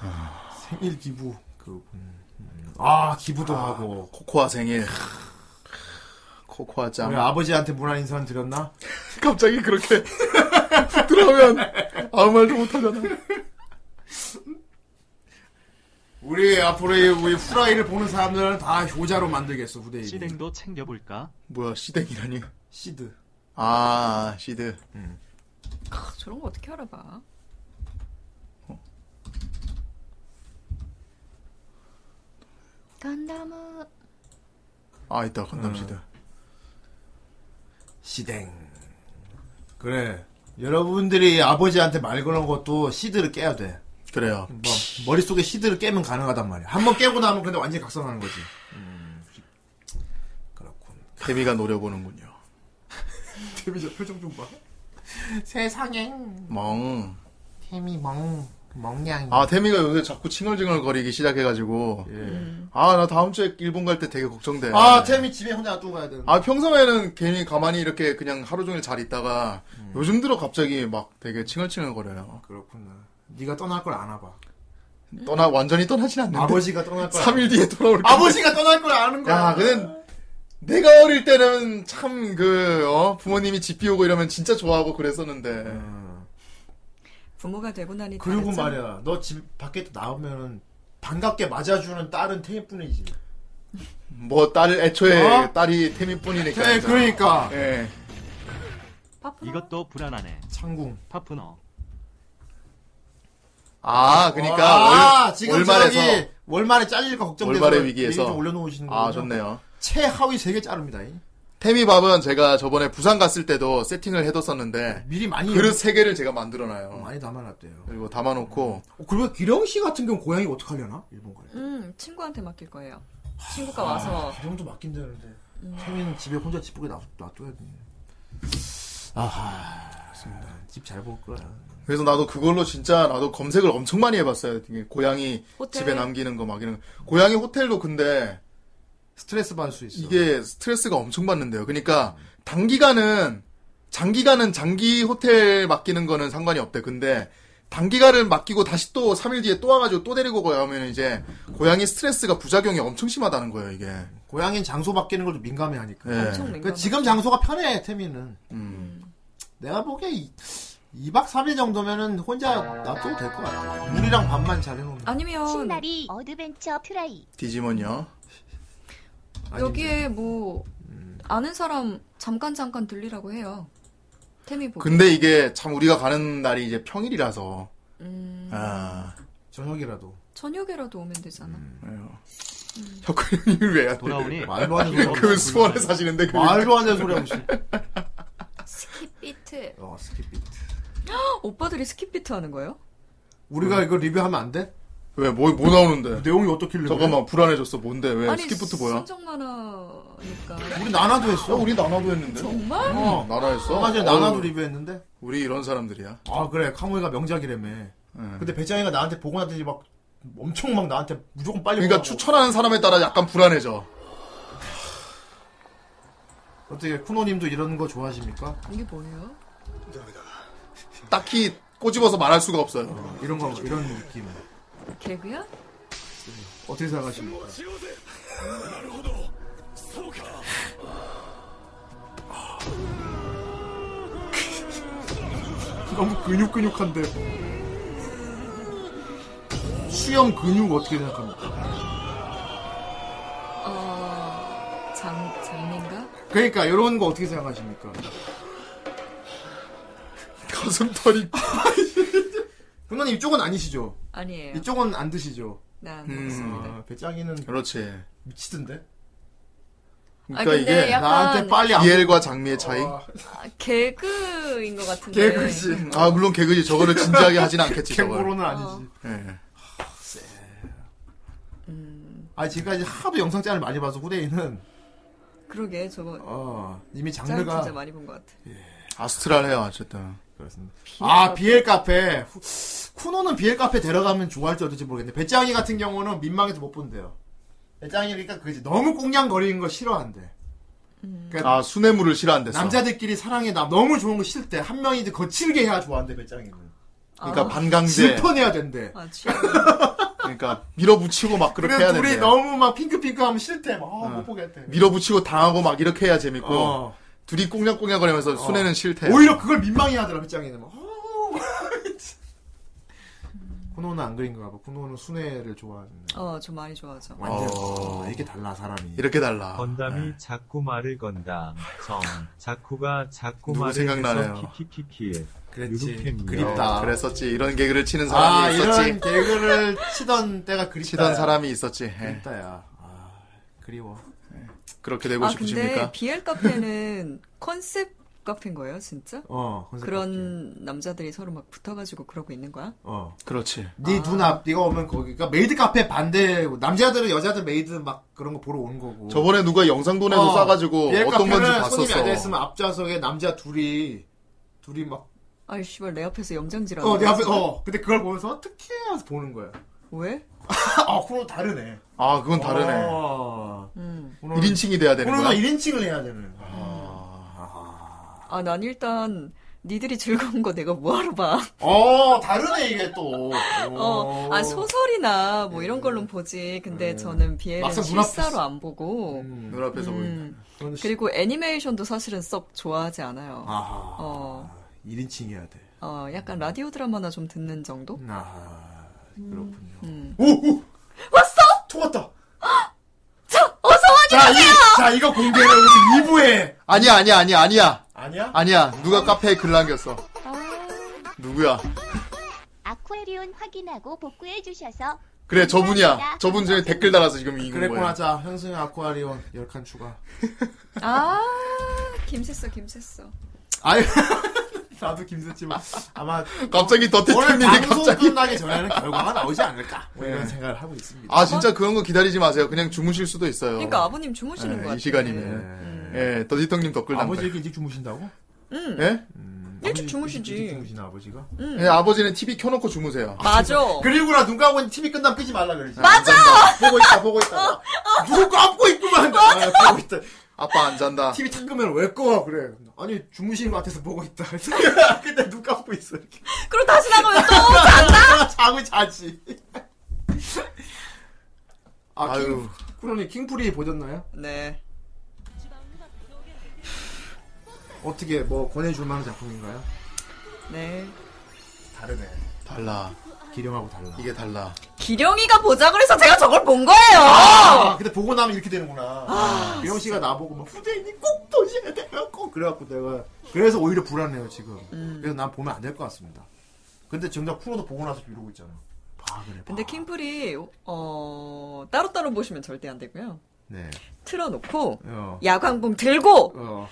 S6: 아, 생일 기부 그 음, 음. 아, 기부도 하고.
S2: 코코아 생일. 코코아 짱.
S6: 우리 아버지한테 문화 인사는 드렸나?
S2: 갑자기 그렇게 들어오면 아무 말도 못하잖아.
S6: 우리 앞으로 이 우리 후라이를 보는 사람들은 다 효자로 만들겠어 후대인.
S9: 시댕도 챙겨볼까?
S2: 뭐야 시댁이라니?
S6: 시드.
S2: 아 시드.
S3: 캬, 아, 저런 거 어떻게 알아봐?
S10: 건담은
S2: 아 있다
S6: 음.
S2: 건담 시드.
S6: 시댕. 그래. 여러분들이 아버지한테 말 거는 것도 시드를 깨야 돼.
S2: 그래요.
S6: 뭐, 머릿속에 시드를 깨면 가능하단 말이야. 한 번 깨고 나면 근데 완전히 각성하는 거지. 음, 그렇군.
S2: 데미가 노려보는군요.
S6: 데미저 표정 좀 봐. 세상에.
S2: 멍.
S6: 데미 멍. 멍냥이.
S2: 아 데미가 요새 자꾸 칭얼칭얼 거리기 시작해가지고.
S6: 예.
S2: 아 나 다음 주에 일본 갈 때 되게 걱정돼.
S6: 아, 템이 집에 혼자 놔두고 가야 되는데.
S2: 아, 평소에는 괜히 가만히 이렇게 그냥 하루 종일 잘 있다가
S6: 음.
S2: 요즘 들어 갑자기 막 되게 칭얼칭얼 거려요.
S6: 그렇구나. 네가 떠날 걸 아나 봐.
S2: 떠나 완전히 떠나진 않는데.
S6: 음. 아버지가 떠날 걸.
S2: 3일 뒤에 돌아올 거야.
S6: 아버지가 떠날 걸 아는 거야. 그
S2: 야, 근데 내가 어릴 때는 참 그, 어, 부모님이 집 비우고 이러면 진짜 좋아하고 그랬었는데.
S6: 음.
S3: 부모가 되고 나니
S6: 그리고
S3: 다르잖아.
S6: 말이야. 너 집 밖에 나오면은 반갑게 맞아주는 딸은 태인뿐이지.
S2: 뭐, 딸, 애초에
S6: 어?
S2: 딸이 태민뿐이니까.
S6: 네,
S2: 진짜.
S6: 그러니까.
S2: 예.
S3: 파프너?
S9: 이것도 불안하네.
S6: 창궁.
S9: 파프너.
S2: 아,
S6: 아,
S2: 그러니까
S6: 지금
S2: 월,
S6: 월말에서
S2: 월말에서.
S6: 월말에 잘릴까 걱정돼서
S2: 월말의 위기에서.
S6: 얘기 좀 올려놓으시는 거예요.
S2: 아, 좋네요.
S6: 최하위 세개 자릅니다. 이.
S2: 태미밥은 제가 저번에 부산 갔을 때도 세팅을 해뒀었는데
S6: 미리
S3: 음.
S6: 많이
S2: 그릇 세 개를 제가 만들어놔요.
S6: 많이 담아놨대요.
S2: 그리고 담아놓고
S6: 어, 그리고 기령 씨 같은 경우 고양이 어떻게 하려나? 일본 가래.
S3: 음, 친구한테 맡길 거예요. 친구가 와서
S2: 아,
S6: 그 정도 맞긴 되는데 태민은 집에 혼자 집보게 놔둬야 돼. 아하, 그렇습니다. 집 잘 볼 거야.
S2: 그래서 나도 그걸로 진짜 나도 검색을 엄청 많이 해봤어요. 이게 고양이
S3: 호텔.
S2: 집에 남기는 거 막 이런 거. 고양이 호텔도 근데
S6: 스트레스 받을 수 있어.
S2: 이게 스트레스가 엄청 받는데요. 그러니까 단기간은 장기간은 장기 호텔 맡기는 거는 상관이 없대. 근데 단기간을 맡기고 다시 또 3일 뒤에 또 와가지고 또 데리고 가야 하면 이제 고양이 스트레스가 부작용이 엄청 심하다는 거예요. 이게.
S6: 고양이는 장소 바뀌는 걸 좀 민감해 하니까.
S2: 예.
S3: 엄청 민감해.
S6: 그러니까 지금 장소가 편해 태민은.
S2: 음.
S6: 내가 보기에 이, 2박 3일 정도면은 혼자 놔둬도 될 것 같아. 물이랑 밥만 잘 해놓으면.
S3: 아니면
S4: 신나리 어드벤처 퓨라이
S2: 디지몬이요.
S3: 여기에 뭐
S2: 음.
S3: 아는 사람 잠깐 잠깐 들리라고 해요. 태미 보고.
S2: 근데 이게 참 우리가 가는 날이 이제 평일이라서
S3: 음,
S2: 아
S6: 저녁이라도.
S3: 저녁에라도 오면 되잖아.
S2: 그래요. 혁근이를 왜야
S9: 돌아오니
S6: 말도 안 되는
S2: 그 수원에 사시는데 그
S6: 말도 안 되는 소리 하고 있어.
S3: 스킵비트.
S6: 어, 스킵 비트.
S3: 오빠들이 스킵비트 하는 거예요?
S6: 우리가 이거 리뷰하면 안 돼?
S2: 왜뭐 뭐 나오는데?
S6: 내용이 어떻길래?
S2: 잠깐만 불안해졌어. 뭔데 왜 스킵부터 뭐야?
S3: 순정 만화니까.
S6: 그래? 우리 나나도
S2: 야,
S6: 했어.
S2: 우리 나나도 했는데.
S3: 정말?
S6: 어.
S2: 나나 했어?
S6: 얼마 전에
S2: 어우,
S6: 나나도 리뷰했는데.
S2: 우리 이런 사람들이야. 예.
S6: 아 그래 카무이가 명작이라며.
S2: 응.
S6: 근데 배짱이가 나한테 보고 나더니 막 엄청 막 나한테 무조건 빨리.
S2: 그러니까
S6: 보라고.
S2: 추천하는 사람에 따라 약간 불안해져.
S6: 어떻게 쿠노님도 이런 거 좋아하십니까?
S3: 이게 뭐예요?
S2: 딱히 꼬집어서 말할 수가 없어요.
S6: 어, 이런 거 이런 느낌.
S3: 개그야?
S6: 어떻게 생각하십니까? 너무 근육근육한데. 수염 근육 어떻게 생각합니까?
S3: 어, 장, 장미인가?
S6: 그러니까 이런 거 어떻게 생각하십니까?
S2: 가슴털이
S6: 형님 이쪽은 아니시죠?
S3: 아니에요. 네,
S6: 이쪽은 안 드시죠?
S3: 난
S2: 음.
S3: 없습니다.
S6: 아, 배짱이는
S2: 그렇지.
S6: 미치던데?
S2: 그러니까
S3: 아, 근데
S2: 이게
S3: 약간
S6: 나한테 빨리 안 어.
S2: 이엘과 장미의 차이.
S3: 아, 개그인 것 같은데.
S6: 개그지.
S2: 아 물론 개그지. 저거를 진지하게 하진 않겠지. 저걸.
S6: 캥거루는 네. 아니지.
S2: 예.
S3: 음,
S6: 아 지금까지 하도 영상 짤을 많이 봐서 후대인은
S3: 그러게 저거
S6: 어 이미
S3: 짤 진짜
S6: 장르가
S3: 많이 본 것 같아.
S2: 아스트랄해요 어쨌든.
S6: 그렇습니다. 아
S3: 비엘
S6: 비엘 카페 후- 쿠노는 비엘 카페 데려가면 좋아할지 어떨지 모르겠는데 배짱이 같은 경우는 민망해서 못 본대요. 배짱이 그러니까 그지 너무 꽁냥거리는 거 싫어한대. 그러니까
S2: 아 수뇌물을 싫어한댔어.
S6: 남자들끼리 사랑해 나 너무 좋은 거 싫대 한 명이 이제 거칠게 해야 좋아한대 배짱이는.
S2: 그러니까
S3: 아.
S2: 반강제.
S6: 질펀해야 된대.
S3: 아, 취향.
S2: 그러니까 밀어붙이고 막 그렇게
S6: 그래
S2: 해야
S6: 둘이
S2: 된대.
S6: 너무 막 핑크핑크하면 싫대 막 아, 못
S2: 어.
S6: 보겠대.
S2: 밀어붙이고 당하고 막 이렇게 해야 재밌고
S6: 어.
S2: 둘이 꽁냥꽁냥거리면서 순애는 싫대.
S6: 어. 오히려 그걸 민망해 하더라 배짱이는. 막, 어. 쿠노는 안 그린가 봐. 쿠노는 순애를 좋아하는데.
S3: 어, 저 많이 좋아하죠.
S6: 완전
S2: 어.
S6: 아, 이렇게 달라 사람이.
S2: 이렇게 달라. 네.
S9: 건담이 자꾸 말을 건다. 정 자꾸가 자꾸
S2: 누구
S9: 말을
S2: 생각나네요.
S9: 해서 키키키키.
S6: 그랬지.
S9: 유로캠이요.
S6: 그립다.
S2: 어, 그랬었지. 이런 개그를 치는 사람이
S6: 아
S2: 있었지.
S6: 이런 개그를 치던 때가 그립다.
S2: 치던 사람이 있었지. 예.
S6: 그립다야. 아 그리워.
S2: 그렇게 되고
S3: 아, 근데
S2: 싶으십니까?
S3: BL 카페는 컨셉 카페인 거예요, 진짜?
S6: 어 컨셉 같아.
S3: 그런 남자들이 서로 막 붙어가지고 그러고 있는 거야?
S6: 어.
S2: 그렇지.
S6: 네눈 앞뒤가 오면 거기가 그러니까 메이드 카페 반대 남자들은 여자들 메이드 막 그런 거 보러 오는 거고.
S2: 저번에 누가 영상 보내서
S6: 어,
S2: 싸가지고
S6: BL
S2: 어떤 건지
S6: 카페는 손님이 앉아
S2: 봤었어.
S6: 있으면 앞좌석에 남자 둘이 둘이 막
S3: 아이, 씨발, 내 앞에서 영장질하고.
S6: 어, 내 앞에, 어. 근데 그걸 보면서 어떻게 해서 보는 거야.
S3: 왜?
S6: 아, 코너 다르네.
S2: 아, 그건 다르네.
S6: 어.
S3: 음.
S6: 코너는-
S2: 1인칭이 돼야 되는
S6: 코너가
S2: 거야.
S6: 1인칭을 해야 되는 거야.
S3: 아, 난 일단, 니들이 즐거운 거 내가 뭐하러 봐.
S6: 어, 다르네, 이게 또.
S3: 어, 아, 소설이나 뭐 이런 걸로 보지. 근데 저는 BL은
S6: 네. 막상 눈앞에
S3: 실사로
S6: 있어.
S3: 안 보고.
S6: 음.
S2: 눈앞에서 보인다.
S3: 음. 그리고 애니메이션도 사실은 썩 좋아하지 않아요.
S6: 아하.
S3: 어,
S6: 1인칭이어야 돼.
S3: 어, 약간 라디오 드라마나 좀 듣는 정도?
S6: 아, 그렇군요.
S3: 음.
S6: 오, 오!
S3: 왔어!
S6: 통왔다!
S3: 자, 어서 와!
S6: 자, 이, 자, 이거 공개를 우리 2부에!
S2: 아니야, 아니야, 아니야, 아니야.
S6: 아니야?
S2: 아니야. 누가 카페에 글 남겼어. 누구야?
S4: 아쿠아리온 확인하고 복구해 주셔서
S2: 그래, 저분이야.
S4: 감사합니다.
S2: 저분 중에 댓글 달아서 지금 이긴
S6: 그랬구나,
S2: 거야.
S6: 자, 현승의 아쿠아리온 10칸 추가. 음.
S3: 아, 김새써, 김새써.
S6: 아유, 나도 김수지만 아마
S2: 갑자기
S6: 오늘
S2: 더테트님이
S6: 방송
S2: 갑자기.
S6: 끝나기 전에는 결과가 나오지 않을까 뭐 이런
S2: 네.
S6: 생각을 하고 있습니다.
S2: 아, 진짜 그런 거 기다리지 마세요. 그냥 주무실 수도 있어요.
S3: 그러니까 아버님 주무시는
S6: 네,
S2: 예,
S3: 거 같아.
S2: 이 시간이면.
S3: 음.
S2: 예, 더지텅님 댓글 남겨.
S6: 아버지 이렇게 일찍 주무신다고?
S3: 응,
S6: 네.
S2: 예?
S3: 일찍
S6: 아버지
S3: 주무시지.
S6: 일찍 주무시나 아버지가?
S3: 응.
S2: 예, 아버지는 TV 켜놓고 주무세요.
S3: 맞아.
S6: 그리고 나 눈 감고 있는 TV 끝나면 끄지 말라 그러지. 맞아. 보고 있다 보고
S3: 어.
S6: 있다. 누구 감고 있구만. 아, 보고 있다.
S2: 아빠 안 잔다.
S6: TV 탁 끄면 왜 꺼? 그래. 아니 주무시는 것 같아서 보고 있다. 근데 눈 감고 있어. 이렇게.
S3: 그럼 다시 나가면 또 잔다?
S6: 자고 자지. 아,
S2: 아유.
S6: 킹, 쿠로님 킹프리 보셨나요?
S3: 네.
S6: 어떻게 뭐 권해줄 만한 작품인가요?
S3: 네.
S6: 다르네.
S2: 달라.
S6: 기령하고 달라.
S2: 이게 달라.
S3: 기령이가 보자 그래서 제가 저걸 본 거예요!
S6: 아, 근데 보고 나면 이렇게 되는구나.
S3: 아,
S6: 미영 씨가 나보고 막 후대인이 꼭 보셔야 돼요. 꼭 그래갖고 내가 그래서 오히려 불안해요 지금.
S3: 음.
S6: 그래서 난 보면 안 될 것 같습니다. 근데 정작 프로도 보고 나서 이러고 있잖아. 봐 그래. 봐.
S3: 근데 킹풀이, 어, 따로따로 보시면 절대 안 되고요.
S6: 네.
S3: 틀어놓고,
S6: 어.
S3: 야광봉 들고,
S6: 어.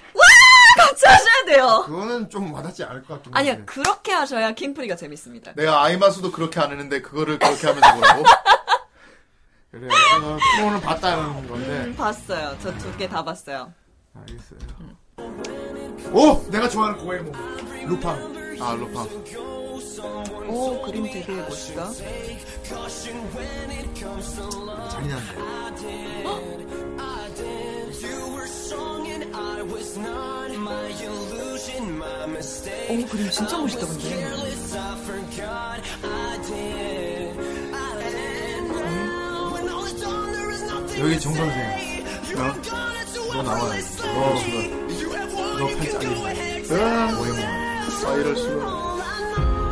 S3: 같이 하셔야 돼요!
S6: 그거는 좀 와닿지 않을 것 같긴 한데.
S3: 아니야, 그렇게 하셔야 킹풀이가 재밌습니다.
S6: 네.
S2: 내가 아이마수도 그렇게 안 했는데 그거를 그렇게 하면서 뭐라고?
S6: 그래. 그래서 프로는 봤다는 건데.
S3: 음, 봤어요. 저 두 개 다 봤어요.
S6: 알겠어요.
S3: 음.
S6: 오, 내가 좋아하는 고에모. 루팡.
S2: 아, 루팡.
S3: 오, 그림 되게 멋있다.
S6: 잔인한데.
S3: 오, 그림 진짜 멋있다, 근데.
S6: 여기 정 선생. 너 나와. 너 너 팔찌 뭐 알려줘.
S2: 으아,
S6: 고에모.
S2: 아, 이럴 수가.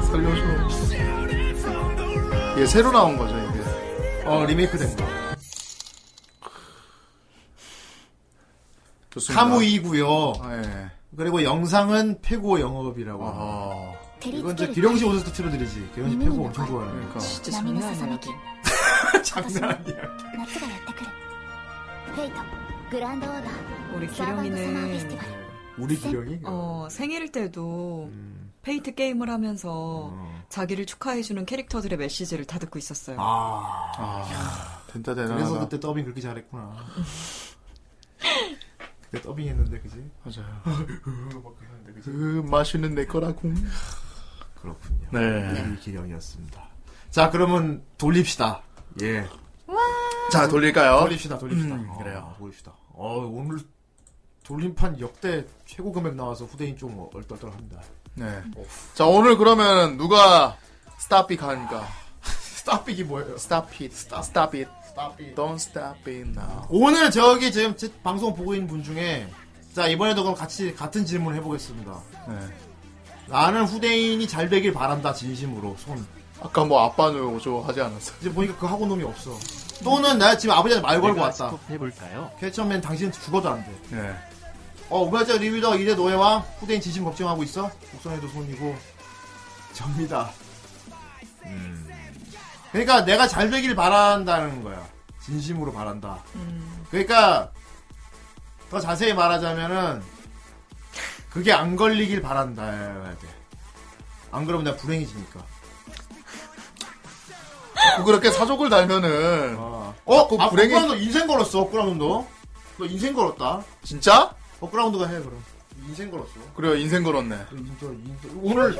S2: 살려줘. 얘 새로 나온 거죠, 이게.
S6: 어 리메이크 된 거.
S2: 좋습니다.
S6: 카무이고요.
S2: 아, 예.
S6: 그리고 영상은 페고 영업이라고. 합니다.
S2: 어,
S12: 照り
S6: 이건
S12: つけ
S6: 이제
S12: る
S6: 기령 씨 오셔서 또 틀어드리지. 기령 씨 페고 엄청 좋아해요.
S2: 그러니까.
S3: 진짜
S12: 波のさ
S3: 장난
S12: さめ
S3: 아니야.
S12: き
S6: 장난 아니야.
S12: 夏がやってくるフェイトグランドオーダー
S3: 우리
S12: サーバントサマーフェスティバ
S3: 기령이는
S12: ル
S6: 우리 기령이?
S3: 어, 생일 때도
S6: 음.
S3: 페이트 게임을 하면서 자기를 축하해주는 캐릭터들의 메시지를 다 듣고 있었어요.
S6: 어. 아.
S2: 아, 된다,
S6: 그래서
S2: 대단하다.
S6: 그때 더빙 그렇게 잘했구나. 그때 더빙했는데 그지?
S2: 맞아요.
S6: 막 그러는데,
S2: 그,
S6: 그지?
S2: 맛있는 내 거라고.
S6: 그렇군요.
S2: 네.
S6: 우리 기령이었습니다. 자 그러면 돌립시다. 예.
S2: 자, 돌릴까요?
S6: 돌립시다, 돌립시다.
S2: 음,
S6: 어,
S2: 그래요.
S6: 돌립시다. 어, 오늘 돌림판 역대 최고 금액 나와서 후대인 좀 얼떨떨합니다.
S2: 네. 자, 오늘 그러면 누가 스탑이 가니까.
S6: 스탑빅이 뭐예요?
S2: Stop it. Stop it.
S6: 스탑빅.
S2: Don't stop it now.
S6: 오늘 저기 지금 제 방송 보고 있는 분 중에 자 이번에도 그럼 같이 같은 질문을 해보겠습니다.
S2: 네.
S6: 나는 후대인이 잘 되길 바란다 진심으로 손.
S2: 아까 뭐 아빠는 저 하지 않았어.
S6: 이제 보니까 그 하고 놈이 없어. 또는 나 지금 아버지한테 말 걸고
S13: 내가
S6: 왔다.
S13: 스톱해볼까요?
S6: 캐처맨 당신은 죽어도 안 돼.
S2: 예.
S6: 어, 우발적 리뷰더 이래 노예왕 후대인 진심 걱정하고 있어? 곡선에도 손이고 접니다. 음. 그러니까 내가 잘 되길 바란다는 거야. 진심으로 바란다.
S2: 음.
S6: 그러니까 더 자세히 말하자면은 그게 안 걸리길 바란다 해야 돼. 안 그러면 내가 불행해지니까.
S2: 자꾸 그렇게 사족을 달면은
S6: 어, 어 아,
S2: 그 불행해-
S6: 불행해. 도 인생 걸었어. 업그라운드도. 너 인생 걸었다.
S2: 진짜?
S6: 업그라운드가 해 그럼. 인생 걸었어.
S2: 그래요 인생 걸었네.
S6: 너 인생 저 인생 오늘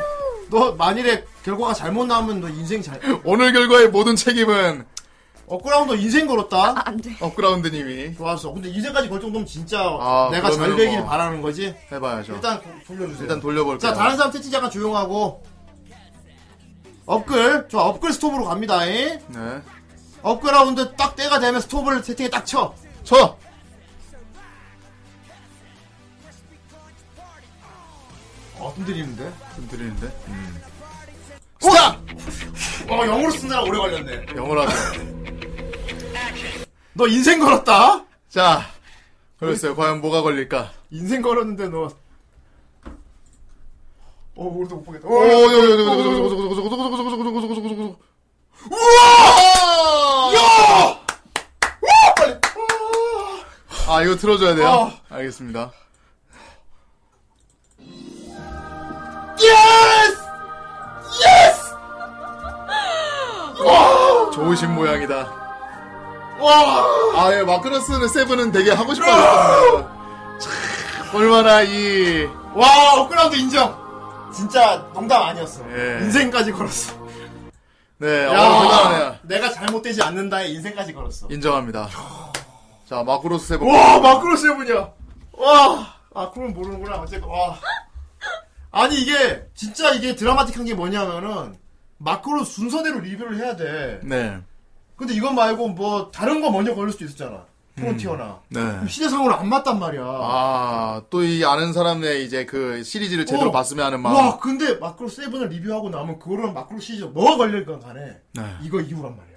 S6: 너 만일에 결과가 잘못 나오면 너 인생 잘
S2: 오늘 결과의 모든 책임은
S6: 업그라운드 인생 걸었다.
S3: 안 돼.
S2: 업그라운드님이
S6: 좋았어. 근데 인생까지 걸 정도면 진짜
S2: 아,
S6: 내가 잘
S2: 그러면은
S6: 되길
S2: 뭐.
S6: 바라는 거지.
S2: 해봐야죠. 일단,
S6: 그렇죠. 일단 고- 돌려주세요.
S2: 돌려볼게요.
S6: 자 다른 사람 채팅 잠깐 조용하고 업글 좋아 업글 스톱으로 갑니다. 잉?
S2: 네.
S6: 업그라운드 딱 때가 되면 스톱을 채팅에 딱 쳐.
S2: 저
S6: 어, 흔들리는데? 음.
S2: 좀 드리는데.
S6: 스탑! 어, 영어로 쓴 사람 오래 걸렸네.
S2: 영어라서.
S6: 너 인생 걸었다?
S2: 자, 그랬어요. 과연 뭐가 걸릴까?
S6: 인생 걸었는데 너. 어, 오늘도 못 보겠다.
S2: 오,
S6: 어,
S2: 여기, 여기, 여기, 여기, 여기, 여기, 여기, 여기, 여기, 여기, 여기, 여기, 여기, 여기. 우와! 아, 이거 틀어줘야 돼요?
S6: 어.
S2: 알겠습니다.
S6: 예스! 예스!
S2: 좋으신 모양이다.
S6: 와!
S2: 아, 예, 마크로스는 세븐은 되게 하고 싶어 하셨습니다. 참, 얼마나 이,
S6: 와, 업그라운드 인정! 진짜 농담 아니었어.
S2: 예.
S6: 인생까지 걸었어.
S2: 네, 어, 대단하네요.
S6: 내가 잘못되지 않는다에 인생까지 걸었어.
S2: 인정합니다. 자, 마크로스 세븐.
S6: 와, 마크로 세븐이야. 와, 아, 그럼 모르는구나. 어쨌건, 와. 아니, 이게, 진짜 이게 드라마틱한 게 뭐냐면은, 마크로 순서대로 리뷰를 해야 돼.
S2: 네,
S6: 근데 이건 말고 뭐, 다른 거 먼저 걸릴 수도 있었잖아. 프론티어나.
S2: 네.
S6: 그럼 시대상으로 안 맞단 말이야.
S2: 아, 또 이 아는 사람의 이제 그 시리즈를 제대로
S6: 어.
S2: 봤으면 하는 아, 마음.
S6: 와, 근데 마크로 세븐을 리뷰하고 나면 그거랑 마크로 시리즈 뭐가 걸릴건 간에,
S2: 네.
S6: 이거 이후란 말이야.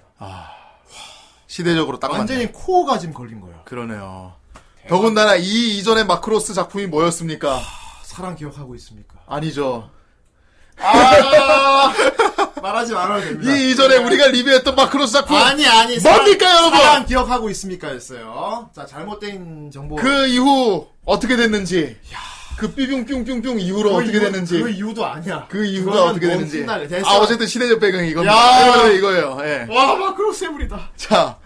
S2: 시대적으로 딱 맞네.
S6: 완전히 코어가 지금 걸린 거야.
S2: 그러네요. 더군다나 이 이전의 마크로스 작품이 뭐였습니까?
S6: 사랑 기억하고 있습니까?
S2: 아니죠.
S6: 아! 말하지 말아도 됩니다.
S2: 이 이전에 우리가 그 리뷰했던 마크로스 작품.
S6: 네. 아니 아니
S2: 뭡니까,
S6: 사람,
S2: 여러분?
S6: 사람 기억하고 있습니까였어요. 자 잘못된 정보
S2: 그 이후 어떻게 됐는지. 그 삐뿅뿅뿅뿅 이후로
S6: 그
S2: 어떻게
S6: 이유-
S2: 됐는지.
S6: 그
S2: 그,
S6: 이유도 아니야.
S2: 이후가
S6: 그거는
S2: 어떻게
S6: 너무
S2: 됐는지.
S6: 신나게 됐어.
S2: 아, 어쨌든 시대적 배경이 이겁니다.
S6: 야.
S2: 이거예요, 이거예요. 예.
S6: 와 마크로 세물이다.
S2: 자,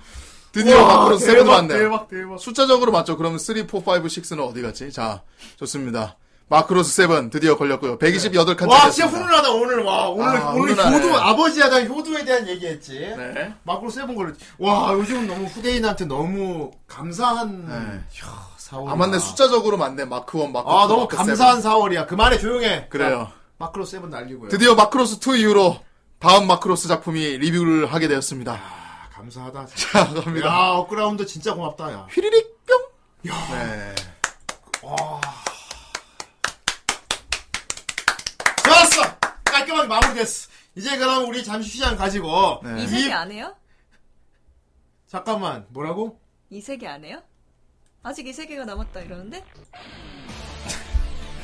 S2: 드디어 마크로스 세븐
S6: 대박,
S2: 왔네요.
S6: 대박 대박.
S2: 숫자적으로 맞죠? 그럼 3, 4, 5, 6는 어디 갔지? 자, 좋습니다. 마크로스 세븐 드디어 걸렸고요. 128칸
S6: 와 진짜 훈훈하다 오늘 와 오늘
S2: 아,
S6: 오늘
S2: 훈훈하네.
S6: 효도 아버지에 대한 효도에 대한 얘기했지.
S2: 네.
S6: 마크로 세븐 걸렸지. 와 요즘 너무 후대인한테 너무 감사한
S2: 네.
S6: 이야, 사월이다.
S2: 아, 맞네. 숫자적으로 맞네. 마크 1, 마크 2.
S6: 아 너무 감사한 사월이야. 그만해 조용해.
S2: 뭐, 그 그래요.
S6: 자, 마크로 세븐 날리고요.
S2: 드디어 마크로스 2 이후로 다음 마크로스 작품이 리뷰를 하게 되었습니다.
S6: 아, 감사하다.
S2: 자, 갑니다.
S6: 야 업그라운드 진짜 고맙다 야.
S2: 휘리릭 뿅! 네.
S6: 좋았어! 깔끔하게 마무리됐어. 이제 그럼 우리 잠시 시간 가지고.
S2: 네.
S3: 이색이 안 해요?
S6: 잠깐만, 뭐라고?
S3: 이색이 안 해요? 아직 이세계가 남았다 이러는데?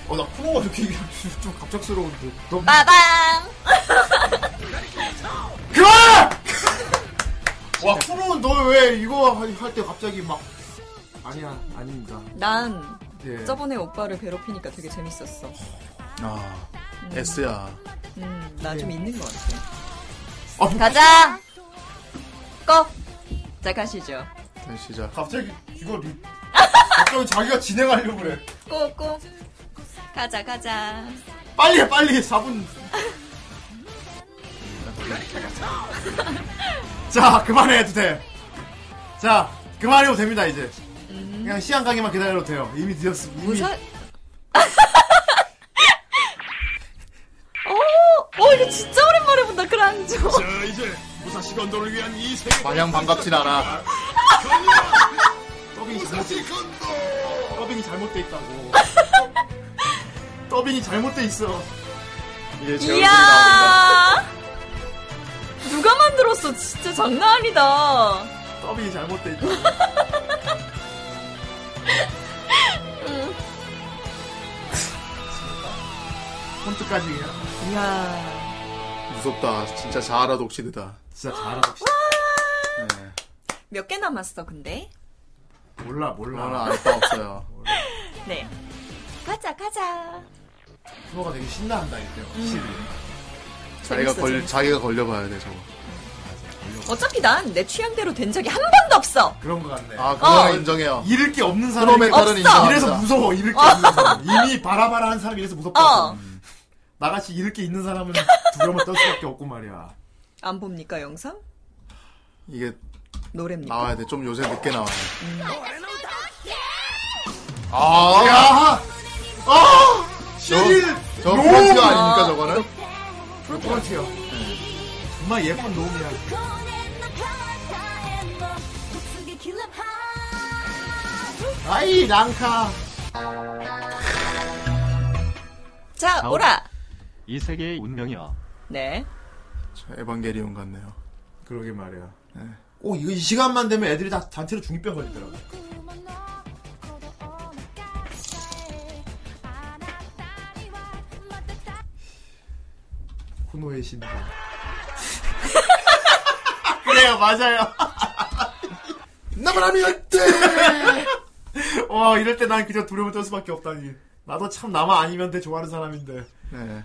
S6: 어, 나 프로가 이렇게 얘기하면 좀 갑작스러운데. 너,
S3: 아! 빠방!
S6: 그만! 와, 프로는 너 왜 이거 할 때 갑자기 막. 아니야, 아닙니다.
S3: 난
S6: 예.
S3: 저번에 오빠를 괴롭히니까 되게 재밌었어.
S2: 아, S야.
S3: 음, 나
S2: 네.
S3: 좀 있는 것 같아.
S6: 아,
S2: 어.
S6: 뭐,
S3: 가자! 꺽! 자, 가시죠.
S2: 다시 시작.
S6: 갑자기 이거 리... 갑자기 자기가 진행하려고 그래.
S3: 꼬꼬! 가자, 가자.
S6: 빨리 해, 빨리 해, 4분. 자, 그만해도 돼. 자, 그만해도 됩니다, 이제. 그냥 시간 가기만 기다려도 돼요. 이미 늦었어.
S3: 음.
S6: 이미.
S3: 무사. 오, 오, 어, 이거 진짜 오랜만에 본다, 그랑조.
S14: 자, 이제 무사시 건도를 위한 이 세.
S2: 마냥 반갑진 않아.
S6: 더빙이 잘못돼 더빙이 잘못돼 있다고. 더빙이 잘못돼 있어.
S2: 이제 제 얼굴이 나옵니다.
S3: 이야! 누가 만들었어? 진짜 장난 아니다.
S6: 더빙이 잘못돼 있다. 음. 폰트까지 그냥
S3: 이야.
S2: 무섭다. 진짜 자아라 독시드다.
S6: 진짜 잘하고 싶다.
S2: 네.
S3: 몇 개 남았어, 근데?
S6: 몰라 몰라.
S2: 나는 알바 아, 없어요.
S3: 네. 가자, 가자.
S6: 프로가 되게 신나한다 이때 확실히.
S2: 자기가
S3: 재밌어,
S2: 걸
S3: 재밌어.
S2: 자기가 걸려봐야 돼 저거.
S3: 어차피 난 내 취향대로 된 적이 한 번도 없어.
S6: 그런 것 같네.
S2: 아 그거는
S3: 어.
S2: 인정해요.
S6: 잃을 게 없는 사람.
S2: 프로메탈은
S3: 없어.
S2: 인정합니다.
S6: 이래서 무서워. 잃을 게 없는 사람. 이미 바라바라한 사람 이래서 무섭다.
S3: 어.
S6: 나같이 잃을 게 있는 사람은 두려움을 떨 수밖에 없고 말이야.
S3: 안 봅니까, 영상?
S2: 이게
S3: 노래입니까?
S2: 나와야 돼. 좀 요새 늦게 나와요. 아,
S6: 야! 아! 시릴!
S2: 저 브런티가 아닙니까 저거는?
S6: 프로트요 정말 예쁜 놈이야. 아이, 랑카.
S3: 자, 오라!
S15: 이 세계의 운명이여.
S3: 네.
S2: 저 에반게리온 같네요.
S6: 그러게 말이야. 네. 꼭 이, 이 시간만 되면 애들이 다 단체로 중이병 걸리더라고. 코노의 신비. 그래요, 맞아요.
S2: 나바람이 어때?
S6: 와, 이럴 때 난 그저 두려움을 떨 수밖에 없다니. 나도 참 나만 아니면 돼 좋아하는 사람인데.
S2: 네.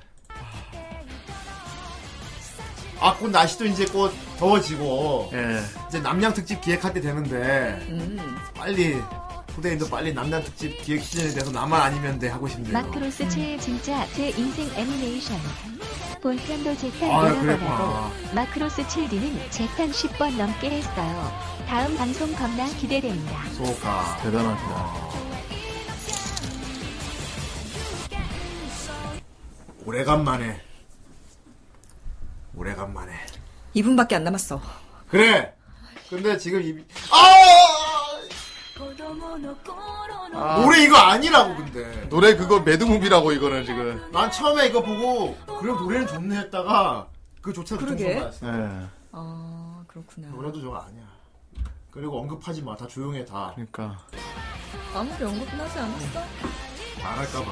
S6: 아, 곧 날씨도 이제 곧 더워지고,
S2: 예.
S6: 이제 남양 특집 기획할 때 되는데,
S3: 음.
S6: 빨리, 후대인도 빨리 남양 특집 기획 시즌에 대해서 나만 아니면 돼 하고 싶네요.
S4: 마크로스 최애 진짜 제 인생 애니메이션. 본편도 재탄
S6: 아,
S4: 돌아가라고
S6: 그랬구나.
S4: 마크로스 7D는 재탄 10번 넘게 했어요. 다음 방송 겁나 기대됩니다.
S6: 소가.
S2: 대단하다.
S6: 오래간만에. 오래간만에.
S3: 2분밖에 안 남았어.
S6: 그래! 근데 지금 이, 아!
S2: 아,
S6: 노래 이거 아니라고, 근데.
S2: 노래 그거 매드무비라고 이거는 지금.
S6: 난 처음에 이거 보고, 그래, 노래는 좋네 했다가, 그조차
S3: 그러게.
S6: 어
S2: 예.
S3: 아, 그렇구나.
S6: 노래도 저거 아니야. 그리고 언급하지 마. 다 조용해, 다.
S2: 그러니까
S3: 아무리 언급은 하지 않았어?
S6: 말할까봐.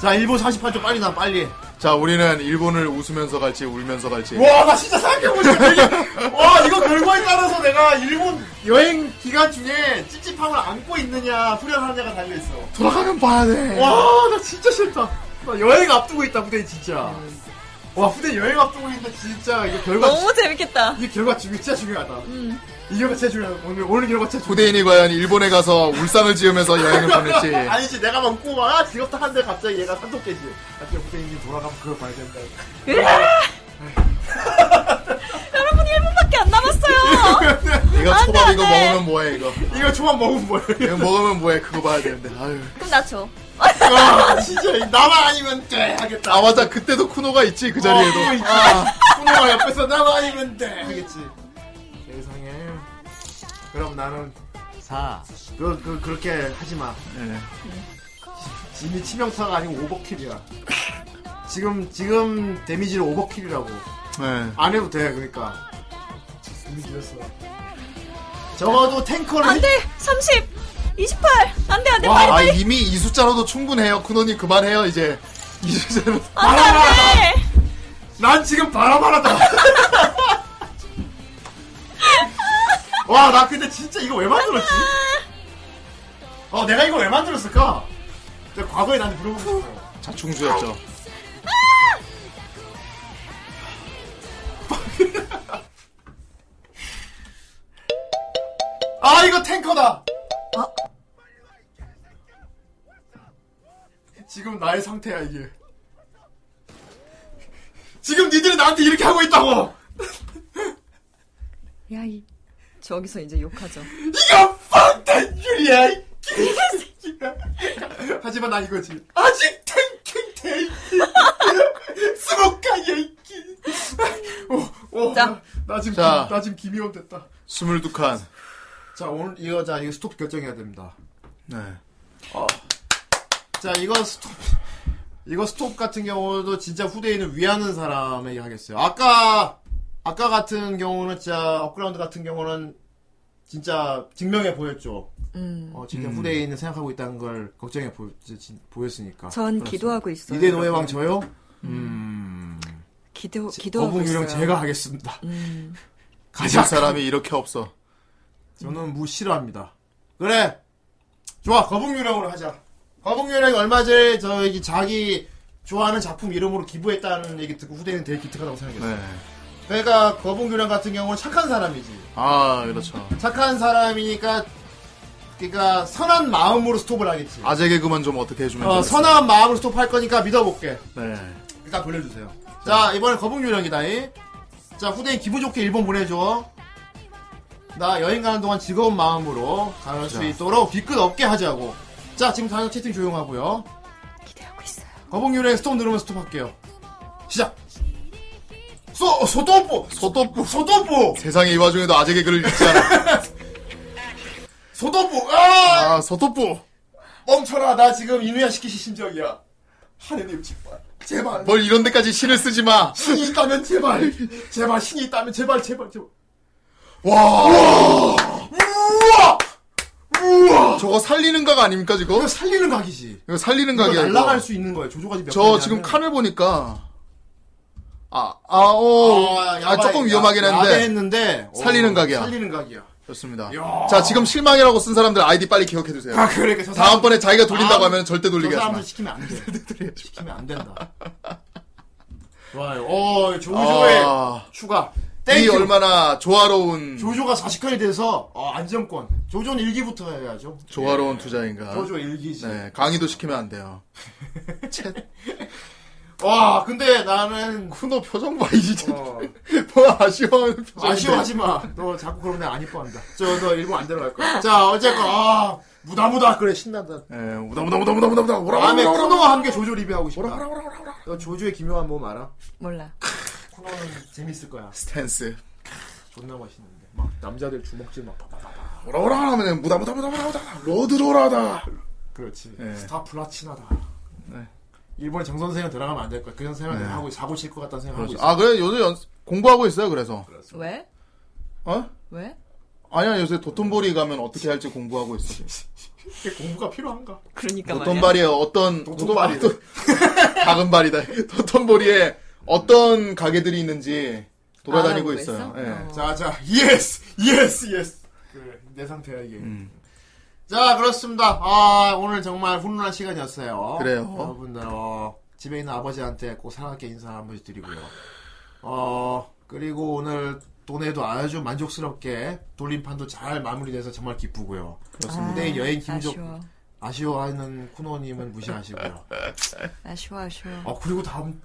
S6: 자, 1분 48초 빨리 나, 빨리.
S2: 자 우리는 일본을 웃으면서 갈지 울면서 갈지.
S6: 와, 나 진짜 생각해보니까 되게, 와, 이거 결과에 따라서 내가 일본 여행 기간 중에 찝찝함을 안고 있느냐, 후련하느냐가 달려있어.
S2: 돌아가면 봐야 돼.
S3: 네.
S6: 와, 나 진짜 싫다. 나 여행 앞두고 있다, 후대 진짜. 와, 후대 여행 앞두고 있는데 진짜, 이거 결과,
S3: 음. 너무 재밌겠다.
S6: 이 결과 중- 진짜 중요하다. 이 결과 진짜 중요하다. 오늘, 오늘 결과 진짜 중요하다.
S2: 후대인이 과연 일본에 가서 울상을 지으면서 여행을 보낼지.
S6: 아니지, 내가 막 웃고 막, 아, 지겹다 한데 갑자기 얘가 산독 깨지. 갑자기 후대인이 돌아가면 그걸 봐야 된다.
S3: 여러분 1분밖에 안 남았어요.
S2: 이거 초밥
S3: 안 돼,
S2: 이거
S3: 안 돼.
S2: 먹으면 뭐해 이거.
S6: 이거 초밥 먹으면 뭐야.
S2: 이거 먹으면 뭐해 그거 봐야 되는데. 아유.
S3: 그럼 나 줘.
S6: 아, 진짜 이- 나만 아니면 돼 하겠다.
S2: 아 맞아 그때도 쿠노가 있지 그 자리에도.
S6: 어, 있지. 쿠노가 옆에서 나만 아니면 돼 하겠지. 세상에. 그럼 나는
S15: 4.
S6: 그, 그 그렇게 하지 마.
S2: 예.
S6: 이미 치명타가 아니고 오버킬이야. 지금 지금 데미지를 오버킬이라고.
S2: 예.
S6: 안 해도 돼 그러니까. 이미 늦었어. 적어도 탱커를
S3: 안 돼. 30, 28. 안 돼, 안 돼.
S2: 와,
S3: 빨리
S2: 아,
S3: 빨리.
S2: 이미 이 숫자로도 충분해요. 쿠노님 그만해요, 이제. 이 숫자로.
S6: 아,
S3: 안 돼, 안 돼.
S6: 난 지금 바라바라다. 와, 나 근데 진짜 이거 왜 만들었지?
S3: 아.
S6: 어, 내가 이거 왜 만들었을까? 내가 과거에 나한테 물어보고 싶어.
S2: 자충수였죠.
S6: 아, 이거 탱커다!
S3: 어?
S6: 지금 나의 상태야, 이게. 지금 니들이 나한테 이렇게 하고 있다고!
S3: 야, 이 저기서 이제 욕하죠.
S6: 이거 펀탄 줄이야, 이 개새끼가. 하지만 난 이거지. 아직 탱킹 탱킹. 스모카야, 이 개. 오, 오,
S3: 자.
S6: 나, 나 지금,
S2: 자.
S6: 김- 나 지금 김이원 됐다.
S2: 22칸.
S6: 자, 오늘, 이거, 자, 이거 스톱 결정해야 됩니다.
S2: 네.
S6: 자, 이거 스톱. 이거 스톱 같은 경우도 진짜 후대인을 위하는 사람에게 하겠어요. 아까 아까 같은 경우는 진짜 업그라운드 같은 경우는 진짜 증명해 보였죠.
S3: 음.
S6: 어, 진짜
S3: 음.
S6: 후대인을 생각하고 있다는 걸 걱정해 보, 진- 보였으니까.
S3: 전 기도하고 있어요.
S6: 이대 노예왕 저요?
S3: 기도 기도하고
S6: 거북 유령
S3: 있어요.
S6: 제가 하겠습니다.
S3: 음.
S6: 가자.
S2: 가질 사람이 이렇게 없어.
S6: 저는 무 싫어합니다. 그래. 좋아. 거북 유령으로 하자. 거북 유령이 얼마 전에 저기 자기 좋아하는 작품 이름으로 기부했다는 얘기 듣고 후대인은 되게 기특하다고 생각했어요.
S2: 네.
S6: 그러니까 거북 유령 같은 경우는 착한 사람이지.
S2: 아, 그렇죠.
S6: 착한 사람이니까 그러니까 선한 마음으로 스톱을 하겠지.
S2: 아재 개그만 좀 어떻게 해주면
S6: 어,
S2: 되겠어요?
S6: 선한 마음으로 스톱할 거니까 믿어볼게.
S2: 네.
S6: 일단 돌려주세요. 자, 이번엔 거북 유령이다. 이. 자, 후대인 기분 좋게 일본 보내줘. 나 여행 가는 동안 즐거운 마음으로 갈 수
S2: 자.
S6: 있도록 뒤끝 없게 하자고. 자, 지금 다들 채팅 조용하고요.
S3: 기대하고 있어요.
S6: 거북 유령 스톱 누르면 스톱할게요. 시작. 소 소토포 소토포 소토포
S2: 세상에 이 와중에도 아재 개그를 잊지 않아.
S6: 소토포 아!
S2: 아, 서토뿌.
S6: 멈춰라 나 지금 이누야 시키시 심정이야. 하느님 제발 제발
S2: 뭘 이런 데까지 신을 쓰지 마.
S6: 신이 있다면 제발 제발 신이 있다면 제발 제발 제발
S2: 와.
S6: 우와 우와
S2: 저거 살리는 각 아닙니까,
S6: 이거
S2: 지금?
S6: 살리는 각이지.
S2: 이거 살리는
S6: 이거
S2: 각이야.
S6: 날라갈
S2: 이거.
S6: 수 있는 거예요. 조조가지 몇
S2: 저
S6: 번이냐면.
S2: 지금 칸을 보니까 아, 아, 오.
S6: 아,
S2: 아,
S6: 야바-
S2: 조금 위험하긴
S6: 야-
S2: 했는데.
S6: 야대했는데 어,
S2: 살리는 각이야.
S6: 살리는 각이야.
S2: 좋습니다.
S6: 이야.
S2: 자, 지금 실망이라고 쓴 사람들 아이디 빨리 기억해 두세요.
S6: 아, 그러니까 저 사람-
S2: 다음번에 자기가 돌린다고
S6: 다음-
S2: 하면 절대 돌리게
S6: 저
S2: 하지 마.
S6: 사람들 시키면 안 돼. 시키면 안 된다. 좋아요. 어, 조조의
S2: 아.
S6: 추가.
S2: 이
S6: 땡큐.
S2: 얼마나 조화로운
S6: 조조가 40칸이 돼서 어, 안정권. 조조는 일기부터 해야죠.
S2: 조화로운 투자인가.
S6: 조조 일기지.
S2: 네, 강의도 시키면 안 돼요.
S6: 와, 근데 나는
S2: 쿠노 표정 봐, 이 진짜.
S6: 어,
S2: 뭐 아쉬워하는 표정.
S6: 아쉬워하지 마. 너 자꾸 그러면 내가 안 이뻐한다. 저 너 일본 안 데려갈 거야. 자, 어쨌건 아, 무다무다 그래 신난다.
S2: 예, 우다 우다 우다 우다 우다 우다 오라
S6: 다음에
S2: 오라 오라 오라
S6: 쿠노와 함께 조조 리뷰하고 싶다.
S2: 오라 오라 오라 오라.
S6: 너 조조의 기묘한 뭐 몸 알아?
S3: 몰라.
S6: 쿠노는 재밌을 거야.
S2: 스탠스.
S6: 존나 멋있는데. 막 남자들 주먹질 막 빠바바바.
S2: 오라 오라 하면은 무다 무다 무다 무다 무다 로드 로라다.
S6: 그렇지.
S2: 네.
S6: 스타 플라치나다.
S2: 네.
S6: 일본에 정 선생은 들어가면 안 될 거야. 그 선생은
S2: 네.
S6: 하고 사고 칠 것 같다는 생각하고
S2: 그렇죠.
S6: 있어.
S2: 아 그래 요새 연, 공부하고 있어요 그래서.
S3: 왜?
S2: 어?
S3: 왜?
S2: 아니야 요새 도톤보리 가면 어떻게 할지 공부하고 있어.
S6: 이게 공부가 필요한가?
S3: 그러니까 말이야.
S2: 도톤바리에 어떤
S6: 도톤바리.
S2: 도톤- 작은 발이다. 도톤보리에 어떤 가게들이 있는지 돌아다니고
S3: 알아보고
S2: 있어요.
S3: 있어?
S2: 예.
S3: 어.
S6: 자, 자, 예스, 예스, 예스. 그래, 내 상태야 이게.
S2: 음.
S6: 자, 그렇습니다. 아, 오늘 정말 훈훈한 시간이었어요.
S2: 그래요.
S6: 여러분들 어, 집에 있는 아버지한테 꼭 사랑하게 인사 한 번씩 드리고요. 어, 그리고 오늘 돈에도 아주 만족스럽게 돌림판도 잘 마무리돼서 정말 기쁘고요.
S3: 아,
S6: 근데 여행 기분 좋
S3: 아쉬워.
S6: 아쉬워하는 쿠노님은 무시하시고요.
S3: 아쉬워 아쉬워.
S6: 아 그리고 다음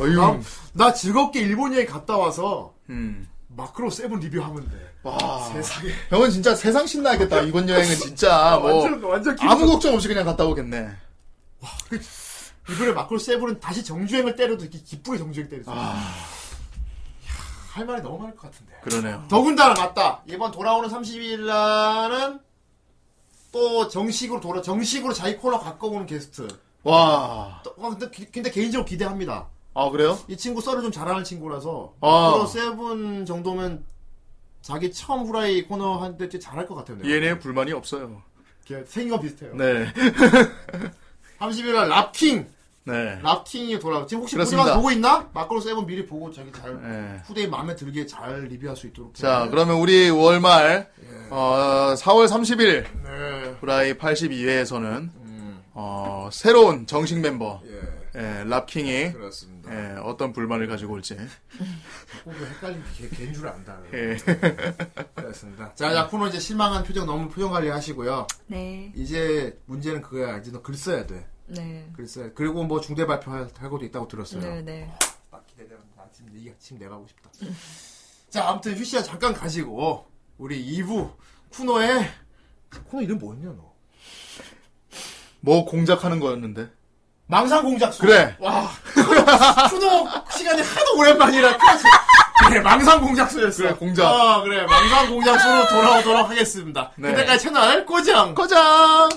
S2: 어휴.
S6: 나, 나 즐겁게 일본 여행 갔다 와서
S2: 음.
S6: 마크로 세븐 리뷰하면 돼.
S2: 와.
S6: 세상에.
S2: 형은 진짜 세상 신나겠다. 이번 여행은
S6: 아,
S2: 진짜 뭐
S6: 완전 완전 기분
S2: 아무 걱정 없이 그냥 갔다 오겠네.
S6: 이번에 마크로 세븐은 다시 정주행을 때려도 이렇게 기쁘게 정주행 때려서 할 말이 너무 많을 것 같은데
S2: 그러네요.
S6: 더군다나 맞다 이번 돌아오는 30일 날은 또 정식으로 돌아 정식으로 자기 코너 갖고 오는 게스트
S2: 와.
S6: 또- 어, 근데, 기- 근데 개인적으로 기대합니다
S2: 아 그래요?
S6: 이 친구 썰을 좀 잘하는 친구라서
S2: 아.
S6: 마크로 세븐 정도면 자기 처음 후라이 코너 할때 잘할 것 같아요 내가.
S2: 얘네 불만이 없어요.
S6: 걔 생긴 거 비슷해요
S2: 예. 네.
S6: 30일 날 랍킹
S2: 네.
S6: 랍킹이 돌아와 지금 혹시
S2: 그렇습니다.
S6: 우리가 보고 있나? 마크로 세븐 미리 보고 저기 잘
S2: 예.
S6: 후대인 마음에 들게 잘 리뷰할 수 있도록.
S2: 자, 그러면 우리 월말 어, 4월 30일
S6: 네.
S2: 브라이 82회에서는
S6: 음,
S2: 어, 새로운 정식 멤버
S6: 예.
S2: 예, 랍킹이
S6: 그렇습니다.
S2: 예, 어떤 불만을 가지고 올지
S6: 꼭 헷갈리면 걔, 걔인 줄 안다.
S2: 예.
S6: 그렇습니다. 자, 자, 코너 이제 실망한 표정 너무 표정 관리 하시고요.
S3: 네
S6: 이제 문제는 그거야. 이제 너 글 써야 돼.
S3: 네.
S6: 글 써야 돼. 그리고 뭐 중대 발표할 할 것도 있다고 들었어요.
S3: 네, 네.
S6: 막 아, 기대되는 나 지금 이게 지금 내가 하고 싶다. 자, 아무튼 휴 씨야 잠깐 가시고 우리 2부 쿠노의 쿠노 이름 뭐였냐 너?
S2: 뭐 공작하는 거였는데.
S6: 망상 공작소.
S2: 그래.
S6: 와. 쿠노 시간이 하도 오랜만이라. 그래서- 그래, 망상 공작소였어.
S2: 그래, 공작.
S6: 아, 그래, 망상 공작소로 돌아오도록 하겠습니다.
S2: 네.
S6: 그때까지 채널 고정.
S2: 거장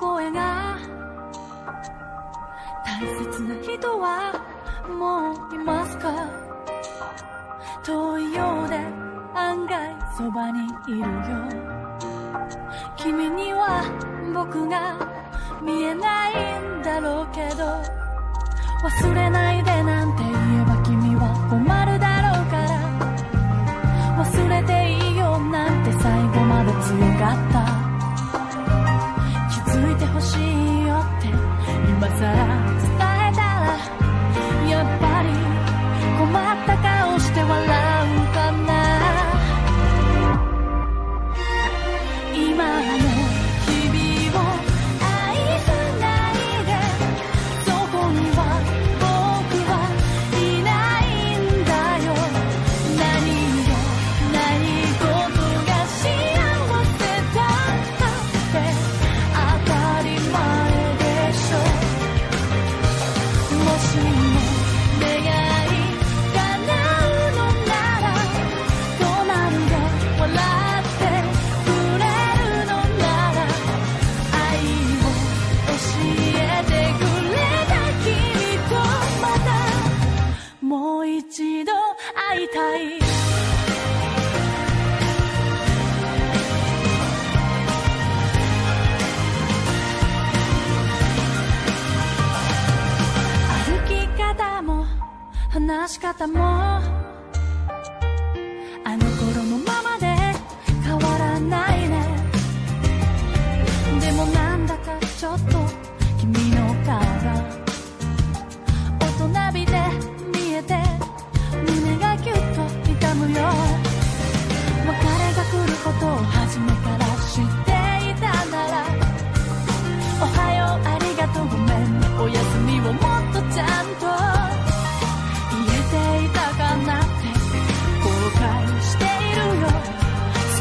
S10: 声が大切な人はもういますか遠いようで案外そばにいるよ君には僕が見えないんだろうけど忘れないでなんて言えば君は困るだろうから忘れていいよなんて最後まで強かった気づいてほしいよって今さら伝えたらやっぱり困った顔して笑うかな今の君を愛さないでそこには僕はいないんだよ何よ何事が幸せだなんて当たり前でしょもしも願い叶うのなら隣で笑ってくれるのなら愛を教えてくれた君とまたもう一度会いたい歩き方も話し方もあの頃のままで変わらないねでもなんだかちょっと君の顔が大人びて見えて胸がキュッと痛むよ別れが来ることを初めから知っていたならおはようありがとうごめんねおやすみをもっとちゃんと言えていたかなって後悔しているよ伝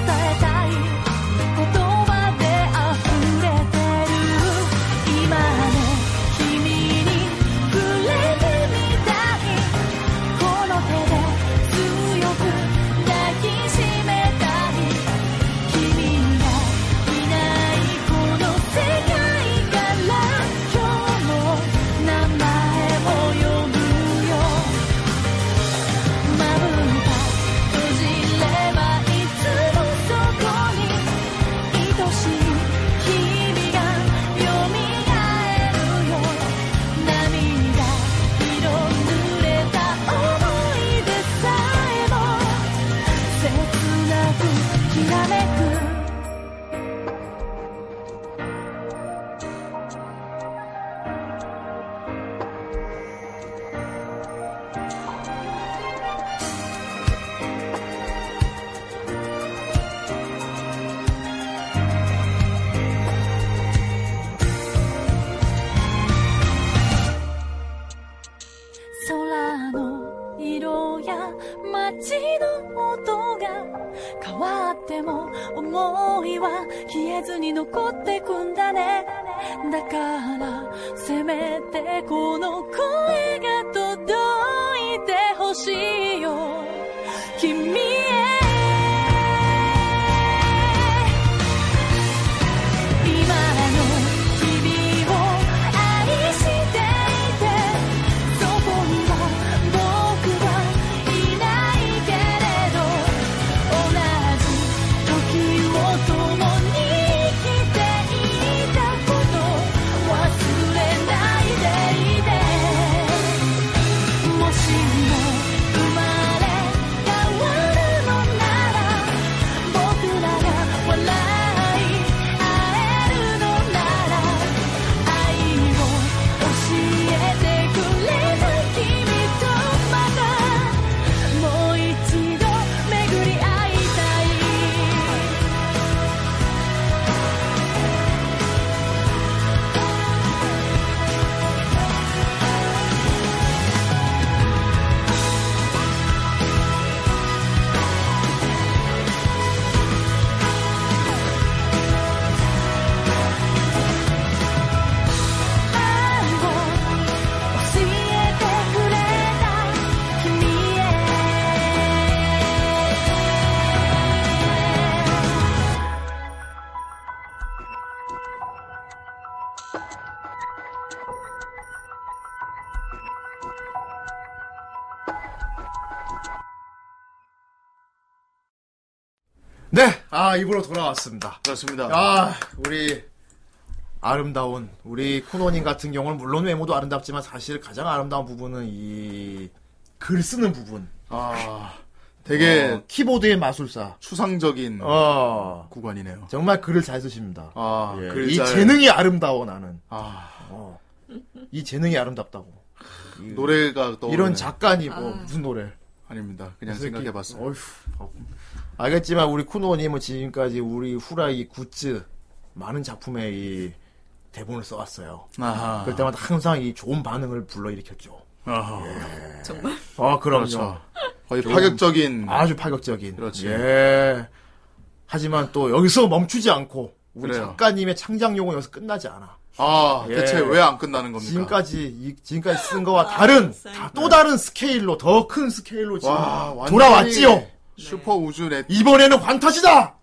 S10: えたい言葉で溢れてる今の君に触れてみたいこの手で強く抱きしめたい君がいないこの世界から今日も名前を呼ぶよまぶた閉じればいつもそこに愛しい日々がよみがえるよ涙色濡れた思い出さえも切なくきらめく空の色や街の音が変わっても思いは消えずに残ってくんだねだからせめてこの声が届いてほしいよ君へ今の君を愛していてそこには僕はいないけれど同じ時を共に生きていたこと忘れないでいてもしも生まれ変わる
S6: 네, 아 입으로 돌아왔습니다.
S2: 그렇습니다.
S6: 아 우리 아름다운 우리 쿠노님 같은 경우는 물론 외모도 아름답지만 사실 가장 아름다운 부분은 이 글 쓰는 부분.
S2: 아 되게
S6: 어, 키보드의 마술사.
S2: 추상적인
S6: 어.
S2: 구간이네요.
S6: 정말 글을 잘 쓰십니다.
S2: 아,
S6: 예,
S2: 글
S6: 이
S2: 잘-
S6: 재능이 아름다워 나는.
S2: 아.
S6: 어. 이 재능이 아름답다고. 이-
S2: 노래가 또
S6: 이런 작가니 뭐 무슨 노래?
S2: 아닙니다. 그냥
S6: 무슨
S2: 생각해
S6: 이렇게-
S2: 봤어요.
S6: 어휴. 알겠지만 우리 쿠노님은 지금까지 우리 후라이 굿즈 많은 작품에 이 대본을 써왔어요.
S2: 아하.
S6: 그럴 때마다 항상 이 좋은 반응을 불러일으켰죠.
S2: 아하.
S3: 정말?
S6: 아, 예, 그럼요.
S2: 그렇죠. 거의
S6: 좀-
S2: 파격적인
S6: 아주 파격적인.
S2: 음. 그렇지.
S6: 예. 하지만 또 여기서 멈추지 않고 우리
S2: 그래요.
S6: 작가님의 창작용은 여기서 끝나지 않아.
S2: 아,
S6: 예.
S2: 대체 왜 안 끝나는 겁니까?
S6: 지금까지 이- 지금까지 쓴 거와 다른 다- 또 다른 스케일로 더 큰 스케일로 지금 돌아왔지요.
S2: 슈퍼 우주 넷.
S6: 이번에는 환타지다.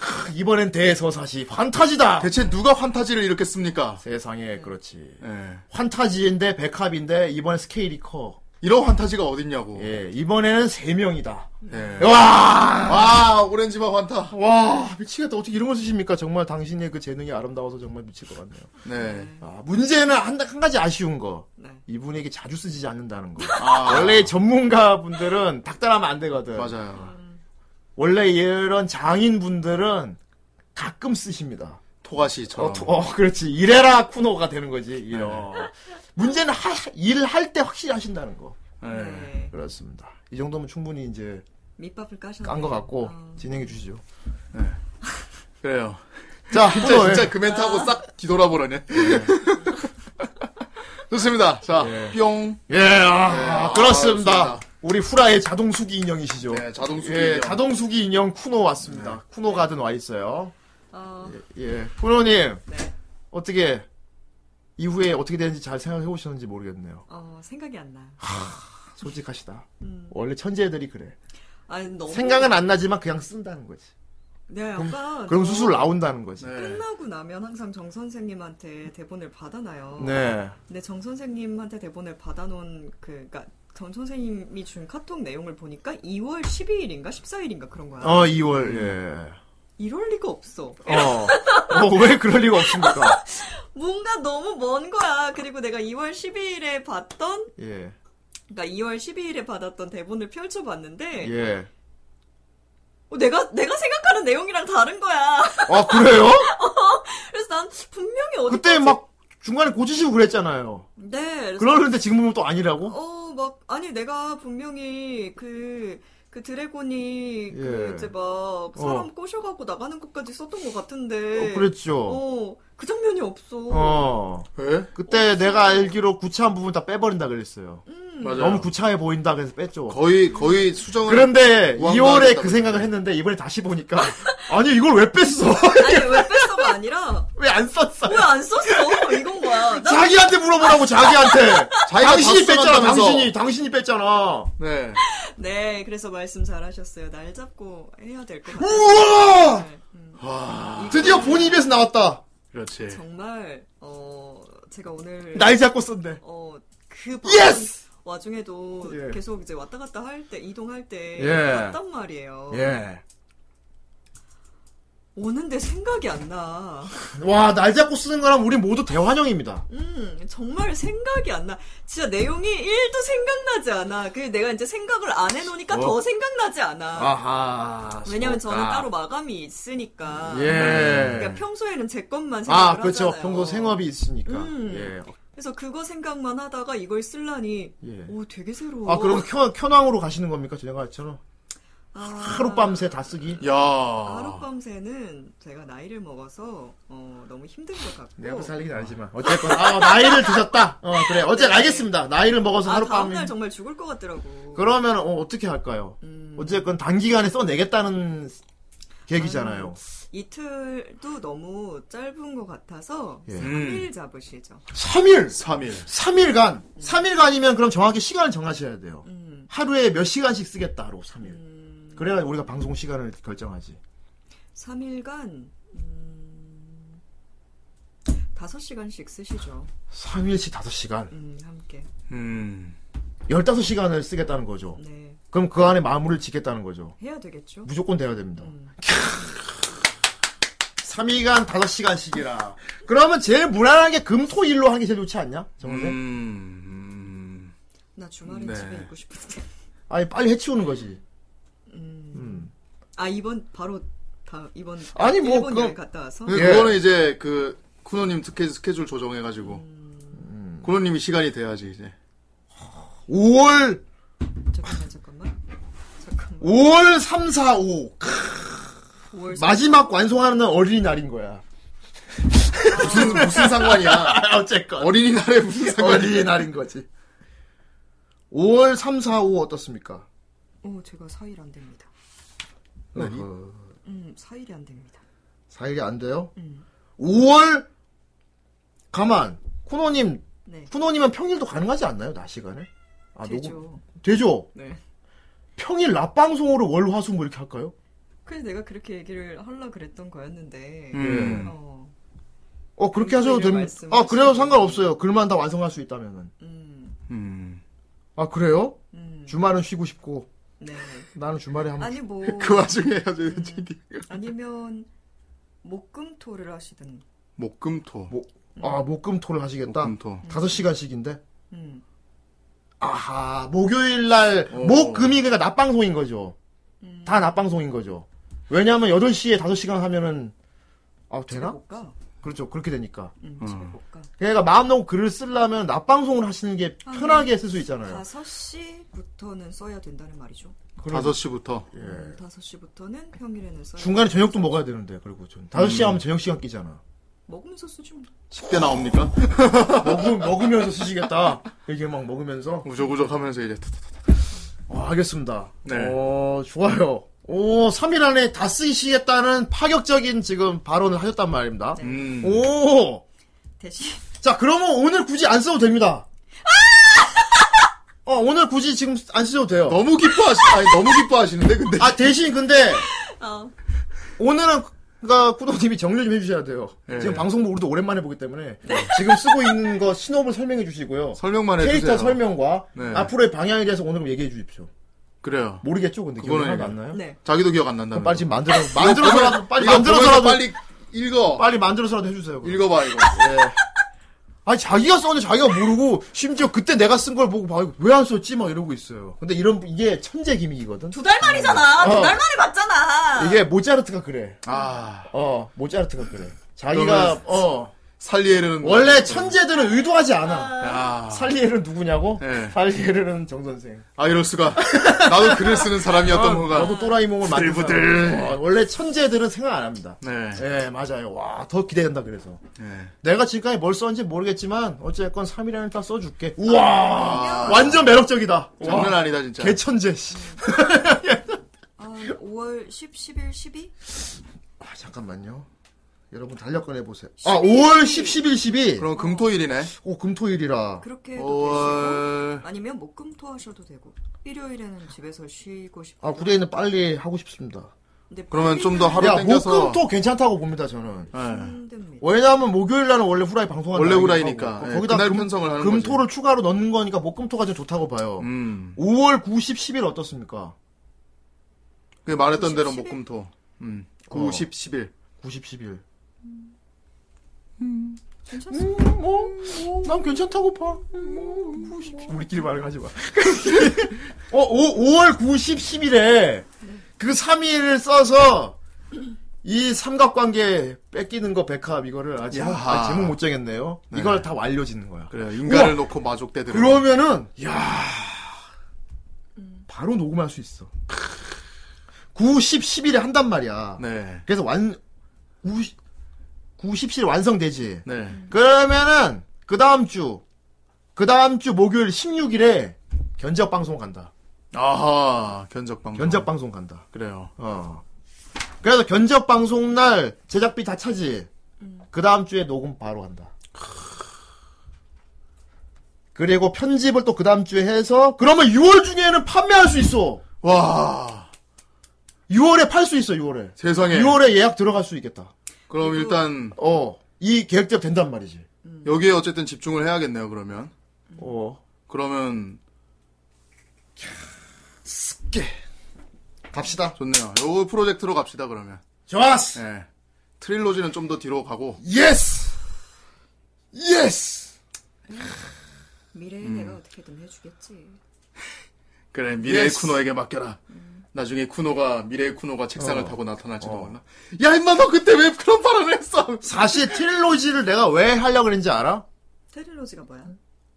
S6: 크, 이번엔 대서사시 환타지다.
S2: 대체 누가 환타지를 이렇게 씁니까?
S6: 세상에 그렇지.
S2: 예.
S6: 환타지인데 백합인데 이번엔 스케일이 커.
S2: 이런 환타지가 어딨냐고.
S6: 예, 이번에는 세 명이다.
S2: 예.
S6: 와!
S2: 와, 오렌지바 환타.
S6: 와 미치겠다 어떻게 이런 걸 쓰십니까 정말 당신의 그 재능이 아름다워서 정말 미칠 것 같네요
S2: 네.
S6: 아, 문제는 한, 한 가지 아쉬운 거
S3: 네.
S6: 이분에게 자주 쓰지 않는다는 거
S2: 아.
S6: 원래 전문가분들은 닥달하면 안 되거든
S2: 맞아요.
S6: 원래 이런 장인분들은 가끔 쓰십니다
S2: 토가시처럼.
S6: 어, 토- 어, 그렇지 이래라 쿠노가 되는
S2: 네.
S6: 거지 이런 문제는 하, 일을 할 때 확실히 하신다는 거
S2: 예.
S6: 그렇습니다 이 정도면 충분히 이제
S3: 네. 밑밥을 까셨네.
S6: 깐 것 같고
S3: 아.
S6: 진행해 주시죠
S2: 그래요.
S6: 자
S2: 진짜,
S6: 예.
S2: 진짜 그 멘트하고 싹 뒤돌아보라네. 좋습니다. 자, 뿅.
S6: 예, 아,
S2: 예, 아,
S6: 그렇습니다.
S2: 그렇습니다.
S6: 우리 후라의 자동 수기 인형이시죠.
S2: 네, 자동 수기.
S6: 예,
S2: 인형. 네.
S6: 자동 수기 인형 쿠노 왔습니다. 쿠노 가든 와 있어요.
S3: 어,
S6: 예, 쿠노님
S3: 네.
S6: 어떻게 이후에 어떻게 되는지 잘 생각해 보셨는지 모르겠네요.
S3: 어, 생각이 안 나.
S6: 솔직하시다.
S3: 음.
S6: 원래 천재들이 그래.
S3: 아 너무
S6: 생각은 안 나지만 그냥 쓴다는 거지.
S3: 네, 약간
S6: 그럼
S3: 저
S6: 수술 나온다는 거지.
S2: 네.
S3: 끝나고 나면 항상 정 선생님한테 대본을 받아놔요.
S6: 네.
S3: 근데 정 선생님한테 대본을 받아놓은 그, 그니까 정 선생님이 준 카톡 내용을 보니까 2월 12일인가 14일인가 그런 거야.
S6: 어, 2월. 예.
S3: 이럴 리가 없어.
S6: 어. 어, 왜 그럴 리가 없습니까?
S3: 뭔가 너무 먼 거야. 그리고 내가 2월 12일에 봤던,
S6: 예.
S3: 그러니까 2월 12일에 받았던 대본을 펼쳐봤는데,
S6: 예.
S3: 어, 내가 내가 생각하는 내용이랑 다른 거야.
S6: 아, 그래요?
S3: 그래서 난 분명히 어디
S6: 그때 막 중간에 고치시고 그랬잖아요.
S3: 네. 그래서
S6: 그러는데 지금 보면 또 아니라고?
S3: 어, 막, 아니, 내가 분명히 그, 그 드래곤이 그
S6: 예.
S3: 이제 막 사람
S6: 어.
S3: 꼬셔가고 나가는 것까지 썼던 것 같은데.
S6: 어, 그랬죠.
S3: 어, 그 장면이 네. 없어.
S6: 어.
S2: 왜?
S6: 그때 내가 알기로 구차한 부분 다 빼버린다 그랬어요.
S3: 음.
S2: 맞아요.
S6: 너무 구차해 보인다 그래서 뺐죠.
S2: 거의, 거의 수정을.
S6: 그런데
S2: 우왕좌왕
S6: 2월에 그
S2: 했다고
S6: 생각을 했는데 이번에 다시 보니까 아니 이걸 왜 뺐어?
S3: 아니, 왜 뺐어가 아니라,
S6: 왜 안 썼어?
S3: 왜 안 썼어? 이건 거야. 나,
S6: 자기한테 물어보라고 자기한테.
S2: 자기가
S6: 당신이
S2: 다
S6: 뺐잖아.
S2: 수정한다면서.
S6: 당신이 당신이 뺐잖아.
S2: 네.
S3: 네, 그래서 말씀 잘 하셨어요. 날 잡고 해야 될 것 같아요.
S6: 우와!
S3: 네, 음.
S2: 와.
S6: 드디어 본인 입에서 나왔다. 네.
S2: 그렇지.
S3: 정말, 어, 제가 오늘.
S6: 날 잡고 썼네.
S3: 어, 그
S6: Yes!
S3: 방송 와중에도
S6: 예.
S3: 계속 이제 왔다 갔다 할 때 이동할 때
S6: 예.
S3: 봤단 말이에요.
S6: 예.
S3: 오는데 생각이 안 나.
S6: 와, 날 잡고 쓰는 거랑 우리 모두 대환영입니다.
S3: 음, 정말 생각이 안 나. 진짜 내용이 1도 생각나지 않아. 그 내가 이제 생각을 안 해놓으니까 더 생각나지 않아.
S6: 어. 아하.
S3: 왜냐면 저는
S6: 그렇다.
S3: 따로 마감이 있으니까.
S6: 예.
S3: 그러니까 평소에는 제 것만 생각을
S6: 아, 그렇죠.
S3: 하잖아요.
S6: 평소 생업이 있으니까.
S3: 음.
S6: 예.
S3: 그래서 그거 생각만 하다가 이걸 쓸라니,
S6: 예.
S3: 오, 되게 새로워.
S6: 아, 그럼 켜, 켜낭으로 가시는 겁니까? 저녁아처럼
S3: 아.
S6: 하룻밤새 다 쓰기?
S2: 야
S6: 아.
S3: 하룻밤새는 제가 나이를 먹어서 어, 너무 힘든 것 같고
S6: 내가 살리긴 아니지만. 어쨌건, 아, 나이를 드셨다. 어, 그래. 어쨌든 알겠습니다. 나이를 먹어서
S3: 아,
S6: 하룻밤.
S3: 다음날 정말 죽을 것 같더라고
S6: 그러면, 어, 어떻게 할까요?
S3: 음,
S6: 어쨌건 단기간에 써내겠다는 계기잖아요.
S3: 음. 이틀도 너무 짧은 것 같아서
S6: 예.
S3: 3일 잡으시죠
S6: 3일!
S2: 3일.
S6: 3일간! 3일간이면 그럼 정확히 시간을 정하셔야 돼요.
S3: 음,
S6: 하루에 몇 시간씩 쓰겠다로 3일.
S3: 음,
S6: 그래야 우리가 방송 시간을 결정하지.
S3: 3일간 음, 5시간씩 쓰시죠
S6: 3일씩 5시간.
S3: 음, 함께
S2: 음.
S6: 15시간을 쓰겠다는 거죠.
S3: 네.
S6: 그럼 그 안에 마무리를 짓겠다는 거죠.
S3: 해야 되겠죠.
S6: 무조건 돼야 됩니다. 3일간 5시간씩이라. 그러면 제일 무난한 게 금토일로 하는 게 제일 좋지 않냐?
S2: 음.
S6: 정선생?
S3: 나 주말에
S6: 네.
S3: 집에 있고 싶은데.
S6: 아니 빨리 해치우는 거지.
S3: 아 이번 바로 다 이번
S6: 아니, 뭐
S3: 일본
S6: 그거-
S3: 여행 갔다 와서.
S2: 근데 그거는 이제 그 쿠노님 스케줄, 스케줄 조정해가지고 쿠노님이 시간이 돼야지 이제
S6: 5월
S3: 잠깐만 잠깐만.
S6: 5월 3, 4, 5
S3: 5월
S6: 마지막 완성하는 날 어린이날인 거야.
S2: 무슨 무슨 상관이야?
S6: 아, 어쨌건
S2: 어린이날에 무슨 상관이야?
S6: 어린이날인 거지. 5월 3, 4, 5 어떻습니까?
S3: 어 제가 4일 안 됩니다.
S6: 아니,
S3: 음 4일이 안 됩니다.
S6: 4일이 안 돼요?
S3: 음.
S6: 5월 가만 쿠노님
S3: 네.
S6: 쿠노님은 평일도 가능하지 않나요? 낮 시간에? 아,
S3: 되죠.
S6: 녹음- 되죠.
S3: 네.
S6: 평일 낮 방송으로 월, 화, 수뭐 이렇게 할까요?
S3: 그래서 내가 그렇게 얘기를 하려 그랬던 거였는데.
S6: 음.
S3: 어,
S6: 어 그렇게 하셔도
S3: 평일을
S6: 됩니다. 아 그래요
S3: 네, 말씀하시고.
S6: 상관없어요. 글만 다 완성할 수 있다면은.
S3: 음,
S2: 예. 음.
S6: 아 그래요? 주말은 쉬고 싶고
S3: 네.
S6: 나는 주말에
S3: 음.
S6: 한번.
S3: 아니 뭐
S2: 그 와중에 그 해야지 GD.
S3: 아니면 목금토를 하시든.
S2: 목금토.
S6: 아 목금토를 하시겠다. 다섯 시간씩인데.
S3: 음.
S6: 아하 목요일 날 목금이 그러니까 낮 방송인 거죠.
S3: 음.
S6: 다 낮 방송인 거죠. 왜냐하면 8 시에 5 시간 하면은 아 되나?
S3: 볼까?
S6: 그렇죠 그렇게 되니까.
S3: 음,
S6: 음.
S3: 볼까?
S6: 그러니까 마음 놓고 글을 쓰려면 낮 방송을 하시는 게
S3: 아,
S6: 편하게
S3: 네.
S6: 쓸 수 있잖아요.
S3: 5시부터는 써야 된다는 말이죠.
S6: 그럼-
S2: 5시부터.
S6: 예.
S3: 5시부터는 평일에는 써야
S6: 중간에 저녁도 먹어야 되는데 그리고 전 5시에
S2: 음.
S6: 하면 저녁 시간 끼잖아.
S3: 먹으면서 쓰지 뭐.
S2: 10대 나옵니까?
S6: 먹으, 면서 쓰시겠다. 이게 막 먹으면서.
S2: 우적우적 하면서 이제. 타타타.
S6: 아, 알겠습니다.
S2: 네.
S6: 어, 좋아요. 오, 3일 안에 다 쓰시겠다는 파격적인 지금 발언을 하셨단 말입니다.
S3: 네.
S2: 음.
S6: 오!
S3: 대신
S6: 자, 그러면 오늘 굳이 안 써도 됩니다.
S3: 아!
S6: 어, 오늘 굳이 지금 안 쓰셔도 돼요.
S2: 너무 기뻐하시, 아니, 너무 기뻐하시는데, 근데.
S6: 아, 대신 근데
S3: 어.
S6: 오늘은 그니까 쿠도님이 정리 좀 해주셔야 돼요.
S2: 네.
S6: 지금 방송도 우리도 오랜만에 보기 때문에
S3: 네.
S6: 지금 쓰고 있는 거 신호를 설명해 주시고요.
S2: 설명만 해주세요.
S6: 캐릭터 설명과
S2: 네.
S6: 앞으로의 방향에 대해서 오늘 얘기해 주십시오.
S2: 그래요.
S6: 모르겠죠, 근데 기억이
S2: 그거는
S6: 하나도
S2: 얘기-
S6: 안 나요? 아,
S3: 네.
S2: 자기도 기억 안 난다.
S6: 빨리 지금 만들어 만들어서라도 빨리
S2: 이거 보면서
S6: 만들어서라도
S2: 빨리 읽어.
S6: 빨리 예. 만들어서라도 해주세요. 그럼.
S2: 읽어봐, 이거.
S6: 아니 자기가 썼는데 자기가 모르고 심지어 그때 내가 쓴 걸 보고 왜 안 썼지 막 이러고 있어요. 근데 이런 이게 천재 기믹이거든.
S3: 두 달 만이잖아. 네
S6: 어.
S3: 두 달 만에 봤잖아.
S6: 이게 모차르트가 그래.
S2: 아.
S6: 어 모차르트가 그래. 자기가
S2: 그러면
S6: 어
S2: 살리에르는.
S6: 원래 천재들은 의도하지 않아.
S2: 야.
S6: 살리에르는 누구냐고?
S2: 네.
S6: 살리에르는 정 선생.
S2: 아, 이럴 수가. 나도 글을 쓰는 사람이었던 거가.
S6: 너도 어, 또라이몽을 만든
S2: 부들부들.
S6: 사람. 어, 원래 천재들은 생각 안 합니다.
S2: 네.
S6: 예, 맞아요. 와, 더 기대된다 그래서.
S2: 네.
S6: 내가 지금까지 뭘 썼는지 모르겠지만 어쨌건 3일 안에 다 써줄게.
S2: 아.
S6: 우와, 아, 완전 매력적이다.
S2: 장난
S6: 와,
S2: 아니다, 진짜.
S6: 개천재. 씨.
S3: 아, 5월 10, 11, 12?
S6: 아, 잠깐만요. 여러분 달력 꺼내 보세요. 아, 5월 10, 11, 12.
S2: 그럼 금토일이네.
S6: 오, 금토일이라.
S3: 그렇게 해도
S2: 어,
S3: 되시고
S2: 5월.
S3: 아니면 목금토 하셔도 되고 일요일에는 집에서 쉬고 싶고
S6: 아, 구대에는 빨리 하고 싶습니다.
S3: 근데
S2: 그러면 좀더
S3: 평일에는
S2: 하루
S6: 야,
S2: 땡겨서.
S6: 목금토 괜찮다고 봅니다 저는.
S2: 네.
S3: 힘듭니다.
S6: 왜냐하면 목요일 날은 원래 후라이 방송하는
S2: 원래
S6: 날이기도
S2: 후라이니까.
S6: 하고.
S2: 예,
S6: 거기다
S2: 그날
S6: 금,
S2: 편성을 하는
S6: 금토를 추가로 넣는 거니까 목금토가 좀 좋다고 봐요.
S2: 음.
S6: 5월 9, 10, 11 어떻습니까?
S2: 그 말했던 대로
S3: 10, 11?
S2: 목금토. 음.
S6: 어.
S2: 9, 10, 11.
S6: 9, 10, 11.
S3: 음, 괜찮습니다.
S6: 뭐, 난 괜찮다고 봐. 우리끼리 말을 하지 마. 어, 5, 월 9, 10, 11에 그 3일을 써서 이 삼각관계 뺏기는 거 백합 이거를 아직
S2: 야하.
S6: 제목 못 정했네요. 이걸 다 완료짓는 거야.
S2: 그래요. 인간을
S6: 우와!
S2: 놓고 마족대들.
S6: 그러면은 야 바로 녹음할 수 있어. 9, 10, 11에 한단 말이야.
S2: 네.
S6: 그래서 완 9, 9, 10, 11 완성되지.
S2: 네.
S6: 그러면은 그 다음 주, 그 다음 주 목요일 16일에 견적 방송 간다.
S2: 아하. 견적 방송.
S6: 견적 방송 간다.
S2: 그래요.
S6: 어. 그래서 견적 방송 날 제작비 다 차지. 그 다음 주에 녹음 바로 한다. 그리고 편집을 또 그 다음 주에 해서 그러면 6월 중에는 판매할 수 있어.
S2: 와.
S6: 6월에 팔 수 있어. 6월에.
S2: 세상에.
S6: 6월에 예약 들어갈 수 있겠다.
S2: 그럼 일단
S6: 네. 어. 이 계획대로 된단 말이지.
S2: 여기에 어쨌든 집중을
S6: 음.
S2: 해야겠네요. 그러면.
S6: 어.
S2: 그러면
S6: 갑시다.
S2: 좋네요. 요 프로젝트로 갑시다 그러면.
S6: 좋았어.
S2: 예. 트릴로지는 좀 더 뒤로 가고.
S6: 예스. 예스.
S3: 미래에
S2: 음.
S3: 내가 어떻게든 해주겠지.
S2: 그래 미래의
S6: 예스.
S2: 쿠노에게 맡겨라. 나중에 쿠노가 미래의 쿠노가
S6: 어.
S2: 책상을 타고 나타날지도 몰라.
S6: 야 임마 너 그때 왜 그런 발언을 했어? 사실 트릴로지를 내가 왜 하려고 그랬는지 알아?
S3: 테릴로지가 뭐야?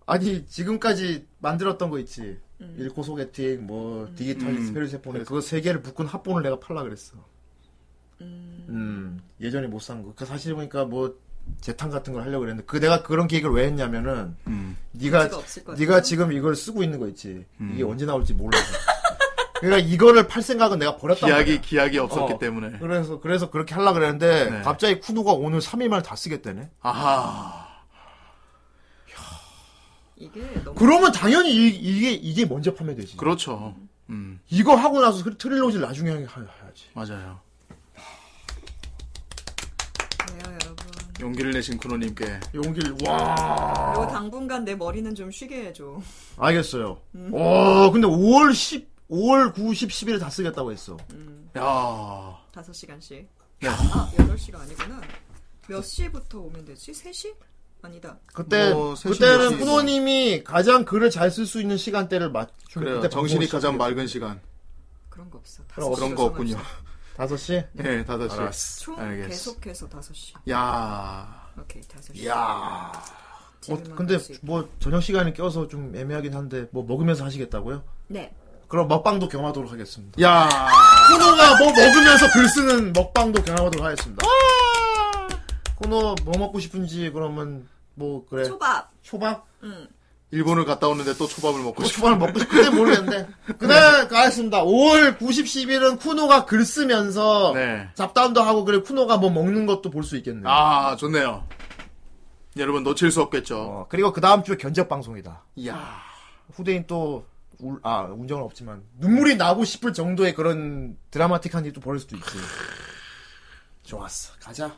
S6: 아니 지금까지 만들었던 거 있지. 일코 소개팅 뭐 디지털
S2: 음.
S6: 스페르 세포네 그거 세 개를 묶은 합본을 내가 팔라 그랬어. 음, 예전에 못 산 거. 그 사실 보니까 뭐 재탕 같은 걸 하려고 그랬는데 그 내가 그런 계획을 왜 했냐면은
S2: 음.
S6: 네가
S2: 가치가 없을 거야.
S6: 네가 지금 이걸 쓰고 있는 거 있지.
S2: 음.
S6: 이게 언제 나올지 몰라서. 그러니까 이거를 팔 생각은 내가 버렸단
S2: 기약이-
S6: 말이야.
S2: 기약이
S6: 어.
S2: 없었기 때문에.
S6: 그래서 그래서 그렇게 하려 고 그랬는데
S2: 네.
S6: 갑자기 쿠노가 오늘 3일 만에 다 쓰겠다네.
S2: 아하.
S3: 이게 너무
S6: 그러면 당연히 이, 이게 이게 먼저 판매되지.
S2: 그렇죠. 음.
S6: 이거 하고 나서 그 트릴로지를 나중에 하- 해야지.
S2: 맞아요.
S3: 그래요, 여러분.
S2: 용기를 내신 쿠노님께
S6: 용기를
S2: 아.
S3: 요 당분간 내 머리는 좀 쉬게 해줘.
S6: 알겠어요.
S3: 음.
S6: 어, 근데 5월 10, 5월 9, 10, 11에 다 쓰겠다고 했어.
S2: 야.
S3: 다섯 시간씩.
S6: 네.
S3: 아, 여덟 시가 아니구나. 몇 시부터 오면 되지? 세 시? 아니다.
S6: 그때
S2: 뭐, 셋이
S6: 그때는
S2: 넷이
S6: 후노님이 가장 글을 잘 쓸 수 있는 시간대를 맞추.
S2: 그래요.
S6: 그때
S2: 정신이
S6: 방송을
S2: 가장
S6: 시작해요.
S2: 맑은 시간.
S3: 그런 거 없어. 다섯
S2: 그런,
S3: 시로
S2: 거 없군요.
S3: 정합시다.
S6: 다섯 시?
S2: 네, 다섯 시.
S6: 알았어.
S3: 총
S2: 알겠어.
S3: 계속해서 다섯 시.
S2: 야.
S3: 오케이 다섯 시.
S6: 야. 어,
S3: 지금은
S6: 근데
S3: 할수 있-
S6: 뭐 저녁 시간에 껴서 좀 애매하긴 한데 뭐 먹으면서 하시겠다고요?
S3: 네.
S6: 그럼 먹방도 경험하도록 하겠습니다.
S2: 야.
S6: 코노가 뭐 먹으면서 글 쓰는 먹방도 경험하도록 하겠습니다.
S3: 아!
S6: 코노 뭐 먹고 싶은지 그러면 뭐 그래.
S3: 초밥.
S6: 초밥?
S3: 응.
S2: 일본을 갔다 오는데 또 초밥을 먹고
S6: 그
S2: 싶어.
S6: 초밥을 먹고 싶은데 모르겠는데
S2: 네.
S6: 그날 가겠습니다 5월 90, 10일은 쿠노가 글 쓰면서 잡담도 하고 그래 쿠노가 뭐 먹는 것도 볼 수 있겠네요
S2: 네. 아, 좋네요. 여러분 놓칠 수 없겠죠.
S6: 그리고 그 다음 주에 견적 방송이다
S2: 야.
S6: 후대인 또 울, 아, 운정은 없지만 눈물이 나고 싶을 정도의 그런 드라마틱한 일도 벌일 수도 있지 좋았어 가자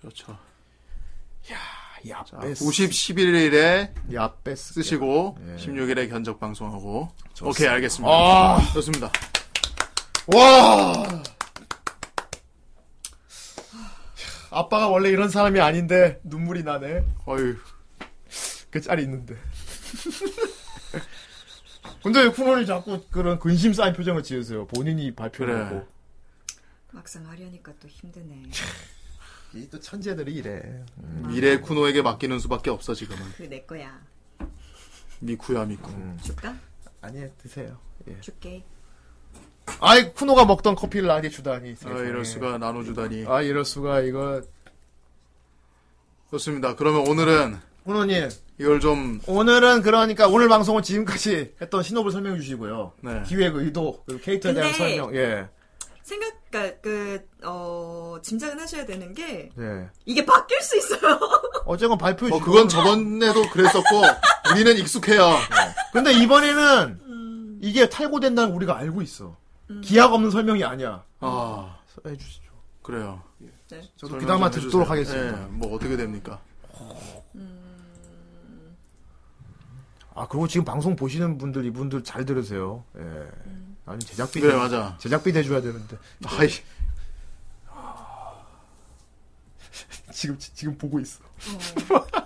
S2: 그렇죠
S6: 야,
S2: 자,
S6: 뺐어.
S2: 90, 11일에
S6: 야, 뺐어.
S2: 쓰시고 16일에 견적 방송하고.
S6: 좋습니다.
S2: 오케이, 알겠습니다.
S6: 아.
S2: 좋습니다.
S6: 와 아빠가 원래 이런 사람이 아닌데 눈물이 나네
S2: 어휴
S6: 그 짤이 있는데 근데 왜 쿠노는 자꾸 그런 근심 쌓인 표정을 지으세요 본인이 발표를
S2: 그래.
S6: 하고
S3: 막상 하려니까 또 힘드네.
S6: 이 또 천재들이 이래
S2: 미래 쿠노에게 맡기는 수밖에 없어 지금은.
S3: 그게 내 거야.
S2: 미쿠야 미쿠.
S3: 줄까?
S6: 아니 드세요 예.
S3: 줄게.
S6: 아이 쿠노가 먹던 커피를 나한테 주다니
S2: 아, 이럴 수가 나눠주다니.
S6: 아 이럴 수가 이거.
S2: 좋습니다. 그러면 오늘은
S6: 쿠노님
S2: 이걸 좀
S6: 오늘은 그러니까 오늘 방송은 지금까지 했던 신호를 설명해 주시고요
S2: 네.
S6: 기획 의도 그리고 캐릭터에 대한
S3: 근데-
S6: 설명 예
S3: 생각, 그러니까 그, 어, 짐작은 하셔야 되는 게,
S6: 예.
S3: 이게 바뀔 수 있어요.
S6: 어쨌건 발표.
S2: 뭐 그건 저번에도 그랬었고 우리는 익숙해요.
S6: 근데 이번에는
S3: 음.
S6: 이게 탈고된다는 우리가 알고 있어. 기약 없는 설명이 아니야.
S2: 아
S6: 해주시죠.
S2: 그래요.
S6: 저도 그나마 듣도록 하겠습니다.
S2: 뭐 어떻게 됩니까?
S6: 아 그리고 지금 방송 보시는 분들 이분들 잘 들으세요. 예.
S3: 음.
S6: 아니 제작비
S2: 그래, 네, 맞아.
S6: 제작비 대줘야 되는데.
S2: 아이
S6: 지금 지- 지금 보고 있어.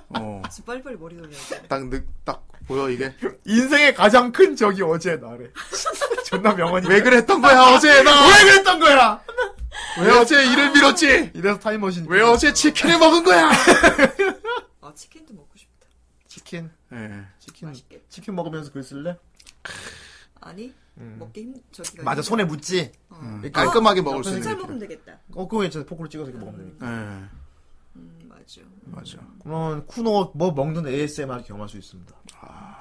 S2: 어.
S3: 지금 빨리빨리 머리 돌려야 돼.
S2: 딱, 느, 딱 보여 이게
S6: 인생의 가장 큰 적이 어제 나래. 존나 명언이.
S2: 왜 그랬던 거야 어제 나
S6: 왜 그랬던 거야?
S2: 왜 어제 일을 밀었지?
S6: 이래서 타임머신.
S2: 왜 어제 치킨을 먹은 거야?
S3: 아, 치킨도 먹고 싶다.
S6: 치킨
S2: 예.
S6: 치킨
S3: 맛있겠다.
S6: 치킨 먹으면서 글 쓸래?
S3: 아니, 먹기 힘, 저기가.
S6: 맞아
S3: 힘들어.
S6: 손에
S2: 음.
S6: 묻지. 그러니까 그-
S3: 어.
S2: 깔끔하게 먹을 수
S3: 잘
S2: 있는
S3: 먹으면 되겠다.
S6: 어 그거 괜찮아 포크로 찍어서 이렇게 먹으면 되니까.
S2: 예.
S3: 음, 맞아.
S2: 맞아.
S6: 그러면 쿠노 뭐 먹는 ASMR 경험할 수 있습니다.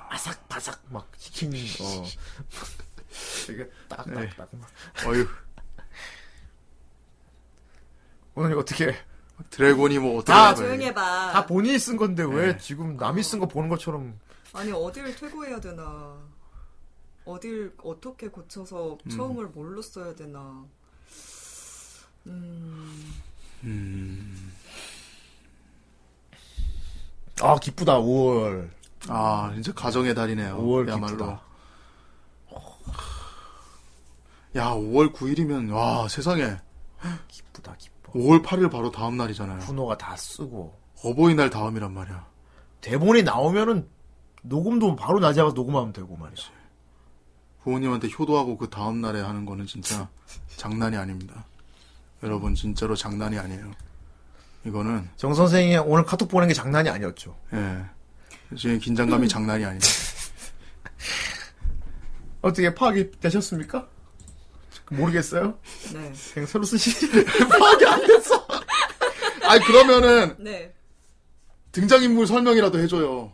S6: 아삭 바삭 막 치킨 어 이게 네. 딱딱딱 막.
S2: 어휴
S6: 오늘 이거 어떻게 해?
S2: 드래곤이 뭐 어떻게 된
S6: 아,
S2: 거야,
S3: 조용히
S2: 이게.
S3: 해봐.
S6: 다 본인이 쓴 건데 왜 지금 남이 쓴 거 보는 것처럼
S3: 아니, 어딜 퇴고해야 되나. 어딜, 어떻게 고쳐서 처음을 뭘로 써야 되나. 음,
S6: 아 기쁘다 5월 아,
S2: 아 진짜 가정의 달이네요.
S6: 5월
S2: 야말로
S6: 기쁘다.
S2: 야, 5월 9일이면 와 세상에. 기쁘다 기뻐. 5월 8일 바로 다음 날이잖아요.
S6: 분호가 다 쓰고.
S2: 어버이날 다음이란 말이야.
S6: 대본이 나오면은 녹음도 바로 낮에 가서 녹음하면 되고 말이지.
S2: 부모님한테 효도하고 그 다음 날에 하는 거는 진짜 장난이 아닙니다. 여러분 진짜로 장난이 아니에요. 이거는
S6: 정 선생이 오늘 카톡 보낸 게 장난이 아니었죠.
S2: 예. 지금
S3: 음.
S2: 긴장감이 장난이 아니다.
S6: 어떻게 파악이 되셨습니까? 모르겠어요.
S3: 네.
S6: 그냥 새로 쓰시.
S2: 파악이 안 됐어. 아니 그러면은
S3: 네.
S2: 등장인물 설명이라도 해줘요.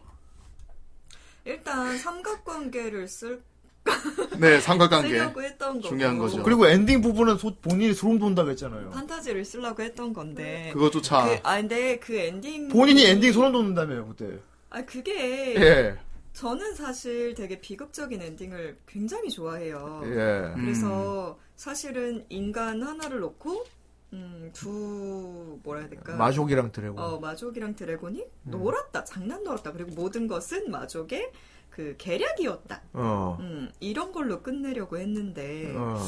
S3: 일단 삼각관계를 쓸
S2: 네, 삼각관계.
S3: 쓰려고 했던 거고.
S2: 중요한 거죠.
S6: 그리고 엔딩 부분은 소- 본인이 소름 돋는다고 했잖아요.
S3: 그렇죠. 판타지를 쓰려고 했던 건데.
S6: 그거조차.
S3: 그- 아 근데 그 엔딩
S6: 본인이 엔딩 소름 돋는다며요 그때.
S3: 아 그게
S6: 예.
S3: 저는 사실 되게 비극적인 엔딩을 굉장히 좋아해요.
S6: 예.
S3: 그래서 사실은 인간 하나를 놓고 음, 두 뭐라 해야 될까?
S6: 마족이랑 드래곤.
S3: 그러니까 어, 마족이랑 드래곤이
S6: 음.
S3: 놀았다. 장난 놀았다. 그리고 모든 것은 마족의 그 계략이었다.
S6: 어.
S3: 음, 이런 걸로 끝내려고 했는데
S6: 어.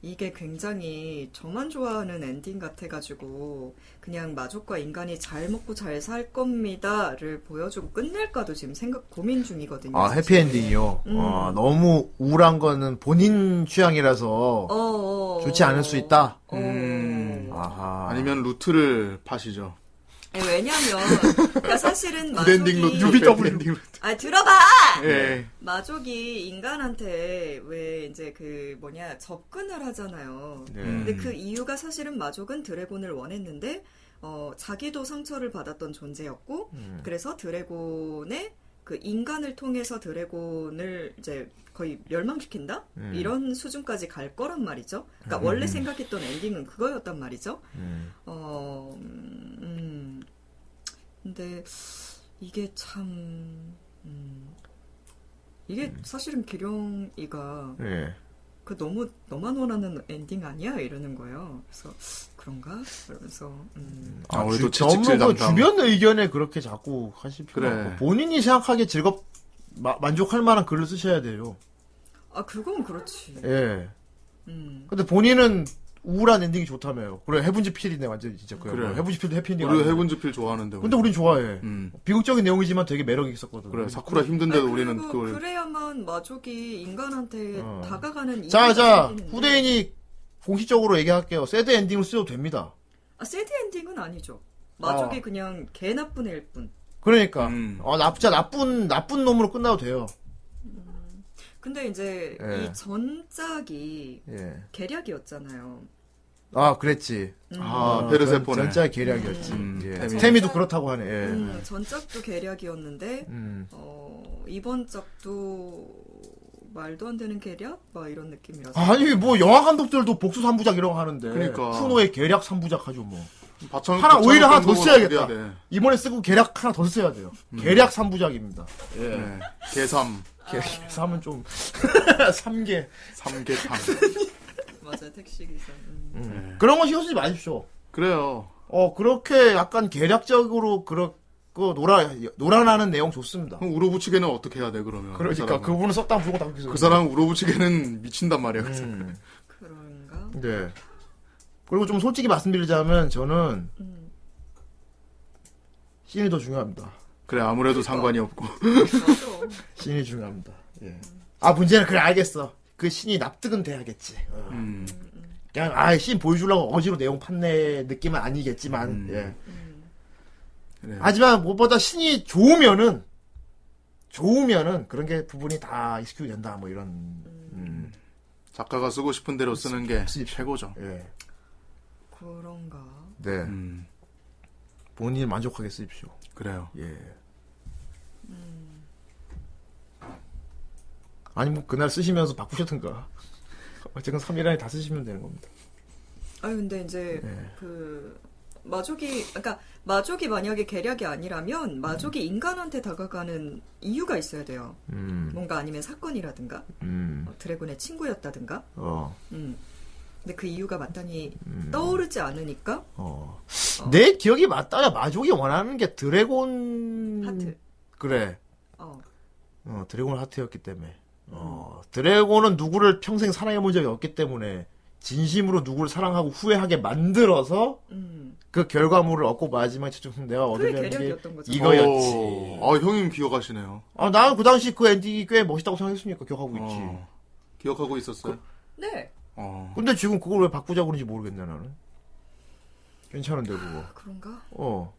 S3: 이게 굉장히 저만 좋아하는 엔딩 같아가지고 그냥 마족과 인간이 잘 먹고 잘 살 겁니다를 보여주고 끝낼까도 지금 생각 고민 중이거든요.
S6: 아
S3: 사실.
S6: 해피엔딩이요.
S3: 음.
S6: 아, 너무 우울한 거는 본인 취향이라서
S3: 어, 어, 어.
S6: 좋지 않을 수 있다.
S2: 음.
S6: 아하.
S2: 아니면 루트를 파시죠.
S3: 아니, 왜냐면 그러니까 사실은
S2: 굿엔딩
S3: 마족이
S2: 루트. UBW.
S3: 아 들어봐.
S2: 예.
S6: 네.
S3: 마족이 인간한테 왜 이제 그 뭐냐 접근을 하잖아요.
S6: 네.
S2: 음.
S3: 근데 그 이유가 사실은 마족은 드래곤을 원했는데 어, 자기도 상처를 받았던
S6: 예.
S3: 존재였고
S16: 음.
S3: 그래서 드래곤의 그 인간을 통해서 드래곤을 이제 거의 멸망시킨다
S16: 음.
S3: 이런 수준까지 갈 거란 말이죠. 그러니까
S16: 음.
S3: 원래 생각했던 엔딩은 그거였단 말이죠.
S16: 음.
S3: 어, 음, 근데 이게 참, 음, 이게
S16: 음.
S3: 사실은 기룡이가
S6: 예.
S3: 그 너무 너만 원하는 엔딩 아니야 이러는 거예요. 그래서 그런가? 이러면서 음.
S6: 아,
S2: 우리
S6: 주,
S2: 또 채찍질
S6: 너무 그
S2: 담당.
S6: 주변 의견에 그렇게 자꾸 하실 필요
S2: 그래.
S6: 없고 본인이 생각하기에 즐겁 마- 만족할 만한 글을 쓰셔야 돼요.
S3: 아 그건 그렇지.
S16: 네.
S6: 예.
S3: 음.
S6: 근데 본인은 우울한 엔딩이 좋다며요. 그래 해분지 필이네 완전 히 진짜 그
S2: 그래.
S6: 해분지 필도 해피엔딩.
S2: 예. 우리
S6: 아니에요.
S2: 해군지필 좋아하는데. 우리. 음.
S6: 근데 음, 우린 좋아해. 비극적인 내용이지만 되게 매력이 있었거든.
S2: 그래, 사쿠라 힘든데도
S6: 아니,
S2: 우리는
S3: 그리고
S2: 그걸.
S3: 그래야만 마족이 인간한테
S6: 어.
S3: 다가가는 이유가
S6: 자, 자,
S3: 생기는데.
S6: 후대인이 공식적으로 얘기할게요. 새드 엔딩을 쓰셔도 됩니다.
S3: 아, 새드 엔딩은 아니죠. 마족이
S6: 어.
S3: 그냥 개 나쁜 애일 뿐.
S6: 그러니까,
S2: 음.
S6: 어, 나, 진짜 나쁜, 나쁜 놈으로 끝나도 돼요.
S3: 근데 이제
S6: 예.
S3: 이 전작이
S6: 예.
S3: 계략이었잖아요.
S6: 아, 그랬지.
S3: 음.
S2: 아, 베르세포네.
S6: 전자 계략이었지.
S2: 음,
S6: 예.
S2: 태미.
S6: 스테미도 그렇다고 하네. 예.
S3: 음, 전작도 계략이었는데
S6: 음.
S3: 어, 이번 작도 말도 안 되는 계략? 막 이런 느낌이라서.
S6: 아니, 뭐, 영화 감독들도 복수 3부작 이런 거 하는데.
S2: 그러니까.
S6: 쿠노의 계략 3부작 하죠, 뭐.
S2: 바청-
S6: 하나,
S2: 바청-
S6: 오히려 하나 더
S2: 바청-
S6: 써야겠다.
S2: 바청-
S6: 이번에 쓰고 계략 하나 더 써야 돼요. 계략 3부작입니다. 예.
S2: 네. 개삼.
S6: 개, 개삼은 좀. 3개.
S2: 삼계탕.
S3: 맞아 택시 기사. 음.
S6: 그런 거 신경 쓰지 마십시오.
S2: 그래요.
S6: 어, 그렇게 약간 계략적으로, 그렇고, 놀아, 놀아나는 내용 좋습니다.
S2: 그럼 우로부치게는 어떻게 해야 돼, 그러면?
S6: 그러니까, 그
S2: 그,
S6: 분은 썼다 부르고 다
S2: 사람은? 그 사람은 우로부치게는 미친단 말이야, 그
S6: 음.
S3: 그런가?
S6: 네. 그리고 좀 솔직히 말씀드리자면, 저는, 씬이 더 중요합니다.
S2: 그래, 아무래도 상관이 없고.
S6: 씬이 중요합니다. 예. 아, 문제는, 그래, 알겠어. 그 신이 납득은 돼야겠지. 어.
S2: 음.
S6: 그냥, 아, 씬 보여주려고 어지로 내용 판매 느낌은 아니겠지만, 예.
S2: 그래요.
S6: 하지만 무엇보다 신이 좋으면은 좋으면은 그런 게 부분이 다 익스큐 된다 뭐 이런 음.
S2: 작가가 쓰고 싶은 대로 쓰는 게 최고죠.
S6: 예.
S3: 그런가?
S6: 네 본인이 만족하게 쓰십시오
S2: 음, 그래요
S6: 예 아니면 뭐 그날 쓰시면서 바꾸셨던가 어쨌든 3일 안에 다 쓰시면 되는 겁니다
S3: 아니 근데 이제
S6: 네.
S3: 그 마족이 그러니까 마족이 만약에 계략이 아니라면 마족이 인간한테 다가가는 이유가 있어야 돼요.
S6: 음.
S3: 뭔가 아니면 사건이라든가 어, 드래곤의 친구였다든가.
S6: 어.
S3: 음. 근데 그 이유가 마땅히
S6: 음.
S3: 떠오르지 않으니까
S6: 어. 내 기억이 맞다면 마족이 원하는 게 드래곤 음.
S3: 하트.
S6: 그래
S3: 어.
S6: 어, 드래곤 하트였기 때문에 어, 드래곤은 누구를 평생 사랑해본 적이 없기 때문에 진심으로 누구를 사랑하고 후회하게 만들어서
S3: 음.
S6: 그 결과물을 얻고 마지막에 최종 내가
S3: 그게
S6: 얻으려는 게
S3: 계력이었던 거죠.
S6: 이거였지.
S2: 아, 형님 기억하시네요.
S6: 아, 나는 그 당시 그 엔딩이 꽤 멋있다고 생각했으니까 기억하고 있지.
S2: 어. 기억하고
S6: 그
S2: 있었어요.
S3: 네.
S2: 어.
S6: 근데 지금 그걸 왜 바꾸자고 그러는지 모르겠네, 나는. 괜찮은데, 그거.
S3: 그런가?
S6: 어.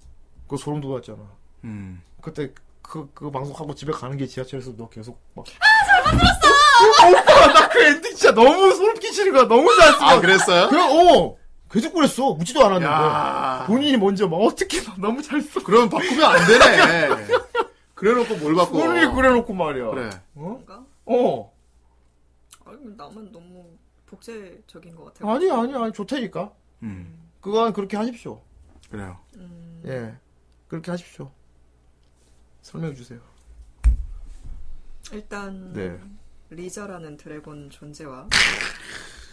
S6: 그거 소름 돋았잖아.
S2: 음.
S6: 그때 그, 그 방송하고 집에 가는 게 지하철에서 너 계속 막.
S3: 아,
S6: 어,
S17: 오빠
S6: 나그 엔딩 진짜 너무 소름 끼치는 거야. 너무 잘했어.
S2: 아, 그랬어요?
S6: 그, 어. 계속 그랬어. 뭐, 묻지도 않았는데.
S2: 야.
S6: 본인이 먼저 막 어떻게 막 너무 잘 써.
S2: 그럼 바꾸면 안 되네. 그래놓고 뭘 바꿔?
S6: 본인이 그래놓고 말이야.
S2: 그래.
S6: 어?
S3: 그런가?
S6: 어.
S3: 아니, 나만 너무 복제적인 것 같아요.
S6: 아니, 아니, 아니. 좋다니까.
S2: 음.
S6: 그건 그렇게 하십시오.
S2: 그래요.
S3: 음.
S6: 예. 그렇게 하십시오. 설명해 주세요.
S3: 일단
S6: 네.
S3: 리저라는 드래곤 존재와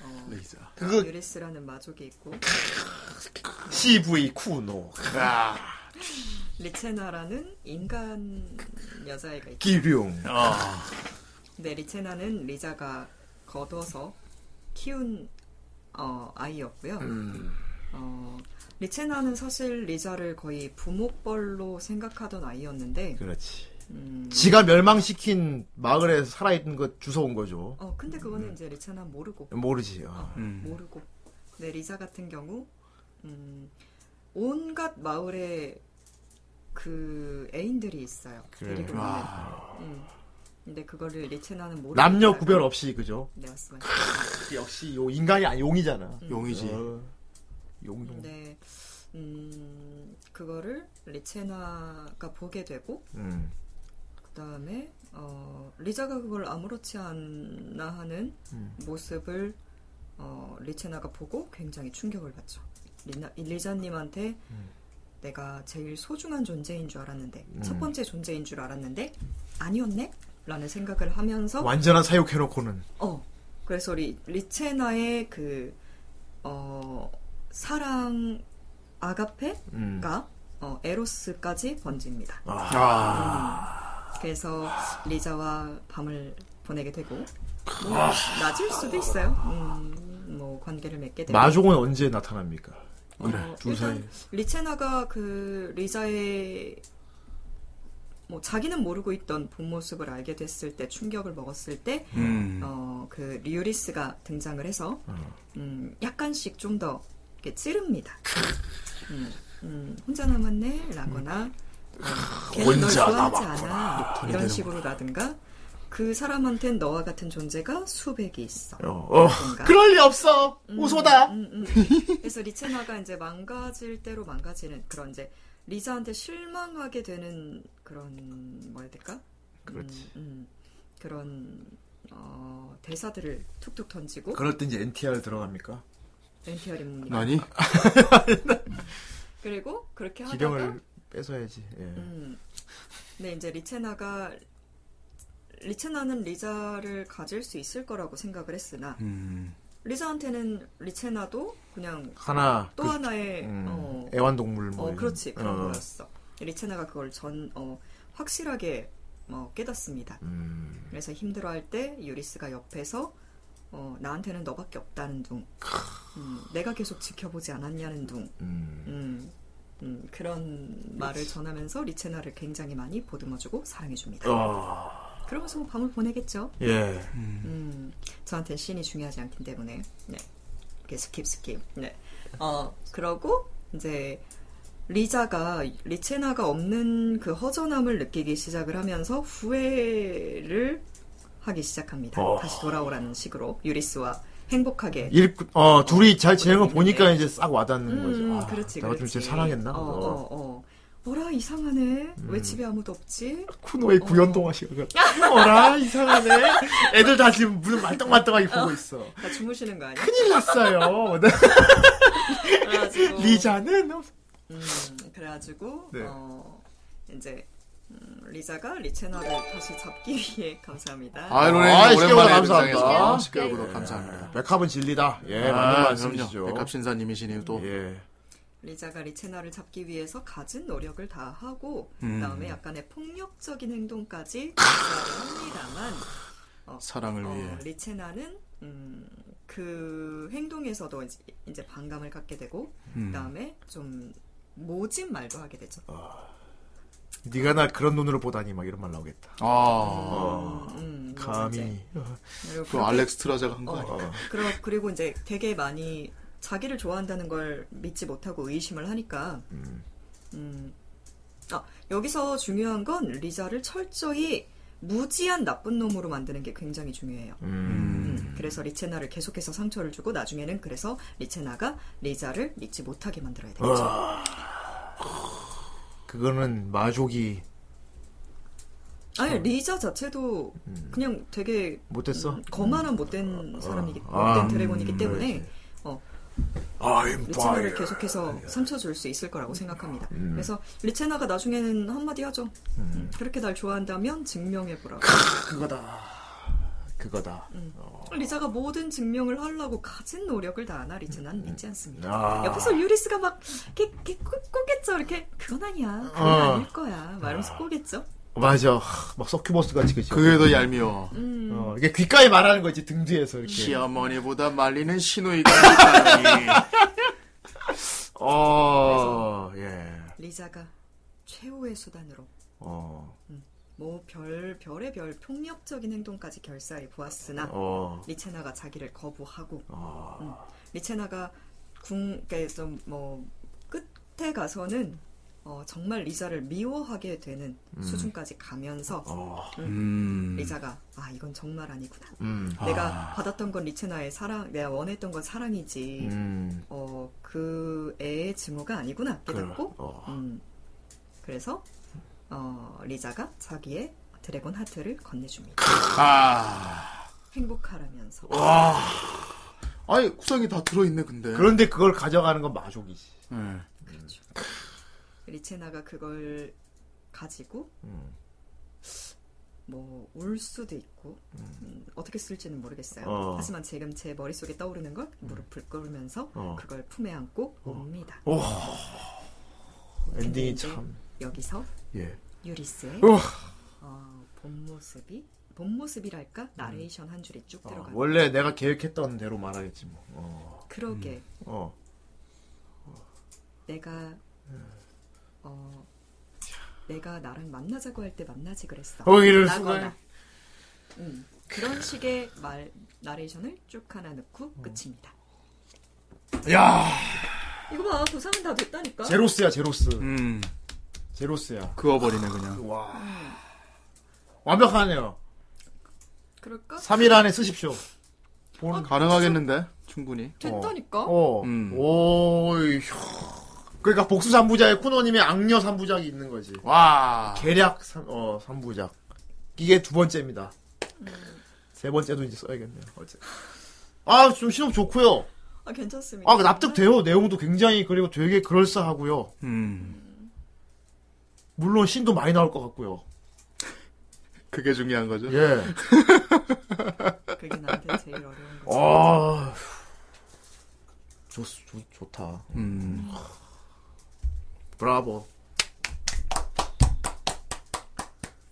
S3: 어,
S2: 레이저.
S6: 그거-
S3: 유리스라는 마족이 있고
S6: CV 쿠노. 아.
S3: 리체나라는 인간 여자애가 있고
S6: 기룡.
S3: 네, 리체나는 리자가 거둬서 키운 어, 아이였고요. 어, 리체나는 사실 리자를 거의 부모뻘로 생각하던 아이였는데
S6: 그렇지.
S3: 음,
S6: 지가 멸망시킨 마을에 살아있는 것 주워온 거죠.
S3: 어, 근데 그거는 이제 리체나 모르고
S6: 모르지. 어.
S2: 음.
S3: 모르고 네, 리자 같은 경우 음, 온갖 마을에 그 애인들이 있어요.
S6: 그래.
S3: 데리고 있는.
S6: 와.
S3: 음. 근데 그거를 리체나는 모르고
S6: 남녀
S3: 살고.
S6: 구별 없이 그죠?
S3: 네, 맞습니다.
S6: 역시 요 인간이 아니 용이잖아.
S3: 음.
S2: 용이지.
S6: 어, 용. 용.
S3: 근데 음 그거를 리체나가 보게 되고
S6: 음.
S3: 그다음에 어 리자가 그걸 아무렇지 않나 하는
S6: 음.
S3: 모습을 어 리체나가 보고 굉장히 충격을 받죠. 리나, 리자님한테 내가 제일 소중한 존재인 줄 알았는데 첫 번째 존재인 줄 알았는데 아니었네? 라는 생각을 하면서
S6: 완전한 사육해놓고는.
S3: 어. 그래서 리, 리체나의 그, 어, 사랑, 아가페가,
S6: 음.
S3: 어, 에로스까지 번집니다.
S6: 아.
S3: 음. 그래서 리자와 밤을 보내게 되고, 뭐,
S6: 아.
S3: 낮일 수도 있어요. 음, 뭐, 관계를 맺게 되고.
S6: 마종은 언제 나타납니까?
S3: 어,
S6: 두 사이.
S3: 일단 리체나가 그 리자의 뭐 자기는 모르고 있던 본 모습을 알게 됐을 때 충격을 먹었을 때,
S17: 음. 어.
S3: 어, 그 리우리스가 등장을 해서 음, 약간씩 좀 더 찌릅니다. 음, 음, 혼자 남았네라거나 어, 걔는 널
S17: 혼자
S3: 좋아하지
S17: 남았구나.
S3: 않아
S17: 녹턴이
S3: 이런
S17: 되는구나.
S3: 식으로라든가 그 사람한텐 너와 같은 존재가 수백이 있어.
S6: 어.
S3: 라든가.
S6: 그럴 리 없어.
S3: 음,
S6: 우소다.
S3: 음, 음. 그래서 리체나가 이제 망가질 대로 망가지는 그런 이제 리자한테 실망하게 되는 그런 뭐야 될까? 그렇지. 그런 어, 대사들을 툭툭 던지고
S6: 그럴 때 이제 NTR 들어갑니까?
S3: 음. NTR이 뭡니까?
S6: 아니.
S3: 그리고 그렇게 하다가
S6: 기병을 뺏어야지. 예.
S3: 음. 근데 이제 리체나가 리체나는 리자를 가질 수 있을 거라고 생각을 했으나
S6: 음.
S3: 리자한테는 리체나도 그냥
S6: 하나,
S3: 또
S6: 그-
S3: 하나의
S6: 음,
S3: 어,
S6: 애완동물 뭐
S3: 어,
S6: 이런.
S3: 그렇지 그런
S6: 어.
S3: 거였어. 리체나가 그걸 전 어, 확실하게 어, 깨닫습니다.
S6: 음,
S3: 그래서 힘들어할 때 유리스가 옆에서 어, 나한테는 너밖에 없다는 둥, 음, 내가 계속 지켜보지 않았냐는 둥, 음, 음, 그런 말을 전하면서 리체나를 굉장히 많이 보듬어주고 사랑해줍니다.
S6: 아.
S3: 그러면서 뭐 밤을 보내겠죠.
S6: 예.
S3: 음, 저한테는 씬이 중요하지 않기 때문에 네. 이렇게 스킵 스킵. 네. 어 그러고 이제 리자가 리체나가 없는 그 허전함을 느끼기 시작을 하면서 후회를 하기 시작합니다.
S6: 어.
S3: 다시 돌아오라는 식으로 유리스와 행복하게
S6: 일, 어, 둘이 잘 지내는 거 보니까 이제 싹 와닿는
S3: 음,
S6: 거죠. 아,
S3: 그렇지,
S6: 내가 좀
S3: 그렇지.
S6: 진짜 사랑했나?
S3: 어,
S6: 그거. 음.
S3: 어, 어. 뭐라 이상하네. 왜 집에 아무도 없지?
S6: 쿠노의 구연동화 시간. 어라, 이상하네. 애들 다 지금 무슨 말똥말똥하게 보고 있어.
S3: 다 주무시는 거 아니야?
S6: 큰일 났어요. 네.
S3: 그래가지고
S6: 그러니까 리자는
S3: 음, 그래가지고
S6: 네.
S3: 어, 이제 음, 리자가 리체나를 다시 잡기 위해 감사합니다.
S2: 아, 이런
S6: 아,
S2: 애님 오랜만에
S6: 시켜줘서 네. 감사합니다.
S2: 감사합니다. 시켜줘서 감사합니다.
S6: 백합은 진리다. 예, 맞는 말씀이시죠.
S2: 아, 백합 신사님이시네요, 또.
S6: 예.
S3: 리자가 리체나를 잡기 위해서 가진 노력을 다 하고
S2: 음.
S3: 그다음에 약간의 폭력적인 행동까지 합니다만
S6: 아, 예.
S2: 사랑을 위해.
S3: 어, 리체나는 음, 그 행동에서도 이제, 이제 반감을 갖게 되고
S6: 음. 아,
S3: 그다음에 좀 모진 말도 하게 되죠.
S6: 네가 날 그런 눈으로 보다니 막 이런 말 나오겠다.
S2: 아,
S6: 어. 감히
S3: 음, 그리고
S2: 그 알렉스 트라자가 한 거
S3: 어,
S2: 아닌가?
S3: 그러, 그리고 이제 되게 많이 자기를 좋아한다는 걸 믿지 못하고 의심을 하니까 음, 아, 여기서 중요한 건 리자를 철저히 무지한 나쁜 놈으로 만드는 게 굉장히 중요해요. 음, 그래서 리체나를 계속해서 상처를 주고 나중에는 그래서 리체나가 리자를 믿지 못하게 만들어야 되겠죠.
S6: 아. 그거는 마족이
S3: 아니 리자 자체도 그냥 되게
S6: 음. 못했어?
S3: 음, 거만한 못된 사람이기
S6: 아,
S3: 못된
S6: 음,
S3: 드래곤이기 때문에
S6: 그렇지. 아,
S3: 어,
S6: I'm
S3: 리체나를
S6: fire.
S3: 계속해서 상처 줄 수 있을 거라고 생각합니다.
S6: 음.
S3: 그래서 리체나가 나중에는 한마디 하죠. 음, 그렇게 날 좋아한다면 증명해 보라고.
S6: 그거다. 음. 그거다.
S3: 리자가 모든 증명을 하려고 가진 노력을 다하나 리체나는 믿지 않습니다.
S6: 아.
S3: 옆에서 유리스가 막 이렇게, 이렇게 꾸- 꾸겠죠. 이렇게 그건 아니야. 그건
S6: 어.
S3: 아닐 거야. 말하면서 꾸겠죠.
S6: 맞아. 하, 막 서큐버스 같이 그치.
S2: 그게 더 얄미워.
S3: 음.
S6: 어, 이게 귓가에 말하는 거지 등 뒤에서 이렇게.
S2: 시어머니보다 말리는 시누이가 있다니.
S6: 어, 예.
S3: 리자가 최후의 수단으로
S6: 어,
S3: 뭐 별 별의 별 폭력적인 행동까지 결사해 보았으나
S6: 어.
S3: 리체나가 자기를 거부하고
S6: 어.
S3: 음, 리체나가 궁에서 뭐 끝에 가서는 어, 정말 리자를 미워하게 되는
S6: 음. 어,
S3: 수준까지 가면서 음,
S6: 음.
S3: 리자가 아 이건 정말 아니구나
S6: 음.
S3: 내가 받았던 건 리체나의 사랑 내가 원했던 건 사랑이지
S6: 음.
S3: 어, 그 애의 증오가 아니구나 깨닫고
S6: 어.
S3: 음, 그래서 어, 리자가 자기의 드래곤 하트를 건네줍니다. 행복하라면서.
S2: 와. 아니, 구성이 다 들어있네, 근데.
S6: 그런데 네. 그걸 가져가는 건 마족이지.
S3: 리체나가 그걸 가지고
S6: 음.
S3: 뭐 울 수도 있고 음, 어떻게 쓸지는 모르겠어요.
S6: 어. 음.
S3: 하지만 지금 제 머릿속에 떠오르는 건 무릎을 꿇으면서
S6: 어.
S3: 그걸 품에 안고 옵니다.
S6: 오.
S3: 근데
S6: 엔딩이
S3: 이제
S6: 참.
S3: 여기서
S6: 예.
S3: 유리스의
S6: 우와.
S3: 어, 본 모습이 본 모습이랄까 나레이션 한 줄이 쭉 들어가.
S6: 원래 내가 계획했던 대로 말하겠지 뭐. 어.
S3: 그러게
S6: 어.
S3: 내가
S6: 음.
S3: 어 내가 나랑 만나자고 할 때 만나지 그랬어.
S6: 어, 이럴
S3: 라거나.
S6: 수가.
S3: 음, 그런 식의 말 나레이션을 쭉 하나 넣고
S6: 어.
S3: 끝입니다.
S6: 야,
S3: 이거 봐 구상은 다 됐다니까.
S6: 제로스야 제로스. 제로스야.
S2: 음, 그어버리네, 그냥.
S6: 와. 완벽하네요.
S3: 그럴까?
S6: 3일 안에 쓰십시오.
S2: 아, 가능하겠는데? 충분히.
S3: 됐다니까.
S6: 어. 오, 휴. 그러니까 복수 3부작에 쿠노님의 악녀 3부작이 있는 거지.
S2: 와.
S6: 계략 3, 어, 3부작. 이게 두 번째입니다.
S3: 음.
S6: 세 번째도 이제 써야겠네요. 어째. 아, 좀 신업 좋고요.
S3: 아 괜찮습니다.
S6: 아, 납득돼요. 내용도 굉장히 그리고 되게 그럴싸하고요. 음. 물론 신도 많이 나올 것 같고요.
S2: 그게 중요한 거죠?
S6: 예.
S3: 그게 나한테 제일 어려운 거지.
S6: 아, 좋, 좋, 좋다.
S2: 음.
S6: 브라보.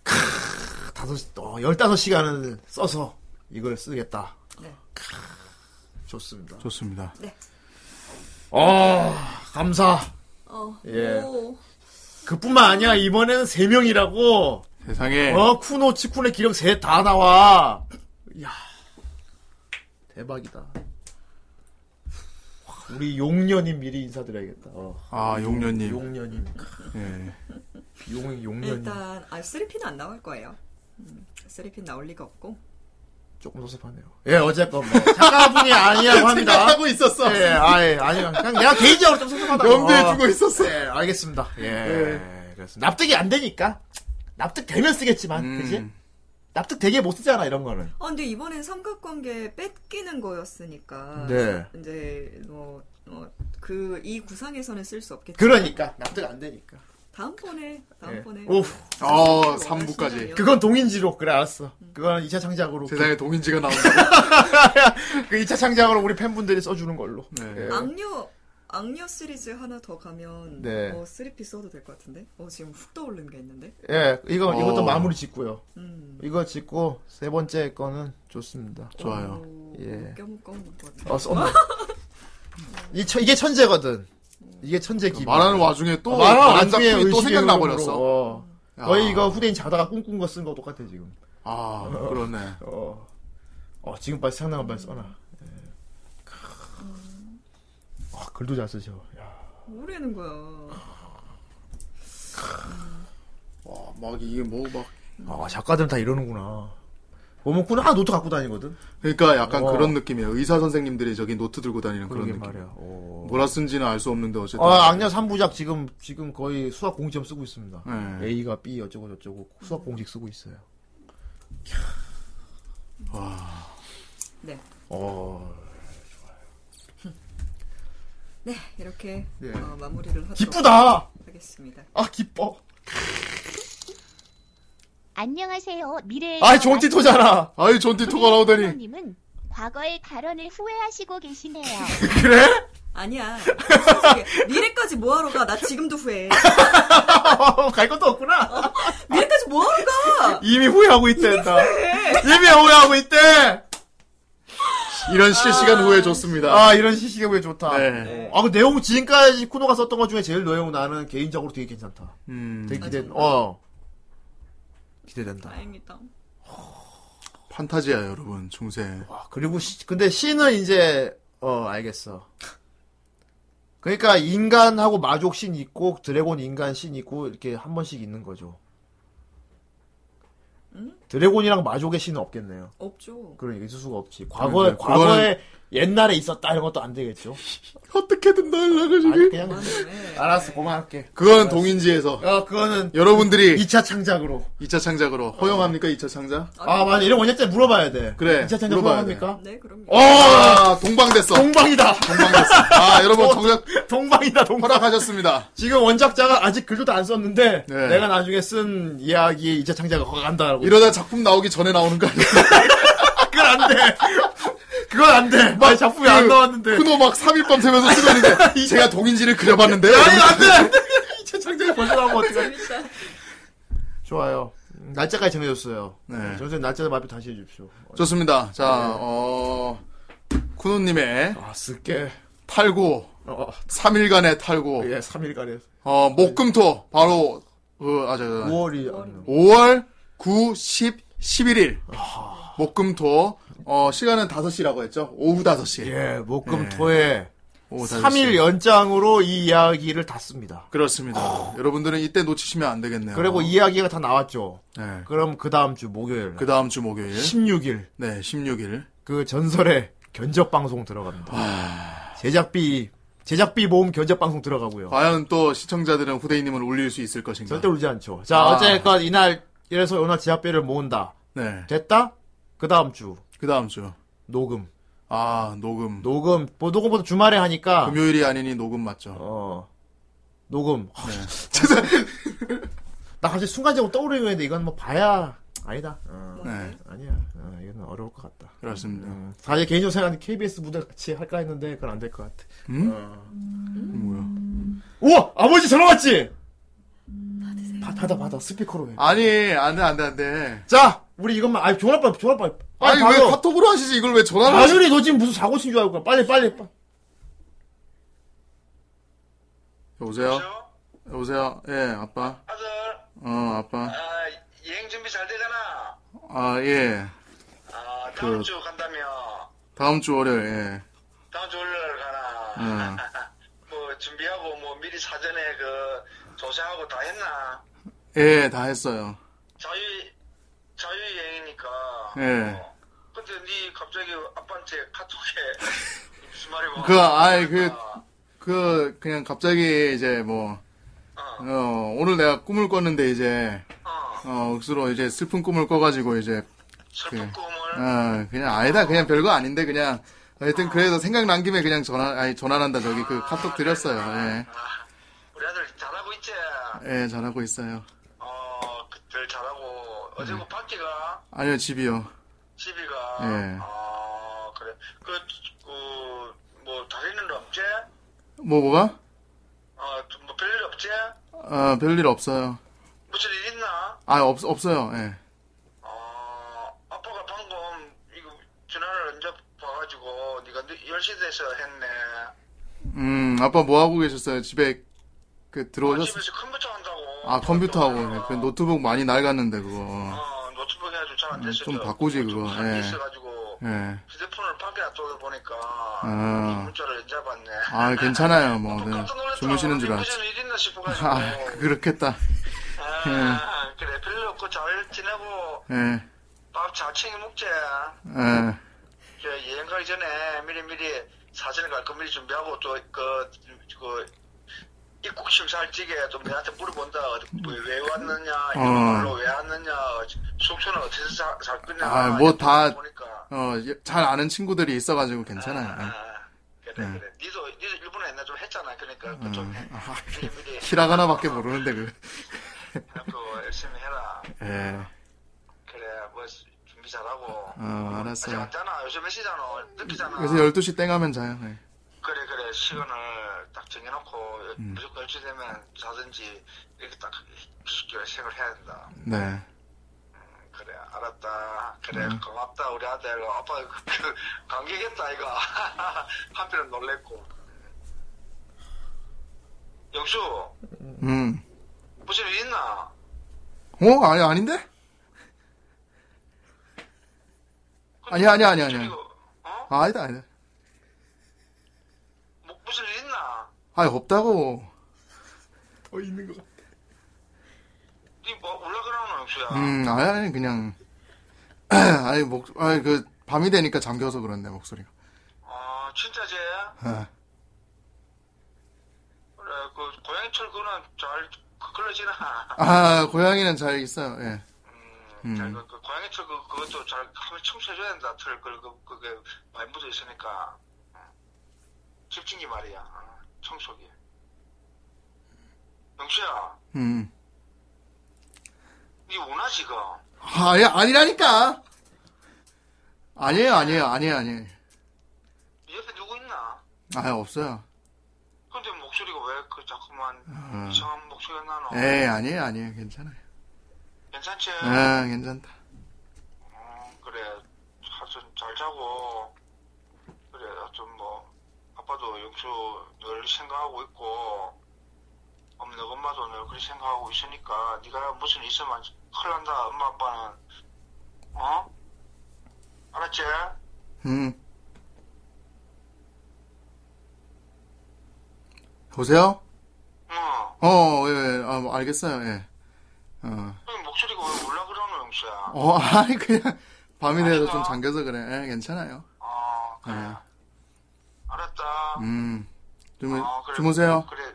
S6: 크으, 다섯, 어, 열다섯 시간을 써서 이걸 쓰겠다.
S3: 네.
S6: 크으, 좋습니다.
S2: 좋습니다.
S3: 네.
S6: 아, 감사.
S3: 어.
S6: 예.
S3: 오.
S6: 그뿐만 아니야, 이번에는 세 명이라고.
S2: 세상에.
S6: 어, 쿠노, 치쿠네 기력 세 다 나와. 이야. 대박이다. 우리 용녀님 미리 인사드려야겠다. 어.
S2: 아, 용녀님.
S6: 용녀님.
S2: 예.
S6: 용, 용녀님.
S3: 일단 아 쓰리핀 안 나올 거예요. 음, 쓰리핀 나올 리가 없고.
S6: 조금 섭섭하네요. 예, 어쨌건 뭐. 작가분이 아니라고 합니다.
S2: 생각하고 있었어.
S6: 예, 아예, 아니, 그냥 내가 개인적으로 좀 섭섭하다.
S2: 염두에 두고 있었어. 네.
S6: 예, 알겠습니다. 예. 그렇습니다. 납득이 안 되니까. 납득되면 쓰겠지만, 아,
S2: 음.
S6: 그지? 납득되게 못 쓰잖아, 이런 거는.
S3: 아 근데 이번엔 삼각관계 뺏기는 거였으니까.
S6: 네.
S3: 이제 뭐, 어, 뭐그 이 구상에서는 쓸 수 없겠죠.
S6: 그러니까. 납득 안 되니까.
S3: 다음번에 다음번에.
S6: 네.
S3: 뭐
S6: 오.
S2: 어, 3부까지.
S6: 그건 동인지로 그래 알았어. 아, 그건 2차 창작으로
S2: 세상에 동인지가 나온다고.
S6: 그 2차 창작으로 우리 팬분들이 써주는 걸로.
S2: 네.
S6: 예.
S3: 악녀 악녀 시리즈 하나 더 가면
S2: 네.
S3: 어, 3피 써도 될 것 같은데? 어, 지금 훅 떠오르는 게 있는데?
S6: 예, 이거
S2: 어.
S6: 이것도 마무리 짓고요.
S3: 음.
S6: 이거 짓고 세 번째 거는 좋습니다.
S2: 좋아요.
S6: 예.
S3: 어, 껴먹고 먹을 것 같아.
S6: 어, 썸네. 이 천, 이게 천재거든. 이게 아, 천재 어, 기분.
S2: 말하는 와중에 또 다른 작품이 또 생각나 버렸어.
S6: 어.
S2: 야.
S6: 거의 이거 후대인 자다가 꿈꾼 거 쓴 거 똑같아 지금.
S2: 아, 그러네.
S6: 어, 어 지금 빨리 생각나면 빨리 써놔. 예. 크. 아, 글도 잘 쓰셔. 야.
S3: 모르는 거야.
S2: 와, 막 이게 뭐 막.
S6: 아 작가들은 다 이러는구나. 오목구는 하나 노트 뭐, 갖고 다니거든.
S2: 그러니까 약간
S6: 어.
S2: 그런 느낌이에요. 의사 선생님들이 저기 노트 들고 다니는 그런
S6: 그러게
S2: 느낌.
S6: 말이야. 오.
S2: 뭐라 쓴지는 알 수 없는데 어쨌든.
S6: 아, 악녀 3부작 지금 지금 거의 수학 공식점 쓰고 있습니다.
S2: 네.
S6: A가 B 어쩌고 저쩌고 수학 공식 쓰고 있어요.
S3: 네.
S6: 어.
S3: 네, 이렇게
S6: 예.
S3: 어, 마무리를 하도록
S6: 기쁘다!
S3: 하겠습니다.
S6: 아 기뻐.
S4: 안녕하세요. 미래의
S2: 아이, 존 티토잖아. 아이, 존 티토가 나오다니.
S4: 님은 과거의 발언을 후회하시고 계시네요.
S3: 아니야. 솔직히 미래까지 뭐하러 가? 나 지금도 후회해.
S6: 아, 갈 것도 없구나.
S3: 미래까지 뭐하러 가?
S6: 이미 후회하고 있대. 나. 이미 후회하고 있대.
S2: 이런 실시간 후회 좋습니다.
S6: 아 이런 시시가 왜 좋다.
S2: 네.
S6: 아 그 내용 지금까지 쿠노가 썼던 것 중에 제일 내용 나는 개인적으로 되게 괜찮다.
S2: 음.
S6: 되게 기대. 어. 기대된다.
S3: 다행이다.
S2: 판타지야, 여러분. 중세.
S6: 그리고 시- 근데 신은 이제 어 알겠어. 그러니까 인간하고 마족 신 있고 드래곤 인간 신 있고 이렇게 한 번씩 있는 거죠. 드래곤이랑 마족의 신은 없겠네요.
S3: 없죠.
S6: 그런 있을 수가 없지. 과거에
S2: 그러니까 그거는-
S6: 과거에 옛날에 있었다 이런 것도 안 되겠죠.
S2: 어떻게든 날라가
S6: 아니,
S2: 지금.
S6: 음, 그냥 알았어 고만할게.
S2: 그거는 동인지에서.
S6: 어 그거는
S2: 여러분들이
S6: 2차 창작으로.
S2: 2차 창작으로 허용합니까? 2차 창작?
S6: 아 맞아 이런 원작자 물어봐야 돼.
S2: 그래.
S6: 2차 창작
S2: 물어봐야 돼.
S6: 허용합니까?
S3: 네, 그럼요.
S6: 어
S2: 아, 동방됐어.
S6: 동방이다.
S2: 동방됐어. 아, 여러분 동작
S6: 동방이다 동방.
S2: 허락하셨습니다.
S6: 지금 원작자가 아직 글도 다 안 썼는데
S2: 네.
S6: 내가 나중에 쓴 이야기에 2차 창작을 허가한다라고.
S2: 이러다 작품 나오기 전에 나오는 거 아니야?
S6: 그건 안 돼. 그건 안 돼. 막 작품이 안 나왔는데.
S2: 그노 막 3일 밤 새면서 쓰고 있는데 제가 동인지를 그려봤는데
S6: 아니 안 돼. 안 돼. 2차 창작이 벌써 나오면 어떡하지?
S3: 재밌다.
S6: 좋아요. 날짜까지 정해줬어요.
S2: 네.
S6: 전생 날짜를 발표 다시 해주십시오.
S2: 좋습니다. 자,
S6: 네.
S2: 어 쿠노님의
S6: 아 쓸게.
S2: 탈고
S6: 어,
S2: 3일간의 탈고
S6: 예, 3일간에
S2: 어 목금토 바로 그 아저 저,
S6: 5월이
S2: 5월 9, 10, 11일 목금토 어 시간은 5시라고 했죠? 오후 5시.
S6: 예, 목금 토에
S2: 오후 5시.
S6: 3일 연장으로 이 이야기를 다 씁니다.
S2: 그렇습니다. 여러분들은 이때 놓치시면 안 되겠네요.
S6: 아. 그리고 이 이야기가 다 나왔죠.
S2: 네.
S6: 그럼 그 다음 주 목요일
S2: 그 다음 주 목요일
S6: 16일
S2: 네 16일
S6: 그 전설의 견적 방송 들어갑니다. 제작비 제작비 모음 견적 방송 들어가고요.
S2: 과연 또 시청자들은 후대인님을 올릴 수 있을 것인가?
S6: 절대 울지 않죠. 자,
S2: 아.
S6: 어쨌건 이날 이래서 오늘 제작비를 모은다.
S2: 네.
S6: 됐다? 그 다음 주
S2: 그 다음 주.
S6: 녹음.
S2: 아 녹음.
S6: 녹음 뭐 녹음보다 주말에 하니까
S2: 금요일이 아니니 녹음 맞죠?
S6: 어 녹음.
S2: 아,
S6: 네. 나 갑자기 순간적으로 떠오르는 건데 이건 뭐 봐야 아니다. 어,
S2: 네.
S6: 아니야. 어, 이건 어려울 것 같다.
S2: 그렇습니다.
S6: 음, 사실 개인적으로 생각하는 KBS 무대 같이 할까 했는데 그건 안 될 것 같아.
S2: 음?
S6: 어.
S2: 뭐야?
S6: 우와 아버지 전화 왔지. 받- 받아 받아 스피커로 해.
S2: 아니 안돼 안돼 안돼.
S6: 자 우리 이것만 아니 전화빨 전화빨.
S2: 아니
S6: 빨리
S2: 왜
S6: 받아.
S2: 카톡으로 하시지 이걸 왜 전화로? 하시...
S6: 아유리 너 지금 무슨 사고 친 줄 알고 빨리 빨리
S10: 그,
S6: 빨리.
S2: 여보세요? 여보세요? 예 아빠. 어 아빠.
S10: 아, 여행 준비 잘 되잖아.
S2: 아 예.
S10: 아, 다음
S2: 그-
S10: 주 간다며.
S2: 다음 주 월요일. 예.
S10: 다음 주 월요일 가나.
S2: 음.
S10: 뭐 준비하고 뭐 미리 사전에 그 조사하고 다 했나?
S2: 예다 했어요.
S10: 자유 자유 여행이니까.
S2: 예.
S10: 근데 네 갑자기 아빠한테 카톡에 무슨 말이고? 그러니까,
S2: 그 아이 그 그 그냥 갑자기 이제 뭐 어, 오늘 내가 꿈을 꿨는데 이제 어, 억수로 이제 슬픈 꿈을 꿔가지고 이제
S10: 슬픈
S2: 그,
S10: 꿈을
S2: 어, 그냥 아니다 그냥 별거 아닌데 그냥 하여튼 그래서 생각난 김에 그냥 전화 아니 전화한다 저기 그 카톡 드렸어요 예,
S10: 아, 우리 아들 잘하고 있지?
S2: 예 잘하고 있어요
S10: 어, 늘 잘하고 어제
S2: 음.
S10: 그 밖에가
S2: 아니요 집이요
S10: 시비가 어,
S2: 예.
S10: 뭐, 아 그래 그그뭐 다리는 없지?
S2: 뭐 뭐가?
S10: 어뭐 별일 없지?
S2: 아 별일 없어요.
S10: 무슨 일 있나?
S2: 아 없, 없어요. 예.
S10: 어, 아빠가 방금 이거 전화를 언제 봐가지고 네가 10시 돼서 했네
S2: 음 아빠 뭐 하고 계셨어요? 집에 그 들어오셨어요?
S10: 집에서 컴퓨터 한다고
S2: 아 컴퓨터 하고 네. 그 노트북 많이 낡았는데 그거.
S10: 어, 노트북 해가지고 잘 안
S2: 음,
S10: 됐어
S2: 좀 바꾸지 그거.
S10: 안
S2: 예.
S10: 있어가지고
S2: 예.
S10: 휴대폰을 밖에 놔둬 보니까
S2: 아.
S10: 문자를 언제 봤네
S2: 아 괜찮아요 뭐 네. 주무시는 줄 알았지. 아 그렇겠다.
S10: 아, 그래 별일 없고 잘 지내고
S2: 예. 예.
S10: 밥 잘 챙겨 먹자
S2: 예.
S10: 저그 여행 가기 전에 미리미리 사진을 갈 거 미리 준비하고 또그 그, 입국 심사할지게 좀 내한테 물어본다 왜, 왜 왔느냐 일본으로
S2: 어.
S10: 왜 왔느냐 숙소는 어디서 살, 살 거냐
S2: 아 뭐 다
S10: 보니까
S2: 어, 예, 잘 아는 친구들이 있어가지고 괜찮아요.
S10: 그래
S2: 예.
S10: 그래 니도 니도 일본에 옛날 좀 했잖아 그러니까
S2: 어,
S10: 그좀
S2: 아,
S10: 미리미리
S2: 히라가나밖에 모르는데 그.
S10: 해놓고 열심히 해라
S2: 예.
S10: 그래 뭐 준비 잘하고
S2: 어 알았어요.
S10: 왔잖아 요새 몇 시잖아 늦기잖아
S2: 그래서 12시 땡 하면 자요. 예.
S10: 그래 그래 시간을 딱 정해놓고
S2: 음.
S10: 무조건 12시 되면 자든지 이렇게 딱 기획을 해야 된다
S2: 네.
S10: 그래 알았다 그래
S2: 음.
S10: 고맙다 우리 아들 아빠 그 감격했다 이거 한편은 놀랬고 영수
S2: 음.
S10: 무슨 일 있나?
S2: 어? 아니, 아닌데? 아니야, 아니야, 아니야, 아니야. 아, 아니다, 아니다.
S10: 뭐, 무슨 일 있나?
S2: 아니, 없다고.
S6: 더 있는 것 같아.
S10: 니뭐 올라 그러나 영수야
S2: 음, 아니, 아니, 그냥. 아니, 목, 아니, 그, 밤이 되니까 잠겨서 그런데, 목소리가.
S10: 아 진짜지?
S2: 아,
S10: 그래 그 고양이 철구는 잘 끌어지나
S2: 아, 고양이는 잘 있어요, 예.
S10: 잘
S2: 음,
S10: 그, 그 고양이 철 그, 그것도 잘 한번 청소해줘야 된다 털 그, 그, 그게 많이 묻어 있으니까 응. 집중기 말이야 어, 청소기 영수야
S2: 음.
S10: 니 원하 지금
S2: 아, 아니, 아니라니까! 아니에요, 아니에요, 아니에요, 아니에요.
S10: 니 옆에 누구 있나?
S2: 아, 없어요.
S10: 근데 목소리가 왜 그 자꾸만
S2: 아.
S10: 이상한 목소리가 나노?
S2: 에이, 예, 아니에요, 아니에요, 괜찮아요.
S10: 괜찮지?
S2: 아, 괜찮다.
S10: 그래 하여튼 잘 자고 그래 하여튼 뭐 아빠도 영수 늘 생각하고 있고 엄마 엄마도 늘 그렇게 생각하고 있으니까 네가 무슨 일 있으면 큰일 난다 엄마 아빠는 어? 알았지?
S2: 음. 보세요?
S10: 어
S2: 어, 예, 예. 아, 뭐 알겠어요, 예. 어,
S10: 그 목소리가 왜 올라 그러노 영수야
S2: 어, 아니, 그냥, 밤이 돼서 좀
S10: 아니다.
S2: 잠겨서 그래. 예, 괜찮아요.
S10: 어
S2: 예.
S10: 그래 알았다
S2: 음. 주무,
S10: 어, 그래.
S2: 주무세요.
S10: 그래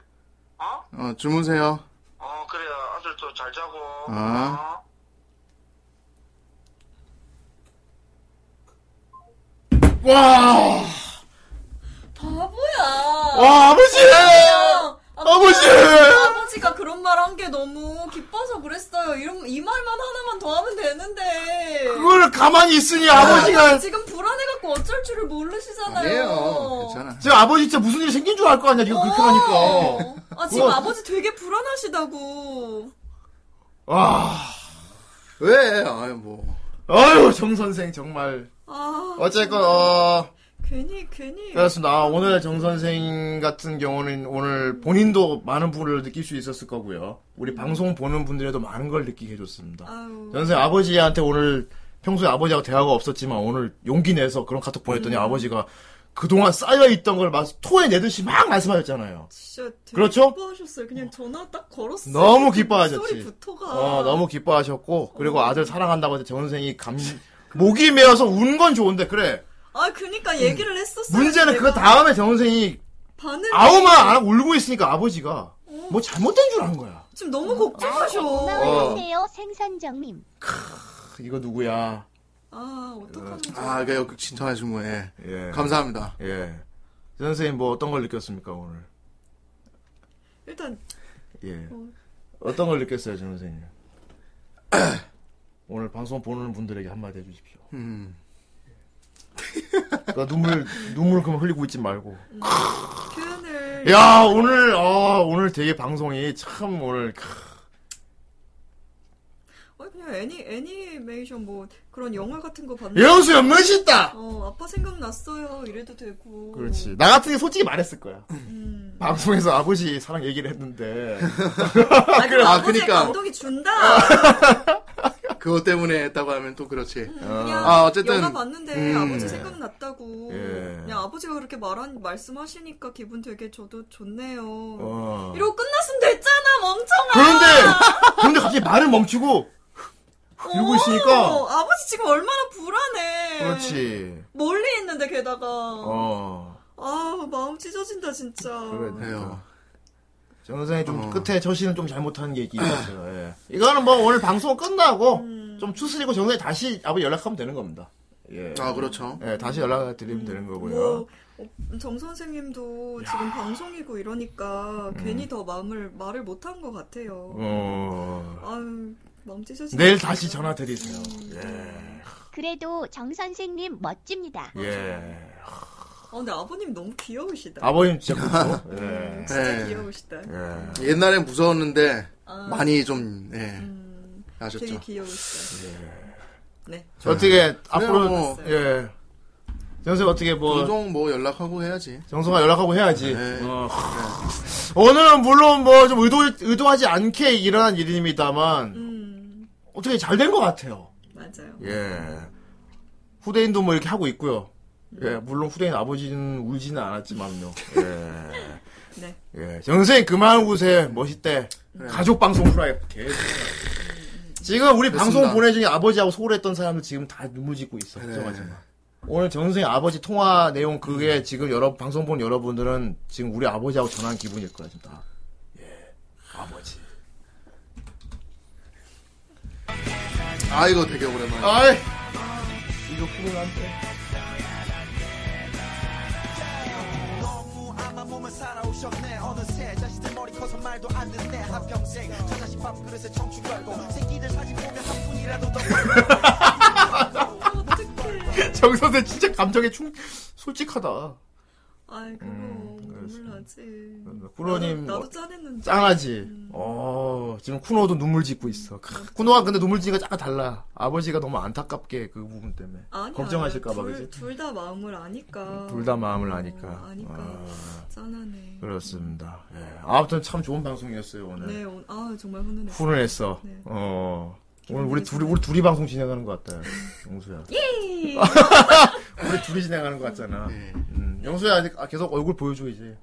S10: 어?
S2: 어, 주무세요.
S10: 어 그래 아들도 잘 자고
S2: 아.
S10: 어?
S6: 와!
S3: 바보야.
S6: 와, 아버지!
S3: 바보야.
S6: 아버지!
S3: 아버지가 그런 말 한 게 너무 기뻐서 그랬어요. 이런 이 말만 하나만 더 하면 되는데.
S6: 그걸 가만히 있으니 아버지가
S3: 지금 불안해갖고 어쩔 줄을 모르시잖아요.
S6: 아니에요. 지금 아버지 진짜 무슨 일이 생긴 줄 알 거 아니야. 이거 그렇게 하니까.
S3: 아 지금
S6: 그거-
S3: 아버지 되게 불안하시다고.
S10: 아.
S6: 와.
S2: 왜? 아유, 뭐.
S6: 아유, 정선생, 정말.
S3: 아.
S6: 어쨌건, 어,
S3: 괜히 괜히.
S6: 그렇습니다. 아, 오늘 정선생 같은 경우는 오늘 본인도 많은 부분을 느낄 수 있었을 거고요. 우리 방송 보는 분들에도 많은 걸 느끼게 해줬습니다.
S3: 아유.
S6: 전생 아버지한테 오늘 평소에 아버지하고 대화가 없었지만 오늘 용기 내서 그런 카톡 보냈더니 아버지가 그동안 쌓여있던 걸 막 토해내듯이 막 말씀하셨잖아요.
S3: 진짜 되게
S6: 그렇죠?
S3: 기뻐하셨어요. 그냥 전화 딱 걸었어요.
S6: 너무
S3: 그
S6: 기뻐하셨지.
S3: 소리부터가.
S6: 어, 너무 기뻐하셨고, 그리고 아들 사랑한다고 해서 정선생이 감, 목이 메어서 운 건 좋은데, 그래.
S3: 아 그니까 얘기를 했었어요.
S6: 문제는
S3: 내가.
S6: 그 다음에 정선생이
S3: 반응이
S6: 아우만 안 하고 울고 있으니까 아버지가 뭐 잘못된 줄 아는 거야.
S3: 지금 너무 걱정하셔.
S2: 어.
S4: 어, 고마워하세요 생선정님.
S6: 크, 이거 누구야.
S3: 아 어떡하죠?
S2: 아, 그 역극 신청해준 거, 예.
S6: 예.
S2: 감사합니다.
S6: 예. 선생님 뭐 어떤 걸 느꼈습니까, 오늘?
S3: 일단
S6: 예.
S3: 어.
S6: 어떤 걸 느꼈어요, 정 선생님? 오늘 방송 보는 분들에게 한마디 해주십시오. 그러니까
S2: 음.
S6: 나 눈물, 눈물 그만 흘리고 있지 말고.
S3: 표현을 오늘
S6: 야 오늘 어 오늘 되게 방송이 참 오늘 크,
S3: 아니, 어, 그냥 애니 애니메이션 뭐 그런 영화 같은 거 봤는데
S6: 예원수연 멋있다.
S3: 어 아빠 생각났어요 이래도 되고
S6: 그렇지 나 같은 게 솔직히 말했을 거야. 음. 방송에서 아버지 사랑 얘기를 했는데
S3: 아, 그래,
S2: 아,
S3: 아
S2: 그러니까.
S3: 그러니까 감독이
S6: 아.
S3: 준다
S2: 그것 때문에 했다고 하면 또 그렇지.
S3: 그냥
S2: 아, 어쨌든.
S3: 영화 봤는데
S2: 음.
S3: 아버지 생각났다고
S2: 예.
S3: 그냥 아버지가 그렇게 말한 말씀하시니까 기분 되게 저도 좋네요
S6: 어.
S3: 이러고 끝났으면 됐잖아 멍청아
S6: 그런데 그런데 갑자기 말을 멈추고 이러고 있으니까
S3: 어, 아버지 지금 얼마나 불안해
S6: 그렇지.
S3: 멀리 있는데 게다가
S6: 어
S3: 아 마음 찢어진다 진짜
S6: 그래요. 정선생이 좀
S2: 어.
S6: 끝에 저씨는 좀 잘못한 얘기 있었어요. 예. 이거는 뭐 오늘 방송 끝나고 좀 추스리고 정선생 다시 아버지 연락하면 되는 겁니다. 예.
S2: 아, 그렇죠.
S6: 예, 다시 연락 드리면 되는 거고요.
S3: 뭐, 어, 정 선생님도 지금 방송이고
S6: 음.
S3: 이러니까 괜히 더 마음을 말을 못한 것 같아요.
S6: 어.
S3: 아유, 마음 찢어지.
S6: 내일 다시 전화 드리세요. 예.
S4: 그래도 정 선생님 멋집니다.
S6: 예.
S3: 아, 근데 아버님 너무 귀여우시다.
S6: 아버님 진짜 그렇죠.
S2: 예.
S3: 진짜 귀여우시다.
S2: 예. 옛날엔 무서웠는데
S3: 아.
S2: 많이 좀 예. 아셨죠.
S3: 음. 되게 귀여우시다. 네.
S6: 어떻게
S2: 그래요,
S6: 앞으로
S2: 뭐.
S6: 예. 정선 어떻게 뭐
S2: 종종 뭐 연락하고 해야지.
S6: 정성아 연락하고 해야지. 어. 오늘은 물론 뭐 좀 의도 의도하지 않게 일어난 일입니다만 어떻게 잘 된 것 같아요.
S3: 음, 맞아요.
S6: 예. 후대인도 뭐 이렇게 하고 있고요. 예, 물론 후대인 아버지는 울지는 않았지만요. 예.
S3: 네.
S6: 예. 정선생 그만 우세요. 멋있대. 가족 방송 후라이. 계속. 지금 우리
S2: 그렇습니다.
S6: 방송 보내중에 아버지하고 소홀했던 사람들 지금 다 눈물 짓고 있어. 걱정하지 마. 오늘 정선생 아버지 통화 내용 그게
S2: 음.
S6: 지금 여러 방송 본 여러분들은 지금 우리 아버지하고 전화한 기분일 거야 지금 다. 예, 아버지.
S2: 아 이거 되게 오랜만에.
S6: 아이, 이거 후배한테.
S10: 몸을 살아오셨네 어느새 자식들 머리 커서 말도 안 듣네 한평생 저 자식 밥그릇에 청춘 걸고 새끼들 사진 보면 한 분이라도 더
S6: 정선생 진짜 감정에 충 솔직하다.
S3: 아이 그거
S6: 음,
S3: 눈물 나지.
S6: 쿠로님
S3: 나도,
S6: 어,
S3: 나도 짠했는데.
S6: 짠하지.
S3: 음.
S6: 어 지금 쿠노도 눈물 짓고 있어. 크, 쿠노가 근데 눈물 짓니까 약간 달라. 아버지가 너무 안타깝게 그 부분 때문에
S3: 아니,
S6: 걱정하실까봐
S3: 아니,
S6: 그지.
S3: 둘다 마음을 아니까. 어,
S6: 둘 다 마음을 아니까.
S3: 아니까.
S6: 아,
S3: 짠하네.
S6: 그렇습니다. 예. 아무튼 참 좋은 방송이었어요 오늘.
S3: 네, 오늘 아 정말 훈훈했어.
S6: 훈훈했어.
S3: 네.
S6: 어. 오늘 우리 둘이 우리 둘이 방송 진행하는 것 같다. 영수야.
S3: 예.
S6: 우리 둘이 진행하는 것 같잖아.
S2: 예.
S6: 음, 영수야 아직 아, 계속 얼굴 보여줘 이제.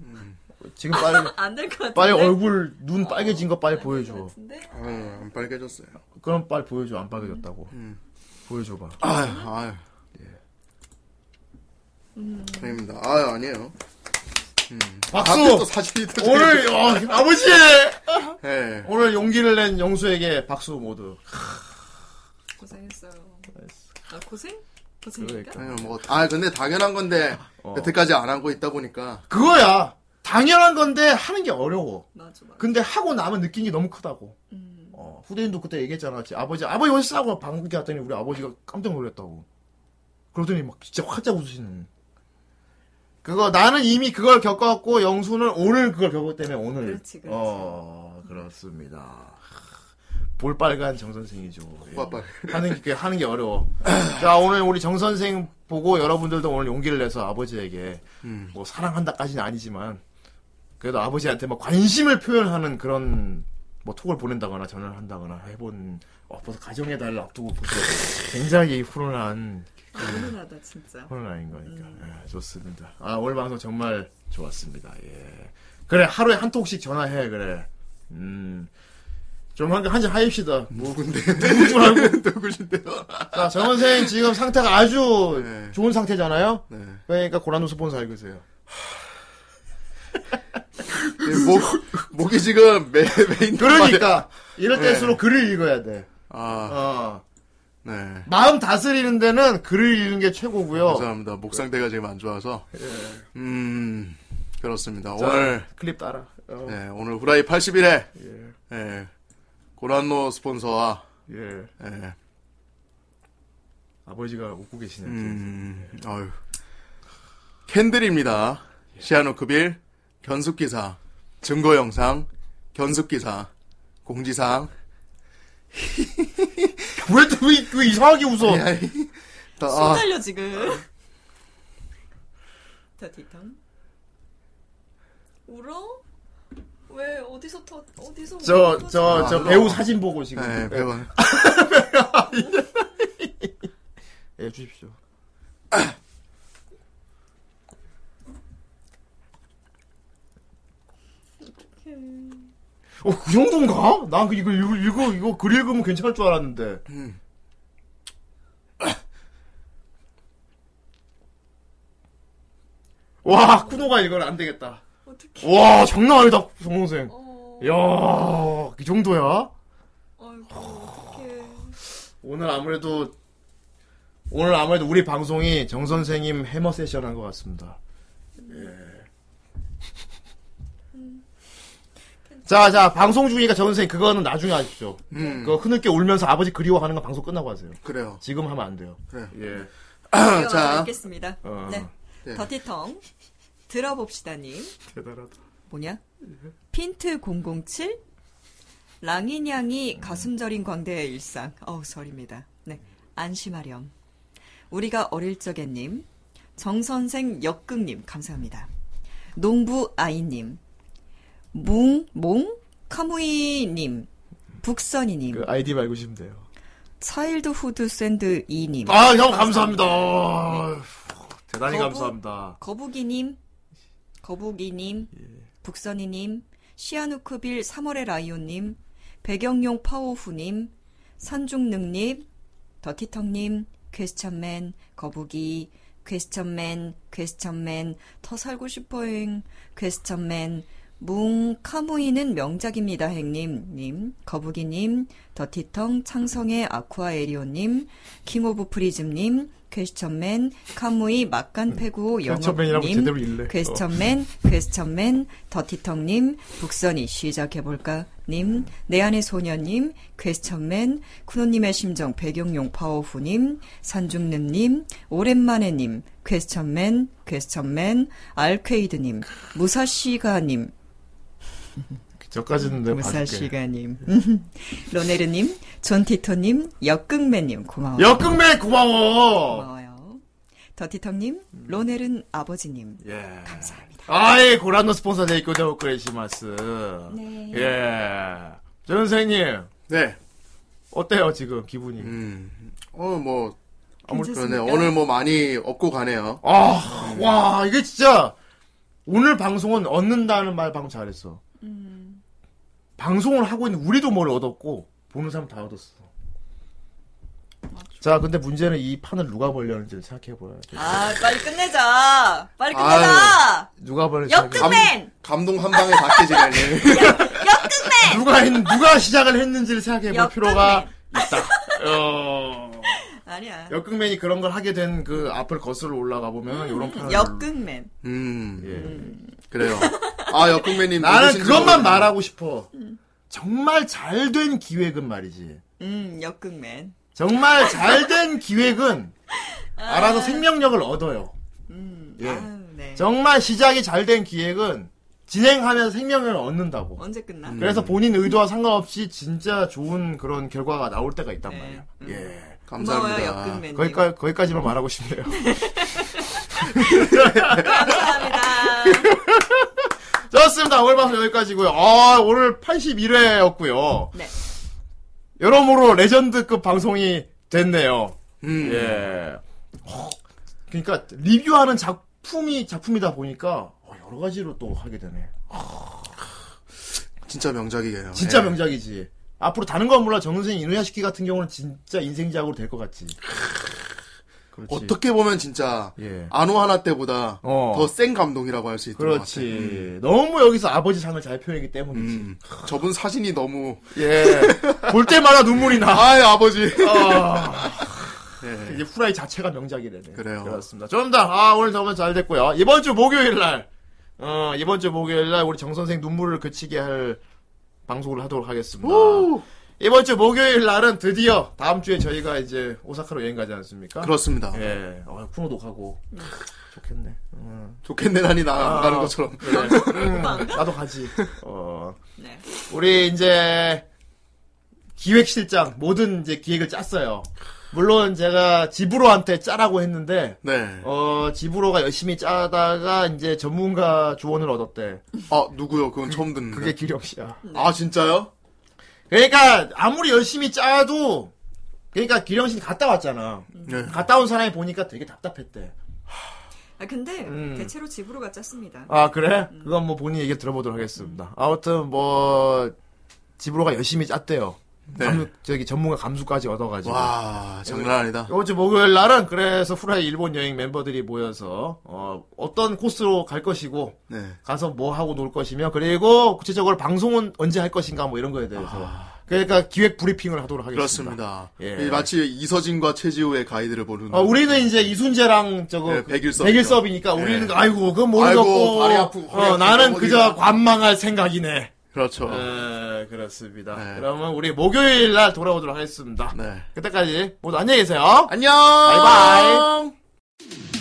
S6: 음. 지금 빨리
S3: 안될 것 같은데.
S6: 빨리 얼굴 눈 빨개진 거
S3: 네,
S6: 빨리 보여줘.
S2: 아, 안 빨개졌어요.
S6: 그럼 빨리 보여줘 안 빨개졌다고. 보여줘봐.
S2: 아유, 아유. 예. 아닙니다. 아유, 아니에요. 음.
S6: 박수!
S2: 앞에 또 42도 되게-
S6: 오늘 어, 아버지
S2: 예.
S6: 오늘 용기를 낸 영수에게 박수 모두.
S3: 고생했어요. 아 고생?
S6: 그러니까.
S3: 고생인가?
S2: 아유, 뭐, 아 근데 당연한 건데
S6: 어.
S2: 여태까지 안 하고 있다 보니까
S6: 그거야 당연한 건데 하는 게 어려워.
S3: 맞아 맞아.
S6: 근데 하고 나면 느낀 게 너무 크다고.
S3: 음,
S6: 어, 후대인도 그때 얘기했잖아. 지 아버지, 아버지 어디서 하고 방귀 왔더니 우리 아버지가 깜짝 놀랐다고. 그러더니 막 진짜 활짝 웃으시는. 그거 나는 이미 그걸 겪었고 영수는 오늘 그걸 겪었기 때문에 오늘.
S3: 그렇지, 그렇지.
S6: 어 그렇습니다. 하, 볼빨간 정 선생이죠.
S2: 코가
S6: 하는 게 하는 게 어려워. 자 오늘 우리 정 선생 보고 여러분들도 오늘 용기를 내서 아버지에게
S2: 음.
S6: 뭐 사랑한다까지는 아니지만 그래도 아버지한테 막 관심을 표현하는 그런 뭐 톡을 보낸다거나 전화를 한다거나 해본 어, 벌써 가정의 달을 앞두고 벌써 굉장히 훈훈한
S3: 아, 훈훈하다 진짜.
S6: 훈훈한 거니까 예, 좋습니다. 아 오늘 방송 정말 좋았습니다. 예 그래 하루에 한 통씩 전화해 그래 음좀 한잔 하입시다.
S2: 누군데
S6: 누구라고?
S2: 누구신데요?
S6: 자, 정 선생 지금 상태가 아주
S2: 네.
S6: 좋은 상태잖아요.
S2: 네.
S6: 그러니까 고난 스폰 살고 계세요.
S2: 이 목 목이 지금 매 메인
S6: 그러니까 이럴 때일수록 글을 읽어야 돼.
S2: 네.
S6: 어.
S2: 아, 네.
S6: 마음 다스리는 데는 글을 읽는 게 최고고요.
S2: 감사합니다. 목 상태가 지금 안 좋아서. 음, 그렇습니다.
S6: 예. 자,
S2: 오늘,
S6: 클립 따라. 어.
S2: 네, 오늘 후라이 81회. 예, 고란노 스폰서와.
S6: 예. 아버지가 웃고 계시네요.
S2: 음, 아유. 캔들입니다. 시아노크빌, 견습 기사, 증거 영상, 견습 기사, 공지사항.
S6: 왜또왜 왜 이상하게 웃어?
S2: 또,
S3: 손
S2: 아,
S3: 달려 지금. 더티턴 울어? 왜 어디서 터 어디서
S6: 저,
S3: 울어?
S6: 저, 저 배우 사진 보고 지금.
S2: 아, 네, 배우.
S6: 예, 주십시오. 어, 그 정도인가? 난 그- 이거 읽어, 읽어, 이거 글 읽으면 괜찮을 줄 알았는데. 와, 쿠노가 이걸 안 되겠다. 와, 장난 아니다, 정동생.
S3: 어,
S6: 이야, 이 정도야? 오늘 아무래도, 오늘 아무래도 우리 방송이 정선생님 해머 세션 한 것 같습니다. 예. 자, 자, 방송 중이니까 정 선생님, 그거는 나중에 하십시오.
S2: 음.
S6: 그거 흐느껴 울면서 아버지 그리워하는 건 방송 끝나고 하세요.
S2: 그래요.
S6: 지금 하면 안 돼요.
S2: 그래요.
S6: 예.
S3: 자,
S2: 자,
S3: 읽겠습니다.
S6: 어.
S3: 네.
S2: 네.
S3: 더티텅 들어봅시다님.
S6: 대단하다. 예.
S3: 뭐냐? 핀트 007 랑인양이 가슴 저린 광대의 일상. 어우 설입니다. 네. 안심하렴. 우리가 어릴 적에님 정선생 역극님 감사합니다. 농부 아이님 뭉몽 카무이님 북선이님
S6: 그 아이디 말고 싶으면 돼요.
S3: 차일드후드 샌드 이님
S6: 아, 형, 감사합니다. 아유, 대단히
S3: 거부-
S6: 감사합니다.
S3: 거북이님, 거북이님,
S6: 예.
S3: 북선이님, 시아누크빌 3월의 라이온님, 배경용 파오후님, 산중능님, 더티텅님, 퀘스천맨, 거북이, 퀘스천맨, 퀘스천맨, 더 살고 싶어잉, 퀘스천맨, 뭉 카무이는 명작입니다 행님 님 거북이님 더티텅 창성의 아쿠아에리오님 킹오브 프리즘님 퀘스천맨 카무이 막간패구
S6: 네. 퀘스천맨이라고
S3: 영업님
S6: 그 제대로 어, 읽네.
S3: 그 퀘스천맨 퀘스천맨 더티텅님 북선이 시작해볼까 님, 내 안의 소녀님, 그 퀘스천맨, 쿠노님의 심정, 배경용 파워후님, 산중는님, 오랜만에님, 그 퀘스천맨, 퀘스천맨, 알퀘이드님, 무사시가님,
S2: 네,
S6: 저까지는 내가 봐줄게.
S3: 무사시가님, 로네르님, 존티토님, 역극맨님, 고마워요.
S6: 역극맨 고마워.
S3: 고마워요. 더티텅님, 로넬은 아버지님.
S6: 예.
S3: 감사합니다.
S6: 아이, 고란노 스폰서 데이코 데오크레시마스.
S3: 네.
S6: 예. 정 선생님.
S2: 네.
S6: 어때요, 지금, 기분이?
S2: 오늘 뭐, 아무튼 그러네.
S6: 괜찮습니까?
S2: 오늘 뭐 많이 업고 가네요.
S6: 아, 와, 이게 진짜, 오늘 방송은 얻는다는 말 방금 잘했어.
S3: 음.
S6: 방송을 하고 있는 우리도 뭘 얻었고, 보는 사람 다 얻었어. 자, 근데 문제는 이 판을 누가 벌려는지 생각해봐야 돼.
S3: 아, 빨리 끝내자! 빨리 끝내자!
S6: 누가 벌렸지?
S3: 역극맨!
S2: 감동 한 방에 다 깨지네.
S6: 누가 했, 누가 시작을 했는지를 생각해볼 필요가 있다. 어.
S3: 아니야.
S6: 역극맨이 그런 걸 하게 된 그 앞을 거슬러 올라가 보면 이런 판을
S3: 역극맨.
S2: 음.
S6: 예.
S2: 그래요. 아, 역국맨님.
S6: 나는
S2: 누구신지
S6: 그것만
S2: 모르겠네.
S6: 말하고 싶어. 정말 잘 된 기획은 말이지.
S3: 음, 역극맨.
S6: 정말 잘 된 기획은 알아서 생명력을 얻어요. 예.
S3: 네.
S6: 정말 시작이 잘 된 기획은 진행하면서 생명력을 얻는다고.
S3: 언제 끝나?
S6: 그래서 본인 의도와 상관없이 진짜 좋은 그런 결과가 나올 때가 있단 말이야. 예.
S3: 감사합니다. 고마워요, 역근맨님.
S6: 거기까, 거기까지만 말하고 싶네요. 좋습니다. 오늘 방송 여기까지고요. 아, 오늘 81회였고요.
S3: 네.
S6: 여러모로 레전드급 방송이 됐네요.
S2: 음,
S6: 예. 어, 그러니까 리뷰하는 작품이 작품이다 보니까 어, 여러 가지로 또 하게 되네.
S2: 진짜 명작이에요.
S6: 진짜
S2: 예.
S6: 명작이지. 앞으로 다른 건 몰라 정선생 이누야시키 같은 경우는 진짜 인생작으로 될 것 같지. 그렇지.
S2: 어떻게 보면 진짜
S6: 예.
S2: 아노 하나 때보다
S6: 어.
S2: 더 센 감동이라고 할 수 있을 것 같아요. 음,
S6: 그렇지. 너무 여기서 아버지 상을 잘 표현했기 때문이지.
S2: 저분 사진이 너무
S6: 예. 볼 때마다 눈물이 나.
S2: 아이 아버지.
S6: 아.
S2: 예.
S6: 이제 후라이 자체가 명작이래네.
S2: 그래요.
S6: 그렇습니다. 좋습니다. 아, 오늘 정말 잘 됐고요. 이번 주 목요일 날, 어, 이번 주 목요일 날 우리 정선생 눈물을 그치게 할 방송을 하도록 하겠습니다. 이번 주 목요일 날은 드디어
S2: 그렇죠.
S6: 다음 주에 저희가 이제 오사카로 여행 가지 않습니까?
S2: 그렇습니다.
S6: 예. 어, 쿠노도 가고. 좋겠네. 음.
S2: 좋겠네라니 나
S6: 아,
S2: 안 가는 것처럼. 네.
S6: 그래. 음, 나도 가지. 어. 우리 이제 기획실장 모든 이제 기획을 짰어요. 물론 제가 지브로한테 짜라고 했는데,
S2: 네.
S6: 어 지브로가 열심히 짜다가 이제 전문가 조언을 얻었대.
S2: 아 누구요? 그건 처음 듣는데.
S6: 그게 기력 씨야.
S2: 아 진짜요?
S6: 그러니까 아무리 열심히 짜도 그러니까 기령 씨 갔다 왔잖아.
S2: 음. 네.
S6: 갔다 온 사람이 보니까 되게 답답했대.
S3: 아 근데
S6: 음.
S3: 대체로 집으로가 짰습니다.
S6: 아 그래? 그건 뭐 본인 얘기 들어보도록 하겠습니다. 아무튼 뭐 집으로가 열심히 짰대요. 감수- 저기 전문가 감수까지 얻어가지고.
S2: 네. 와, 장난 아니다.
S6: 어제 목요일 날은 그래서 후라이 일본 여행 멤버들이 모여서 어, 어떤 코스로 갈 것이고
S2: 네.
S6: 가서 뭐 하고 놀 것이며 그리고 구체적으로 방송은 언제 할 것인가 뭐 이런 거에 대해서 그러니까 기획 브리핑을 하도록 하겠습니다.
S2: 아. 그렇습니다.
S6: 예.
S2: 이 마치 이서진과 최지우의 가이드를 보는.
S6: 어, 우리는 이제 이순재랑 저거 그
S2: 네, 백일섭이죠.
S6: 백일섭이니까
S2: 예.
S6: 우리는 아이고 그건
S2: 아이고,
S6: 모르겠고
S2: 다리 아프고 허리
S6: 어,
S2: 아프고
S6: 나는
S2: 어디가.
S6: 그저 관망할 생각이네.
S2: 그렇죠.
S6: 네, 그렇습니다. 그러면 우리 목요일 날
S2: 네.
S6: 돌아오도록 하겠습니다. 그때까지 모두 안녕히 계세요.
S2: 안녕.
S6: 바이바이.